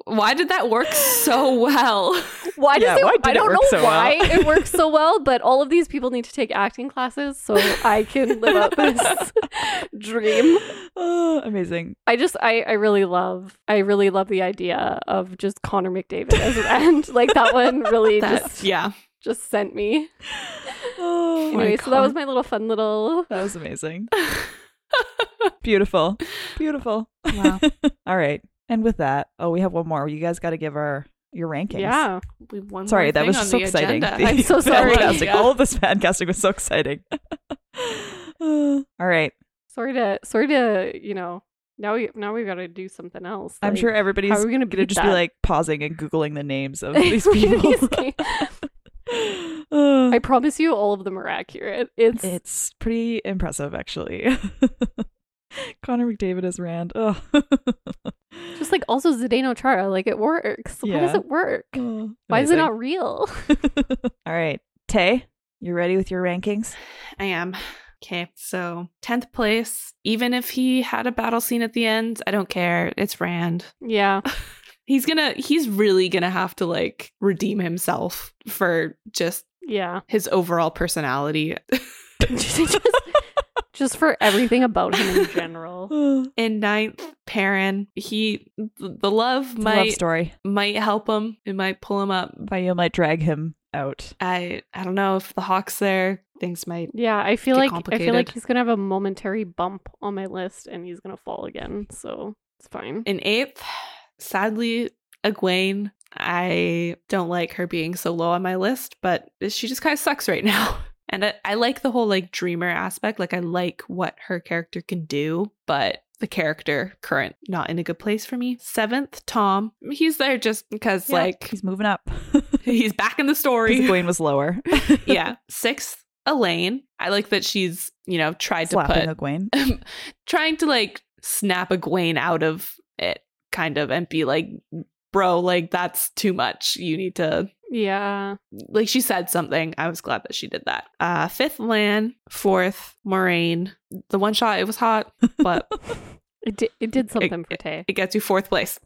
Speaker 3: Why did that work so well?
Speaker 1: *laughs* Why does
Speaker 2: Yeah,
Speaker 1: it?
Speaker 2: why did
Speaker 1: I
Speaker 2: it
Speaker 1: don't
Speaker 2: work
Speaker 1: know
Speaker 2: so
Speaker 1: why
Speaker 2: well? *laughs*
Speaker 1: it works so well, but all of these people need to take acting classes so I can live out this *laughs* dream.
Speaker 2: oh, amazing.
Speaker 1: I just, I, I really love, I really love the idea of just Connor McDavid as an
Speaker 2: *laughs*
Speaker 1: end. Like that one really
Speaker 3: That's
Speaker 1: just,
Speaker 3: yeah.
Speaker 1: just sent me.
Speaker 2: Oh,
Speaker 1: Anyway, so that was
Speaker 3: God.
Speaker 1: my little fun little.
Speaker 2: that
Speaker 1: *laughs*
Speaker 2: was amazing. Beautiful. Beautiful.
Speaker 3: Wow.
Speaker 2: All right. And with that, oh, we have one more. You guys got to give our your rankings.
Speaker 1: Yeah.
Speaker 3: *laughs* We have one
Speaker 2: Sorry,
Speaker 3: more
Speaker 2: that was
Speaker 3: thing on
Speaker 2: so
Speaker 3: the
Speaker 2: exciting.
Speaker 3: agenda.
Speaker 2: *laughs* The
Speaker 1: I'm so sorry.
Speaker 2: Fantastic.
Speaker 3: Yeah.
Speaker 2: All of this podcasting was so exciting. *laughs* All right.
Speaker 1: Sorry to, sorry to, you know, now we, now we've got to do something else.
Speaker 2: I'm
Speaker 1: Like,
Speaker 2: sure
Speaker 1: how
Speaker 2: everybody's
Speaker 1: are we gonna
Speaker 2: going to
Speaker 1: beat
Speaker 2: just
Speaker 1: that?
Speaker 2: be like pausing and Googling the
Speaker 1: *laughs*
Speaker 2: names of
Speaker 1: Like,
Speaker 2: these
Speaker 1: look at
Speaker 2: people.
Speaker 1: these
Speaker 2: *laughs*
Speaker 1: ga-
Speaker 2: Uh,
Speaker 1: I promise you, all of them are accurate. It's,
Speaker 2: it's pretty impressive, actually. *laughs* Connor McDavid as Rand. *laughs* Oh.
Speaker 1: Just like also Zdeno Chara, like it works. Why does
Speaker 2: Yeah.
Speaker 1: it work? Why is it not real?
Speaker 2: All right. Tay, you ready with your
Speaker 3: *gasps*
Speaker 2: rankings?
Speaker 3: I am. Okay, so 10th place. Even if he had a battle scene at the end, I don't care. It's Rand.
Speaker 1: *laughs* yeah.
Speaker 3: He's gonna, he's really gonna have to like redeem himself for just
Speaker 1: Yeah.
Speaker 3: his overall personality.
Speaker 1: *laughs* just, just for everything about him in general.
Speaker 3: In ninth, Perrin. He, the love
Speaker 2: My love
Speaker 3: might,
Speaker 2: story.
Speaker 3: might help him. It might pull him up.
Speaker 2: Bayou might drag him out.
Speaker 3: I, I don't know if the Hawks there, things might.
Speaker 1: Yeah, I feel like
Speaker 3: Get
Speaker 1: I feel like
Speaker 3: complicated.
Speaker 1: he's gonna have a momentary bump on my list and he's gonna fall again. So it's fine.
Speaker 3: In eighth, sadly, Egwene. I don't like her being so low on my list, but she just kind of sucks right *laughs* now. And I, I like the whole like dreamer aspect. Like I like what her character can do, but the character current not in a good place for me. Seventh, Tom. He's there just because
Speaker 2: Yeah,
Speaker 3: like
Speaker 2: he's moving *laughs* up.
Speaker 3: he's back in the
Speaker 2: *laughs*
Speaker 3: story.
Speaker 2: Wayne was
Speaker 3: *laughs*
Speaker 2: lower.
Speaker 3: yeah. Sixth, Elaine. I like that she's you know tried to put
Speaker 2: Slapping Egwene.
Speaker 3: *laughs* trying to like snap Egwene out of it, kind of, and be like, bro, like that's too much. You need to
Speaker 1: Yeah.
Speaker 3: like she said something. I was glad that she did that. Uh fifth Lan, fourth, Moraine. The one shot, it was hot, but
Speaker 1: It did it did something for Tay.
Speaker 3: it gets you fourth place.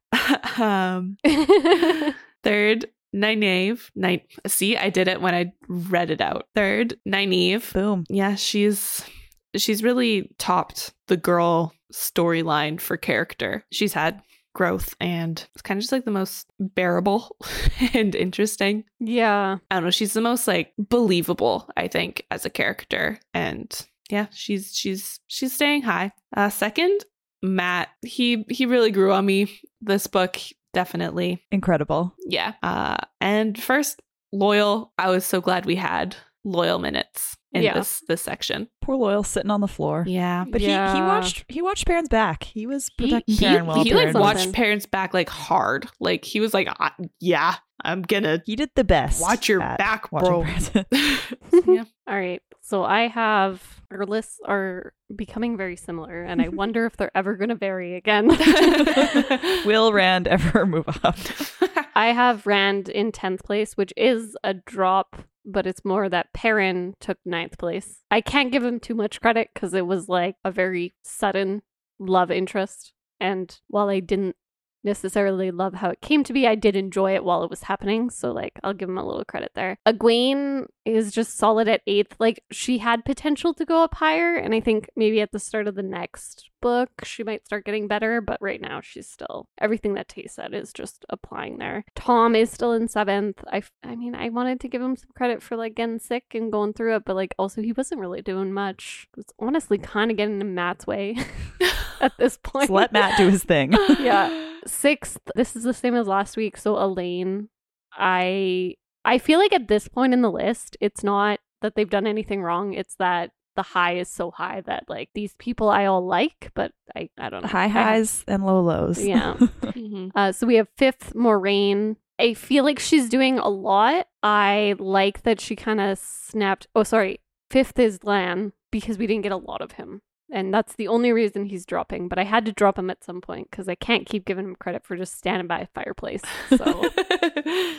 Speaker 3: *laughs* um third, Nynaeve. Nine see, I did it when I read it out. Third, Nynaeve.
Speaker 2: Boom.
Speaker 3: yeah she's she's really topped the girl storyline for character she's had growth and it's kind of just like the most bearable *laughs* and interesting
Speaker 1: *laughs* yeah.
Speaker 3: i don't know she's the most like believable i think as a character and yeah she's she's she's staying high uh second matt he he really grew on me this book definitely
Speaker 2: Incredible.
Speaker 3: yeah. Uh, and first, loyal. I was so glad we had loyal minutes in
Speaker 1: Yeah.
Speaker 3: this this section.
Speaker 2: Poor Loyal sitting on the floor.
Speaker 3: Yeah.
Speaker 2: But he, he
Speaker 1: Yeah. *laughs*
Speaker 2: watched he watched Perrin's back. He was
Speaker 1: He-
Speaker 2: protecting
Speaker 3: He,
Speaker 2: Perrin well.
Speaker 3: he
Speaker 1: Perrin
Speaker 3: like
Speaker 2: Perrin was-
Speaker 3: watched
Speaker 1: something.
Speaker 3: parents back like hard. Like he was like, I, yeah, I'm gonna. *laughs*
Speaker 2: He did the best.
Speaker 3: Watch your
Speaker 2: at
Speaker 3: back,
Speaker 2: watching
Speaker 3: bro. *laughs*
Speaker 2: Perrin.
Speaker 3: yeah.
Speaker 1: All right. So I have our lists are becoming very similar, and I wonder if they're ever going to vary again. *laughs*
Speaker 2: Will Rand ever *laughs* move
Speaker 3: *laughs*
Speaker 2: up?
Speaker 1: I have Rand in 10th place, which is a drop, but it's more that Perrin took ninth place. I can't give him too much credit because it was like a very sudden love interest. And while I didn't necessarily love how it came to be, I did enjoy it while it was happening. So, like, I'll give him a little credit there. Egwene is just solid at eighth. Like, she had potential to go up higher. And I think maybe at the start of the next book, she might start getting better. But right now, she's still everything that Tay said is just applying there. Tom is still in seventh. I, f- I mean, I wanted to give him some credit for like getting sick and going through it, but like also he wasn't really doing much. It was honestly kind of getting in Matt's way *laughs* at this point.
Speaker 2: So let Matt do his thing.
Speaker 1: Yeah. Sixth, this is the same as last week. So Elaine, I I feel like at this point in the list, it's not that they've done anything wrong. It's that the high is so high that like these people I all like, but I I don't know.
Speaker 2: High
Speaker 1: I-
Speaker 2: highs and low lows.
Speaker 1: Yeah.
Speaker 3: Mhm.
Speaker 1: Uh, so we have fifth, Moraine. I feel like she's doing a lot. I like that she kind of snapped. Oh, sorry. Fifth is Lan because we didn't get a lot of him. And that's the only reason he's dropping. But I had to drop him at some point because I can't keep giving him credit for just standing by a fireplace. So
Speaker 2: *laughs*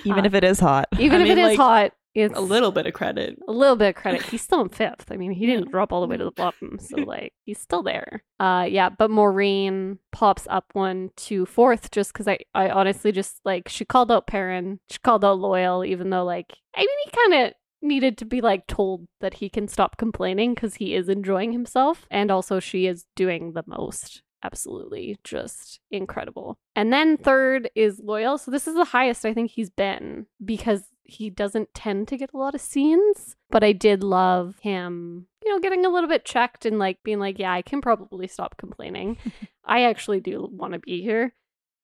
Speaker 2: Even
Speaker 1: Uh,
Speaker 2: if it is hot.
Speaker 1: even
Speaker 3: I
Speaker 1: if
Speaker 3: mean,
Speaker 1: it is
Speaker 3: like,
Speaker 1: hot, it's
Speaker 3: *laughs* a little bit of credit.
Speaker 1: a little bit of credit. He's still in fifth. I mean, he didn't
Speaker 3: Yeah.
Speaker 1: drop all the way to the bottom, so like he's still there. Uh, yeah. But Maureen pops up one to fourth just because I, I honestly just like she called out Perrin, she called out Loyal, even though like I mean he kind of needed to be like told that he can stop complaining because he is enjoying himself, and also she is doing the most. Absolutely, just incredible. And then third is Loyal. So this is the highest I think he's been because he doesn't tend to get a lot of scenes, but I did love him, you know, getting a little bit checked and like being like, yeah, I can probably stop complaining. I actually do want to be here.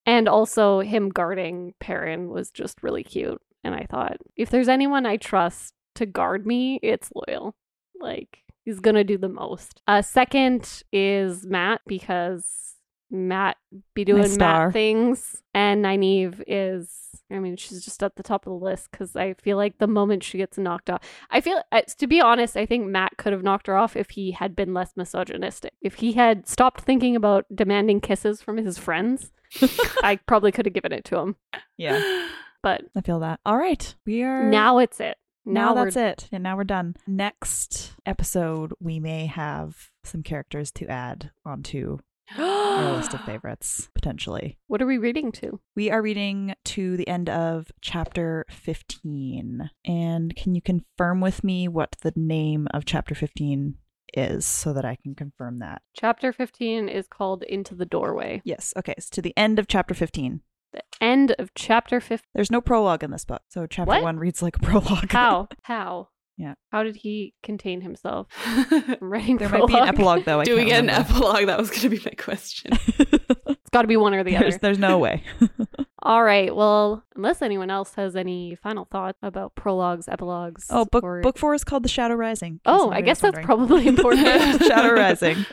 Speaker 1: And also him guarding Perrin was just really cute. And I thought, if there's anyone I trust to guard me, it's Loyal. Like he's gonna do the most. Uh second is Matt because Matt be doing Matt
Speaker 2: star.
Speaker 1: things. And Nynaeve is I mean, she's just at the top of the list because I feel like the moment she gets knocked off, I feel, uh, to be honest, I think Matt could have knocked her off if he had been less misogynistic. If he had stopped thinking about demanding kisses from his friends, I probably could have given it to him.
Speaker 2: Yeah,
Speaker 3: *gasps*
Speaker 1: But
Speaker 2: I feel that. All right, we are
Speaker 1: now it's it.
Speaker 2: now,
Speaker 1: Now,
Speaker 2: that's it. And now we're done. Next episode, we may have some characters to add onto
Speaker 1: *gasps*
Speaker 2: our list of favorites potentially.
Speaker 1: What are we reading to?
Speaker 2: We are reading to the end of chapter 15. And can you confirm with me what the name of chapter 15 is so that I can confirm that?
Speaker 1: Chapter 15 is called Into the Doorway.
Speaker 2: Yes. Okay. It's to the end of chapter 15.
Speaker 1: The end of chapter 15.
Speaker 2: There's no prologue in this book. So chapter
Speaker 1: What?
Speaker 2: 1 reads like a prologue. *laughs*
Speaker 1: How? How?
Speaker 2: Yeah.
Speaker 1: How did he contain himself? *laughs* I'm writing
Speaker 2: there might be an epilogue though. I
Speaker 3: Do we
Speaker 2: can't
Speaker 3: get an
Speaker 2: remember.
Speaker 3: epilogue? That was going to be my question.
Speaker 2: *laughs*
Speaker 1: It's got to be one or the
Speaker 2: There's,
Speaker 1: other.
Speaker 2: there's no way.
Speaker 1: All right. Well, unless anyone else has any final thoughts about prologues, epilogues.
Speaker 2: *laughs* Oh, book
Speaker 1: or-
Speaker 2: book 4 is called The Shadow Rising. in case
Speaker 1: Oh, I
Speaker 2: anybody
Speaker 1: guess
Speaker 2: was
Speaker 1: that's
Speaker 2: wondering. *laughs*
Speaker 1: probably important. *laughs*
Speaker 2: Shadow Rising.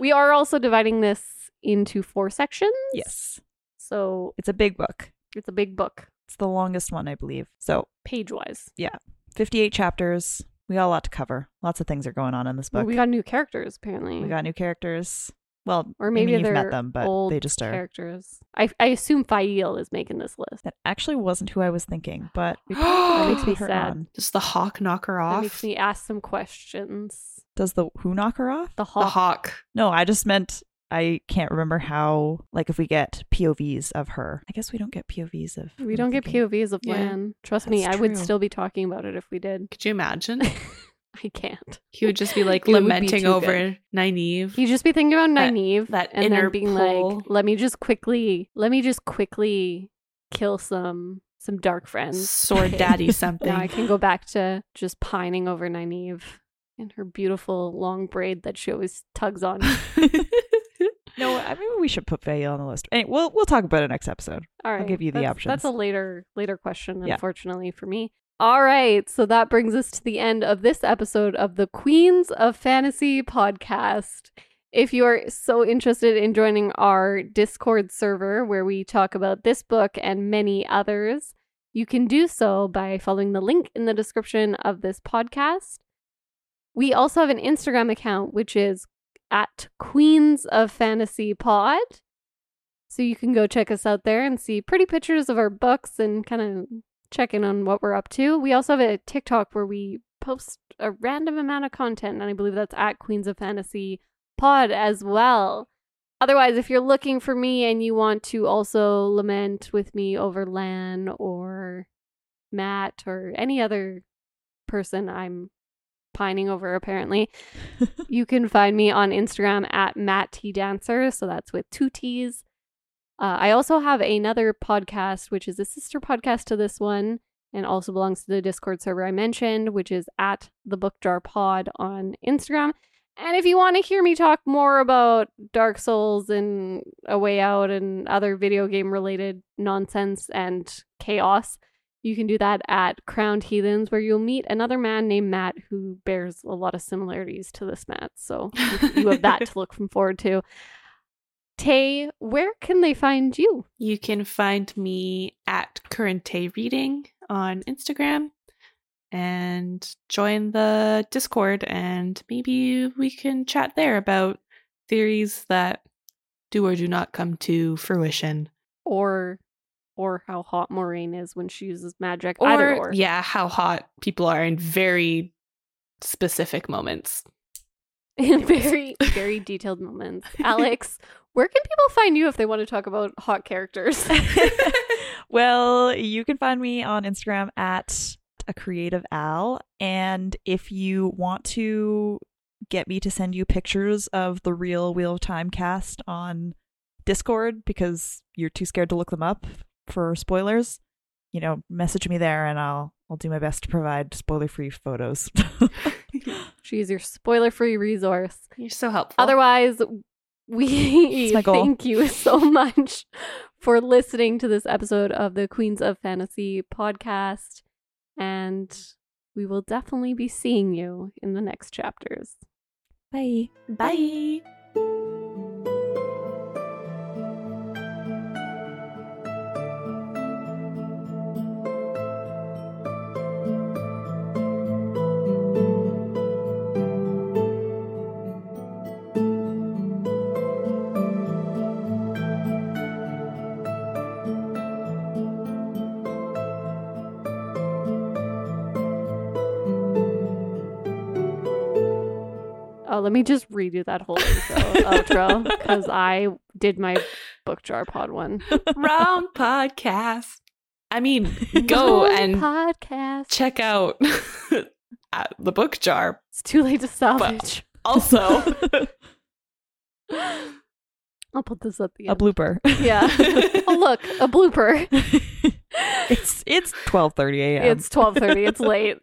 Speaker 1: we are also dividing this into four sections.
Speaker 2: Yes.
Speaker 1: So
Speaker 2: It's a big book.
Speaker 1: it's a big book,
Speaker 2: It's the longest one, I believe. So
Speaker 1: page wise.
Speaker 2: 58 chapters. We got a lot to cover. Lots of things are going on in this book.
Speaker 1: we got new characters, apparently.
Speaker 2: We got new characters. Well,
Speaker 1: or
Speaker 2: I
Speaker 1: maybe
Speaker 2: mean, you've
Speaker 1: they're
Speaker 2: met them, but
Speaker 1: old
Speaker 2: they just are.
Speaker 1: characters. I, I assume Fael is making this list.
Speaker 2: That actually wasn't who I was thinking,
Speaker 1: *gasps*
Speaker 2: but we
Speaker 1: That
Speaker 2: probably
Speaker 1: makes me
Speaker 3: *gasps*
Speaker 2: put her
Speaker 1: sad.
Speaker 2: on.
Speaker 3: Does the hawk knock her
Speaker 1: That
Speaker 3: off?
Speaker 1: makes me ask some questions.
Speaker 2: Does the who knock her off?
Speaker 1: The
Speaker 3: the
Speaker 1: hawk.
Speaker 3: hawk.
Speaker 2: No, I just meant I can't remember how. Like if we get POVs of her, I guess we don't get POVs of.
Speaker 1: We
Speaker 2: I'm
Speaker 1: don't get
Speaker 2: thinking.
Speaker 1: POVs of
Speaker 3: Yeah,
Speaker 1: Lan. Trust me,
Speaker 2: that's
Speaker 1: I would
Speaker 2: true.
Speaker 1: still be talking about it if we did. *laughs*
Speaker 3: Could you imagine?
Speaker 1: I can't.
Speaker 3: He would
Speaker 1: *laughs*
Speaker 3: just be like
Speaker 1: It would be
Speaker 3: lamenting
Speaker 1: too
Speaker 3: over
Speaker 1: good.
Speaker 3: Nynaeve.
Speaker 1: He'd just be thinking about
Speaker 3: That-
Speaker 1: Nynaeve
Speaker 3: that
Speaker 1: and
Speaker 3: inner
Speaker 1: then being
Speaker 3: pull.
Speaker 1: like, let me just quickly, let me just quickly kill some some dark friends. *laughs*
Speaker 3: sword daddy something.
Speaker 1: Now I can go back to just pining over Nynaeve and her beautiful long braid that she always tugs on.
Speaker 2: No, I mean we should put Faye on the list. Anyway, we'll we'll talk about it next episode.
Speaker 1: All right.
Speaker 2: give you the
Speaker 1: that's, That's a
Speaker 2: options.
Speaker 1: later later question,
Speaker 2: Yeah.
Speaker 1: unfortunately, for me. All right. So that brings us to the end of this episode of the Queens of Fantasy podcast. If you're so interested in joining our Discord server where we talk about this book and many others, you can do so by following the link in the description of this podcast. We also have an Instagram account, which is at Queens of Fantasy Pod. So you can go check us out there and see pretty pictures of our books and kind of check in on what we're up to. We also have a TikTok where we post a random amount of content, and I believe that's at Queens of Fantasy Pod as well. Otherwise, if you're looking for me and you want to also lament with me over Lan or Matt or any other person I'm pining over, apparently, you can find me on Instagram at Matt T Dancer. So that's with two T's. Uh, I also have another podcast, which is a sister podcast to this one and also belongs to the Discord server I mentioned, which is at the Book Jar Pod on Instagram. And if you want to hear me talk more about Dark Souls and A Way Out and other video game related nonsense and chaos, you can do that at Crowned Heathens, where you'll meet another man named Matt who bears a lot of similarities to this Matt. So you have that to look forward to. Tay, where can they find you?
Speaker 3: *laughs* You can find me at Currente Reading on Instagram and join the Discord, and maybe we can chat there about theories that do or do not come to fruition.
Speaker 1: Or or how hot Maureen is when she uses magic.
Speaker 3: Or,
Speaker 1: Either or.
Speaker 3: yeah, how hot people are in very specific moments.
Speaker 1: *laughs* In very, very detailed moments. Alex, where can people find you if they want to talk about hot
Speaker 2: *laughs*
Speaker 1: characters?
Speaker 2: well, you can find me on Instagram at a creative al. And if you want to get me to send you pictures of the real Wheel of Time cast on Discord because you're too scared to look them up for spoilers, you know, message me there and I'll I'll do my best to provide spoiler free photos. *laughs*
Speaker 1: She's your spoiler free resource.
Speaker 3: You're so helpful.
Speaker 1: Otherwise, we *laughs*
Speaker 2: That's my goal.
Speaker 1: thank you so much for listening to this episode of the Queens of Fantasy podcast. And we will definitely be seeing you in the next chapters.
Speaker 2: Bye.
Speaker 3: bye.
Speaker 1: Oh, let me just redo that
Speaker 2: *laughs*
Speaker 1: whole intro outro because I did my book jar pod
Speaker 2: *laughs*
Speaker 1: one.
Speaker 3: *laughs* Wrong podcast. I mean, go
Speaker 1: Wrong
Speaker 3: and
Speaker 1: podcast.
Speaker 3: check out *laughs* uh, the book jar.
Speaker 1: It's too late to salvage.
Speaker 2: *laughs*
Speaker 3: Also,
Speaker 1: I'll put this at the
Speaker 2: a
Speaker 1: end.
Speaker 2: *laughs* blooper.
Speaker 1: yeah. Oh look, a blooper.
Speaker 2: it's it's twelve thirty a.m.
Speaker 1: It's twelve thirty. It's late.